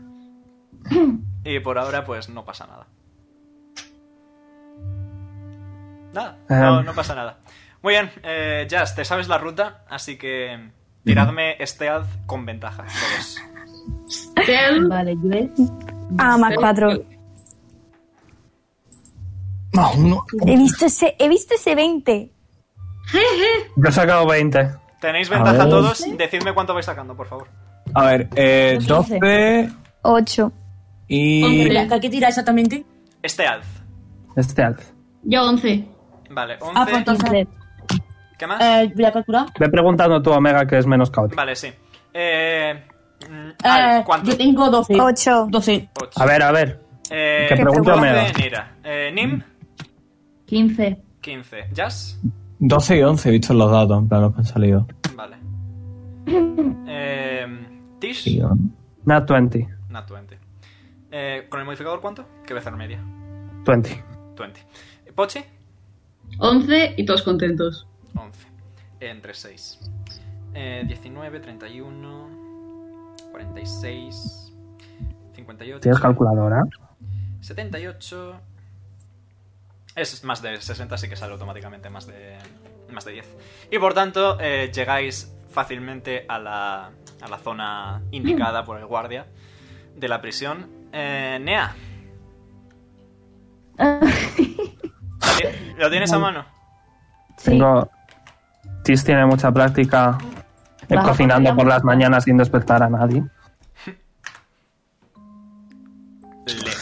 Speaker 2: y por ahora, pues no pasa nada. Nada,
Speaker 1: Em.
Speaker 2: no, no pasa nada. Muy bien, eh, Jazz, te sabes la ruta, así que tiradme stealth con ventaja, todos.
Speaker 3: Tel,
Speaker 5: Vale, yo he-
Speaker 6: Ah, más cuatro.
Speaker 4: Más uno.
Speaker 6: He visto ese, he visto ese 20.
Speaker 1: Yo he sacado 20.
Speaker 2: Tenéis ventaja
Speaker 4: ver.
Speaker 2: todos, decidme cuánto vais sacando, por favor.
Speaker 4: A ver, eh, 12
Speaker 6: 8.
Speaker 4: y.
Speaker 3: Hombre.
Speaker 12: Blanca, ¿qué tira exactamente?
Speaker 2: Stealth.
Speaker 1: Este alz.
Speaker 3: Yo 11.
Speaker 2: Vale,
Speaker 12: Ah, pues
Speaker 2: 11.
Speaker 12: entonces.
Speaker 2: ¿Qué más?
Speaker 12: eh, voy a calcular.
Speaker 1: Ve preguntando tú, Omega, que es menos caótico.
Speaker 2: Vale, sí. Eh, mm,
Speaker 12: Eh,
Speaker 2: Al, ¿Cuánto?
Speaker 12: yo tengo 12.
Speaker 6: 8.
Speaker 12: 12.
Speaker 2: Ocho.
Speaker 1: A ver, a ver.
Speaker 2: Eh,
Speaker 1: que pregunte
Speaker 2: 12
Speaker 1: Omega.
Speaker 2: Nira. Eh, Nim,
Speaker 5: 15.
Speaker 2: 15. Jazz,
Speaker 4: 12 y 11 he visto los datos, en plan, los que han salido.
Speaker 2: vale. Eh, Tish,
Speaker 4: Sí, ¿no?
Speaker 1: Nat 20.
Speaker 2: not 20. Eh, ¿Con el modificador cuánto? Que vez media.
Speaker 1: 20.
Speaker 2: 20. Pochi,
Speaker 3: 11 y todos contentos.
Speaker 2: 11. Entre 6. Eh, 19, 31, 46, 58.
Speaker 1: ¿Tienes calculadora?
Speaker 2: 78, Es más de 60, así que sale automáticamente más de, más de 10. Y por tanto, eh, llegáis fácilmente a la, a la zona indicada por el guardia de la prisión. Eh, Nea. ¿lo ti- ¿Lo tienes a mano?
Speaker 1: Tengo... Tis tiene mucha práctica eh,
Speaker 2: Vas a
Speaker 1: cocinando
Speaker 2: ponerla
Speaker 1: por
Speaker 2: muy-
Speaker 1: las mañanas sin despertar a nadie.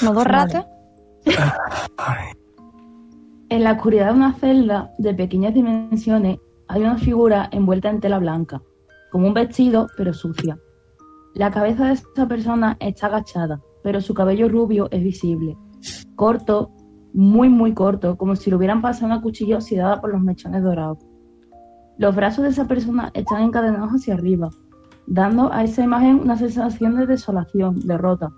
Speaker 6: ¿Modo rata?
Speaker 5: En la oscuridad de una celda de pequeñas dimensiones hay una figura envuelta en tela blanca, como un vestido pero sucia. La cabeza de esta persona está agachada, pero su cabello rubio es visible. Corto, muy muy corto, como si le hubieran pasado una cuchilla oxidada por los mechones dorados. Los brazos de esa persona están encadenados hacia arriba, dando a esa imagen una sensación de desolación, derrota.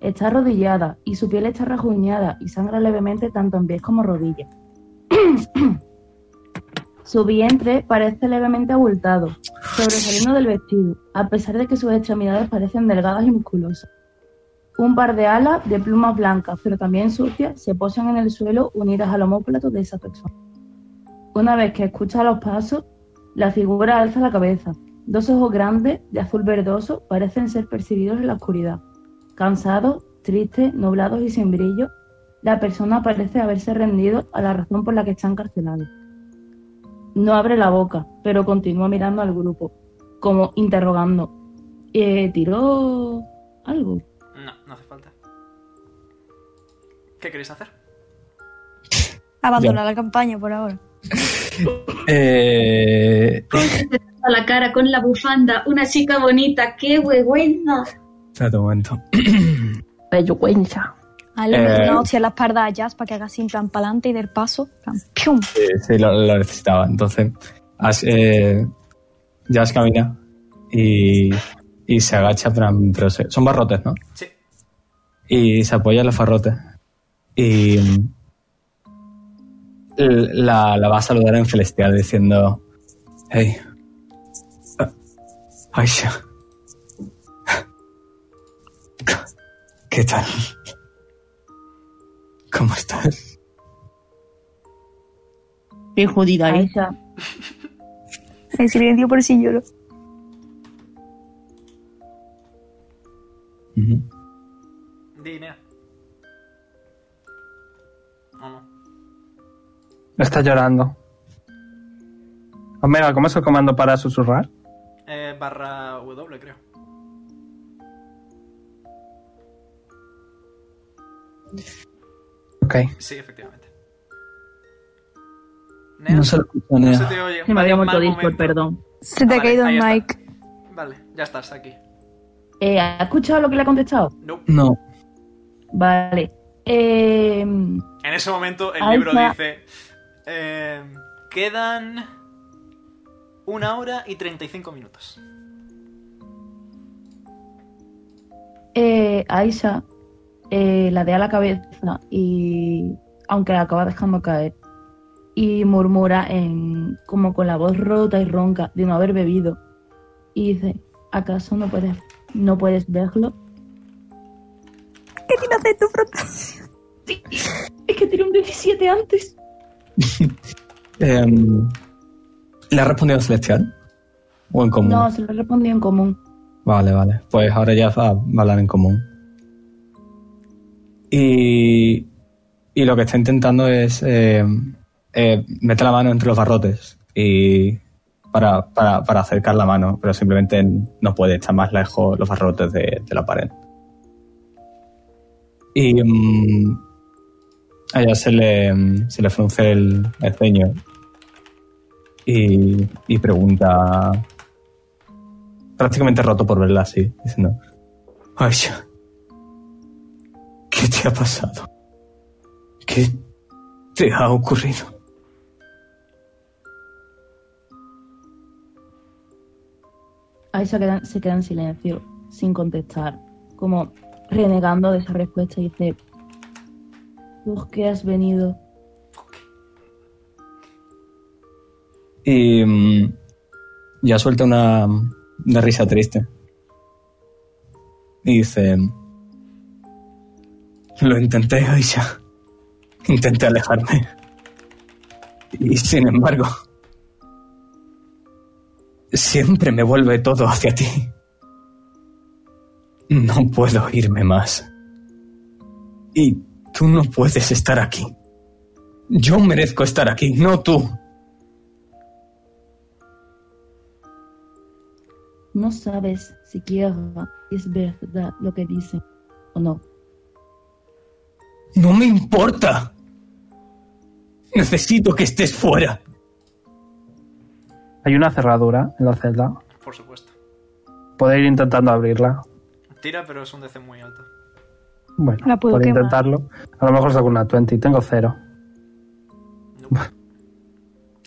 Speaker 5: Está arrodillada y su piel está rajuñada y sangra levemente tanto en pies como rodillas. [CLEARS THROAT] su vientre parece levemente abultado, sobresaliendo del vestido, a pesar de que sus extremidades parecen delgadas y musculosas. Un par de alas de plumas blancas, pero también sucias, se posan en el suelo unidas al homóplato de esa persona. Una vez que escucha los pasos, la figura alza la cabeza. Dos ojos grandes, de azul verdoso, parecen ser percibidos en la oscuridad. Cansados, tristes, nublados y sin brillo, la persona parece haberse rendido a la razón por la que está encarcelado. No abre la boca, pero continúa mirando al grupo, como interrogando. Eh, ¿Tiró algo?
Speaker 2: No, no hace falta. ¿Qué queréis hacer?
Speaker 6: Abandona la campaña por ahora.
Speaker 4: Eh,
Speaker 8: A la cara con la bufanda, una chica bonita, qué vergüenza.
Speaker 4: espérate un momento.
Speaker 6: Vergüenza. Ah, le
Speaker 4: Eh.
Speaker 6: meto una hostia en la espalda a Jazz para que haga así en plan pa'lante y del paso. plan, ¡pium!
Speaker 4: Sí, sí, lo, lo necesitaba. Entonces, as- eh, Jazz camina y, y se agacha, pero, pero se- son barrotes, ¿no?
Speaker 2: Sí.
Speaker 4: Y se apoya en los barrotes. Y mm, l- la, la va a saludar en celestial diciendo, hey, ah, Aisha, [LAUGHS] ¿qué tal? ¿Cómo estás?
Speaker 3: Bien jodida, ¿eh?
Speaker 6: En silencio por si lloro.
Speaker 2: Di, Nea. No, no.
Speaker 1: Está llorando. Omega, ¿cómo es el comando para susurrar?
Speaker 2: Eh, barra W, creo.
Speaker 1: Ok.
Speaker 2: Sí, efectivamente.
Speaker 18: No se lo escucho, Nea.
Speaker 2: No se te oye.
Speaker 5: Se me había
Speaker 2: Mal-
Speaker 5: muerto
Speaker 2: mal
Speaker 5: Discord,
Speaker 2: momento.
Speaker 5: perdón.
Speaker 6: Se te
Speaker 2: Ah,
Speaker 6: ha caído
Speaker 2: vale,
Speaker 6: el
Speaker 2: ahí
Speaker 6: mic.
Speaker 2: Vale, ya estás aquí.
Speaker 5: Eh, ¿Ha escuchado lo que le ha contestado?
Speaker 2: No.
Speaker 4: No.
Speaker 5: Vale. Eh,
Speaker 2: En ese momento el
Speaker 5: Ahí
Speaker 2: libro
Speaker 5: está.
Speaker 2: dice... eh, quedan... Una hora y 35 minutos.
Speaker 5: eh, Aisha eh, ladea la cabeza y aunque la acaba dejando caer y murmura en como con la voz rota y ronca de no haber bebido y dice ¿acaso no puedes no puedes verlo?
Speaker 6: ¿Qué tiene hacer tu frontera?
Speaker 5: Es que tiene un 17 antes.
Speaker 4: Em, ¿Le ha respondido Celestial? ¿O en común?
Speaker 5: No, se lo respondió en común.
Speaker 4: Vale, vale. Pues ahora ya va va a hablar en común. Y, y lo que está intentando es em, eh, meter la mano entre los barrotes y para, para, para acercar la mano, pero simplemente no puede, está más lejos los barrotes de, de la pared. Y mm, a ella se le, mm, se le frunce el, el ceño y, y pregunta prácticamente roto por verla así, diciendo, ay, ya. ¿qué te ha pasado? ¿Qué te ha ocurrido?
Speaker 5: Aisha queda- se queda en silencio, sin contestar, como renegando de esa respuesta y dice, ¿por qué has venido?
Speaker 4: Y mm, ya suelta una, una risa triste. Y dice, lo intenté, Aisha. Intenté alejarme. Y sin embargo, siempre me vuelve todo hacia ti. No puedo irme más. Y tú no puedes estar aquí. Yo merezco estar aquí, no tú.
Speaker 5: No sabes siquiera si es verdad lo que dicen o no. [LAUGHS]
Speaker 4: No me importa. Necesito que estés fuera.
Speaker 1: Hay una cerradura en la celda.
Speaker 2: Por supuesto.
Speaker 1: Puedo ir intentando abrirla.
Speaker 2: Tira, pero es un DC muy alto.
Speaker 1: Bueno,
Speaker 2: La puedo
Speaker 1: puedo
Speaker 2: quemar.
Speaker 1: intentarlo. A lo mejor saco una 20. Tengo cero.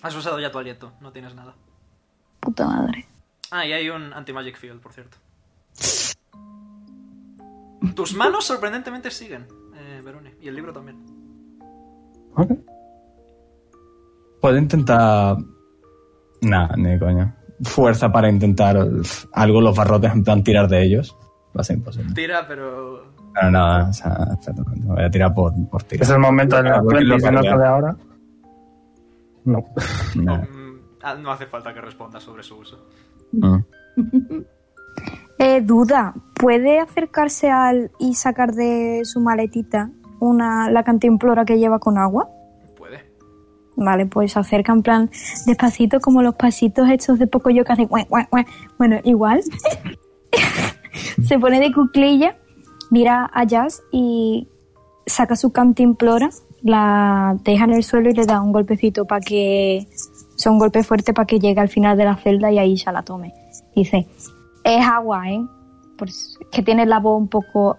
Speaker 2: Has usado ya tu aliento, no tienes nada.
Speaker 6: Puta madre.
Speaker 2: Ah, y hay un anti-magic field, por cierto. Tus manos sorprendentemente siguen, eh, Verone, y el libro también.
Speaker 4: Puedo intentar. Nah, ni coño. Fuerza para intentar pf, algo, los barrotes, en plan tirar de ellos. Va a ser imposible.
Speaker 2: Tira, pero.
Speaker 4: Pero no, o sea, espera, no, voy a tirar por, por tirar.
Speaker 1: Es el momento de la
Speaker 4: Porque lo
Speaker 1: 20 si no
Speaker 4: cambié.
Speaker 1: sale ahora.
Speaker 4: [LAUGHS]
Speaker 1: No.
Speaker 4: No.
Speaker 2: Ah, no hace falta que responda sobre su uso.
Speaker 6: Eh, duda, ¿puede acercarse al y sacar de su maletita una la cantimplora que lleva con agua?
Speaker 5: [LAUGHS]
Speaker 2: Puede.
Speaker 6: Vale, pues se acerca en plan despacito, como los pasitos estos de poco yo que hacen guau, guau, guau. Bueno, igual. [LAUGHS] se pone de cuclilla, mira a Jazz y saca su cantimplora, la deja en el suelo y le da un golpecito para que. O sea, un golpe fuerte para que llegue al final de la celda y ahí ya la tome. Dice: Es agua, ¿eh? Por s- que tiene la voz un poco.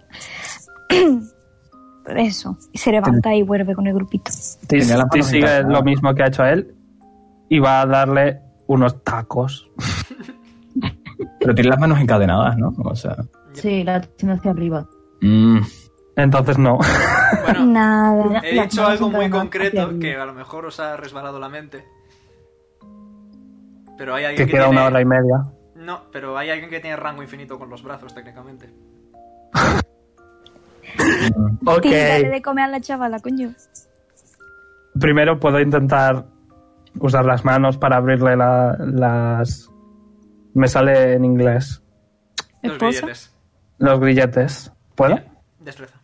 Speaker 6: [CLEARS THROAT] Eso. Y se levanta y vuelve con el grupito.
Speaker 1: Tis,
Speaker 4: Tenía las manos
Speaker 1: sigue
Speaker 4: encarnadas.
Speaker 1: lo mismo que ha hecho a él y va a darle unos tacos.
Speaker 4: Pero tiene las manos encadenadas, ¿no? O sea.
Speaker 5: Sí, la tiene hacia arriba.
Speaker 4: mm.
Speaker 1: Entonces no.
Speaker 6: Nada.
Speaker 2: He
Speaker 5: Las
Speaker 2: dicho
Speaker 5: manos
Speaker 2: algo muy
Speaker 5: encadenadas hacia
Speaker 2: concreto
Speaker 5: arriba.
Speaker 2: que a lo mejor os ha resbalado la mente. Pero
Speaker 1: [LAUGHS]
Speaker 2: hay
Speaker 1: que
Speaker 2: alguien que,
Speaker 1: queda
Speaker 2: tiene...
Speaker 1: una hora y media.
Speaker 2: No, pero hay alguien que tiene rango infinito con los brazos, técnicamente.
Speaker 1: Ok,
Speaker 6: Tira, dale de comer a la chavala, coño.
Speaker 1: primero puedo intentar usar las manos para abrirle la- las... Me sale en inglés.
Speaker 2: Los billetes.
Speaker 1: Los grilletes. ¿Puedo?
Speaker 2: Destreza.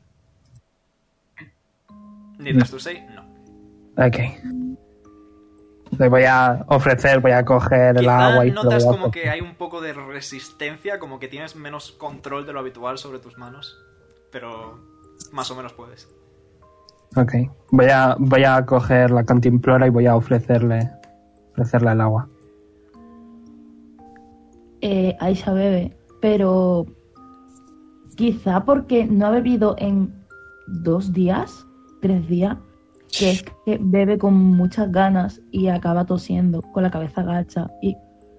Speaker 2: Ni tras tu 6, no.
Speaker 1: Ok. Le voy a ofrecer, voy a coger el
Speaker 2: Quizá
Speaker 1: agua y todo.
Speaker 2: notas como que hay un poco de resistencia, como que tienes menos control de lo habitual sobre tus manos. Pero más o menos puedes.
Speaker 1: Ok. Voy a, voy a coger la cantimplora y voy a ofrecerle, ofrecerle el agua.
Speaker 5: Eh, Aisha bebe, pero quizá porque no ha bebido en dos días, tres días, que es que bebe con muchas ganas y acaba tosiendo con la cabeza gacha y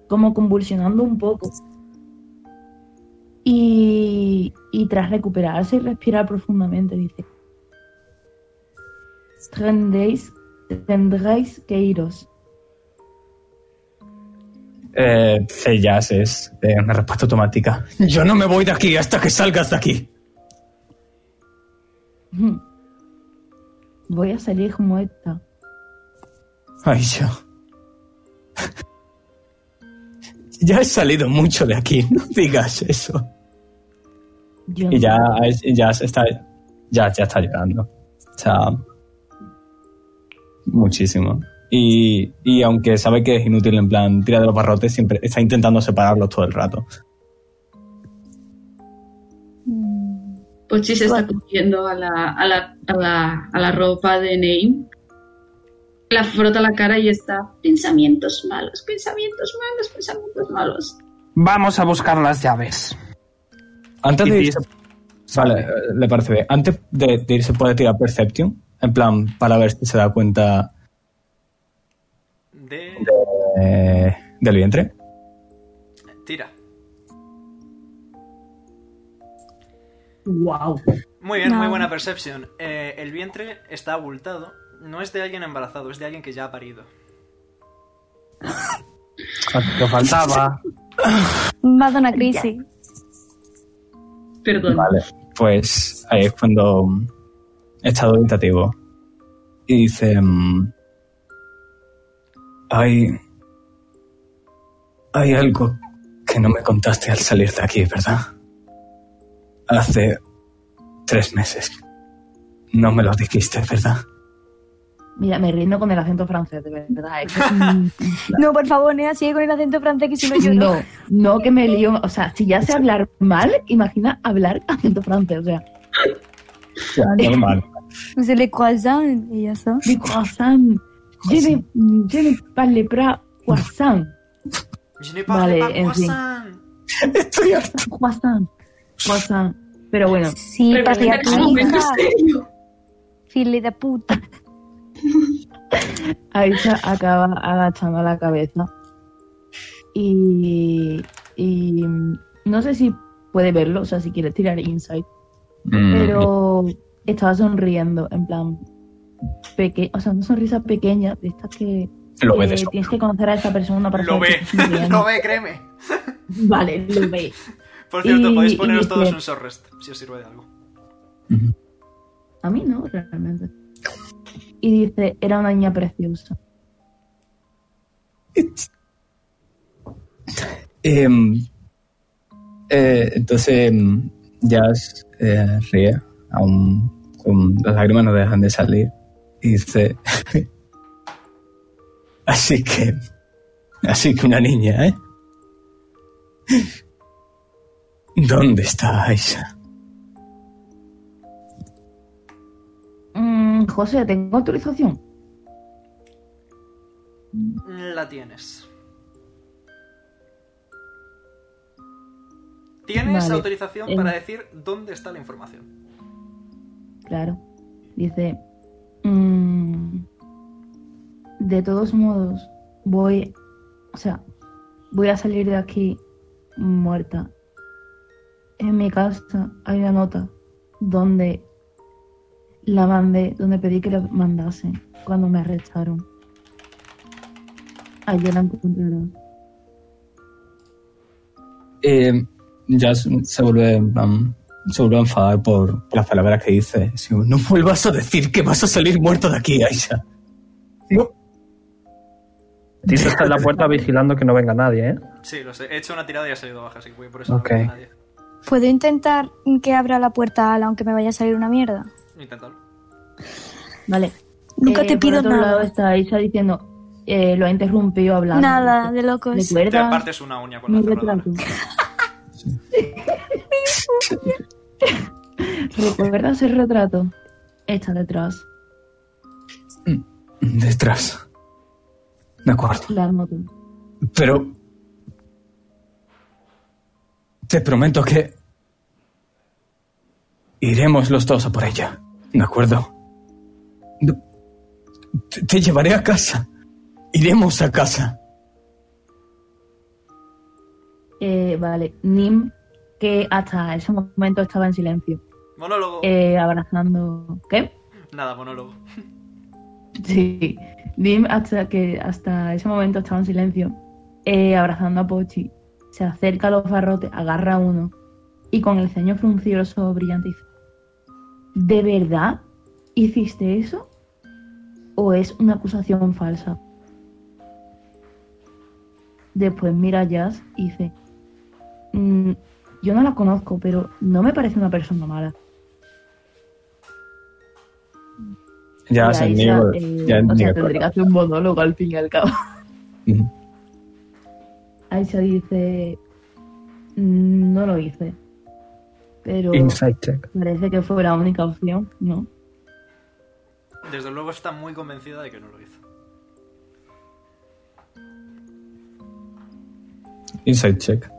Speaker 5: como convulsionando un poco. Y, y tras recuperarse y respirar profundamente, dice, tendréis, tendréis que iros. [LAUGHS]
Speaker 4: Eh, Cellas es eh, una respuesta automática. Yo no me voy de aquí hasta que salgas de aquí.
Speaker 5: Voy a salir muerta.
Speaker 4: Ay, yo. Ya he salido mucho de aquí, no digas eso.
Speaker 5: Yo
Speaker 4: Y ya, ya se está. Ya, ya está llorando. O sea. Muchísimo. Y, y aunque sabe que es inútil, en plan, tira de los barrotes, siempre está intentando separarlos todo el rato.
Speaker 3: Pochi pues se está cogiendo a la, a la, a la, a la ropa de Name. La frota la cara y está. Pensamientos malos, pensamientos malos, pensamientos malos.
Speaker 1: Vamos a buscar las llaves.
Speaker 4: Antes
Speaker 1: Y
Speaker 4: de
Speaker 1: ti-
Speaker 4: irse. Vale, eh, le parece bien. Antes de, de irse, puede tirar Perception. En plan, para ver si se da cuenta. de- eh, del vientre.
Speaker 2: Tira.
Speaker 5: Wow.
Speaker 2: Muy bien, muy
Speaker 5: No.
Speaker 2: buena percepción. Eh, el vientre está abultado. No es de alguien embarazado, es de alguien que ya ha parido.
Speaker 1: Lo faltaba.
Speaker 6: Madonna crisis.
Speaker 3: Perdón.
Speaker 4: mm, Vale, pues ahí es cuando. Estado orientativo. y dice... mm, hay... Hay algo que no me contaste al salir de aquí, ¿verdad? Hace tres meses. No me lo dijiste, ¿verdad?
Speaker 5: Mira, me rindo con el acento francés, de verdad. es que-
Speaker 6: No, por favor, Nea, sigue con el acento francés que si
Speaker 5: [LAUGHS]
Speaker 6: no yo
Speaker 5: no,
Speaker 6: no.
Speaker 5: no que me lío. O sea, si ya sé hablar mal, imagina hablar acento francés. O sea,
Speaker 4: normal.
Speaker 6: Se le croissant y ya está.
Speaker 5: de croissant. Je ne, je ne parle pas croissant.
Speaker 2: parle
Speaker 5: vale,
Speaker 2: pas
Speaker 5: en fin.
Speaker 4: [LAUGHS] Estoy harto.
Speaker 5: Croissant. Croissant. Pero bueno.
Speaker 6: Sí,
Speaker 5: Pero
Speaker 6: patria
Speaker 3: este
Speaker 5: en un momento
Speaker 6: querida. File de puta.
Speaker 5: Aisha acaba agachando la cabeza. Y, y mm, no sé si puede verlo, o sea, si quiere tirar insight.
Speaker 4: Mm.
Speaker 5: Pero estaba sonriendo, en plan. Peque o sea, una sonrisa pequeña, de estas que.
Speaker 4: Mm, Lo ve
Speaker 5: que
Speaker 4: de sobra.
Speaker 5: Tienes que conocer a esta persona para
Speaker 2: Lo
Speaker 5: saber
Speaker 2: ve,
Speaker 5: que está
Speaker 2: [LAUGHS]
Speaker 5: sonriendo.
Speaker 2: lo ve, créeme.
Speaker 5: Vale, lo ve.
Speaker 2: Por cierto,
Speaker 5: Y-
Speaker 2: podéis
Speaker 5: y
Speaker 2: poneros
Speaker 5: dice-
Speaker 2: todos un short rest, si os sirve de algo.
Speaker 5: A mí no, realmente. Y dice, era una niña preciosa.
Speaker 4: Em, eh, entonces, em, Jazz eh, ríe, aún con las lágrimas no dejan de salir, y dice: [LAUGHS] Así que, así que una niña, ¿eh? ¿Dónde está Aisha?
Speaker 5: Mm, José, ¿tengo autorización?
Speaker 2: La tienes. Tienes
Speaker 5: Vale.
Speaker 2: autorización
Speaker 5: Eh.
Speaker 2: para decir dónde está la información.
Speaker 5: Claro. Dice, mm, de todos modos, voy, o sea, voy a salir de aquí muerta. En mi casa hay una nota donde la mandé, donde pedí que la mandasen cuando me arrestaron. Ayer la encontraron.
Speaker 4: Eh, Jazz se vuelve, en plan, se vuelve a enfadar por las palabras que dice. Así como, No vuelvas a decir que vas a salir muerto de aquí, Aisha.
Speaker 1: [LAUGHS] Tito está en la puerta vigilando que no venga nadie, ¿eh?
Speaker 2: Sí, lo sé. He hecho una tirada y ha salido baja, así que voy por eso. no
Speaker 1: Ok.
Speaker 2: veo a nadie.
Speaker 6: ¿Puedo intentar que abra la puerta Ala, aunque me vaya a salir una mierda?
Speaker 2: Inténtalo.
Speaker 5: Vale. eh,
Speaker 6: Nunca te pido
Speaker 5: por otro
Speaker 6: nada.
Speaker 5: lado está Isa diciendo, eh, lo ha interrumpido hablando.
Speaker 6: Nada, pues, de locos.
Speaker 2: Te
Speaker 5: Recuerda,
Speaker 2: partes una uña con la
Speaker 5: Muy
Speaker 2: cerradura.
Speaker 5: [LAUGHS] Recuerda ese retrato. Está detrás,
Speaker 4: Detrás. De acuerdo.
Speaker 5: la moto.
Speaker 4: Pero. Te prometo que. Iremos los dos a por ella. ¿De acuerdo? No. Te, te llevaré a casa. Iremos a casa.
Speaker 5: Eh, vale, Nim, que hasta ese momento estaba en silencio,
Speaker 2: Monólogo.
Speaker 5: eh, abrazando. ¿Qué?
Speaker 2: Nada, monólogo.
Speaker 5: Sí. Nim, hasta que hasta ese momento estaba en silencio, eh, abrazando a Pochi. Se acerca a los barrotes, agarra uno y con el ceño fruncido los ojos brillantes dice: ¿De verdad hiciste eso? ¿O es una acusación falsa? Después mira a Jazz y dice: "Mm, Yo no la conozco, pero no me parece una persona mala.
Speaker 4: Ya,
Speaker 5: Y ahí
Speaker 4: niego-
Speaker 5: eh,
Speaker 4: ya
Speaker 5: o sea,
Speaker 4: niego.
Speaker 5: tendría que hacer un monólogo al fin y al cabo.
Speaker 4: Ujú.
Speaker 5: Aisha dice, "Mm, no lo hice, pero
Speaker 1: Insight check.
Speaker 5: parece que fue la única opción, ¿no?
Speaker 2: Desde luego está muy convencida de que no lo hizo.
Speaker 4: Inside check.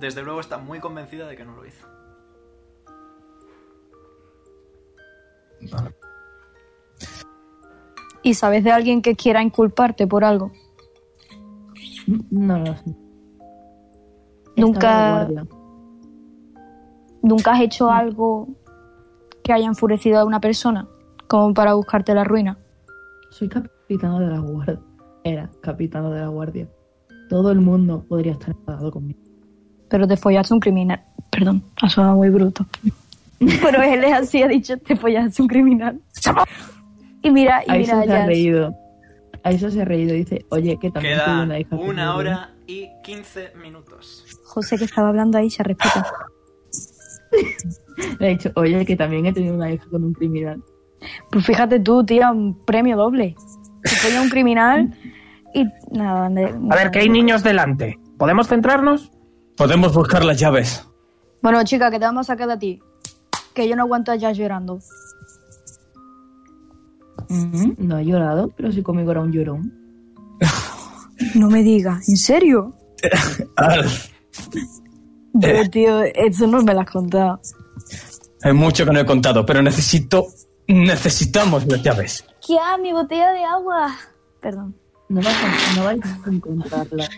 Speaker 2: Desde luego está muy convencida de que no lo hizo.
Speaker 6: ¿Y sabes de alguien que quiera inculparte por algo?
Speaker 5: Mm, No lo sé. Estaba
Speaker 6: Nunca,
Speaker 5: de guardia.
Speaker 6: nunca has
Speaker 5: Mm.
Speaker 6: hecho algo que haya enfurecido a una persona, como para buscarte la ruina.
Speaker 5: Soy capitano de la guardia. Era capitano de la guardia. Todo el mundo podría estar enfadado conmigo.
Speaker 6: Pero te follaste a un criminal. Perdón, ha sonado muy bruto. [LAUGHS] Pero él es así, ha dicho, este polla es un criminal. Y mira, y
Speaker 5: A
Speaker 6: mira
Speaker 5: eso se ha
Speaker 6: a Jazz.
Speaker 5: reído. A eso se ha reído. Dice, oye, que también tuve
Speaker 2: Quedan
Speaker 5: una hija.
Speaker 2: una
Speaker 5: pequeña".
Speaker 2: hora y 15 minutos.
Speaker 6: José que estaba hablando ahí se respeta.
Speaker 5: Le ha dicho, oye, que también he tenido una hija con un criminal.
Speaker 6: Pues fíjate tú, tía, un premio doble. Se polla un criminal y nada. me-
Speaker 1: A ver, que hay niños delante. ¿Podemos centrarnos?
Speaker 4: Podemos buscar las llaves.
Speaker 6: Bueno, chica, que te vamos a sacar de a ti. Que yo no aguanto a Jazz llorando.
Speaker 5: Ujú, Mm, No ha llorado, pero sí conmigo era un llorón.
Speaker 6: No me digas, ¿en serio?
Speaker 4: Ah,
Speaker 1: Eh.
Speaker 6: Yo, tío, eso no me lo has contado.
Speaker 4: Hay mucho que no he contado, pero necesito. Necesitamos las llaves.
Speaker 6: ¿Qué? Ah, mi botella de agua. Perdón.
Speaker 5: No vas a, no vas a encontrarla.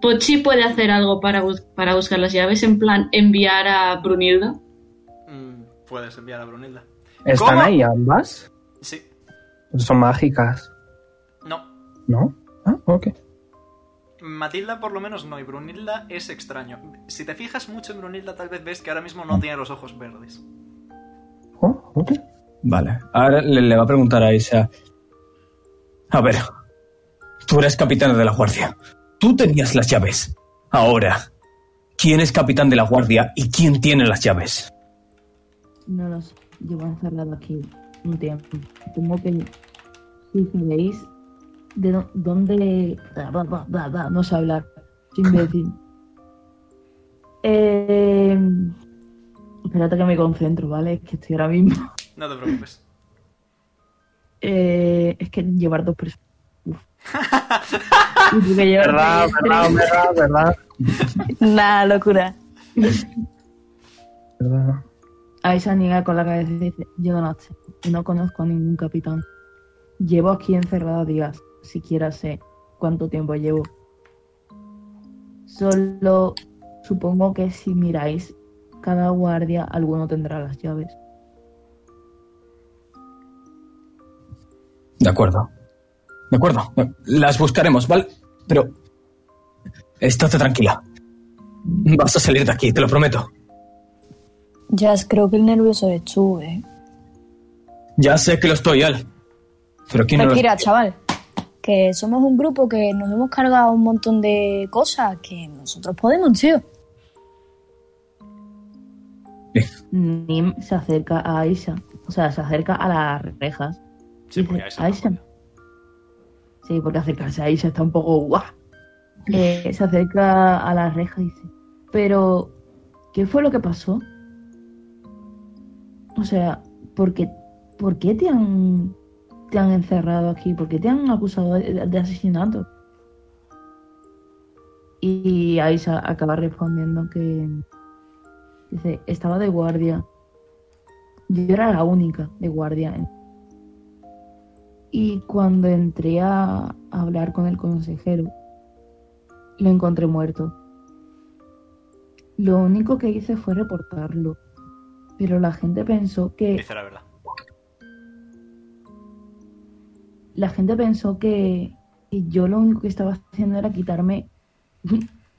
Speaker 3: Pochi puede hacer algo para, bus- para buscar las llaves, en plan enviar a Brunilda.
Speaker 2: Mm, Puedes enviar a Brunilda.
Speaker 1: ¿Están
Speaker 2: ¿Cómo?
Speaker 1: ahí ambas?
Speaker 2: Sí.
Speaker 1: Son mágicas,
Speaker 2: No.
Speaker 1: ¿no? Ah, ok.
Speaker 2: Matilda por lo menos no, y Brunilda es extraño. Si te fijas mucho en Brunilda, tal vez ves que ahora mismo no tiene los ojos verdes.
Speaker 1: Oh,
Speaker 4: Vale. Ahora le, le va a preguntar a Isa. A ver. Tú eres capitán de la guardia. Tú tenías las llaves. Ahora. ¿Quién es capitán de la guardia y quién tiene las llaves?
Speaker 5: No lo sé. Llevo encerrado aquí un tiempo. Supongo que si sabéis de dó- dónde. bla, bla, bla, bla, bla, no sé hablar. Sin decir. Eh, espérate que me concentro, ¿vale? Es que estoy ahora mismo. [LAUGHS]
Speaker 2: No te preocupes.
Speaker 5: Eh, es que llevar dos personas. Uf. Y tú que llevas-
Speaker 1: Verdad, verdad, verdad, verdad.
Speaker 6: Nah, locura.
Speaker 1: verdad.
Speaker 5: Ahí se niega con la cabeza y dice, yo no lo sé, no conozco a ningún capitán. Llevo aquí encerrado días, siquiera sé cuánto tiempo llevo. Solo supongo que si miráis, cada guardia alguno tendrá las llaves.
Speaker 4: De acuerdo. De acuerdo. Las buscaremos, ¿vale? Pero. Estate tranquila. Vas a salir de aquí, te lo prometo.
Speaker 10: Jazz, creo que el nervioso es tú, ¿eh?
Speaker 4: Ya sé que lo estoy, Al. Pero ¿quién no lo-
Speaker 10: Tranquila, chaval. Que somos un grupo que nos hemos cargado un montón de cosas que nosotros podemos, tío.
Speaker 5: Nim se acerca a Aisha, o sea, se acerca a las rejas.
Speaker 2: Sí,
Speaker 5: porque Aisha. Sí, porque acercarse a Aisha está un poco guau. Eh, se acerca a las rejas y dice, pero, ¿qué fue lo que pasó? O sea, ¿por qué, por qué te han te han encerrado aquí? ¿Por qué te han acusado de, de asesinato? Y Aisha acaba respondiendo que dice, estaba de guardia. Yo era la única de guardia. Y cuando entré a hablar con el consejero, lo encontré muerto. Lo único que hice fue reportarlo. Pero la gente pensó que
Speaker 2: Dice la verdad.
Speaker 5: la gente pensó que, que yo lo único que estaba haciendo era quitarme, [LAUGHS]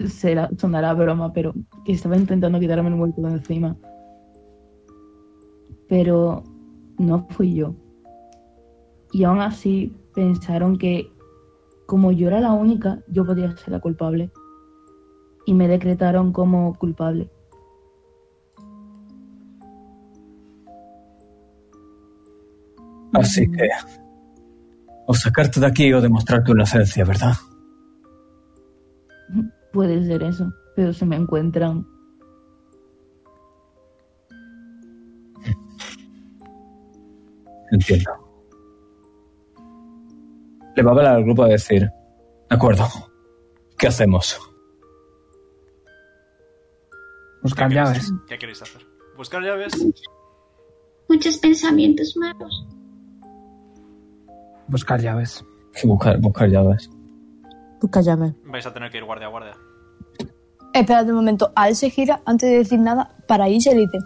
Speaker 5: será, sonará broma, pero que estaba intentando quitarme el muerto de encima. Pero no fui yo. Y aún así pensaron que como yo era la única, yo podía ser la culpable. Y me decretaron como culpable.
Speaker 4: Así que. O sacarte de aquí o demostrar tu inocencia, ¿verdad?
Speaker 5: Puede ser eso, pero si me encuentran,
Speaker 4: Entiendo. Le va a hablar al grupo a decir: De acuerdo. ¿Qué hacemos?
Speaker 1: Buscar llaves.
Speaker 2: ¿Qué queréis hacer? Buscar llaves.
Speaker 8: Muchos pensamientos malos.
Speaker 1: Buscar llaves.
Speaker 4: Que Buscar, buscar llaves.
Speaker 12: Tú cállame.
Speaker 2: Vais a tener que ir guardia a guardia.
Speaker 10: Espérate un momento. Al se gira antes de decir nada para ir se dice: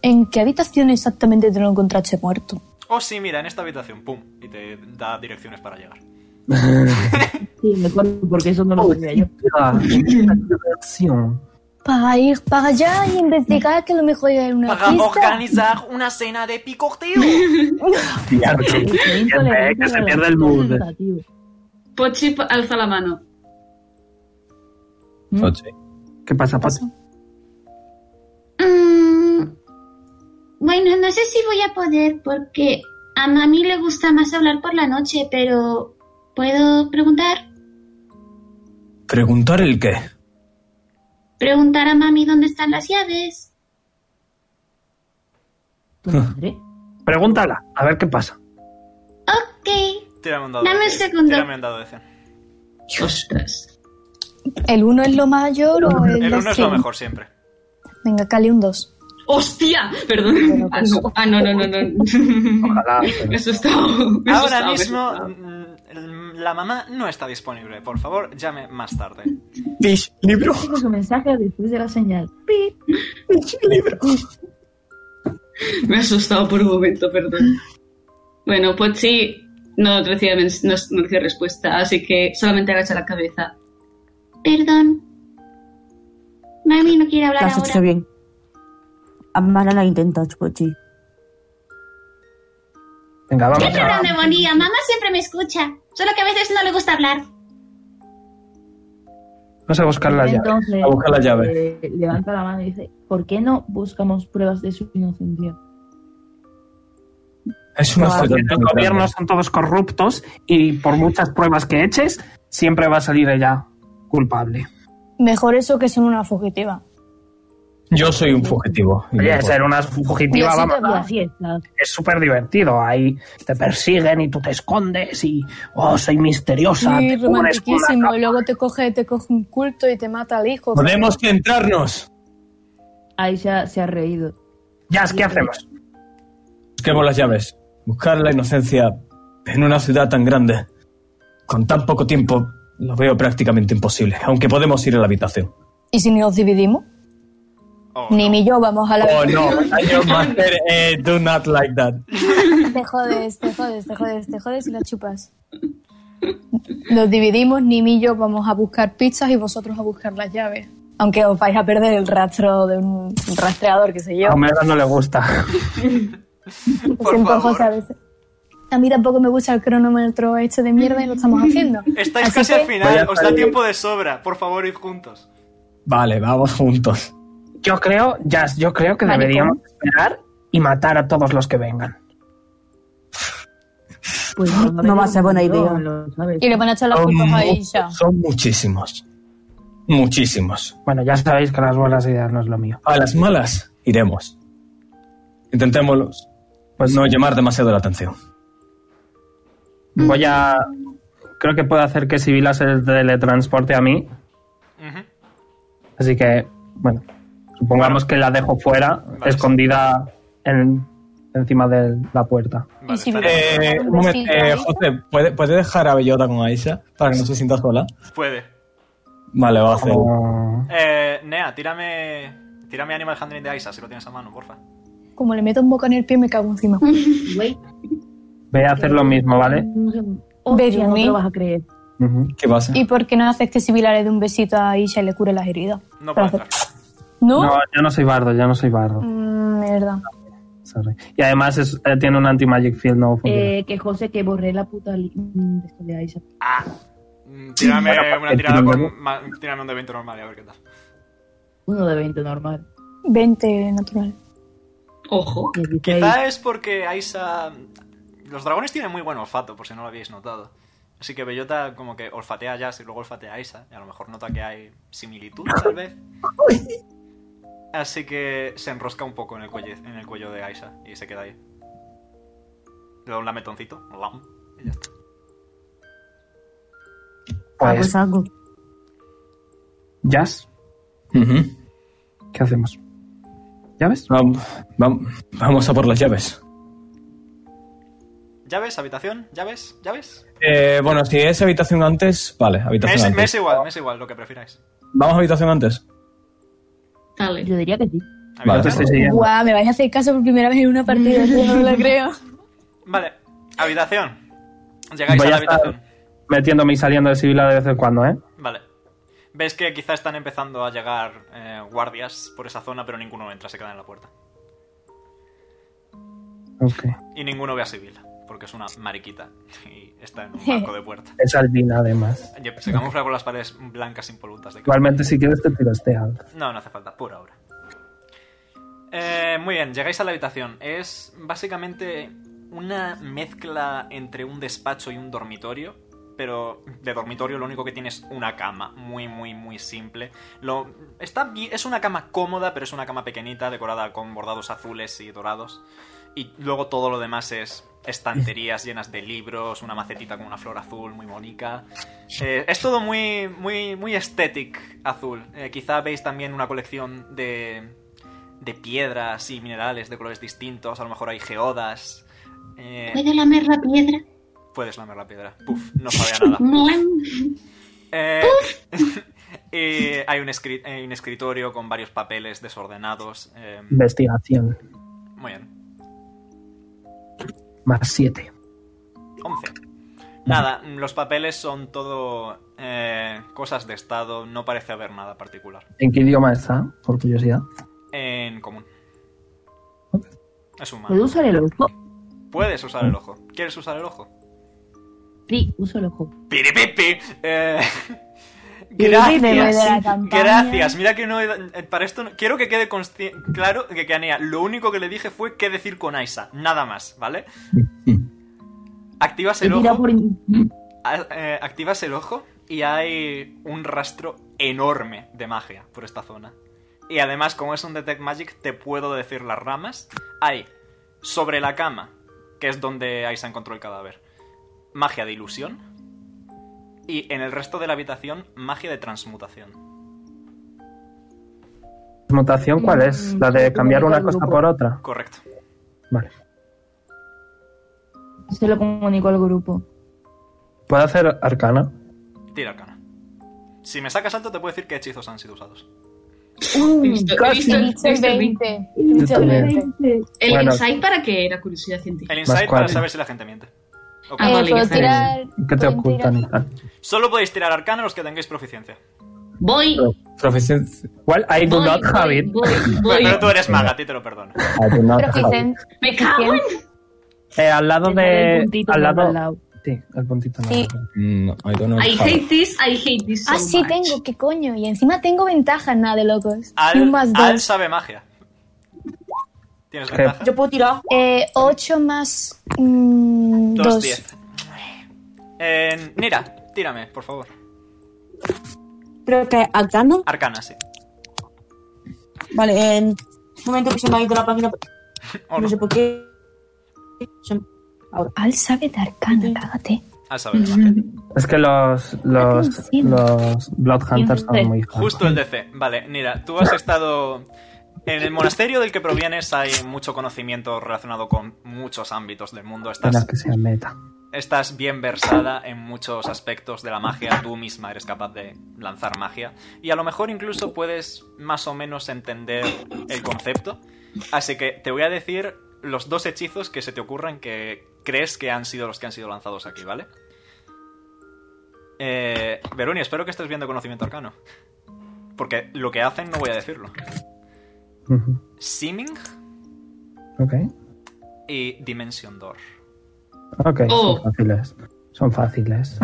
Speaker 10: ¿En qué habitación exactamente te lo encontraste muerto?
Speaker 2: Oh, sí, mira, en esta habitación, pum. Y te da direcciones para llegar.
Speaker 5: sí, me corto porque eso no lo sabía yo.
Speaker 1: Ah, la dirección.
Speaker 19: para ir para allá y investigar que a lo mejor hay una
Speaker 2: Para
Speaker 19: pista.
Speaker 2: organizar una cena de picoteo.
Speaker 1: Cierto. [LAUGHS] Siempre, eh, que se pierde el mood.
Speaker 3: Pochi po- alza la mano.
Speaker 5: ¿Mm?
Speaker 1: ¿Qué pasa, Pochi?
Speaker 8: Mm, bueno, no sé si voy a poder porque a mami le gusta más hablar por la noche, pero puedo preguntar,
Speaker 4: ¿Preguntar el qué?
Speaker 8: preguntar a mami dónde están las llaves.
Speaker 1: Pregúntala, a ver qué pasa.
Speaker 8: Ok.
Speaker 2: Tírame un dado.
Speaker 8: Dame
Speaker 2: de
Speaker 8: un
Speaker 2: cien.
Speaker 8: segundo.
Speaker 2: Tírame un dado de cien.
Speaker 3: Ostras.
Speaker 6: ¿El 1 es lo mayor o el
Speaker 2: El
Speaker 6: de
Speaker 2: uno es lo
Speaker 6: cien?
Speaker 2: mejor siempre.
Speaker 6: Venga, Cali un 2.
Speaker 3: ¡Hostia! Perdón. Ah, no, ah, no, no, no. no. [LAUGHS] Me he asustado. me he
Speaker 2: Ahora
Speaker 3: asustado, me he
Speaker 2: mismo
Speaker 3: asustado.
Speaker 2: mm, la mamá no está disponible. Por favor, llame más tarde.
Speaker 4: Dish, libro.
Speaker 5: Tengo Este su mensaje después de la señal.
Speaker 3: Me he asustado por un momento, perdón. Bueno, Pochi no recibe, mens- no, no recibe respuesta, así que solamente agacha la cabeza.
Speaker 8: Perdón. Mami no quiere hablar
Speaker 20: Lo has
Speaker 8: ahora.
Speaker 20: hecho bien. Amara la intenta, Pochi.
Speaker 1: Venga,
Speaker 8: ¿Qué programa de bonía? Mamá siempre me escucha, solo que a veces no le gusta hablar.
Speaker 1: Vamos a buscar la llave.
Speaker 5: Entonces,
Speaker 1: A buscar la llave.
Speaker 5: eh, levanta la mano y dice, ¿por qué no buscamos pruebas de su inocencia?
Speaker 4: Es
Speaker 5: una
Speaker 1: Porque
Speaker 5: joya.
Speaker 1: Los gobiernos son todos corruptos y por muchas pruebas que eches, siempre va a salir ella culpable.
Speaker 6: Mejor eso que ser una fugitiva.
Speaker 4: Yo soy un fugitivo.
Speaker 1: Oye, ser una fugitiva,
Speaker 6: Así te
Speaker 1: vamos.
Speaker 6: va.
Speaker 1: Es súper divertido. Ahí te persiguen y tú te escondes y. ¡Oh, soy misteriosa!
Speaker 6: Sí,
Speaker 1: te cubres con la
Speaker 6: romantiquísimo.
Speaker 1: capa.
Speaker 6: Y luego te coge, te coge un culto y te mata al hijo.
Speaker 4: Podemos centrarnos.
Speaker 5: Aisha se ha reído.
Speaker 1: Ya, ¿qué hacemos?
Speaker 4: Busquemos las llaves. Buscar la inocencia en una ciudad tan grande, con tan poco tiempo, lo veo prácticamente imposible. Aunque podemos ir a la habitación.
Speaker 6: ¿Y si nos dividimos?
Speaker 2: Oh,
Speaker 6: Ni mi yo vamos a la
Speaker 4: Oh [LAUGHS] no, Dungeon Master, eh, do not like that.
Speaker 6: [LAUGHS] Te jodes, te jodes, te jodes, te jodes y la chupas. Nos dividimos, Nimi y yo vamos a buscar pizzas y vosotros a buscar las llaves. Aunque os vais a perder el rastro de un rastreador, que sé yo.
Speaker 1: A Omega no le gusta.
Speaker 6: Por a veces. A mí tampoco me gusta el cronómetro este de mierda y lo estamos haciendo.
Speaker 2: Estáis
Speaker 6: Así
Speaker 2: casi
Speaker 6: que-
Speaker 2: al final, os da tiempo de sobra. Por favor, id juntos.
Speaker 4: Vale, vamos juntos.
Speaker 1: Yo creo, ya, yo creo que
Speaker 2: Vale,
Speaker 1: deberíamos esperar y matar a todos los que vengan.
Speaker 5: Pues,
Speaker 20: No va a ser buena idea.
Speaker 6: Y le van a echar las
Speaker 4: Son
Speaker 6: culpas a
Speaker 4: mu-
Speaker 6: Isha.
Speaker 4: Son muchísimos. Muchísimos.
Speaker 1: Bueno, ya sabéis que las buenas ideas no es lo mío.
Speaker 4: A las malas iremos. Intentémoslo. Pues no llamar demasiado la atención.
Speaker 1: Voy a. Creo que puedo hacer que Sibila se teletransporte a mí. Así que, bueno. Supongamos que la dejo fuera, escondida en- encima de la puerta.
Speaker 4: Eh, un momento, eh, José, ¿puede, puede dejar a Bellota con Aisha para que no se sienta sola?
Speaker 2: Puede.
Speaker 4: Vale, va a hacer.
Speaker 2: Eh, Nea, tírame, tírame Animal Handling de Aisa si lo tienes a mano, porfa.
Speaker 6: Como le meto un boca en el pie, me cago encima.
Speaker 1: Voy a hacer lo mismo, ¿vale?
Speaker 6: Baby
Speaker 5: no te
Speaker 6: me.
Speaker 5: lo vas a creer.
Speaker 4: ¿Qué pasa?
Speaker 6: ¿Y por qué no haces que Sibila le dé un besito a Isha y le cure las heridas?
Speaker 2: No
Speaker 6: puedo ¿No?
Speaker 1: No, ya no soy bardo, ya no soy bardo.
Speaker 6: Mm, mierda.
Speaker 1: Sorry. Y además es- eh, tiene un anti-magic field, no funciona.
Speaker 5: Eh, que José, que borré la puta li- mm, de esto de Aisha.
Speaker 2: Mm, Tírame
Speaker 1: Bueno,
Speaker 2: una
Speaker 1: el
Speaker 2: tirada
Speaker 1: tiro
Speaker 2: con, ma- tírame un de 20 normal y a ver qué tal.
Speaker 5: Uno de 20 normal.
Speaker 6: 20 natural.
Speaker 3: Ojo.
Speaker 2: Quizá es porque Aisa. mm, Los dragones tienen muy buen olfato, por si no lo habéis notado. Así que Bellota como que olfatea a Jazz y luego olfatea a Aisa. Y a lo mejor nota que hay similitud, tal vez. Así que se enrosca un poco en el cuello, en el cuello de Aisa y se queda ahí. Le da un lametoncito. lam, y ya está.
Speaker 20: Ah,
Speaker 1: Pues, Jazz, ¿qué hacemos? ¿Llaves?
Speaker 4: vamos a por las llaves.
Speaker 2: ¿Llaves? ¿Habitación? ¿Llaves? ¿Llaves?
Speaker 4: Eh, bueno, si es habitación antes, vale,
Speaker 2: Me
Speaker 4: habitación
Speaker 2: es,
Speaker 4: antes.
Speaker 2: me es igual, me es igual, lo que prefiráis.
Speaker 4: ¿Vamos a habitación antes?
Speaker 5: Yo diría que sí.
Speaker 4: Vale,
Speaker 6: Guau, me vais a hacer caso por primera vez en una partida, tío, no me lo creo.
Speaker 2: Vale, habitación. Llegáis
Speaker 1: Voy
Speaker 2: a la
Speaker 1: a estar
Speaker 2: habitación.
Speaker 1: metiéndome y saliendo de Sibila de vez en cuando, ¿eh?
Speaker 2: Vale. Ves que quizá están empezando a llegar eh, guardias por esa zona, pero ninguno entra, se queda en la puerta. Y ninguno ve a Sibila, porque es una mariquita y está en un banco de puerta.
Speaker 1: Es albina, además.
Speaker 2: Oye, Se camufla con las paredes blancas impolutas. De
Speaker 1: Igualmente, si quieres, te tiro este algo.
Speaker 2: No, no hace falta, por ahora. Eh, muy bien, llegáis a la habitación. Es básicamente una mezcla entre un despacho y un dormitorio. Pero de dormitorio lo único que tiene es una cama, muy, muy, muy simple. Lo, está, bi- es una cama cómoda, pero es una cama pequeñita, decorada con bordados azules y dorados. Y luego todo lo demás es estanterías llenas de libros, una macetita con una flor azul muy bonita. Eh, es todo muy, muy, muy estético azul. Eh, quizá veis también una colección de, de piedras y minerales de colores distintos. A lo mejor hay geodas. Eh,
Speaker 8: ¿Puedo lamer la piedra?
Speaker 2: puedes lamer la piedra. Puf, no sabe a nada. Eh, [LAUGHS] y hay un, escri- hay un escritorio con varios papeles desordenados. eh,
Speaker 1: Investigación.
Speaker 2: muy bien.
Speaker 1: Más 7.
Speaker 2: 11. Nada, los papeles son todo eh, cosas de estado. No parece haber nada particular.
Speaker 1: ¿En qué idioma está? Por curiosidad.
Speaker 2: En común. Es humano.
Speaker 5: ¿Puedo usar el ojo?
Speaker 2: Puedes usar el ojo. ¿Quieres usar el ojo?
Speaker 5: Sí, uso el ojo.
Speaker 2: ¡Piripipi!
Speaker 5: [LAUGHS]
Speaker 2: Eh,
Speaker 5: Dinero de la
Speaker 2: gracias.
Speaker 5: campaña.
Speaker 2: Gracias. Mira que no he da- eh, Para esto no- quiero que quede consci- claro que Canea, lo único que le dije fue qué decir con Aisa. Nada más, ¿vale? Activas el
Speaker 5: He tirado
Speaker 2: ojo.
Speaker 5: por in- [LAUGHS]
Speaker 2: a- eh, activas el ojo y hay un rastro enorme de magia por esta zona. Y además, como es un Detect Magic, te puedo decir las ramas. Hay sobre la cama, que es donde Aisa encontró el cadáver, magia de ilusión. Y en el resto de la habitación, magia de transmutación.
Speaker 1: ¿Mutación cuál
Speaker 6: Mm.
Speaker 1: es? ¿La de cambiar una cosa por otra?
Speaker 2: Correcto.
Speaker 1: Vale.
Speaker 5: Se lo comunico al grupo.
Speaker 1: ¿Puedo hacer arcana?
Speaker 2: Tira arcana. Si me sacas alto, te puedo decir qué hechizos han sido usados.
Speaker 19: Mm,
Speaker 3: casi.
Speaker 17: el 20.
Speaker 3: Yo
Speaker 17: Dicho el
Speaker 3: también.
Speaker 17: 20.
Speaker 10: Eh,
Speaker 3: ¿El
Speaker 1: Bueno.
Speaker 3: insight para qué era curiosidad científica?
Speaker 7: Eh,
Speaker 2: El insight para
Speaker 1: cuatro.
Speaker 2: saber si la gente miente. Ok.
Speaker 3: Ah, vale,
Speaker 19: pues
Speaker 3: ya está.
Speaker 1: ¿Qué
Speaker 6: Pues
Speaker 1: te ocultan? y tal?
Speaker 2: Solo podéis tirar arcana los que tengáis proficiencia.
Speaker 3: Voy.
Speaker 1: Pues, Well, I do not have it.
Speaker 2: Pero tú eres maga, a ti te lo perdono.
Speaker 1: I do not have it.
Speaker 3: Me cago en...
Speaker 1: Eh, al lado
Speaker 3: Tener el
Speaker 1: de.
Speaker 3: puntito
Speaker 1: Al
Speaker 3: más
Speaker 1: lado.
Speaker 3: al lado.
Speaker 1: Sí, el puntito.
Speaker 19: Sí.
Speaker 4: No, I don't know.
Speaker 3: I
Speaker 4: how.
Speaker 3: hate this, I hate this.
Speaker 19: Ah,
Speaker 3: so
Speaker 19: sí
Speaker 3: much.
Speaker 19: tengo, qué coño. Y encima tengo ventajas, nada de locos. Y
Speaker 2: Al,
Speaker 19: un más
Speaker 2: Al
Speaker 19: dos.
Speaker 2: sabe magia. ¿Tienes
Speaker 1: Je-
Speaker 2: ventaja?
Speaker 19: Yo puedo tirar. Eh, 8 más 2.
Speaker 10: mm,
Speaker 2: Dos, diez. Eh, Nira, tírame, por favor.
Speaker 20: Creo que acá no.
Speaker 2: Arcana, sí.
Speaker 20: Vale, en un momento que se me ha ido la página.
Speaker 2: Oh,
Speaker 20: no.
Speaker 2: no.
Speaker 20: sé por qué. Se me- Ahora.
Speaker 19: Al sabe de arcana, cágate.
Speaker 2: Al saber magia.
Speaker 1: Es que los.
Speaker 3: Ah,
Speaker 1: Los. Los Bloodhunters son muy.
Speaker 2: Justo el DC. Vale, Nira, tú has estado. En el monasterio del que provienes hay mucho conocimiento relacionado con muchos ámbitos del mundo. Estás
Speaker 1: Espera que sea meta.
Speaker 2: Estás bien versada en muchos aspectos de la magia, tú misma eres capaz de lanzar magia y a lo mejor incluso puedes más o menos entender el concepto. Así que te voy a decir los dos hechizos que se te ocurran que crees que han sido los que han sido lanzados aquí, ¿vale? Eh, Veruni, espero que estés viendo conocimiento arcano. Porque lo que hacen no voy a decirlo.
Speaker 1: Ujú.
Speaker 2: Seeming
Speaker 1: Ok.
Speaker 2: y Dimension Door.
Speaker 1: Ok,
Speaker 2: Oh.
Speaker 1: son fáciles. Son fáciles.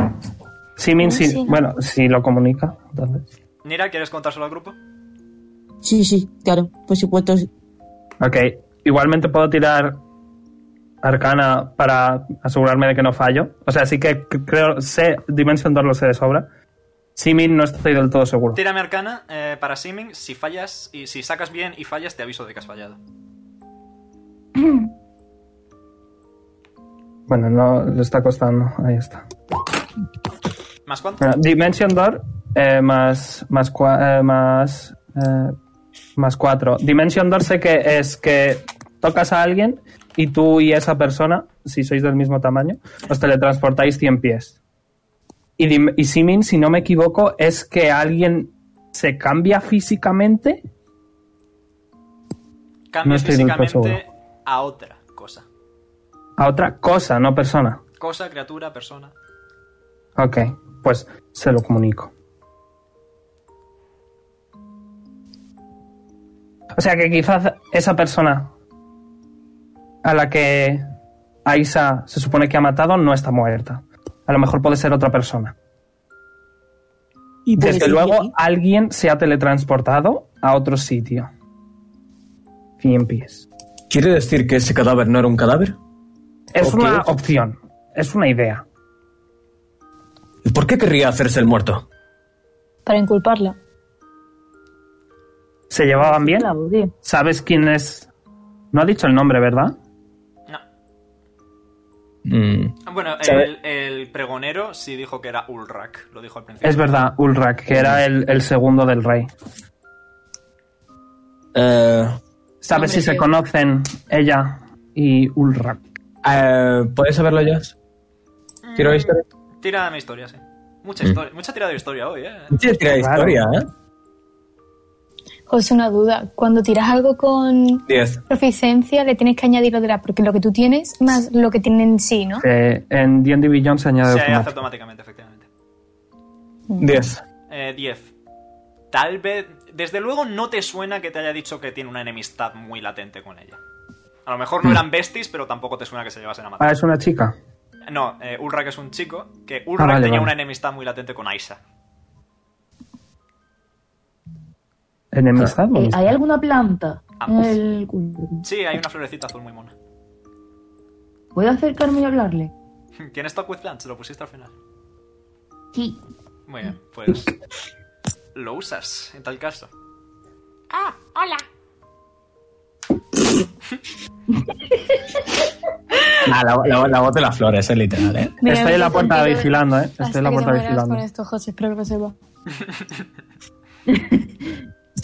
Speaker 1: Simin,
Speaker 2: Sí,
Speaker 1: sí,
Speaker 2: sí.
Speaker 1: bueno, si lo comunica, entonces.
Speaker 2: Nira, ¿quieres contárselo al grupo?
Speaker 20: Sí, sí, claro. Por supuesto.
Speaker 1: Ok, igualmente puedo tirar arcana para asegurarme de que no fallo. O sea, sí que c- creo, sé, Dimension Door lo sé de sobra. Simin no estoy del todo seguro.
Speaker 2: Tírame arcana eh, para Siming. Si fallas y si sacas bien y fallas, te aviso de que has fallado.
Speaker 1: Bueno, no le está costando, ahí está.
Speaker 2: ¿Más cuánto?
Speaker 1: Bueno, Dimension Door eh, más, más, cua- eh, más, eh, más cuatro. Dimension Door sé que es que tocas a alguien y tú y esa persona, si sois del mismo tamaño, os teletransportáis 100 pies. Y, Dim- y Simin, si no me equivoco, es que alguien se cambia físicamente.
Speaker 2: Cambia
Speaker 1: No estoy del todo
Speaker 2: físicamente a otra cosa.
Speaker 1: A otra cosa, no persona.
Speaker 2: Cosa, criatura, persona.
Speaker 1: Ok, pues se lo comunico. O sea que quizás esa persona a la que Aisa se supone que ha matado no está muerta. A lo mejor puede ser otra persona.
Speaker 21: Y puede
Speaker 1: Desde
Speaker 21: ser
Speaker 1: luego,
Speaker 21: Jenny.
Speaker 1: alguien se ha teletransportado a otro sitio. Cien pies.
Speaker 4: ¿Quiere decir que ese cadáver no era un cadáver?
Speaker 1: Es
Speaker 4: Ok.
Speaker 1: una opción. Es una idea.
Speaker 4: ¿Y por qué querría hacerse el muerto?
Speaker 10: Para inculparla.
Speaker 1: ¿Se llevaban bien? ¿Sabes quién es? No ha dicho el nombre, ¿verdad?
Speaker 2: Bueno,
Speaker 1: ¿Sabe?
Speaker 2: el, el pregonero sí dijo que era Ulrak, lo dijo al principio.
Speaker 1: Es verdad, Ulrak, que era el, el segundo del rey. ¿Sabes si
Speaker 2: Hombre,
Speaker 1: se
Speaker 2: sí.
Speaker 1: conocen ella y Ulrak?
Speaker 4: Eh, ¿Puedes saberlo ya? Quiero historia.
Speaker 2: Tira mi historia, sí. Mucha
Speaker 4: Mm.
Speaker 2: historia, mucha tirada de historia hoy, eh.
Speaker 4: Sí, tira historia, ¿eh?
Speaker 10: José, una duda. Cuando tiras algo con
Speaker 4: Diez.
Speaker 10: proficiencia, le tienes que añadir lo de la. Porque lo que tú tienes más lo que tienen en sí, ¿no?
Speaker 1: Eh, en D&D Beyond se añade
Speaker 2: Se hace
Speaker 1: automático.
Speaker 2: automáticamente, efectivamente.
Speaker 4: 10.
Speaker 2: Eh, 10. Tal vez. Desde luego no te suena que te haya dicho que tiene una enemistad muy latente con ella. A lo mejor no
Speaker 1: Mm.
Speaker 2: eran besties, pero tampoco te suena que se llevasen a matar.
Speaker 1: Ah, es una chica.
Speaker 2: No, eh, Ulrak es un chico que Ulrak
Speaker 1: Ah, vale,
Speaker 2: tenía
Speaker 1: vale.
Speaker 2: una enemistad muy latente con Aisa.
Speaker 1: Enemistad.
Speaker 5: Eh,
Speaker 1: bonita.
Speaker 5: ¿Hay alguna planta? en
Speaker 2: Ambas.
Speaker 5: el-
Speaker 2: Sí, hay una florecita azul muy mona. [LAUGHS]
Speaker 5: ¿Puedo acercarme y hablarle?
Speaker 2: ¿Tienes Talk with Plants? ¿Lo pusiste al final?
Speaker 5: Sí.
Speaker 2: Muy bien, pues.
Speaker 1: [LAUGHS]
Speaker 2: Lo usas, en tal caso.
Speaker 7: Ah, hola.
Speaker 4: Ah, la, la, la voz de las flores, es literal, ¿eh?
Speaker 10: Mira,
Speaker 1: Estoy en la puerta
Speaker 10: hasta que-
Speaker 1: vigilando, ¿eh? Estoy
Speaker 10: hasta
Speaker 1: en la
Speaker 10: que te
Speaker 1: puerta
Speaker 10: mueras
Speaker 1: vigilando.
Speaker 10: con esto, José, espero que lo sepa.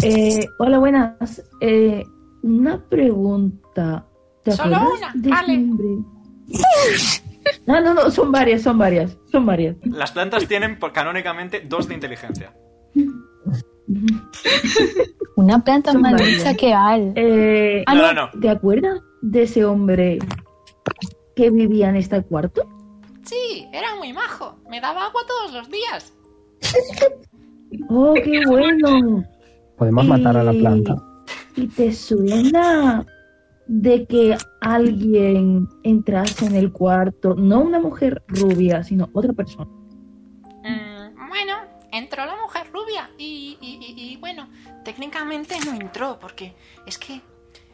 Speaker 5: Eh, hola, buenas. Eh, una pregunta. ¿Te
Speaker 7: Solo
Speaker 5: acuerdas
Speaker 7: una,
Speaker 5: de
Speaker 7: vale.
Speaker 5: su nombre? [LAUGHS] No, no, no, son varias, son varias, son varias.
Speaker 2: Las plantas tienen por- canónicamente dos de inteligencia.
Speaker 10: Una planta
Speaker 5: Son
Speaker 10: más
Speaker 5: varias.
Speaker 10: dicha que Al.
Speaker 5: Eh,
Speaker 2: Ah, no, no, no.
Speaker 5: ¿Te acuerdas de ese hombre que vivía en este cuarto?
Speaker 7: Sí, era muy majo. Me daba agua todos los días.
Speaker 2: [LAUGHS]
Speaker 5: Oh, qué bueno.
Speaker 1: Podemos matar a la
Speaker 5: Y-
Speaker 1: planta.
Speaker 5: ¿Y te suena de que alguien entrase en el cuarto? No una mujer rubia, sino otra persona.
Speaker 7: Mm, bueno, entró la mujer rubia y, y- y- y, bueno, técnicamente no entró porque es que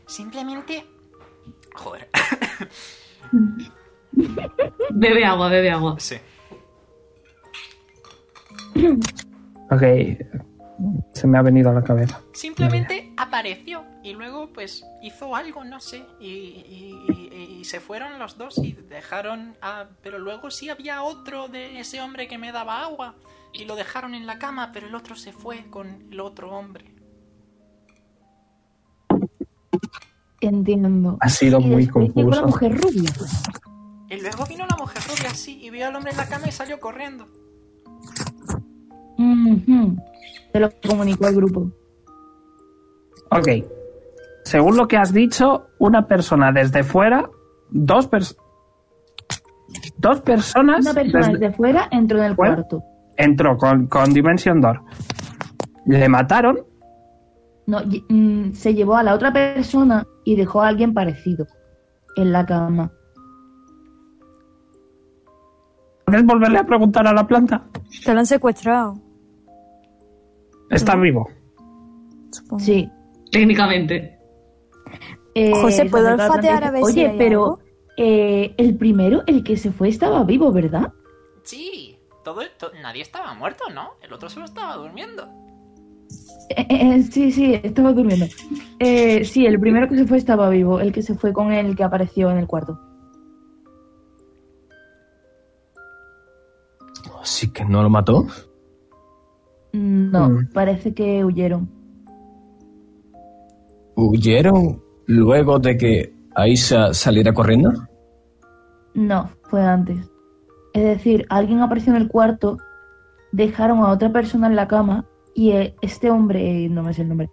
Speaker 7: simplemente... Joder.
Speaker 3: Bebe agua, bebe agua.
Speaker 2: Sí.
Speaker 1: Ok. Se me ha venido a la cabeza.
Speaker 7: Simplemente apareció y luego pues hizo algo, no sé, y, y- y- y se fueron los dos y dejaron a... Pero luego sí había otro de ese hombre que me daba agua y lo dejaron en la cama, pero el otro se fue con el otro hombre.
Speaker 5: Entiendo.
Speaker 1: Ha sido
Speaker 5: Y
Speaker 1: muy
Speaker 5: después llegó
Speaker 1: confuso.
Speaker 5: la mujer rubia.
Speaker 7: Y luego vino la mujer rubia así y vio al hombre en la cama y salió corriendo.
Speaker 5: Ujú. Se lo comunicó al grupo.
Speaker 1: Ok. Según lo que has dicho, una persona desde fuera, dos personas. Dos
Speaker 2: Ah,
Speaker 1: personas.
Speaker 5: Una persona
Speaker 1: desde-
Speaker 5: desde fuera entró en el
Speaker 1: fuera,
Speaker 5: cuarto.
Speaker 1: entró con, con Dimension Door. Le mataron.
Speaker 5: No, y- mm, se llevó a la otra persona y dejó a alguien parecido en la cama.
Speaker 1: ¿Puedes volverle a preguntar a la planta?
Speaker 17: Te lo han secuestrado.
Speaker 1: Está vivo.
Speaker 6: Oh.
Speaker 5: Sí.
Speaker 3: Técnicamente.
Speaker 5: Eh,
Speaker 17: José,
Speaker 5: se
Speaker 17: ¿puedo
Speaker 5: acercó la
Speaker 17: olfatear
Speaker 5: planta
Speaker 17: a
Speaker 5: y
Speaker 17: ver
Speaker 5: dice,
Speaker 17: si
Speaker 5: Oye,
Speaker 17: hay
Speaker 5: pero
Speaker 17: algo?
Speaker 5: eh, el primero, el que se fue, estaba vivo, ¿verdad?
Speaker 7: Sí, todo, to- nadie estaba muerto, ¿no? El otro solo estaba durmiendo.
Speaker 5: Eh, eh, eh, sí, sí, estaba durmiendo. Eh, sí, el primero que se fue estaba vivo, el que se fue con el que apareció en el cuarto.
Speaker 4: Así Oh, que no lo mató.
Speaker 5: Mm, No,
Speaker 4: Mm.
Speaker 5: parece que huyeron.
Speaker 4: ¿Huyeron luego de que Aisa saliera corriendo?
Speaker 5: No, fue antes. Es decir, alguien apareció en el cuarto, dejaron a otra persona en la cama y eh, este hombre, eh, no me sé el nombre,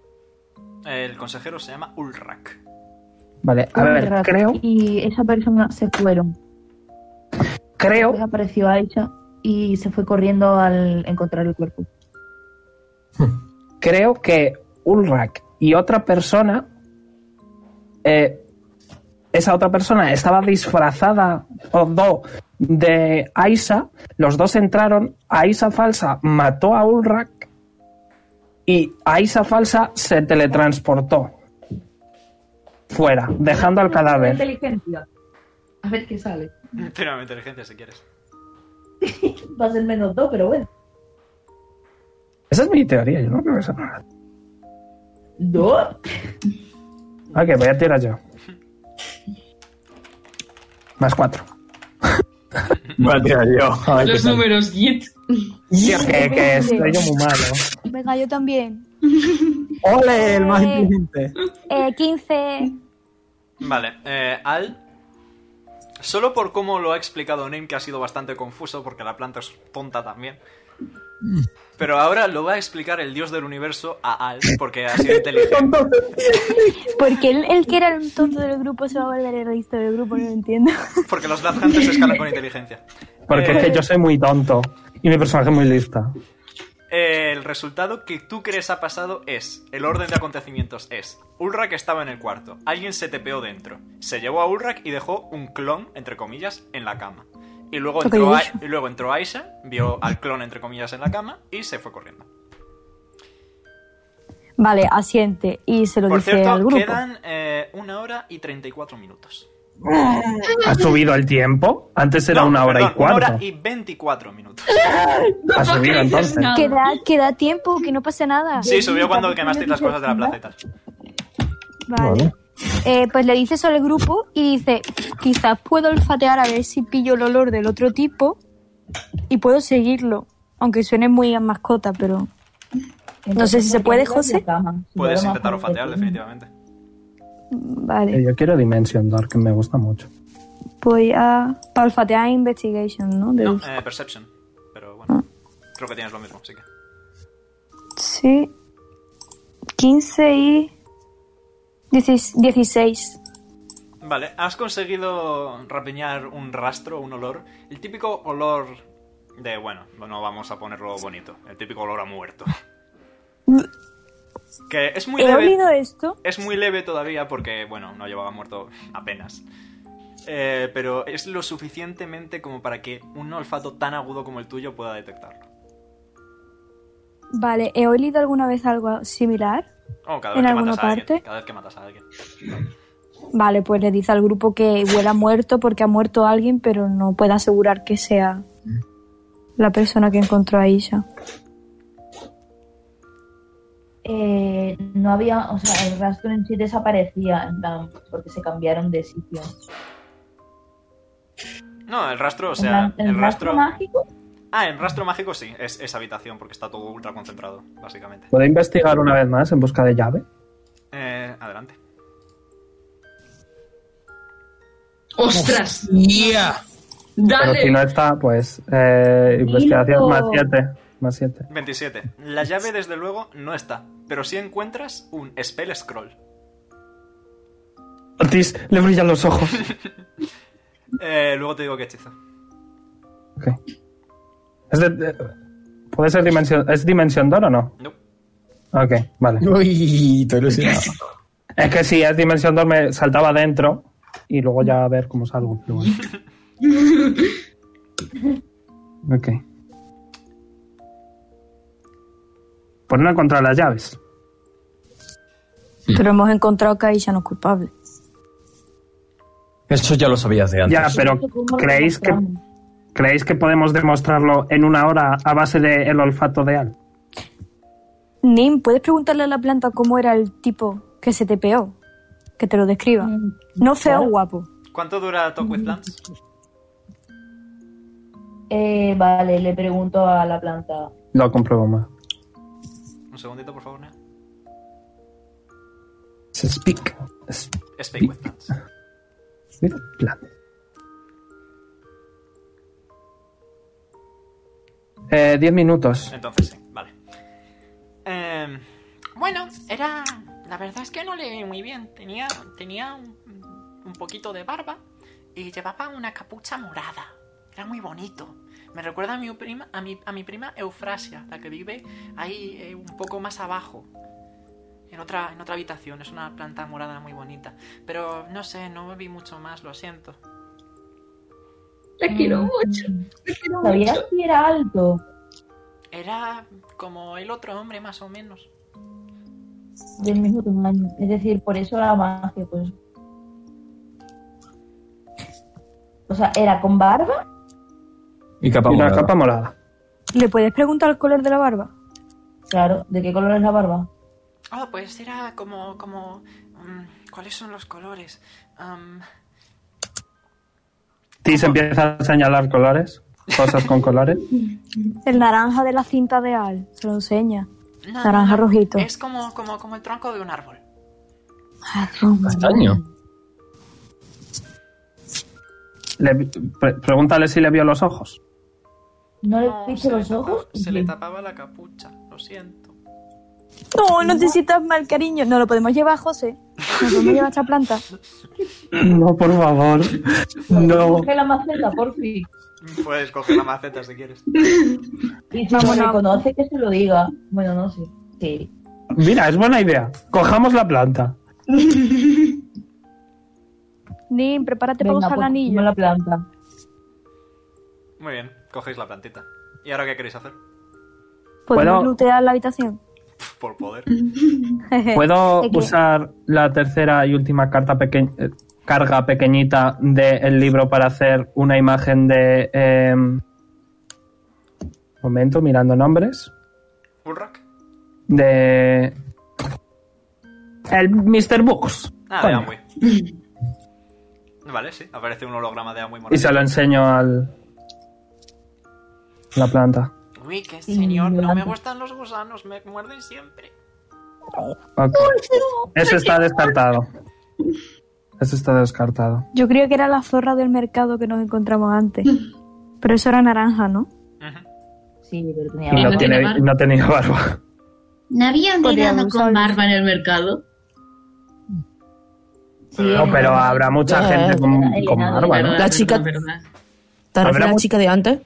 Speaker 2: El consejero se llama Ulrak.
Speaker 1: Vale, a ver, creo,
Speaker 5: y esa persona se fueron.
Speaker 1: creo.
Speaker 5: Después apareció Aisha y se fue corriendo al encontrar el cuerpo.
Speaker 1: creo que Ulrak y otra persona. eh, esa otra persona estaba disfrazada o do de Aisa. Los dos entraron. Aisa falsa mató a Ulrak y Aisa falsa se teletransportó fuera, dejando al cadáver.
Speaker 5: Inteligencia. A ver qué sale.
Speaker 2: Tírame inteligencia si quieres.
Speaker 5: Va a ser menos dos, pero bueno.
Speaker 1: Esa es mi teoría. Yo no creo que sea nada.
Speaker 5: ¿Dos?
Speaker 1: Ok, voy a tirar yo. Más cuatro.
Speaker 4: Voy a tirar yo. a ver qué
Speaker 3: Los
Speaker 4: tal.
Speaker 3: números, git.
Speaker 1: Tío, que, que estoy yo muy malo.
Speaker 6: Venga, yo también.
Speaker 9: ¡Ole! El más
Speaker 6: Eh.
Speaker 9: inteligente.
Speaker 6: Eh, 15.
Speaker 2: Vale, eh, Al. Solo por cómo lo ha explicado Nim, que ha sido bastante confuso, porque la planta es tonta también. Pero ahora lo va a explicar el dios del universo a Al, porque ha sido inteligente.
Speaker 6: [LAUGHS] Porque él, él que era un tonto del grupo se va a volver el resto del grupo, no lo entiendo. [LAUGHS]
Speaker 2: Porque los Lab Hunters escalan con inteligencia.
Speaker 1: Porque es que yo soy muy tonto. Y mi personaje es muy lista.
Speaker 2: Eh, El resultado que tú crees ha pasado es, el orden de acontecimientos es, Ulrak estaba en el cuarto, alguien se tepeó dentro, se llevó a Ulrak y dejó un clon, entre comillas, en la cama. Y luego
Speaker 6: Ok,
Speaker 2: entró, a-
Speaker 6: eso.
Speaker 2: y luego entró Aisha, vio al clon, entre comillas, en la cama y se fue corriendo.
Speaker 6: Vale, asiente y se lo
Speaker 2: Por
Speaker 6: dice
Speaker 2: cierto,
Speaker 6: al grupo.
Speaker 2: quedan eh, una hora y 34 minutos.
Speaker 1: ¿Has subido el tiempo? Antes era
Speaker 2: No,
Speaker 1: una hora
Speaker 2: perdón,
Speaker 1: y cuarto.
Speaker 2: Una hora y 24
Speaker 6: [LAUGHS]
Speaker 2: minutos.
Speaker 1: Ha subido entonces.
Speaker 6: Que da, que da tiempo, que no pasa nada.
Speaker 2: Sí, subió cuando quemasteis las cosas de la plaza y tal.
Speaker 6: Vale. Eh, pues le dice eso al grupo y dice, quizás puedo olfatear a ver si pillo el olor del otro tipo y puedo seguirlo. Aunque suene muy a mascota, pero... No sé si se puede, José.
Speaker 2: Puedes intentar olfatear, definitivamente.
Speaker 6: mm, Vale,
Speaker 1: Eh, Yo quiero Dimension Dark, que me gusta mucho.
Speaker 6: voy a... Para olfatear Investigation, ¿no? De-
Speaker 2: No, eh, Perception. Pero bueno, creo que tienes lo mismo, así que.
Speaker 6: Sí. 15 y... 16.
Speaker 2: Vale, has conseguido rapiñar un rastro, un olor. El típico olor de, bueno, no vamos a ponerlo bonito. El típico olor a
Speaker 6: [LAUGHS]
Speaker 2: muerto. Que es muy
Speaker 6: ¿He
Speaker 2: leve.
Speaker 6: olido esto?
Speaker 2: Es muy leve todavía porque, bueno, no llevaba muerto apenas. Eh, pero es lo suficientemente como para que un olfato tan agudo como el tuyo pueda detectarlo.
Speaker 6: Vale, ¿he olido alguna vez algo similar?
Speaker 2: Oh, cada vez
Speaker 6: ¿En
Speaker 2: que
Speaker 6: alguna
Speaker 2: matas a alguien.
Speaker 6: parte?
Speaker 2: Cada vez que matas a alguien.
Speaker 6: Vale, pues le dice al grupo que huela muerto porque ha muerto alguien, pero no puede asegurar que sea la persona que encontró a Isha.
Speaker 2: Mm.
Speaker 5: Eh, no había, o sea, el rastro en sí desaparecía, en plan, porque se cambiaron de sitio.
Speaker 2: No, el rastro, o
Speaker 5: En plan,
Speaker 2: sea, el,
Speaker 5: el rastro mágico.
Speaker 2: Ah, el rastro mágico sí, es esa habitación porque está todo ultra concentrado, básicamente.
Speaker 1: ¿Puedo investigar una vez más en busca de llave?
Speaker 2: Eh, adelante.
Speaker 3: ¡Ostras!
Speaker 9: ¡Yeah!
Speaker 1: Pero si no está, pues. eh, investigación más 7. Más 7.
Speaker 2: 27. La llave, desde luego, no está, pero sí encuentras un spell scroll.
Speaker 1: Ortiz, le brillan los ojos.
Speaker 2: Eh, luego te digo qué hechizo.
Speaker 1: Es de- de- ¿Puede ser dimensión, ¿Es dimensión Door o no?
Speaker 2: No.
Speaker 1: Ok, vale.
Speaker 9: Uy, te ilusionado.
Speaker 1: Es que si es dimensión Door me saltaba dentro y luego ya a ver cómo salgo. pero [LAUGHS] bueno. Ok. Pues no he encontrado las llaves.
Speaker 6: Pero hemos encontrado que Aisha no es culpable.
Speaker 4: Eso ya lo sabías de antes.
Speaker 1: Ya, Ah, pero ¿creéis que, ¿creéis que podemos demostrarlo en una hora a base del olfato de Al?
Speaker 6: Nim, ¿puedes preguntarle a la planta cómo era el tipo que se te peó? Que te lo describa.
Speaker 5: Mm.
Speaker 6: No feo, guapo.
Speaker 2: ¿Cuánto dura Talk with Plants?
Speaker 5: Eh, vale, le pregunto a la planta.
Speaker 1: Lo compruebo más.
Speaker 2: Un segundito, por favor, Nea.
Speaker 1: Speak.
Speaker 2: Speak with Plants.
Speaker 1: Speak plan. Eh, diez minutos.
Speaker 2: Entonces sí, vale. Eh,
Speaker 7: Bueno, era. La verdad es que no le vi muy bien. Tenía, tenía un, un poquito de barba y llevaba una capucha morada. Era muy bonito. Me recuerda a mi prima, a mi, a mi prima Eufrasia, la que vive ahí eh, un poco más abajo.
Speaker 2: en otra, en otra habitación. Es una planta morada muy bonita. Pero no sé, no vi mucho más, lo siento.
Speaker 3: La quiero
Speaker 19: Mm.
Speaker 3: mucho. La quiero
Speaker 5: Sabías
Speaker 3: mucho.
Speaker 5: si Mm. era alto.
Speaker 2: Era como el otro hombre, más o menos.
Speaker 5: Del mismo tamaño. Es decir, por eso la magia, pues. O sea, ¿era con barba?
Speaker 4: Y capa
Speaker 1: una
Speaker 4: morada.
Speaker 1: capa morada.
Speaker 6: ¿Le puedes preguntar el color de la barba?
Speaker 5: Claro. ¿De qué color es la barba?
Speaker 2: Oh, pues era como, como, mm, ¿cuáles son los colores? Am,
Speaker 1: Tis empieza a señalar colores, cosas con colores.
Speaker 6: El naranja de la cinta de Al. Se lo enseña.
Speaker 2: no, no,
Speaker 6: naranja
Speaker 2: no.
Speaker 6: rojito.
Speaker 2: Es como, como, como el tronco de un árbol.
Speaker 4: Castaño.
Speaker 1: Le vi- pre- pregúntale si le vio los ojos.
Speaker 5: ¿No le
Speaker 2: No,
Speaker 5: viste
Speaker 2: se le
Speaker 5: los
Speaker 2: tapaba-
Speaker 5: ojos?
Speaker 2: se le tapaba la capucha, lo siento.
Speaker 6: No, no te sientas mal, cariño. No lo podemos llevar, José. Nos podemos llevar esta planta.
Speaker 1: No, por favor. No.
Speaker 5: Coge la maceta, por fin.
Speaker 2: Puedes coger la maceta si quieres.
Speaker 5: Y si no me conoce, que se lo diga. Bueno, no sé. Sí.
Speaker 1: Mira, es buena idea. Cojamos la planta.
Speaker 6: Nin, prepárate para
Speaker 5: Venga,
Speaker 6: usar el
Speaker 5: pues,
Speaker 6: anillo.
Speaker 5: la planta.
Speaker 2: Muy bien, cogéis la plantita. ¿Y ahora qué queréis hacer?
Speaker 6: ¿Podemos
Speaker 1: Puedo-
Speaker 6: lootear la habitación?
Speaker 2: Por poder.
Speaker 1: ¿Puedo
Speaker 6: Es que-
Speaker 1: usar la tercera y última carta peque- eh, carga pequeñita del libro para hacer una imagen de... em, momento, mirando nombres.
Speaker 2: ¿Ulrak?
Speaker 1: De... El Mr. Books.
Speaker 2: Ah, de
Speaker 1: Coño.
Speaker 2: Amway. Vale, sí, aparece un holograma de Amway
Speaker 1: Y
Speaker 2: morado.
Speaker 1: se lo enseño al... La planta.
Speaker 2: Uy, qué señor, no me
Speaker 5: Yolanda.
Speaker 2: gustan los gusanos, me muerden siempre.
Speaker 1: Ok. Ese está descartado. Ese está descartado.
Speaker 6: Yo creo que era la zorra del mercado que nos encontramos [LAUGHS] antes. Pero eso era naranja, ¿no?
Speaker 5: Sí, pero tenía
Speaker 1: Y no,
Speaker 5: barba.
Speaker 1: tiene, y no tenía barba.
Speaker 8: ¿No había un tirado con barba en el mercado?
Speaker 5: Sí,
Speaker 1: No, pero
Speaker 5: era-
Speaker 1: habrá mucha
Speaker 5: era-
Speaker 1: gente con,
Speaker 5: era
Speaker 1: con
Speaker 5: helado,
Speaker 1: barba,
Speaker 5: era
Speaker 1: ¿no?
Speaker 5: helado.
Speaker 12: La chica- ¿Te
Speaker 1: Habrá
Speaker 12: refieres a la
Speaker 1: mu-
Speaker 12: chica de antes?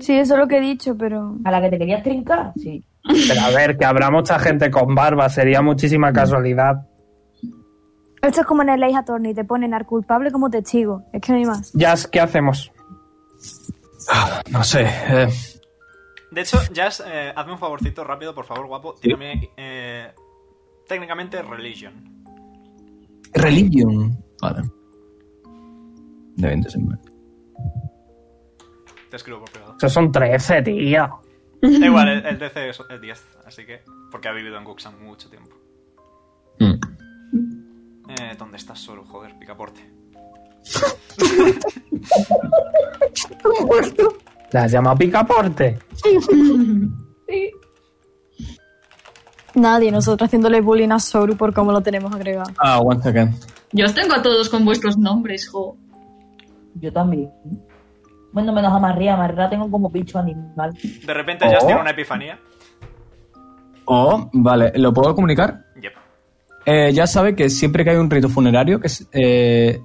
Speaker 6: Sí, eso es lo que he dicho, pero.
Speaker 5: ¿A la que te querías trincar? Sí.
Speaker 1: Pero a ver, que habrá mucha gente con barba. Sería
Speaker 4: Mm.
Speaker 1: muchísima casualidad.
Speaker 6: Esto es como en el Ley Attorney, te ponen al culpable como testigo. Es que no hay más.
Speaker 1: Jazz, ¿qué hacemos?
Speaker 4: No sé. eh,
Speaker 2: De hecho, Jazz, eh, hazme un favorcito rápido, por favor, guapo. Tírame eh, técnicamente Religion.
Speaker 4: religion. Vale. De 20 semanas.
Speaker 2: Te escribo por privado.
Speaker 1: Eso son 13, tío.
Speaker 2: Da igual, el, el DC es es 10, así que. Porque ha vivido en Guxan mucho tiempo.
Speaker 4: Mm.
Speaker 2: Eh, ¿Dónde estás solo? Joder, picaporte.
Speaker 1: La has llamado picaporte.
Speaker 6: Nadie, nosotros haciéndole bullying a Soru por cómo lo tenemos agregado.
Speaker 4: Ah, one second.
Speaker 3: Yo os tengo a todos con vuestros nombres, jo.
Speaker 5: Yo también. Bueno, menos a María. María tengo como bicho animal.
Speaker 2: De repente Jazz
Speaker 4: Oh.
Speaker 2: tiene una epifanía.
Speaker 4: Oh, vale. ¿Lo puedo comunicar?
Speaker 2: Yep.
Speaker 4: Eh, ya sabe que siempre que hay un rito funerario que es, eh,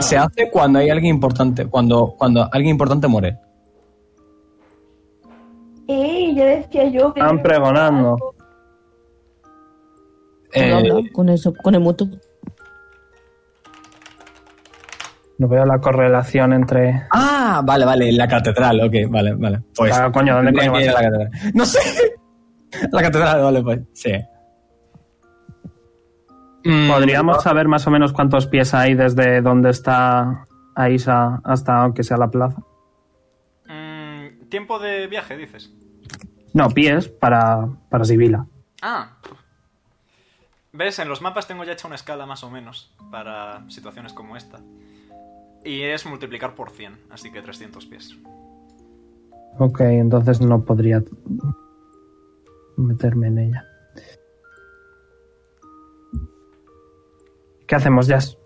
Speaker 4: se hace cuando hay alguien importante, cuando, cuando alguien importante muere.
Speaker 5: ¡Ey! Ya decía yo que. Ah,
Speaker 1: Están pregonando.
Speaker 4: Eh,
Speaker 12: Con eso, con el mutuo.
Speaker 1: No veo la correlación entre...
Speaker 4: Ah, vale, vale, la catedral, ok, vale, vale. Pues,
Speaker 1: Ah, coño, ¿dónde
Speaker 4: tendría
Speaker 1: coño va a
Speaker 4: que ir
Speaker 1: ser?
Speaker 4: la catedral. No sé. [LAUGHS] La catedral, vale, pues, sí. Mm,
Speaker 1: Podríamos saber más o menos cuántos pies hay desde donde está Aisha hasta aunque sea la plaza.
Speaker 2: Mm, tiempo de viaje, dices.
Speaker 1: No, pies para, para Sibila.
Speaker 2: Ah. ¿Ves? En los mapas tengo ya hecha una escala más o menos para situaciones como esta. Y es multiplicar por 100, así que 300 pies.
Speaker 1: Ok, entonces no podría meterme en ella. ¿Qué hacemos, Jazz?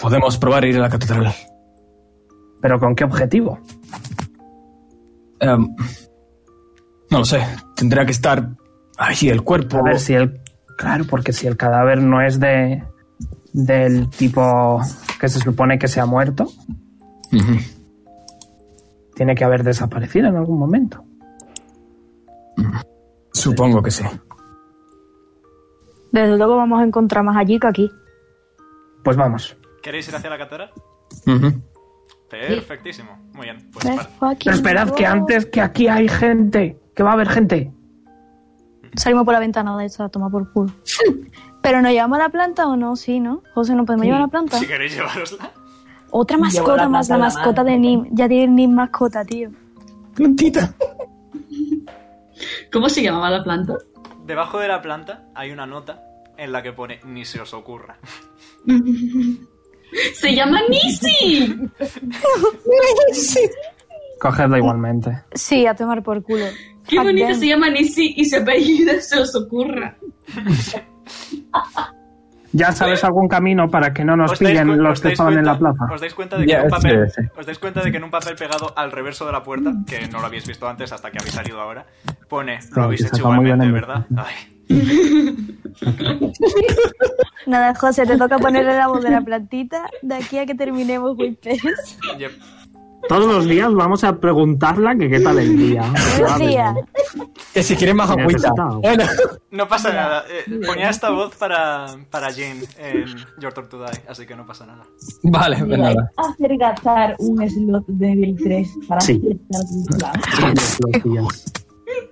Speaker 4: Podemos probar ir a la catedral.
Speaker 1: ¿Pero con qué objetivo?
Speaker 4: Em, no lo sé. Tendrá que estar ahí el cuerpo.
Speaker 1: A ver si el... Claro, porque si el cadáver no es de del tipo que se supone que se ha muerto,
Speaker 4: Ujú.
Speaker 1: tiene que haber desaparecido en algún momento.
Speaker 4: Supongo que sí.
Speaker 6: Desde luego vamos a encontrar más allí que aquí.
Speaker 1: Pues vamos.
Speaker 2: ¿Queréis ir hacia la catedral? Perfectísimo. Muy bien. Pues
Speaker 6: Let's
Speaker 2: para-
Speaker 6: fucking
Speaker 1: Pero esperad
Speaker 6: go.
Speaker 1: que antes que aquí hay gente, que va a haber gente.
Speaker 6: Salimos por la ventana de esa, toma
Speaker 1: [LAUGHS]
Speaker 6: por culo. Pero nos llevamos la planta o no, sí, ¿no? José, ¿nos podemos
Speaker 2: Sí.
Speaker 6: llevar la planta?
Speaker 2: Si queréis llevarosla.
Speaker 6: Otra
Speaker 2: Llevo la
Speaker 6: mascota
Speaker 2: planta
Speaker 6: más, la
Speaker 2: en la
Speaker 6: mascota de Nim. Ya tiene Nim mascota, tío.
Speaker 4: Plantita.
Speaker 3: ¿Cómo se llamaba la planta?
Speaker 2: Debajo de la planta hay una nota en la que pone ni se os ocurra.
Speaker 3: ¡Se llama Nisi!
Speaker 1: Cogedla igualmente.
Speaker 6: Sí, a tomar por culo.
Speaker 3: ¡Qué
Speaker 6: Fuck
Speaker 3: bonito
Speaker 6: them.
Speaker 3: se llama Nisi y se apellida se os ocurra!
Speaker 1: ¿Ya sabes algún camino para que no nos
Speaker 2: ¿Os dais cu-
Speaker 1: pillen los
Speaker 2: os
Speaker 1: que
Speaker 2: dais
Speaker 1: estaban en la
Speaker 2: cuenta-
Speaker 1: plaza?
Speaker 2: ¿Os dais, cuenta de que
Speaker 1: Ya,
Speaker 2: en un papel,
Speaker 1: sí, sí.
Speaker 2: os dais cuenta de que en un papel pegado al reverso de la puerta, que no lo habéis visto antes hasta que habéis salido ahora, pone, lo
Speaker 1: No,
Speaker 2: habéis
Speaker 1: quizás
Speaker 2: hecho
Speaker 1: va muy bien
Speaker 2: igualmente,
Speaker 1: en-
Speaker 2: ¿verdad? Ay,
Speaker 6: Nada, José, te toca ponerle la voz de la plantita de aquí a que terminemos, güey, pez.
Speaker 2: yep.
Speaker 1: Todos los días vamos a preguntarla que qué tal el día.
Speaker 6: Buenos días.
Speaker 9: Que si quieres más agüita.
Speaker 1: Necesitado.
Speaker 9: Bueno. [LAUGHS]
Speaker 2: No pasa nada. Eh, ponía esta voz para, para Jane en Your Turn to Die, así que no pasa nada.
Speaker 9: Vale, pues
Speaker 20: Mira, hay
Speaker 9: nada.
Speaker 20: que hacer gastar un slot de nivel 3 para
Speaker 9: Sí.
Speaker 20: hacer un plan.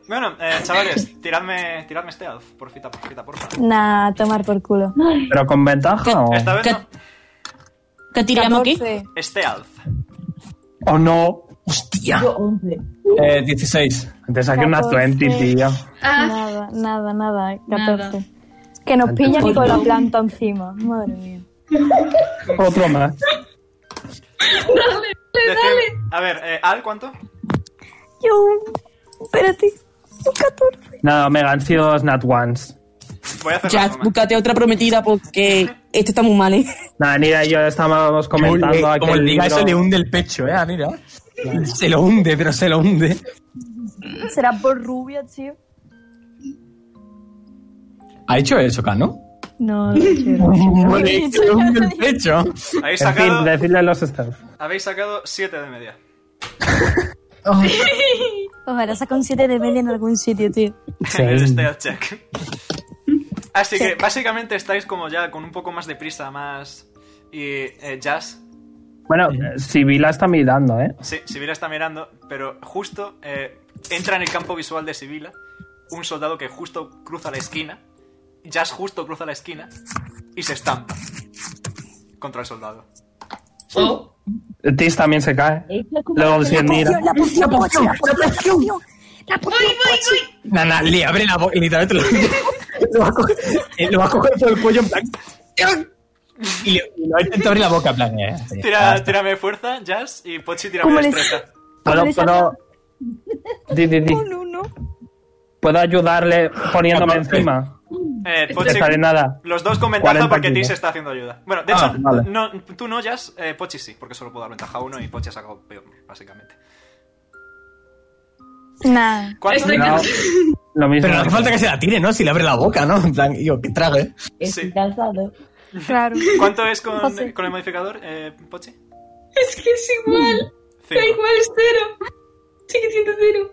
Speaker 2: Bueno, eh, chavales, tiradme, tiradme stealth, porfita, porfita, porfa.
Speaker 6: Nah, a tomar por culo.
Speaker 1: ¿Pero con ventaja o...?
Speaker 2: Esta vez no. este
Speaker 6: ¿Qué
Speaker 2: tiramos
Speaker 6: aquí?
Speaker 2: Stealth.
Speaker 1: ¿O no?
Speaker 9: Hostia.
Speaker 20: Yo 11.
Speaker 9: Eh, 16.
Speaker 1: Te saqué una
Speaker 6: 14.
Speaker 1: 20, tío.
Speaker 6: Nada, nada, nada. 14. Que nos pillan con la planta encima. Madre mía.
Speaker 1: Otro más.
Speaker 2: Decid- A ver, eh, Al, ¿cuánto?
Speaker 6: Yo. Espérate.
Speaker 1: Nada, Omega, han sido dos nat ones.
Speaker 2: Voy a hacer
Speaker 12: Jazz, búscate otra prometida porque esto está muy mal, ¿eh?
Speaker 1: Nada, Nira y yo estábamos comentando
Speaker 9: Uy, eh,
Speaker 1: aquel
Speaker 9: como le diga
Speaker 1: libro.
Speaker 9: eso le hunde el pecho, eh, mira. Se lo hunde, pero se lo hunde.
Speaker 6: Será por rubia, tío.
Speaker 9: Ha hecho eso, Cano.
Speaker 6: No, no quiero.
Speaker 9: Vale,
Speaker 6: [LAUGHS]
Speaker 9: se le
Speaker 2: [LAUGHS]
Speaker 9: hunde el pecho.
Speaker 2: Habéis
Speaker 1: En
Speaker 2: sacado,
Speaker 1: fin, decidle los stealth.
Speaker 2: habéis sacado 7 de media.
Speaker 6: Ojalá saca un 7 de media en algún sitio, tío.
Speaker 2: [LAUGHS] en el stealth Este check. Así que básicamente estáis como ya con un poco más de prisa, más. Y eh, Jazz,
Speaker 1: Bueno, eh, Sibila está mirando, ¿eh?
Speaker 2: sí, Sibila está mirando, pero justo eh, entra en el campo visual de Sibila un soldado que justo cruza la esquina. Jazz justo cruza la esquina y se estampa contra el soldado.
Speaker 1: Tis también se cae.
Speaker 5: Eh,
Speaker 1: Luego decía Nira.
Speaker 9: poción, la poción, la poción. Nana, le abre la boca, literalmente [LAUGHS] lo, lo va a coger, eh, lo va a coger por el cuello en plan. Y le, y le va a intentar abrir la boca, en plan, eh. así.
Speaker 2: Tira, tírame fuerza, Jazz, y Pochi tírame
Speaker 1: ¿Cómo les-
Speaker 2: destreza.
Speaker 1: Puedo,
Speaker 2: les
Speaker 1: puedo... [LAUGHS] Di, di, di. Puedo ayudarle poniéndome encima.
Speaker 2: Eh,
Speaker 1: Ya está, de nada.
Speaker 2: Los dos con ventaja
Speaker 1: 40
Speaker 2: porque
Speaker 1: kilos.
Speaker 2: Tis está haciendo ayuda. Bueno, de
Speaker 1: Ah,
Speaker 2: hecho,
Speaker 1: vale.
Speaker 2: no, tú no, Jazz, eh, Pochi sí, porque solo puedo dar ventaja a uno y Pochi ha sacado peor, básicamente.
Speaker 6: Nah.
Speaker 2: ¿Cuánto?
Speaker 6: Estoy- No.
Speaker 1: Lo mismo.
Speaker 9: Pero no hace falta que se la tire, ¿no? Si le abre la boca, ¿no? En plan, yo, que trague.
Speaker 20: Estoy cansado.
Speaker 6: Claro.
Speaker 2: ¿Cuánto es con,
Speaker 6: José.
Speaker 2: con el modificador, eh, Pochi?
Speaker 3: Es que es igual. Da
Speaker 2: Cinco.
Speaker 3: igual, es cero. Sigue siendo cero.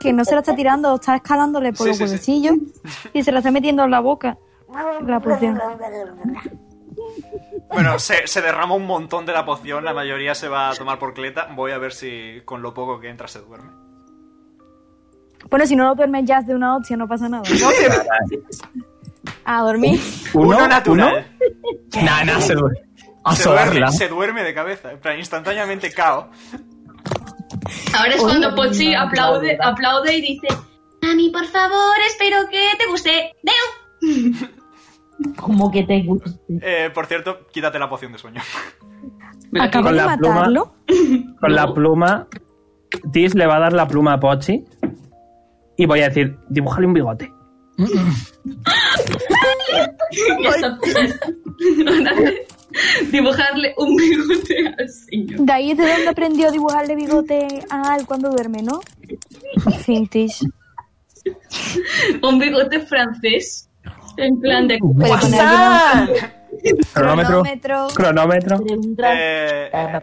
Speaker 6: Que no se la está tirando, está escalándole por
Speaker 2: Sí,
Speaker 6: los
Speaker 2: sí, sí.
Speaker 6: huevecillos y se la está metiendo en la boca. La poción.
Speaker 2: Bueno, se, se derrama un montón de la poción, la mayoría se va a tomar por cleta. Voy a ver si con lo poco que entra se duerme.
Speaker 6: Bueno, si no lo duermes ya de una hostia, no pasa nada. A dormir.
Speaker 2: Uno, natural.
Speaker 9: Nana, se duerme. A
Speaker 2: Se duerme,
Speaker 9: sobarla.
Speaker 2: se duerme de cabeza, en plan, instantáneamente cao.
Speaker 3: Ahora es
Speaker 8: Oye,
Speaker 3: cuando Pochi
Speaker 8: no,
Speaker 3: aplaude,
Speaker 8: no, no.
Speaker 3: aplaude y dice:
Speaker 8: Mami, por favor, espero que te guste. ¡Deu!
Speaker 20: Como que te gusta.
Speaker 2: Eh, por cierto, quítate la poción de sueño.
Speaker 6: Acabo
Speaker 1: Con
Speaker 6: de
Speaker 1: la pluma.
Speaker 6: matarlo.
Speaker 1: Con la pluma. Tis le va a dar la pluma a Pochi. Y voy a decir, dibújale un bigote.
Speaker 3: Y está- pues". [LAUGHS] Dibujarle un bigote al señor.
Speaker 6: De ahí es de donde aprendió a dibujarle bigote a Al cuando duerme, ¿no? Fintish.
Speaker 3: Un bigote francés. En plan de.
Speaker 2: Ah,
Speaker 1: Cronómetro.
Speaker 6: Cronómetro.
Speaker 1: Cronómetro.
Speaker 2: Eh, eh,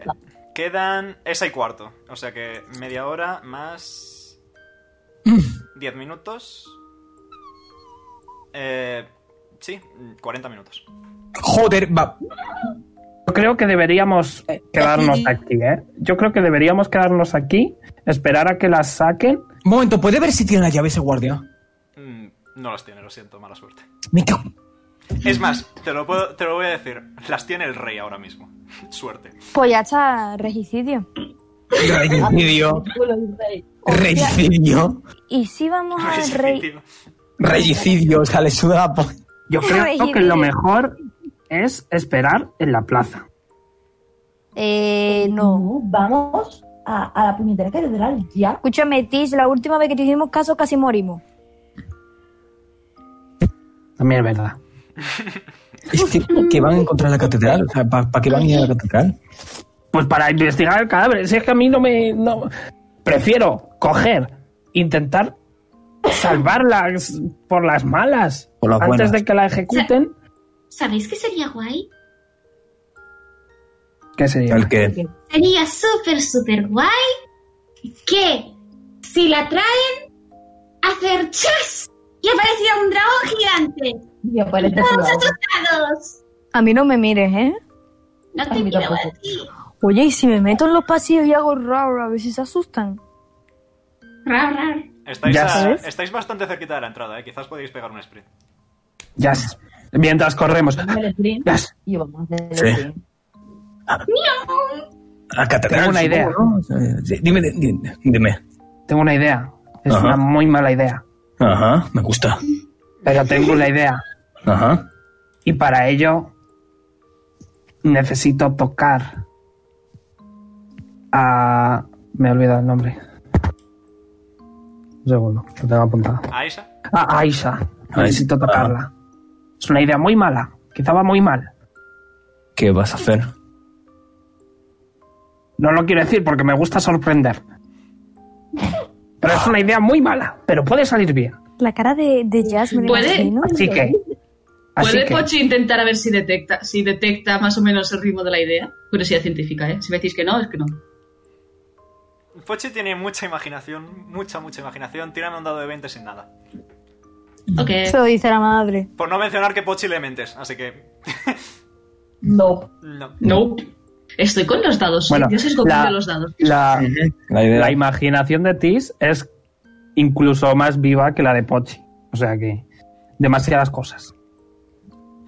Speaker 2: quedan esa y cuarto. O sea que media hora más. 10 minutos. Eh, Sí, mm, 40 minutos.
Speaker 1: Joder, va. Yo creo que deberíamos quedarnos aquí, ¿eh? Yo creo que deberíamos quedarnos aquí, esperar a que las saquen.
Speaker 9: Momento, ¿puede ver si tiene la llave ese guardia?
Speaker 2: Mm, no las tiene, lo siento, mala suerte.
Speaker 9: Me cago.
Speaker 2: Es más, te lo, puedo- te lo voy a decir, las tiene el rey ahora mismo. [LAUGHS] Suerte.
Speaker 6: Pues ya está regicidio.
Speaker 9: Regicidio. Regicidio.
Speaker 6: ¿Y si vamos al Ah, rey?
Speaker 9: Regicidio, o sea, le suda la po-
Speaker 1: Yo creo que lo mejor es esperar en la plaza.
Speaker 17: Eh, no.
Speaker 5: Vamos a, a la puñetera catedral ya.
Speaker 6: Escúchame, Tis, la última vez que te hicimos caso casi morimos.
Speaker 1: También es verdad.
Speaker 9: Es que, que van a encontrar la catedral. O sea, ¿para qué van a ir a la catedral?
Speaker 1: Pues para investigar el cadáver. Si es que a mí no me. no- Prefiero coger, intentar salvarlas por las malas.
Speaker 9: Por las
Speaker 1: antes
Speaker 9: buenas.
Speaker 1: de que la ejecuten.
Speaker 8: ¿Sabéis qué sería guay?
Speaker 1: ¿Qué sería?
Speaker 9: ¿El
Speaker 4: Eh.
Speaker 9: qué?
Speaker 8: Sería súper, súper guay que si la traen, hacer chas y aparecía un dragón gigante.
Speaker 5: Y
Speaker 8: ¡Todos asustados!
Speaker 6: A mí no me mires, ¿eh?
Speaker 8: No te quiero a ti.
Speaker 6: Oye, y si me meto en los pasillos y hago raro, a ver si se asustan.
Speaker 8: Rar, rar.
Speaker 2: Estáis,
Speaker 1: Ya
Speaker 2: a-
Speaker 1: sabes.
Speaker 2: estáis bastante cerquita de la entrada, ¿eh? quizás podéis pegar un sprint.
Speaker 1: Ya. s- Mientras corremos. Yes.
Speaker 5: Y vamos a hacer
Speaker 1: Sí.
Speaker 9: A la catedral.
Speaker 1: Tengo una
Speaker 9: supongo,
Speaker 1: idea.
Speaker 9: ¿no? O sea, sí, Dime, di- di- dime.
Speaker 1: Tengo una idea. Es
Speaker 9: Ajá.
Speaker 1: una muy mala idea.
Speaker 9: Ajá, me gusta.
Speaker 1: Pero tengo una idea.
Speaker 9: Ajá.
Speaker 1: Y para ello necesito tocar a... Me he olvidado el nombre. Un segundo, lo tengo apuntado.
Speaker 2: ¿Aisha?
Speaker 1: A Aisha. Necesito tocarla. Es una idea muy mala. Quizá va muy mal.
Speaker 9: ¿Qué vas a hacer?
Speaker 1: No lo quiero decir porque me gusta sorprender. Pero es una idea muy mala. Pero puede salir bien.
Speaker 6: La cara de, de Jasmine.
Speaker 3: ¿Puede?
Speaker 1: Así que... Así
Speaker 3: ¿Puede
Speaker 1: que...
Speaker 3: Pochi intentar a ver si detecta, si detecta más o menos el ritmo de la idea? Curiosidad científica, ¿eh? Si me decís que no, es que no.
Speaker 2: Pochi tiene mucha imaginación, mucha, mucha imaginación. Tírame un dado de 20 sin nada.
Speaker 3: Ok.
Speaker 6: Se lo dice la madre.
Speaker 2: Por no mencionar que Pochi le mentes, así que
Speaker 5: No.
Speaker 2: no.
Speaker 3: No. Estoy con los dados.
Speaker 1: Bueno,
Speaker 3: Dios es con
Speaker 1: la-
Speaker 3: los dados.
Speaker 1: La, la imaginación de Tis es incluso más viva que la de Pochi. O sea que demasiadas cosas.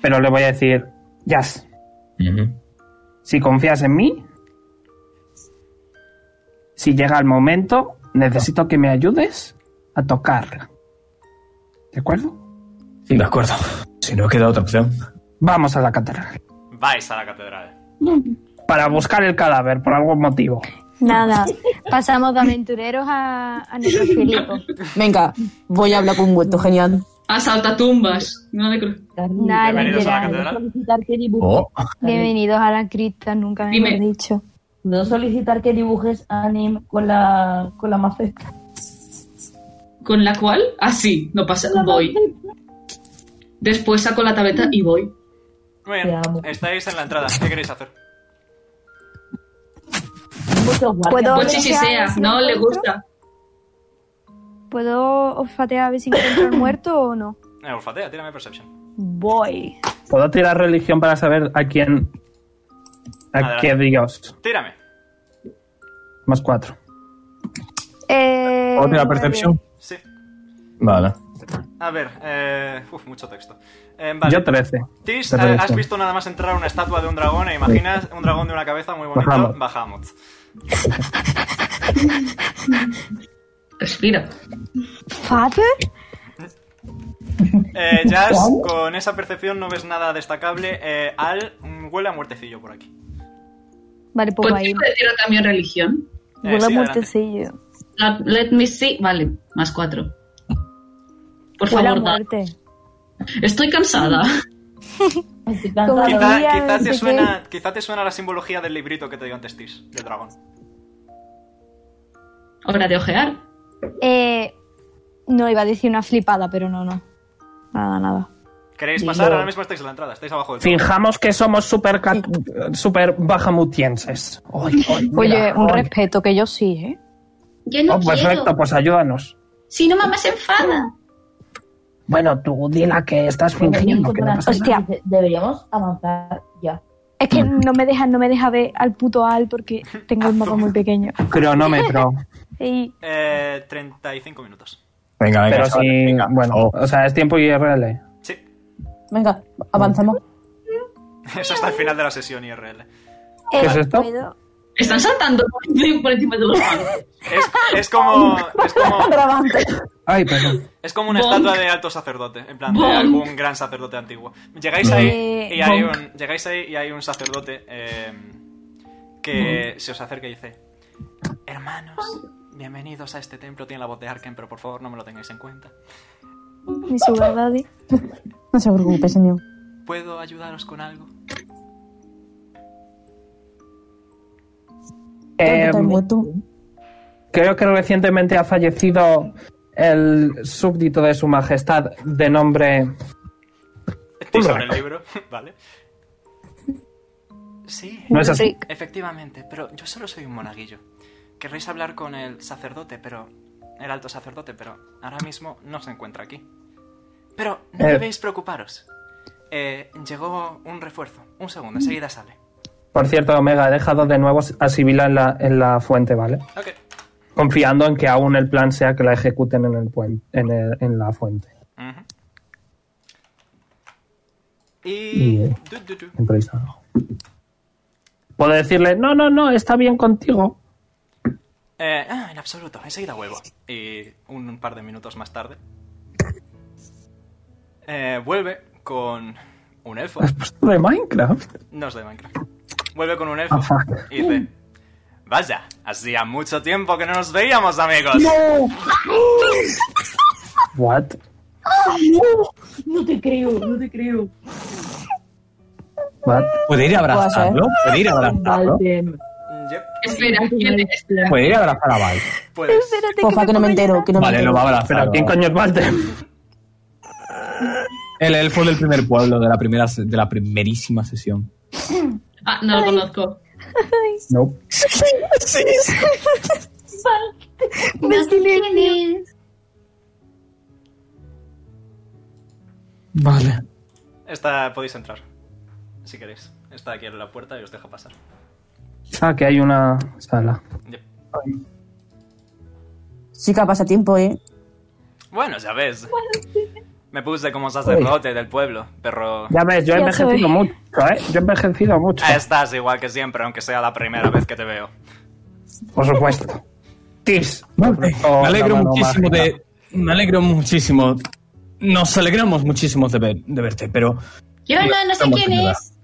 Speaker 1: Pero le voy a decir, Jazz, si confías en mí, si llega el momento, necesito que me ayudes a tocarla. ¿De acuerdo?
Speaker 9: De acuerdo. Si no queda otra opción.
Speaker 1: Vamos a la catedral.
Speaker 2: vais a la catedral.
Speaker 1: Para buscar el cadáver, por algún motivo.
Speaker 6: Nada, pasamos de aventureros a, a necrofílicos.
Speaker 12: Venga, voy a hablar con un huerto, genial.
Speaker 3: Asalta tumbas. Ah, No de cru-
Speaker 6: Nada,
Speaker 2: Bienvenidos a la
Speaker 6: literal.
Speaker 2: catedral.
Speaker 4: Oh.
Speaker 1: Oh.
Speaker 6: Eh, Bienvenidos a la cripta, nunca me
Speaker 3: Dime.
Speaker 6: he dicho.
Speaker 5: No solicitar que dibujes anime con la, con la maceta.
Speaker 3: ¿Con la cual? Ah, sí, no pasa. Voy. Después saco la tableta y voy.
Speaker 2: Muy bien, estáis en la entrada. ¿Qué queréis hacer?
Speaker 6: Puedo
Speaker 3: Pochi si sea,
Speaker 6: olfatear si
Speaker 3: no le
Speaker 6: encuentro-
Speaker 3: gusta.
Speaker 6: ¿Puedo olfatear a ver si encuentro el muerto o no?
Speaker 2: Eh, olfatea, tírame Perception.
Speaker 6: Voy.
Speaker 1: ¿Puedo tirar religión para saber a quién... A
Speaker 2: Adelante.
Speaker 1: qué dios?
Speaker 2: Tírame.
Speaker 1: Más cuatro.
Speaker 6: Eh,
Speaker 9: ¿Otra percepción?
Speaker 2: Sí.
Speaker 9: Vale.
Speaker 2: A ver, eh, uf, mucho texto. Eh, vale.
Speaker 1: Yo 13.
Speaker 2: Tis,
Speaker 1: De
Speaker 2: eh, has
Speaker 1: religión.
Speaker 2: visto nada más entrar una estatua de un dragón e imaginas un dragón de una cabeza muy bonito,
Speaker 1: Bahamut.
Speaker 2: Bahamut.
Speaker 3: Respira.
Speaker 6: ¿Father?
Speaker 2: Eh, Jazz, con esa percepción no ves nada destacable. Eh, Al mm, huele a muertecillo por aquí.
Speaker 6: Vale, pues
Speaker 3: Pochi
Speaker 6: ahí.
Speaker 3: puede tirar también religión.
Speaker 2: Eh,
Speaker 6: Huele a
Speaker 2: sí, adelante.
Speaker 6: muertecillo.
Speaker 3: La- Let me see. Vale, más cuatro. Por
Speaker 6: Huele a
Speaker 3: favor, da.
Speaker 6: muerte.
Speaker 3: Estoy cansada.
Speaker 6: Como
Speaker 2: Quizá,
Speaker 6: diría,
Speaker 2: quizá
Speaker 6: no
Speaker 2: te
Speaker 6: sé
Speaker 2: suena, quizá te suena la simbología del librito que te dio antes Tis, del dragón.
Speaker 3: Hora de ojear.
Speaker 6: qué. Eh, no, iba a decir una flipada, pero no, no. Nada, nada.
Speaker 2: ¿Queréis
Speaker 6: Dilo.
Speaker 2: pasar? Ahora mismo estáis en la entrada, estáis abajo del todo.
Speaker 1: Finjamos que somos super, cat- super bajamutienses. Ay, ay,
Speaker 6: Oye,
Speaker 1: mira,
Speaker 6: un
Speaker 1: ay.
Speaker 6: respeto, que yo sí, ¿eh?
Speaker 8: Yo no
Speaker 1: Oh,
Speaker 8: quiero.
Speaker 1: perfecto, pues ayúdanos.
Speaker 8: Si no, mamá se enfada.
Speaker 1: Bueno, tú dila que estás fingiendo. Que no pasa nada.
Speaker 6: Hostia.
Speaker 5: Deberíamos avanzar ya.
Speaker 6: Es que no me deja, no me deja ver al puto Al porque tengo el mapa muy pequeño.
Speaker 22: [LAUGHS]
Speaker 1: Cronómetro.
Speaker 6: Y
Speaker 2: Eh, 35 minutos. [LAUGHS]
Speaker 22: Venga, venga.
Speaker 1: Pero
Speaker 22: chaval,
Speaker 1: sí,
Speaker 22: venga. Oh.
Speaker 1: bueno,
Speaker 9: Oh.
Speaker 1: o sea, es tiempo IRL.
Speaker 23: Venga, avanzamos.
Speaker 2: Eso hasta el final de la sesión IRL.
Speaker 1: ¿Qué es esto?
Speaker 3: Están saltando [LAUGHS] por encima de los palos.
Speaker 2: Es, es como. Es como.
Speaker 1: Ay, perdón.
Speaker 2: Es como una
Speaker 1: Bonk.
Speaker 2: estatua de alto sacerdote, en plan de
Speaker 1: Bonk.
Speaker 2: algún gran sacerdote antiguo. Llegáis ahí
Speaker 1: Eh,
Speaker 2: y hay
Speaker 1: Bonk.
Speaker 2: un, llegáis ahí y hay un sacerdote eh, que se os acerca y dice: Hermanos, bienvenidos a este templo. Tiene la voz de Arken, pero por favor no me lo tengáis en cuenta.
Speaker 24: Mi sugar daddy.
Speaker 23: No se preocupe, señor.
Speaker 2: ¿Puedo ayudaros con algo? Em,
Speaker 1: Eh, creo que recientemente ha fallecido el súbdito de su majestad de nombre...
Speaker 2: Estoy sobre el libro, [LAUGHS] ¿vale? Sí,
Speaker 1: No es así.
Speaker 2: efectivamente, pero yo solo soy un monaguillo. Querréis hablar con el sacerdote, pero. el alto sacerdote, pero ahora mismo no se encuentra aquí. Pero no
Speaker 1: Eh.
Speaker 2: debéis preocuparos. Eh, llegó un refuerzo. Un segundo, enseguida sale.
Speaker 1: Por cierto, Omega, he dejado de nuevo a Sibila en la, en la fuente, ¿vale?
Speaker 2: Ok.
Speaker 1: Confiando en que aún el plan sea que la ejecuten en, el puen- en, el- en la fuente.
Speaker 2: Ujú.
Speaker 1: Y... eh,
Speaker 2: Du, du, du.
Speaker 1: improvisado. Puedo decirle, no, no, no, está bien contigo.
Speaker 2: Eh, ah, en absoluto, enseguida vuelvo. Y un, un par de minutos más tarde. eh, vuelve con un elfo.
Speaker 1: De Minecraft.
Speaker 2: No es de Minecraft. Vuelve con un elfo
Speaker 1: Ah, fuck.
Speaker 2: y dice: Vaya, hacía mucho tiempo que no nos veíamos, amigos.
Speaker 5: Oh,
Speaker 1: What?
Speaker 5: No te creo, no te creo.
Speaker 1: What?
Speaker 4: ¿Puede ir a abrazarlo? ¿Puede ir a abrazarlo?
Speaker 2: Yep.
Speaker 3: Espera, ¿quién te- espera.
Speaker 4: [LAUGHS] ¿Puede ir a abrazar a Val?
Speaker 2: Puedes.
Speaker 23: Porfa, que no me entero, que no
Speaker 4: Vale,
Speaker 23: me
Speaker 4: lo
Speaker 23: entero.
Speaker 4: va a abrazar.
Speaker 1: Pero ¿quién coño es Valtem?
Speaker 4: El elfo del primer pueblo, de la, primera, se- de la primerísima sesión.
Speaker 3: Ah, no lo conozco.
Speaker 4: No.
Speaker 8: No sé quién es.
Speaker 4: Vale.
Speaker 2: Esta podéis entrar. Si queréis. Está aquí en la puerta y os deja pasar.
Speaker 1: Ah, que hay una sala.
Speaker 2: Yep.
Speaker 23: Chica, pasa tiempo, ¿eh?
Speaker 2: Bueno, ya ves. Me puse como sacerdote del pueblo, pero.
Speaker 1: Ya ves, yo he envejecido mucho, ¿eh? Yo he envejecido mucho,
Speaker 4: Ah,
Speaker 2: Estás igual que siempre, aunque sea la primera vez que te veo.
Speaker 1: por supuesto. Tips. Oh,
Speaker 4: me alegro
Speaker 1: la mano
Speaker 4: muchísimo
Speaker 1: mágica.
Speaker 4: de. Me alegro muchísimo. Nos alegramos muchísimo de, ver- de verte, pero.
Speaker 8: Yo no, no sé
Speaker 4: Estamos
Speaker 8: quién
Speaker 4: en edad.
Speaker 8: es.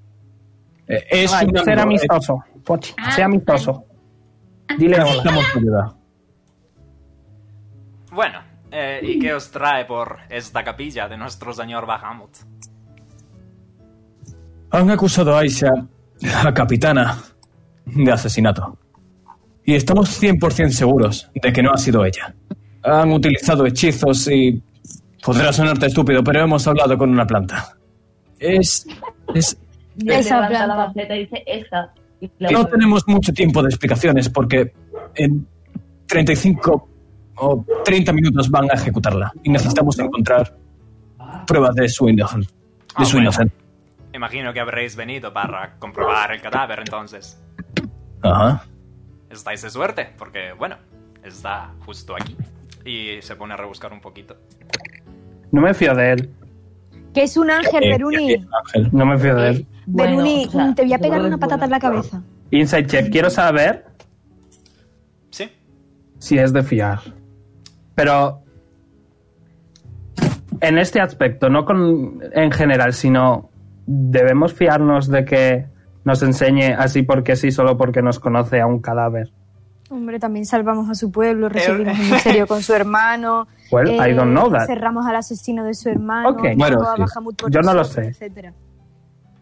Speaker 4: eh, es
Speaker 1: Ay,
Speaker 4: un
Speaker 1: ser
Speaker 4: amigo, eh,
Speaker 1: amistoso, Pochi. Sé amistoso. Dile hola.
Speaker 4: necesitamos tu ayuda.
Speaker 2: Bueno, eh, ¿y qué os trae por esta capilla de nuestro señor Bahamut?
Speaker 4: Han acusado a Aisha, la capitana, de asesinato. Y estamos 100% seguros de que no ha sido ella. Han utilizado hechizos y... Podrá sonarte estúpido, pero hemos hablado con una planta. Es... es
Speaker 5: Esa levanta la maceta y dice esta. Y la-
Speaker 4: no tenemos mucho tiempo de explicaciones porque en 35 o 30 minutos van a ejecutarla y necesitamos encontrar pruebas de su inocencia. De
Speaker 1: Ah,
Speaker 4: su inocencia.
Speaker 2: Imagino que habréis venido para comprobar el cadáver, entonces.
Speaker 4: Ajá.
Speaker 2: Estáis de suerte, porque, bueno, está justo aquí. Y se pone a rebuscar un poquito.
Speaker 1: No me fío de él.
Speaker 6: Que es un ángel,
Speaker 4: Eh,
Speaker 6: Beruni.
Speaker 1: No me fío de él.
Speaker 6: Beruni, te voy a pegar una patata en la cabeza.
Speaker 1: Inside check. Quiero saber
Speaker 2: Sí.
Speaker 1: si es de fiar. Pero en este aspecto, no con en general, sino debemos fiarnos de que nos enseñe así porque sí, solo porque nos conoce a un cadáver.
Speaker 6: Hombre, también salvamos a su pueblo, resolvimos un misterio con su hermano.
Speaker 1: Well, I don't know
Speaker 6: Eh,
Speaker 19: Eh,
Speaker 1: that.
Speaker 6: Cerramos al asesino de su hermano.
Speaker 1: Ok.
Speaker 6: llamó
Speaker 1: Bueno,
Speaker 6: a
Speaker 1: sí.
Speaker 6: Bahamut por
Speaker 1: Yo no lo
Speaker 6: nosotros,
Speaker 1: sé.
Speaker 6: etcétera.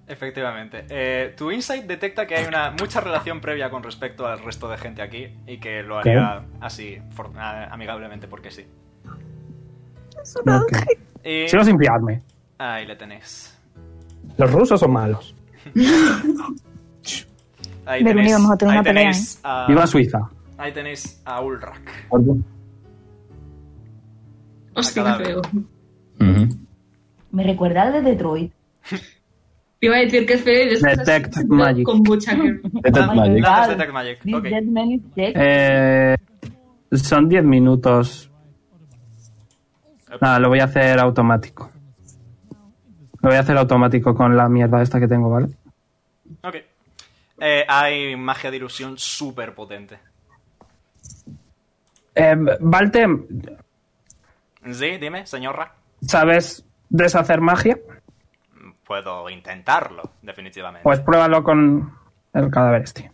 Speaker 2: Efectivamente. Eh, tu insight detecta que hay una mucha relación previa con respecto al resto de gente aquí y que lo haría así, for- a- amigablemente, porque sí.
Speaker 1: Ok.
Speaker 2: Y...
Speaker 1: Sigo sin fiarme.
Speaker 2: Ahí le tenéis.
Speaker 1: Los rusos son malos.
Speaker 2: Ahí
Speaker 6: Beruni,
Speaker 2: tenéis,
Speaker 6: vamos a tener
Speaker 2: ahí
Speaker 6: una pelea, ¿eh?
Speaker 2: tenéis a-
Speaker 1: Viva Suiza.
Speaker 2: Ahí tenéis a Ulrak.
Speaker 3: Hostia, qué
Speaker 2: Cadáver.
Speaker 3: feo.
Speaker 5: Me recuerda al de Detroit.
Speaker 3: Te iba a decir que es feo y después
Speaker 1: Detect Magic.
Speaker 3: con mucha que...
Speaker 2: Ah,
Speaker 1: Detect Magic.
Speaker 2: Lanzas Detect Magic. Ok.
Speaker 1: Eh, son 10 minutos. Nada, lo voy a hacer automático. Lo voy a hacer automático con la mierda esta que tengo, ¿vale?
Speaker 2: Ok. Eh, hay magia de ilusión súper potente.
Speaker 1: Eh, Valte,
Speaker 2: Sí, dime, señor Ra.
Speaker 1: ¿sabes deshacer magia?
Speaker 2: Puedo intentarlo, definitivamente.
Speaker 1: Pues pruébalo con el cadáver este.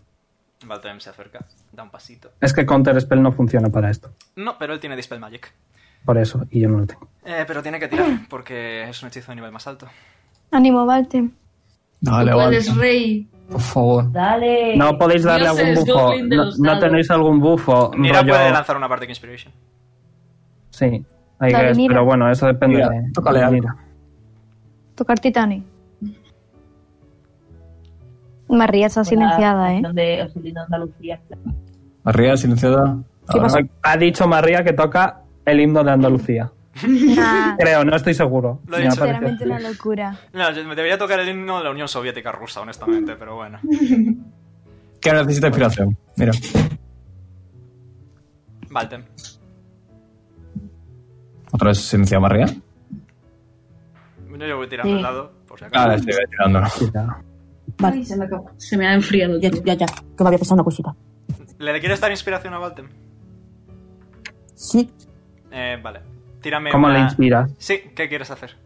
Speaker 2: Valtem se acerca, da un pasito.
Speaker 1: Es que Counter Spell no funciona para esto.
Speaker 2: No, pero él tiene Dispel Magic.
Speaker 1: Por eso, y yo no lo tengo.
Speaker 2: Eh, pero tiene
Speaker 1: [CLEARS THROAT]
Speaker 2: que tirar, porque es un hechizo de nivel más alto.
Speaker 19: Ánimo, Valtem.
Speaker 4: Dale,
Speaker 3: Puedes rey.
Speaker 4: Por favor.
Speaker 5: Dale.
Speaker 1: No podéis darle
Speaker 3: Eh, Dios
Speaker 1: algún
Speaker 3: es
Speaker 1: bufo.
Speaker 3: Goblin de
Speaker 1: No,
Speaker 3: los
Speaker 1: no
Speaker 3: dados.
Speaker 1: tenéis algún bufo.
Speaker 2: Mira,
Speaker 1: rollo-
Speaker 2: puede lanzar una Bardic Inspiration.
Speaker 1: Sí, ahí
Speaker 19: Dale,
Speaker 1: es,
Speaker 19: Nira.
Speaker 1: pero bueno, eso depende
Speaker 4: Nira,
Speaker 1: de.
Speaker 4: tócale
Speaker 1: de
Speaker 4: algo.
Speaker 1: Nira.
Speaker 19: Tocar Titanic. María está silenciada,
Speaker 5: [LAUGHS]
Speaker 19: ¿eh?
Speaker 5: Donde os de Andalucía.
Speaker 4: Arriba, silenciada. Ahora.
Speaker 1: Ha dicho María que toca el himno de Andalucía. [LAUGHS]
Speaker 19: Nah,
Speaker 1: Creo, no estoy seguro.
Speaker 2: Lo he
Speaker 1: Me ha
Speaker 2: dicho.
Speaker 1: parecido.
Speaker 19: sinceramente una locura.
Speaker 2: No, yo- me debería tocar el himno de la Unión Soviética rusa, honestamente, pero bueno.
Speaker 4: Que necesita inspiración. Mira.
Speaker 2: Valtem.
Speaker 4: Otra vez silenciada María.
Speaker 2: Yo yo voy tirando
Speaker 21: Sí.
Speaker 2: al lado, por si acaso.
Speaker 4: Ah, la estoy tirando.
Speaker 3: Ay, se me acabó. Se me ha enfriado.
Speaker 21: Ya, ya, ya. Que me había pasado una cosita.
Speaker 2: ¿Le quieres dar inspiración a Valtem?
Speaker 21: Sí.
Speaker 2: Eh, vale. Tírame
Speaker 1: ¿Cómo
Speaker 2: una...
Speaker 1: le [LAUGHS] inspiras?
Speaker 2: Sí, ¿qué quieres hacer?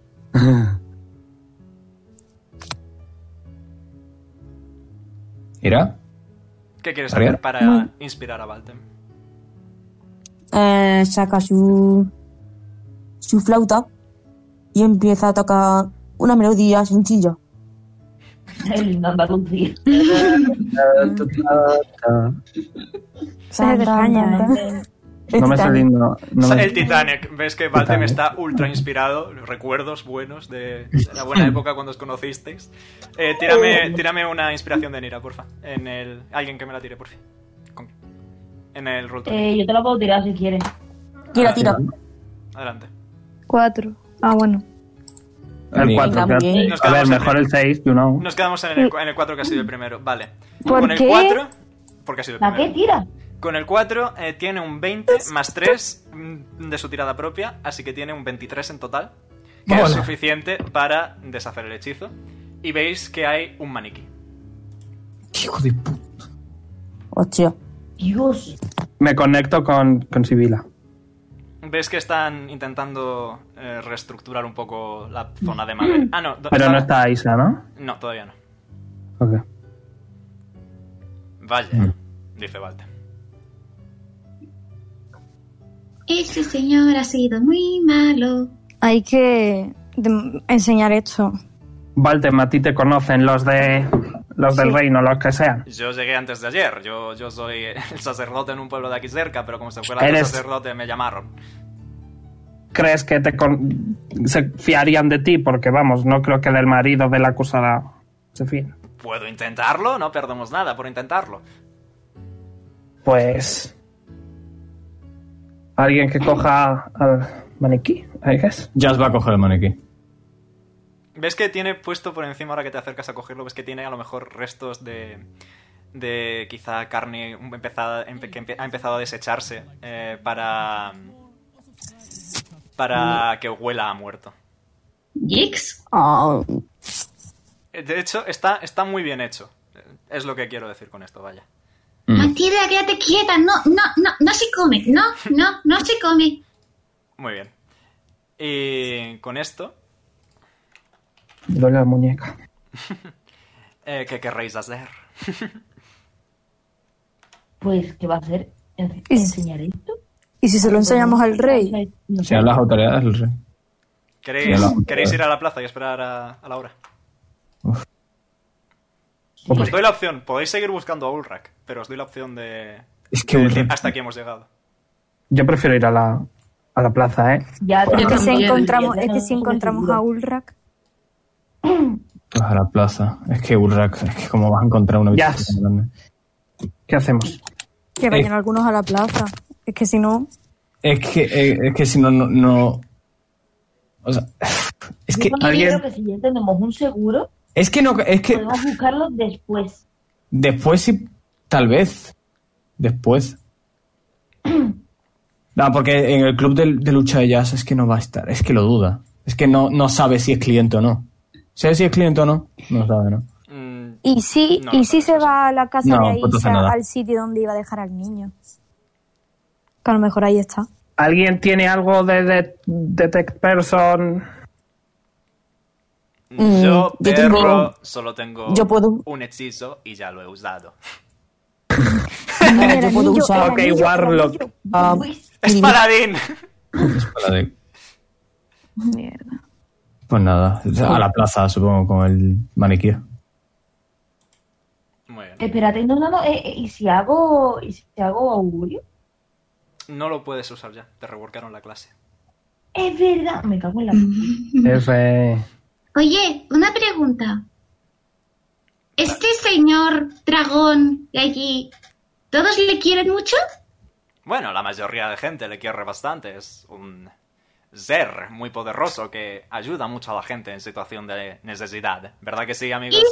Speaker 4: Mira.
Speaker 2: ¿Qué quieres
Speaker 4: ¿Arriba?
Speaker 2: hacer para inspirar a Valtem?
Speaker 21: Eh, saca su. su flauta y empieza a tocar una melodía sencilla.
Speaker 5: El himno de
Speaker 21: [LAUGHS]
Speaker 5: Andalucía.
Speaker 21: Tan,
Speaker 19: de
Speaker 21: tan,
Speaker 19: caña,
Speaker 21: tan,
Speaker 19: ¿eh?
Speaker 8: Este
Speaker 21: tan.
Speaker 1: No me sale el himno. no
Speaker 2: Sa-
Speaker 1: me-
Speaker 2: El Titanic. Ves que Valtem está ultra inspirado. los Recuerdos buenos de la buena época cuando os conocisteis. Eh, tírame, tírame una inspiración de Nira, porfa. En el... Alguien que me la tire, porfa. Con- En el roll to-
Speaker 5: Eh, yo te lo puedo tirar si quieres.
Speaker 21: Tira, tira.
Speaker 2: Adelante.
Speaker 19: Cuatro. Ah, bueno.
Speaker 1: El
Speaker 4: Venga,
Speaker 1: 4.
Speaker 21: muy bien.
Speaker 1: A ver,
Speaker 2: Nos quedamos en
Speaker 1: mejor el 6, you know.
Speaker 2: Nos quedamos en el, cu- en el 4 que ha sido el primero. Vale.
Speaker 19: ¿Por
Speaker 2: Con el
Speaker 19: qué?
Speaker 2: 4... Porque ha sido el
Speaker 5: ¿La qué
Speaker 2: primero.
Speaker 5: tira?
Speaker 2: Con el 4 eh, tiene un 20 más 3 de su tirada propia, así que tiene un 23 en total, que es
Speaker 4: Hola.
Speaker 2: suficiente para deshacer el hechizo. Y veis que hay un maniquí.
Speaker 4: Hijo de puta.
Speaker 21: Hostia.
Speaker 5: Dios.
Speaker 1: Me conecto con, con Sibila.
Speaker 2: Ves que están intentando eh, reestructurar un poco la zona de madera. Ah, no. do-
Speaker 1: Pero no está Isa, ¿no?
Speaker 2: No, todavía no.
Speaker 1: Ok.
Speaker 2: Vaya,
Speaker 1: Mm.
Speaker 2: dice Valte.
Speaker 8: Ese señor ha sido muy malo.
Speaker 19: Hay que de- enseñar esto.
Speaker 1: Valtem, a ti te conocen los de los del reino, los que sean.
Speaker 2: Yo llegué antes de ayer. Yo, yo soy el sacerdote en un pueblo de aquí cerca, pero como se fuera el
Speaker 1: Eres-
Speaker 2: sacerdote me llamaron.
Speaker 1: ¿Crees que te con- se fiarían de ti? Porque vamos, no creo que del marido de la acusada se fíen.
Speaker 2: ¿Puedo intentarlo? No perdemos nada por intentarlo.
Speaker 1: Pues alguien que coja al maniquí, I guess.
Speaker 4: Jazz va a coger el maniquí.
Speaker 2: ¿Ves que tiene puesto por encima ahora que te acercas a cogerlo? ¿Ves que tiene a lo mejor restos de. de quizá carne empezada, empe- que empe- ha empezado a desecharse eh, para. para que huela a muerto?
Speaker 3: Yix.
Speaker 21: Ah,
Speaker 2: Eh, De hecho, está, está muy bien hecho. Eh, Es lo que quiero decir con esto, vaya.
Speaker 8: Matilda, quédate quieta. No, no, no, no se come. No, no, no se come.
Speaker 2: Muy bien. Y con esto,
Speaker 1: Me duele la muñeca.
Speaker 2: eh, ¿qué querréis hacer?
Speaker 5: Pues, ¿qué va a hacer? En-
Speaker 19: Y-
Speaker 5: ¿Enseñar esto? Pues,
Speaker 19: ¿Y si se lo enseñamos al rey?
Speaker 5: No
Speaker 4: Si a las autoridades, el rey.
Speaker 2: ¿Queréis,
Speaker 4: Ya lo-
Speaker 2: queréis ir a la plaza y esperar a, a la hora?
Speaker 1: Hombre.
Speaker 2: Os doy la opción, podéis seguir buscando a Ulrak, pero os doy la opción de,
Speaker 4: Es que
Speaker 2: de
Speaker 4: Ulrak-
Speaker 2: hasta aquí hemos llegado.
Speaker 1: Yo prefiero ir a la, a la plaza, ¿eh?
Speaker 5: Ya,
Speaker 19: Es que si
Speaker 3: también,
Speaker 19: encontramos,
Speaker 5: ya
Speaker 19: es que si
Speaker 5: no,
Speaker 19: encontramos
Speaker 5: seguro.
Speaker 19: a Ulrak,
Speaker 4: Todas a la plaza. Es que Ulrak, es que como vas a encontrar una
Speaker 1: Ya.
Speaker 4: habitación tan grande.
Speaker 1: ¿Qué hacemos?
Speaker 19: que vayan algunos a la plaza. Es que si no,
Speaker 4: Es que, eh, es que si no, no, no- O sea, es que
Speaker 5: Yo también
Speaker 4: alguien.
Speaker 5: creo que si ya tenemos un seguro,
Speaker 4: Es que no. Es que
Speaker 5: podemos buscarlo después.
Speaker 4: después sí. Tal vez. Después. No, porque en el club de, de lucha de jazz es que no va a estar. Es que lo duda. Es que no, no sabe si es cliente o no. ¿Sabe si es cliente o no? No sabe, ¿no?
Speaker 2: Mm,
Speaker 6: Y sí,
Speaker 4: No,
Speaker 6: y sí se va a la casa
Speaker 4: No,
Speaker 6: de
Speaker 4: pues entonces
Speaker 6: Aisha
Speaker 4: nada.
Speaker 6: al sitio donde iba a dejar al niño. Que a lo mejor ahí [LAUGHS] está.
Speaker 1: ¿Alguien tiene algo de, de- Detect Person?
Speaker 2: Yo,
Speaker 1: Mm, yo
Speaker 2: perro,
Speaker 1: tengo-
Speaker 2: solo tengo
Speaker 1: yo puedo-
Speaker 2: un hechizo y ya lo
Speaker 1: [LAUGHS]
Speaker 2: he usado.
Speaker 25: yo puedo usar.
Speaker 1: Ok, Warlock.
Speaker 25: Ah,
Speaker 2: ¡Es paladín! [LAUGHS]
Speaker 4: Pues nada. A la plaza, supongo, con el maniquí.
Speaker 5: Espérate, no, no, no. eh, eh, ¿Y si hago, y si hago augurio?
Speaker 2: No lo puedes usar ya, te reworkaron la clase.
Speaker 5: Es verdad. Me cago en la...
Speaker 19: Mm.
Speaker 1: F.
Speaker 8: Oye, una pregunta. ¿Este señor dragón de allí, todos le quieren mucho?
Speaker 2: Bueno, la mayoría de gente le quiere bastante. Es un ser muy poderoso que ayuda mucho a la gente en situación de necesidad. ¿Verdad que sí, amigos?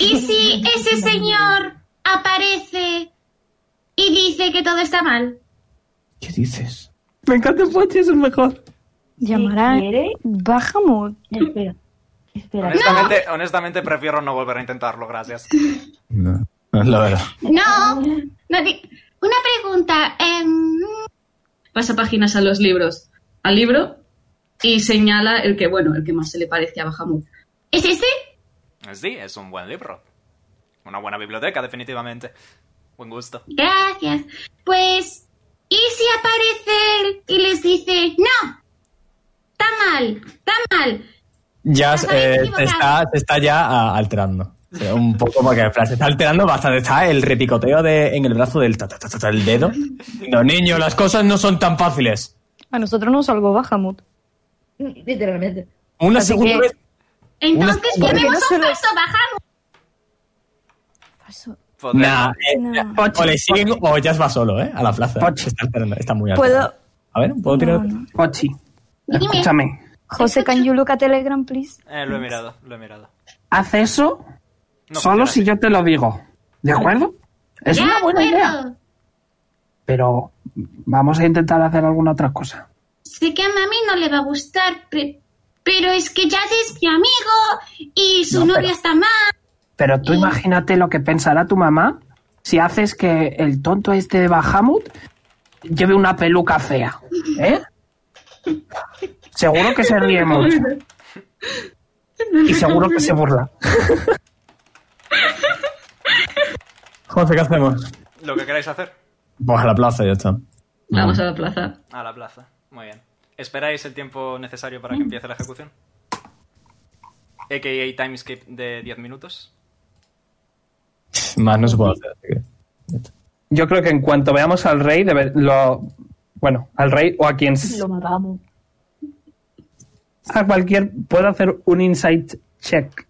Speaker 8: ¿Y si ese señor aparece y dice que todo está mal?
Speaker 4: ¿Qué dices?
Speaker 1: Me encanta Pochi, es el mejor.
Speaker 6: Llamará. Baja mucho.
Speaker 2: Honestamente, honestamente prefiero no volver a intentarlo, gracias.
Speaker 4: La verdad.
Speaker 8: No, no di- una pregunta. em,
Speaker 3: Pasa páginas a los libros, al libro, y señala el que, bueno, el que más se le parece a Bahamut.
Speaker 1: Ah.
Speaker 8: ¿Es este?
Speaker 2: Sí, es un buen libro. Una buena biblioteca, definitivamente. Buen gusto.
Speaker 8: Gracias. Pues, ¿y si aparece él y les dice, no, está mal, está mal?
Speaker 4: Jazz eh,
Speaker 8: equivocado.
Speaker 4: se está, se está ya ah, alterando. O sea, Un poco porque en plan, se está alterando bastante. Está el repicoteo de, en el brazo del ta, ta, ta, ta, ta, el dedo. No, niño, las cosas no son tan fáciles.
Speaker 6: A nosotros nos salvó Bahamut.
Speaker 5: mm, Literalmente.
Speaker 4: Una
Speaker 6: Así
Speaker 4: segunda
Speaker 6: que-
Speaker 4: vez.
Speaker 8: Entonces,
Speaker 4: Una-
Speaker 8: llamemos
Speaker 6: Porque
Speaker 8: a un falso bajamos.
Speaker 4: Nah, eh, o le siguen o Jazz va solo, ¿eh? A la plaza. Se está alterando. Está muy alterado.
Speaker 6: ¿Puedo?
Speaker 4: A ver, ¿puedo tirar?
Speaker 1: Pochi,
Speaker 6: Dime.
Speaker 1: escúchame.
Speaker 6: José, can you look at Telegram, please?
Speaker 2: Eh, lo he mirado, lo he mirado.
Speaker 1: Haz eso
Speaker 2: No
Speaker 1: solo
Speaker 2: funciona
Speaker 1: si yo te lo digo. ¿De acuerdo? Es
Speaker 8: Ya,
Speaker 1: una buena
Speaker 8: acuerdo.
Speaker 1: idea. Pero vamos a intentar hacer alguna otra cosa.
Speaker 8: Sé que a mami no le va a gustar, pe- pero es que Jazz es mi amigo y su
Speaker 1: No,
Speaker 8: novia
Speaker 1: pero-
Speaker 8: está mal.
Speaker 1: Pero tú imagínate lo que pensará tu mamá si haces que el tonto este de Bahamut lleve una peluca fea. ¿Eh? Seguro que se ríe mucho. Y seguro que se burla.
Speaker 4: José, ¿qué hacemos?
Speaker 2: Lo que queráis hacer.
Speaker 4: Pues a la plaza, ya está.
Speaker 3: Vamos a la plaza.
Speaker 2: A la plaza. Muy bien. ¿Esperáis el tiempo necesario
Speaker 1: Mm.
Speaker 2: para que empiece la ejecución? AKA timescape de 10 minutos.
Speaker 4: Más no se puede hacer. así que-
Speaker 1: Yo creo que en cuanto veamos al rey, debe- lo, bueno, al rey o a quien s-
Speaker 5: Lo matamos.
Speaker 1: a cualquier puedo hacer un insight check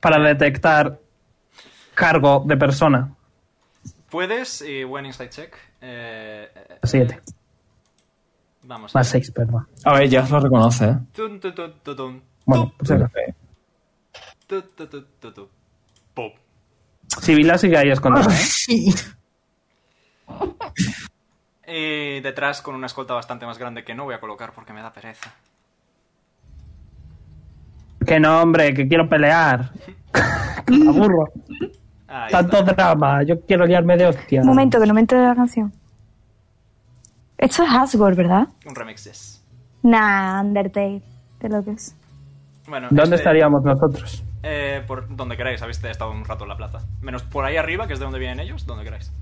Speaker 1: para detectar cargo de persona.
Speaker 2: Puedes, y buen insight check. Eh, eh,
Speaker 1: Siete.
Speaker 2: Vamos.
Speaker 1: Más seis, perdón.
Speaker 4: A ver, Jazz lo reconoce, ¿eh?
Speaker 2: Tun, tu, tu, tu, tun,
Speaker 1: Bueno, pues eso.
Speaker 2: tu, tu, tu, tu, tu. Pop.
Speaker 1: Sibila sigue ahí escondida. ¿eh?
Speaker 2: Y detrás con una escolta bastante más grande que no voy a colocar porque me da pereza.
Speaker 1: Que no, hombre, que quiero
Speaker 2: [LAUGHS]
Speaker 1: pelear. Que me aburro.
Speaker 2: Ahí
Speaker 1: Tanto drama. Yo quiero liarme de hostia.
Speaker 6: Un momento, que no me entere la canción. Esto es Asgore, ¿verdad?
Speaker 2: Un remix yes.
Speaker 6: Nah, Undertale. De lo que es.
Speaker 2: Bueno,
Speaker 1: ¿Dónde
Speaker 2: este-
Speaker 1: estaríamos nosotros?
Speaker 2: Eh, por donde queráis, habéis estado un rato en la plaza. Menos por ahí arriba, que es de donde vienen ellos, donde queráis.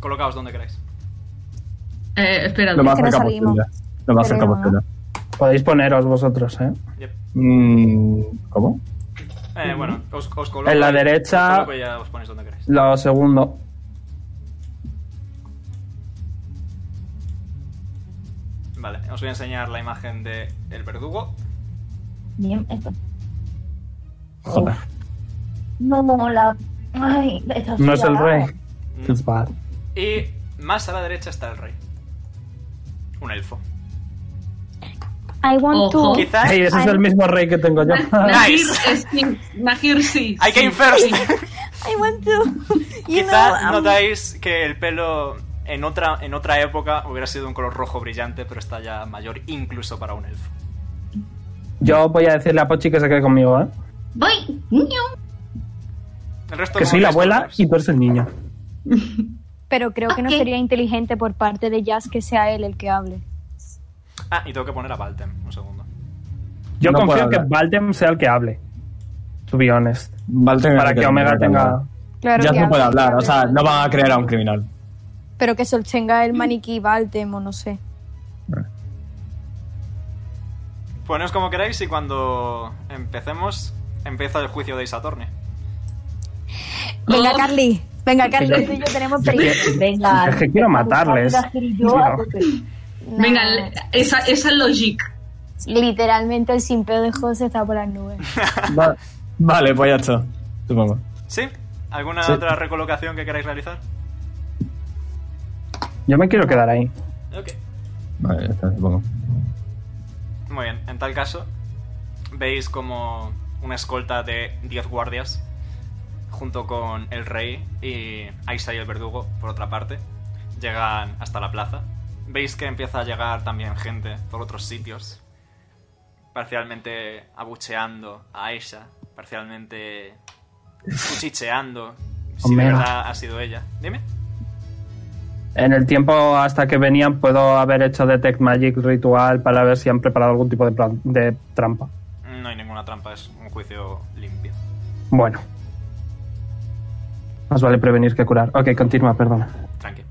Speaker 2: Colocaos donde queráis.
Speaker 3: Eh, espera,
Speaker 1: Lo más
Speaker 3: que no
Speaker 1: cerca
Speaker 3: salimos.
Speaker 1: posible. Lo más cerca
Speaker 3: Creo, ¿no?
Speaker 1: posible. Podéis poneros vosotros, ¿eh?
Speaker 2: Yep.
Speaker 1: Mm, ¿Cómo?
Speaker 2: Eh, bueno, os, os coloco.
Speaker 1: En la
Speaker 2: ahí, Os
Speaker 1: derecha,
Speaker 2: coloco y ya os ponéis donde queráis.
Speaker 1: lo segundo. Mm.
Speaker 2: Vale, os voy a enseñar la imagen del el verdugo.
Speaker 5: Bien, esto.
Speaker 4: Joder.
Speaker 5: No, no, la. Ay, esta
Speaker 1: No es el
Speaker 5: ciudad.
Speaker 1: rey.
Speaker 2: Mm.
Speaker 1: Feels bad.
Speaker 2: Y más a la derecha está el rey. Un elfo.
Speaker 6: I want to.
Speaker 1: Quizás. Ey, ese es el mismo rey que tengo yo.
Speaker 17: [LAUGHS]
Speaker 3: Nahir, es-
Speaker 2: [LAUGHS]
Speaker 3: Nahir sí.
Speaker 2: I came
Speaker 1: [LAUGHS]
Speaker 2: first.
Speaker 6: I want to. [LAUGHS] You
Speaker 2: Quizás
Speaker 6: know, um,
Speaker 2: notáis que el pelo en otra, en otra época hubiera sido de un color rojo brillante, pero está ya mayor incluso para un elfo.
Speaker 1: Yo voy a decirle a Pochi que se quede conmigo, ¿eh?
Speaker 8: Voy. Niu.
Speaker 2: El resto
Speaker 1: Que
Speaker 2: como
Speaker 1: soy la
Speaker 2: veis,
Speaker 1: abuela y tú eres el niño.
Speaker 6: Pero creo que no sería inteligente por parte de Jazz que sea él el que hable.
Speaker 2: Ah, y tengo que poner a Valtem, un segundo.
Speaker 1: Yo
Speaker 2: No
Speaker 1: confío
Speaker 2: puedo
Speaker 1: en que
Speaker 2: hablar.
Speaker 1: Valdem sea el que hable. To be honest.
Speaker 4: Valtem
Speaker 1: Para
Speaker 4: es el
Speaker 1: que
Speaker 4: que
Speaker 1: Omega
Speaker 4: tiene que hablar.
Speaker 1: tenga.
Speaker 17: Claro
Speaker 4: ya
Speaker 17: que
Speaker 4: no
Speaker 17: hable,
Speaker 4: puede hablar,
Speaker 17: que
Speaker 4: o sea,
Speaker 17: hable.
Speaker 4: no van a creer a
Speaker 1: [LAUGHS]
Speaker 4: un criminal.
Speaker 17: Pero que sostenga el maniquí Baltemo, no sé.
Speaker 2: Poneos como queráis y cuando empecemos, empieza el juicio de Isatorne.
Speaker 6: Venga, Carly. Venga, Carly, tú y yo tenemos peligro. Venga.
Speaker 1: Es que quiero matarles. [LAUGHS]
Speaker 3: Venga, le- esa, esa logic.
Speaker 10: Literalmente el simpeo de José está por las nubes.
Speaker 4: Va- vale, pues ya está, supongo.
Speaker 2: ¿Sí? ¿Alguna
Speaker 4: Sí.
Speaker 2: otra recolocación que queráis realizar?
Speaker 1: Yo me quiero quedar ahí.
Speaker 2: Ok.
Speaker 4: Vale, ya está, supongo.
Speaker 2: Muy bien, en tal caso, veis como una escolta de 10 guardias, junto con el rey y Aisa y el verdugo, por otra parte, llegan hasta la plaza. Veis que empieza a llegar también gente por otros sitios, parcialmente abucheando a Aisha, parcialmente cuchicheando, si de
Speaker 1: Omega.
Speaker 2: verdad ha sido ella. Dime.
Speaker 1: En el tiempo hasta que venían, puedo haber hecho Detect Magic ritual para ver si han preparado algún tipo de, plan- de trampa.
Speaker 2: No hay ninguna trampa, es un juicio limpio.
Speaker 1: Bueno. Más vale prevenir que curar. Ok, continúa, perdona.
Speaker 2: Tranqui.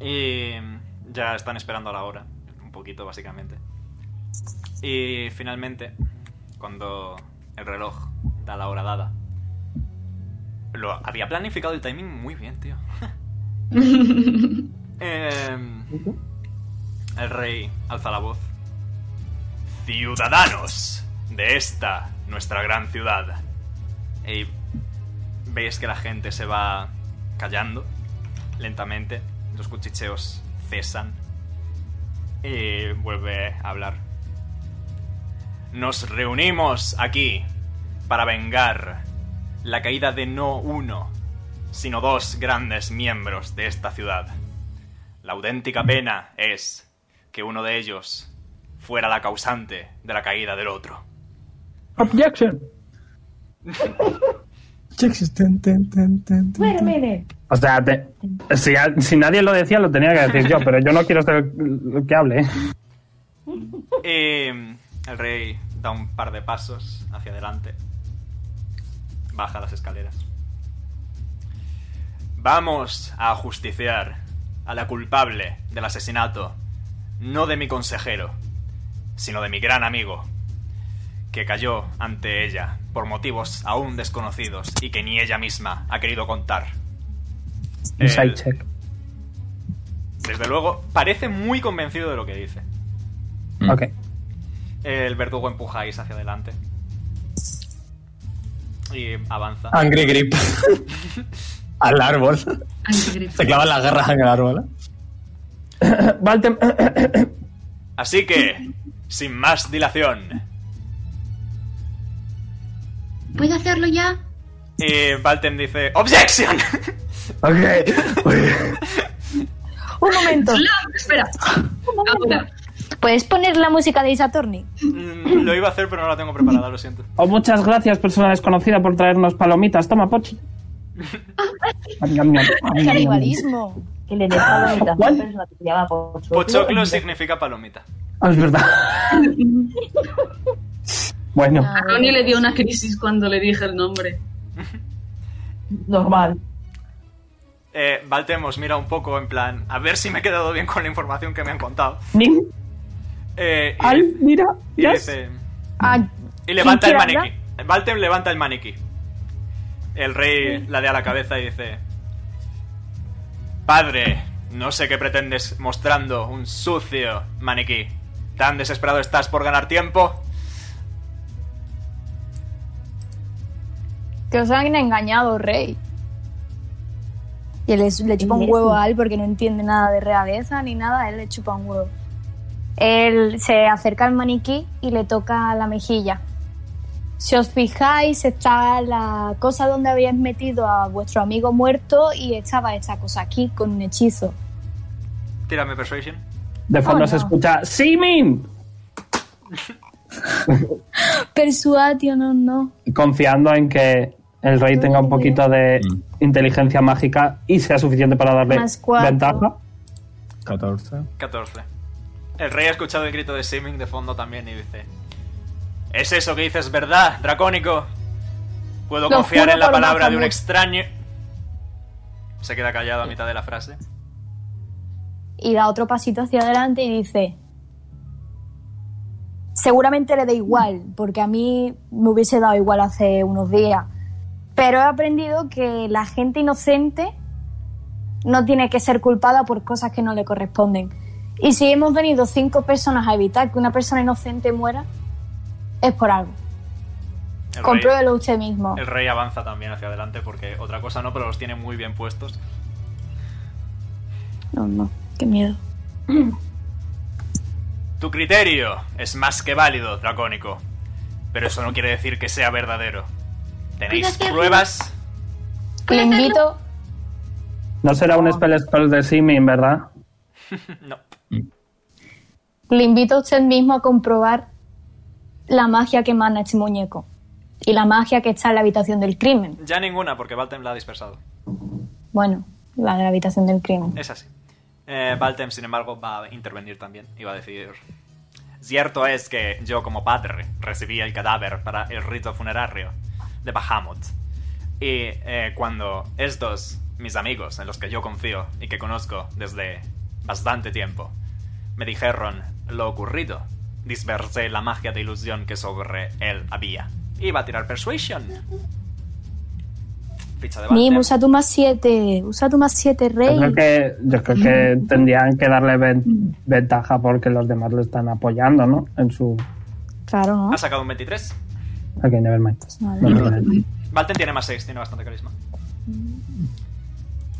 Speaker 2: Y mm, ya están esperando a la hora, un poquito básicamente. Y finalmente, cuando el reloj da la hora dada, lo había planificado el timing muy bien, tío. Em, el rey alza la voz. Ciudadanos de esta, nuestra gran ciudad. Y veis que la gente se va callando lentamente. Los cuchicheos cesan. Y vuelve a hablar. Nos reunimos aquí para vengar la caída de no uno, sino dos grandes miembros de esta ciudad. La auténtica pena es que uno de ellos fuera la causante de la caída del otro.
Speaker 1: Objection.
Speaker 5: Wait a minute.
Speaker 1: O sea, te- si, a- si nadie lo decía, lo tenía que decir yo, pero yo no quiero ser el que hable. ¿eh?
Speaker 2: Y mm, el rey da un par de pasos hacia adelante. Baja las escaleras. Vamos a justiciar a la culpable del asesinato, no de mi consejero, sino de mi gran amigo, que cayó ante ella por motivos aún desconocidos y que ni ella misma ha querido contar.
Speaker 1: Inside check.
Speaker 2: Desde luego, parece muy convencido de lo que dice.
Speaker 4: Mm.
Speaker 1: Ok.
Speaker 2: El verdugo empuja a Is hacia adelante. Y avanza.
Speaker 1: Ah.
Speaker 17: [LAUGHS]
Speaker 4: Angry Grip. Al árbol. Se clavan las garras en el árbol.
Speaker 1: Valtem.
Speaker 2: Así que, sin más dilación,
Speaker 8: ¿Puedo hacerlo ya?
Speaker 2: eh, Valtem dice: ¡Objection!
Speaker 4: [COUGHS]
Speaker 10: Un momento.
Speaker 3: espera. Ahora.
Speaker 10: ¿Puedes poner la música de Isatorni?
Speaker 2: Mm, Lo iba a hacer, pero no la tengo preparada, lo siento.
Speaker 1: Oh, muchas gracias, persona desconocida, por traernos palomitas. Toma,
Speaker 6: [LAUGHS]
Speaker 1: Pochi.
Speaker 10: Canibalismo.
Speaker 5: Que le deja
Speaker 1: Ah,
Speaker 5: la mitad a la persona que se llama Pochoclo.
Speaker 2: Pochoclo significa palomita.
Speaker 1: Ah, es
Speaker 6: [LAUGHS]
Speaker 1: verdad. Bueno,
Speaker 6: Ah.
Speaker 3: A Ronnie le dio una crisis cuando le dije el nombre.
Speaker 5: Normal.
Speaker 2: Eh, Valtem os mira un poco en plan: A ver si me he quedado bien con la información que me han contado.
Speaker 1: Nim,
Speaker 2: Eh, y,
Speaker 1: Al, mira,
Speaker 2: y
Speaker 1: ya
Speaker 2: dice-
Speaker 6: Ah,
Speaker 2: y levanta el
Speaker 1: ¿quién
Speaker 2: maniquí.
Speaker 1: quiere
Speaker 2: Valtem levanta el maniquí. El rey ladea la cabeza y dice: Padre, no sé qué pretendes mostrando un sucio maniquí. ¿Tan desesperado estás por ganar tiempo?
Speaker 17: Que os han engañado, rey. Y él es- le chupa un huevo a Al porque no entiende nada de realeza ni nada, él le chupa un huevo.
Speaker 6: Él se acerca al maniquí y le toca la mejilla. Si os fijáis, está la cosa donde habíais metido a vuestro amigo muerto y estaba esta cosa aquí con un hechizo.
Speaker 2: Tírame Persuasion.
Speaker 1: De
Speaker 6: Oh,
Speaker 1: fondo se escucha ¡Simin!
Speaker 6: Persuasion, no, no.
Speaker 1: Confiando en que el rey tenga un poquito de inteligencia mágica y sea suficiente para darle
Speaker 6: Más cuatro.
Speaker 1: ventaja.
Speaker 4: 14.
Speaker 2: 14. El rey ha escuchado el grito de Siming de fondo también y dice: ¿Es eso que dices verdad, dracónico? ¿Puedo
Speaker 26: Lo
Speaker 2: confiar
Speaker 26: juro
Speaker 2: en la
Speaker 26: por
Speaker 2: palabra de un
Speaker 26: Bahamut.
Speaker 2: extraño? Se queda callado a mitad de la frase.
Speaker 6: Y da otro pasito hacia adelante y dice: Seguramente le da igual, porque a mí me hubiese dado igual hace unos días. Pero he aprendido que la gente inocente no tiene que ser culpada por cosas que no le corresponden. Y si hemos venido cinco personas a evitar que una persona inocente muera, es por algo.
Speaker 2: El rey,
Speaker 6: Compruébelo usted mismo.
Speaker 2: el rey avanza también hacia adelante porque otra cosa no, pero los tiene muy bien puestos.
Speaker 6: No, no, qué miedo.
Speaker 2: Tu criterio es más que válido, dracónico. Pero eso no quiere decir que sea verdadero. ¿Tenéis
Speaker 6: Cuidado,
Speaker 2: pruebas?
Speaker 6: Le invito,
Speaker 1: No será un spell spell de Simin, ¿verdad?
Speaker 2: [LAUGHS]
Speaker 6: le invito a usted mismo a comprobar la magia que emana este muñeco y la magia que está en la habitación del crimen.
Speaker 2: Ya ninguna, porque Valtem la ha dispersado.
Speaker 6: Bueno, la de la habitación del crimen.
Speaker 2: Es así. Eh, Valtem, sin embargo, va a intervenir también y va a decidir. Cierto es que yo, como padre, recibí el cadáver para el rito funerario de Bahamut. Y eh, cuando estos, mis amigos, en los que yo confío y que conozco desde bastante tiempo, me dijeron lo ocurrido, dispersé la magia de ilusión que sobre él había. Y va a tirar Persuasion. Ficha de
Speaker 6: Mim,
Speaker 2: Valtem.
Speaker 6: usa tu más 7, usa tu más 7,
Speaker 1: Yo
Speaker 6: rey.
Speaker 1: creo que, yo creo
Speaker 6: [LAUGHS]
Speaker 1: que tendrían que darle ven- ventaja porque los demás lo están apoyando, ¿no? En su...
Speaker 6: Claro, ¿no?
Speaker 2: Ha sacado un 23.
Speaker 1: Ok, never mind.
Speaker 6: Vale.
Speaker 1: No tiene nada.
Speaker 2: Valten tiene más 6, tiene bastante carisma.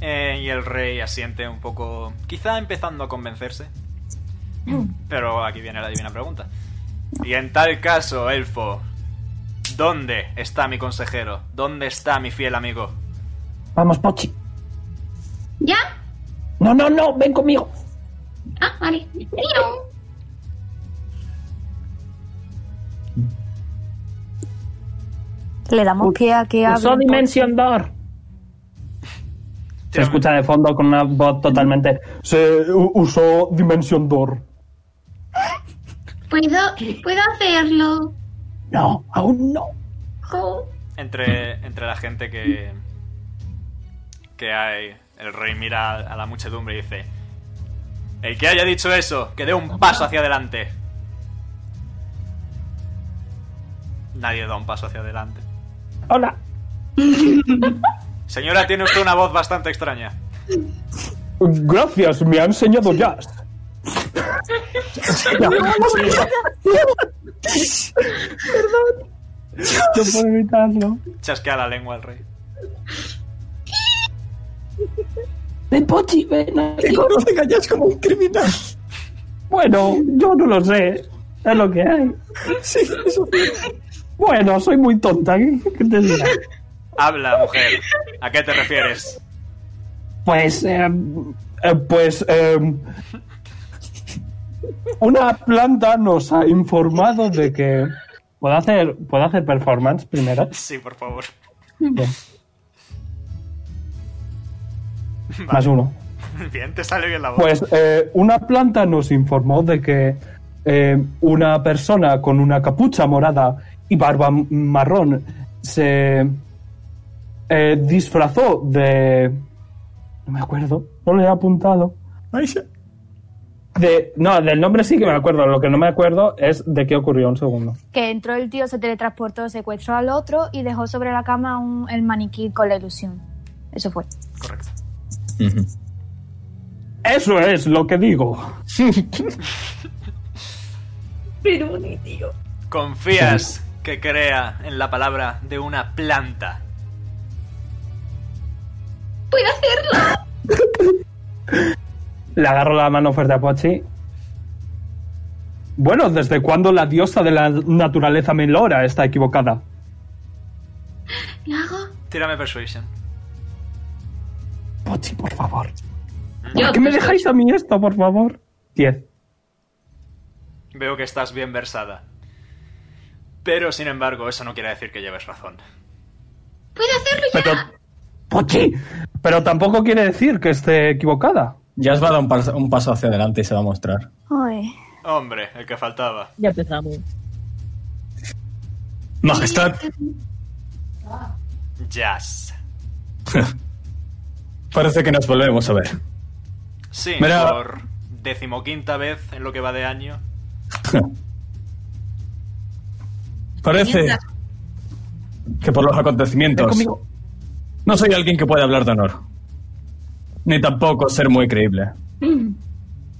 Speaker 2: Eh, y el rey asiente un poco, quizá empezando a convencerse. Pero aquí viene la divina pregunta. Y en tal caso, elfo, ¿dónde está mi consejero? ¿Dónde está mi fiel amigo?
Speaker 1: Vamos, Pochi.
Speaker 8: ¿Ya?
Speaker 1: No, no, no, ven conmigo.
Speaker 8: Ah, vale. Miau.
Speaker 6: Le damos pie a que
Speaker 1: Usó
Speaker 6: hable.
Speaker 1: Dimension Door. Se escucha de fondo con una voz totalmente... Se u- usó Dimension Door.
Speaker 8: ¿Puedo, puedo hacerlo.
Speaker 1: No, aún no.
Speaker 8: Jo.
Speaker 2: Entre, entre la gente que, que hay, el rey mira a la muchedumbre y dice, el que haya dicho eso, que dé un paso hacia adelante. Nadie da un paso hacia adelante.
Speaker 1: Hola.
Speaker 2: Señora, tiene usted una voz bastante extraña.
Speaker 1: Gracias, me ha enseñado jazz. [LAUGHS]
Speaker 26: Perdón.
Speaker 1: No puedo evitarlo.
Speaker 2: Chasquea la lengua al rey.
Speaker 1: Ven, Pochi, ven. aquí.
Speaker 26: no te callas como un criminal.
Speaker 1: Bueno, yo no lo sé. Es lo que hay.
Speaker 26: Sí, eso
Speaker 1: Bueno, soy muy tonta. ¿Qué, qué te dirá?
Speaker 2: Habla, mujer. ¿A qué te refieres?
Speaker 1: Pues, em, eh, pues, em, una planta nos ha informado de que puedo hacer, puedo hacer performance primero.
Speaker 2: Sí, por favor. [LAUGHS]
Speaker 1: Bien. Más uno.
Speaker 2: Bien, te sale bien la voz.
Speaker 1: Pues eh, una planta nos informó de que eh, una persona con una capucha morada y barba m- marrón se eh, disfrazó de... No me acuerdo, no le he apuntado. De, no, del nombre sí que me acuerdo, lo que no me acuerdo es de qué ocurrió un segundo.
Speaker 6: Que entró el tío, se teletransportó, secuestró al otro y dejó sobre la cama un- el maniquí con la ilusión. Eso fue.
Speaker 2: Correcto.
Speaker 1: Eso es lo que digo.
Speaker 6: Pero ni tío.
Speaker 2: ¿Confías que crea en la palabra de una planta?
Speaker 8: Puedo hacerlo.
Speaker 1: Le agarro la mano fuerte a Pochi Bueno, ¿desde cuándo la diosa de la naturaleza Melora está equivocada?
Speaker 8: ¿Lo hago?
Speaker 2: Tírame Persuasion.
Speaker 1: Pochi, por favor.
Speaker 2: Yo,
Speaker 1: ¿Por qué me dejáis a mí esto, por favor? Diez.
Speaker 2: Veo que estás bien versada. Pero, sin embargo, eso no quiere decir que lleves razón.
Speaker 8: ¡Puedo hacerlo ya!
Speaker 1: Pero, Pochi, pero tampoco quiere decir que esté equivocada.
Speaker 4: Jazz va a dar un paso, un paso hacia adelante y se va a mostrar.
Speaker 2: Hombre, el que faltaba.
Speaker 5: Ya empezamos.
Speaker 4: Majestad.
Speaker 2: Jazz.
Speaker 4: Parece que nos volvemos a ver.
Speaker 2: Sí,
Speaker 4: Mira.
Speaker 2: por decimoquinta vez en lo que va de año.
Speaker 4: [LAUGHS] Parece que por los acontecimientos no soy alguien que pueda hablar de honor. Ni tampoco ser muy creíble.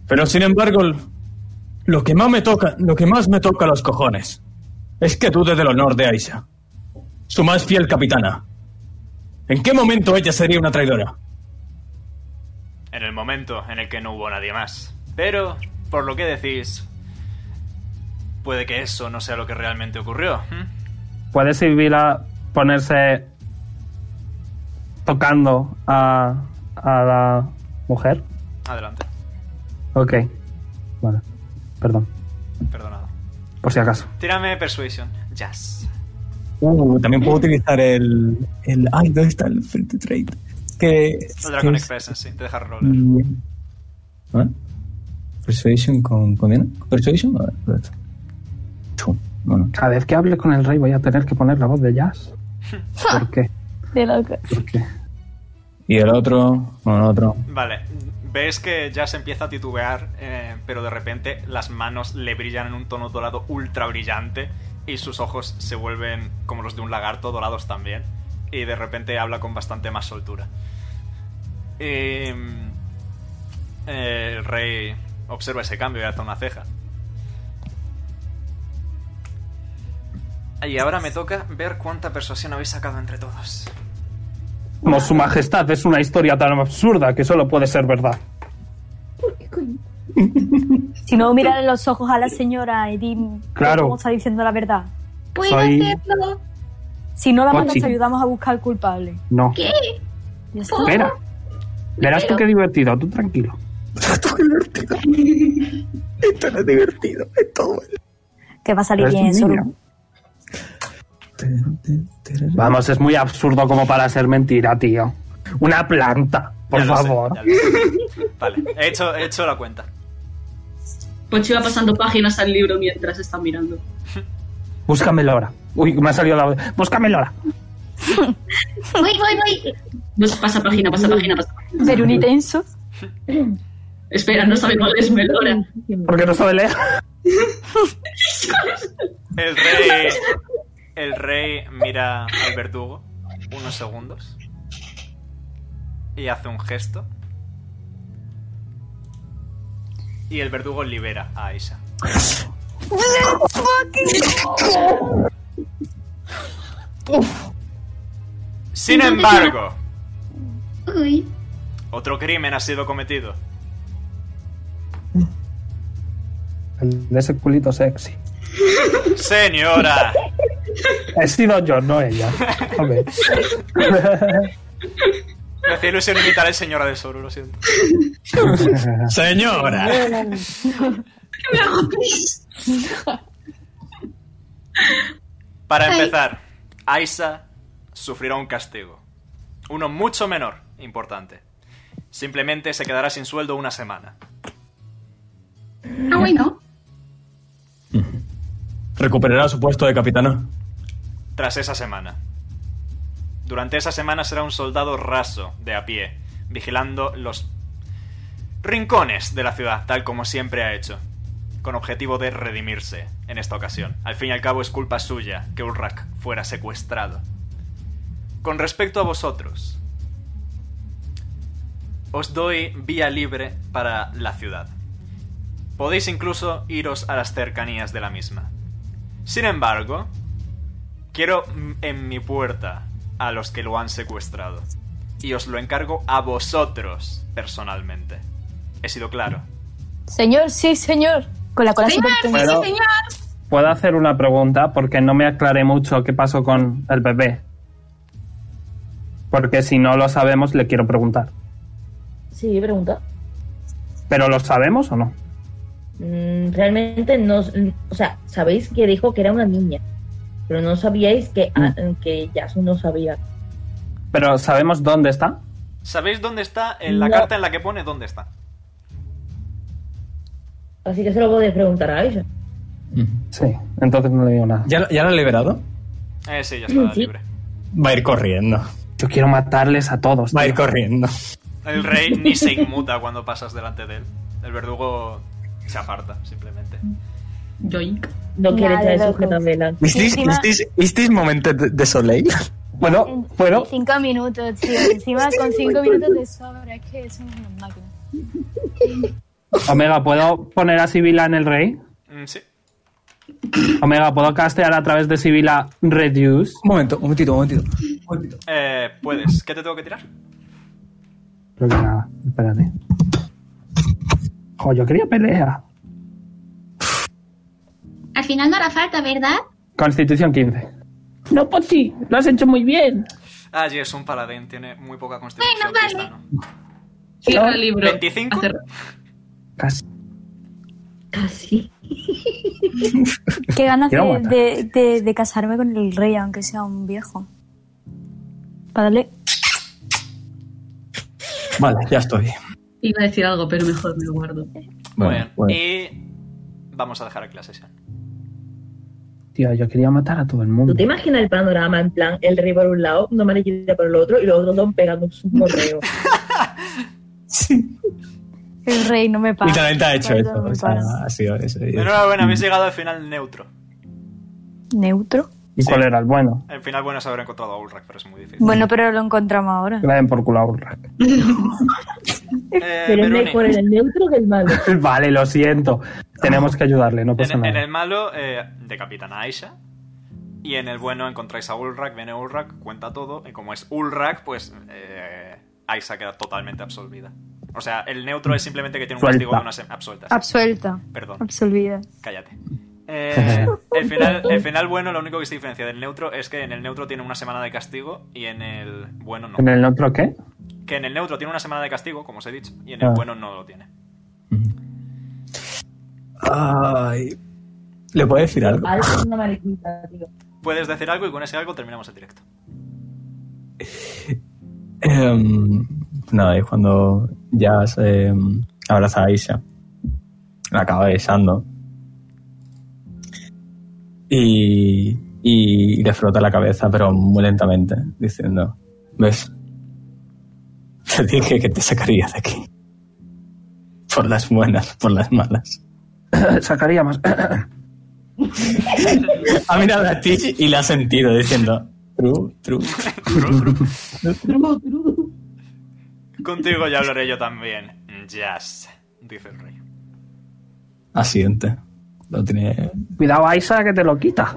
Speaker 4: Pero sin embargo, lo que más me toca, lo que más me toca los cojones es que dude del honor de Aisha, su más fiel capitana. ¿En qué momento ella sería una traidora?
Speaker 2: En el momento en el que no hubo nadie más. Pero, por lo que decís, puede que eso no sea lo que realmente ocurrió. ¿hmm?
Speaker 1: Puede servir a ponerse tocando a, a la mujer.
Speaker 2: Adelante.
Speaker 1: Ok. Vale. Perdón,
Speaker 2: Perdonado.
Speaker 1: por si acaso.
Speaker 2: Tírame Persuasion. Jazz.
Speaker 4: Uh, también puedo utilizar el, el. Ay, ¿dónde está el free to trade? Que.
Speaker 2: El Dragon
Speaker 4: que es-
Speaker 2: Express, sí. Te deja roller.
Speaker 4: Bien. A ver. Persuasion con. ¿Con Diana? Persuasion? A ver, espérate. Chum, Bueno.
Speaker 1: Cada vez que hable con el rey voy a tener que poner la voz de jazz. ¿Por qué?
Speaker 27: De loco.
Speaker 4: Y el otro. Bueno, el otro.
Speaker 2: Vale. Ves que Jazz empieza a titubear, eh, pero de repente las manos le brillan en un tono dorado ultra brillante y sus ojos se vuelven como los de un lagarto dorados también. Y de repente habla con bastante más soltura. Y, mm, eh, el rey observa ese cambio y alza una ceja. Y ahora me toca ver cuánta persuasión habéis sacado entre todos.
Speaker 1: Como su majestad es una historia tan absurda que solo puede ser verdad.
Speaker 6: Si no, mirar en los ojos a la señora y di
Speaker 1: Claro.
Speaker 6: cómo está diciendo la verdad.
Speaker 1: ¿Puedo Soy-
Speaker 6: hacerlo? Si no, damos,
Speaker 1: Pochi.
Speaker 6: nos ayudamos a buscar al culpable.
Speaker 1: No.
Speaker 6: ¿Qué? Ya está.
Speaker 1: Espera. Verás tú qué divertido, tú tranquilo.
Speaker 4: Esto no es divertido.
Speaker 6: Que va a salir
Speaker 1: Pero es
Speaker 6: bien,
Speaker 1: un
Speaker 6: solo.
Speaker 1: niño. Vamos, es muy absurdo como para ser mentira, tío. Una planta, por
Speaker 2: Ya lo sé,
Speaker 1: favor.
Speaker 2: ya lo sé. Vale, he hecho, he hecho la cuenta.
Speaker 3: Pochi va Pues pasando páginas al libro mientras está mirando.
Speaker 1: Búscamelo ahora. Uy, me ha salido la voz. Búscamelo ahora.
Speaker 3: Voy, voy, voy. pasa página, pasa página, pasa página.
Speaker 27: Pero un intenso.
Speaker 3: Espera, no sabe cuál es Melora.
Speaker 1: Porque no sabe leer.
Speaker 2: El rey, el rey mira al verdugo unos segundos y hace un gesto. Y el verdugo libera a Aisha. Sin embargo,
Speaker 8: Uy.
Speaker 2: otro crimen ha sido cometido.
Speaker 1: El de [LAUGHS] ese culito sexy.
Speaker 2: Señora,
Speaker 1: He sido yo, no
Speaker 2: [LAUGHS]
Speaker 1: ella. A ver.
Speaker 2: me hacía ilusión imitar al señora de Soru, lo siento.
Speaker 4: ¡Señora!
Speaker 2: Para
Speaker 28: Ay.
Speaker 2: empezar, Aisa sufrirá un castigo. Uno mucho menor, importante. Simplemente se quedará sin sueldo una semana.
Speaker 8: Ah, bueno.
Speaker 4: Recuperará su puesto de capitana.
Speaker 2: Tras esa semana. Durante esa semana será un soldado raso, de a pie, vigilando los rincones de la ciudad, tal como siempre ha hecho, con objetivo de redimirse en esta ocasión. Al fin y al cabo es culpa suya que Ulrak fuera secuestrado. Con respecto a vosotros, os doy vía libre para la ciudad. Podéis incluso iros a las cercanías de la misma. Sin embargo, Quiero mm, en mi puerta a los que lo han secuestrado. Y os lo encargo a vosotros personalmente. He sido claro.
Speaker 27: Señor, sí, señor.
Speaker 6: Con la cola
Speaker 3: Señor,
Speaker 6: súper
Speaker 1: Pero- Puedo hacer una pregunta porque no me aclaré mucho qué pasó con el bebé. Porque si no lo sabemos, le quiero preguntar.
Speaker 5: Sí, pregunta.
Speaker 1: ¿Pero lo sabemos o no?
Speaker 5: Mm, realmente no. mm, O sea, sabéis que dijo que era una niña. Pero no sabíais que, ah,
Speaker 1: Mm.
Speaker 5: que Yasu no sabía.
Speaker 1: ¿Pero sabemos dónde está?
Speaker 2: ¿Sabéis dónde está? En la
Speaker 5: No.
Speaker 2: carta en la que pone dónde está.
Speaker 5: Así que se lo podéis preguntar a ella.
Speaker 1: Sí, entonces no le digo nada.
Speaker 4: Mm. ¿Ya, ya lo han liberado?
Speaker 2: Eh, sí, ya está
Speaker 5: Sí.
Speaker 2: libre.
Speaker 4: Va a ir corriendo.
Speaker 1: Yo quiero matarles a todos.
Speaker 4: Va a ir corriendo.
Speaker 2: El rey ni se inmuta cuando pasas delante de él. El verdugo se aparta, simplemente.
Speaker 3: Yoink.
Speaker 5: No quiere
Speaker 29: Nada,
Speaker 5: traer
Speaker 29: loco.
Speaker 5: sujeta vela.
Speaker 29: ¿Visteis- Encima-
Speaker 30: ¿Visteis, visteis momento de, de Soleil?
Speaker 1: Bueno, bueno.
Speaker 29: Cinco minutos,
Speaker 6: [LAUGHS]
Speaker 29: tío. Encima con cinco minutos de sobra. Es que somos una máquina.
Speaker 1: Omega, ¿puedo poner a Sibila en el rey?
Speaker 2: Mm, sí.
Speaker 1: Omega, ¿puedo castear a través de Sibila Reduce?
Speaker 4: Un momento, un momentito, un momentito.
Speaker 2: Eh, puedes. ¿Qué te tengo que tirar?
Speaker 1: Creo que nada, espérate. Oh, yo quería pelea.
Speaker 8: Al final no hará falta, ¿verdad?
Speaker 1: Constitución 15. No, Pochi, lo has hecho muy bien.
Speaker 2: Ah, sí, es un paladín. Tiene muy poca constitución.
Speaker 8: Bueno, vale.
Speaker 3: Cierra el libro.
Speaker 2: 25.
Speaker 1: Casi.
Speaker 5: Casi.
Speaker 6: Qué ganas
Speaker 1: Quiero
Speaker 6: de,
Speaker 1: matar.
Speaker 6: de- de- de casarme con el rey, aunque sea un viejo. Para darle.
Speaker 4: Vale, ya estoy.
Speaker 3: Iba a decir algo, pero mejor me lo guardo.
Speaker 4: Bueno,
Speaker 5: pues.
Speaker 4: bueno.
Speaker 2: eh, Y vamos a dejar aquí la sesión.
Speaker 1: Tío, yo quería matar a todo el mundo.
Speaker 5: ¿Tú te imaginas el panorama en plan el rey por un lado, una mariquita por el otro y los otros dos pegando un correo?
Speaker 6: El rey no me paga.
Speaker 4: Literalmente ha hecho
Speaker 6: El rey
Speaker 4: eso.
Speaker 6: no me
Speaker 4: o sea,
Speaker 6: paga.
Speaker 4: ha sido eso.
Speaker 2: Enhorabuena, habéis llegado al final neutro.
Speaker 6: ¿Neutro?
Speaker 1: ¿Y cuál era el bueno?
Speaker 2: El final bueno es haber encontrado a Ulrak, pero es muy difícil.
Speaker 6: Bueno, pero lo encontramos ahora.
Speaker 1: Que le den por culo a Urra.
Speaker 2: Eh,
Speaker 5: Pero es
Speaker 2: Verone,
Speaker 5: mejor en el neutro que el malo.
Speaker 1: [LAUGHS] vale, lo siento. Tenemos que ayudarle, no pasa
Speaker 2: en, en
Speaker 1: nada.
Speaker 2: el malo eh, decapitan a Aisha. Y en el bueno encontráis a Ulrak, viene Ulrak, cuenta todo. Y como es Ulrak, pues eh, Aisha queda totalmente absolvida. O sea, el neutro es simplemente que tiene un
Speaker 1: Suelta.
Speaker 2: castigo de una semana. Absuelta. sí.
Speaker 6: Absuelta.
Speaker 2: Perdón.
Speaker 6: Absolvida.
Speaker 2: Cállate.
Speaker 1: [LAUGHS]
Speaker 2: Eh, el, final, el final bueno, lo único que se diferencia del neutro es que en el neutro tiene una semana de castigo y en el bueno no.
Speaker 1: ¿En el otro qué?
Speaker 2: Que en el neutro tiene una semana de castigo, como os he dicho, y en el
Speaker 1: Ah.
Speaker 2: bueno no lo tiene.
Speaker 4: Ay. ¿Le puedo decir algo?
Speaker 5: Algo es una mariquita, tío.
Speaker 2: Puedes decir algo y con ese algo terminamos el directo.
Speaker 4: Em, nada, y cuando ya se em, abraza a Aisha, la acaba besando. Y, y le frota la cabeza, pero muy lentamente, diciendo: ¿Ves? Te dije que te sacaría de aquí. Por las buenas, por las malas.
Speaker 1: [COUGHS] Sacaría más.
Speaker 4: Ha mirado a Tish y la ha sentido, diciendo: True, true.
Speaker 2: Contigo ya hablaré yo también. Jazz, dice el rey.
Speaker 4: Asiente. Lo tiene
Speaker 1: Cuidado, Aisa, que te lo quita.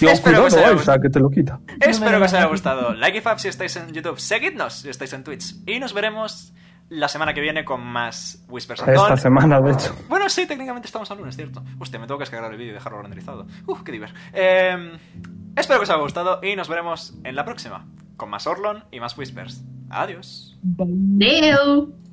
Speaker 1: Digo,
Speaker 2: Espero
Speaker 1: cuidado,
Speaker 2: que sea-
Speaker 1: Aisa, que te lo quita.
Speaker 2: Espero que os haya gustado. Like y fab si estáis en YouTube. Seguidnos si estáis en Twitch. Y nos veremos la semana que viene con más Whispers and
Speaker 1: Esta
Speaker 2: Dawn.
Speaker 1: semana, de hecho.
Speaker 2: Bueno, sí, técnicamente estamos al lunes, ¿cierto? Hostia, me tengo que descargar el vídeo y dejarlo renderizado. Uf, qué divers. Eh, espero que os haya gustado y nos veremos en la próxima, con más Orlon y más Whispers. Adiós.
Speaker 3: Deo.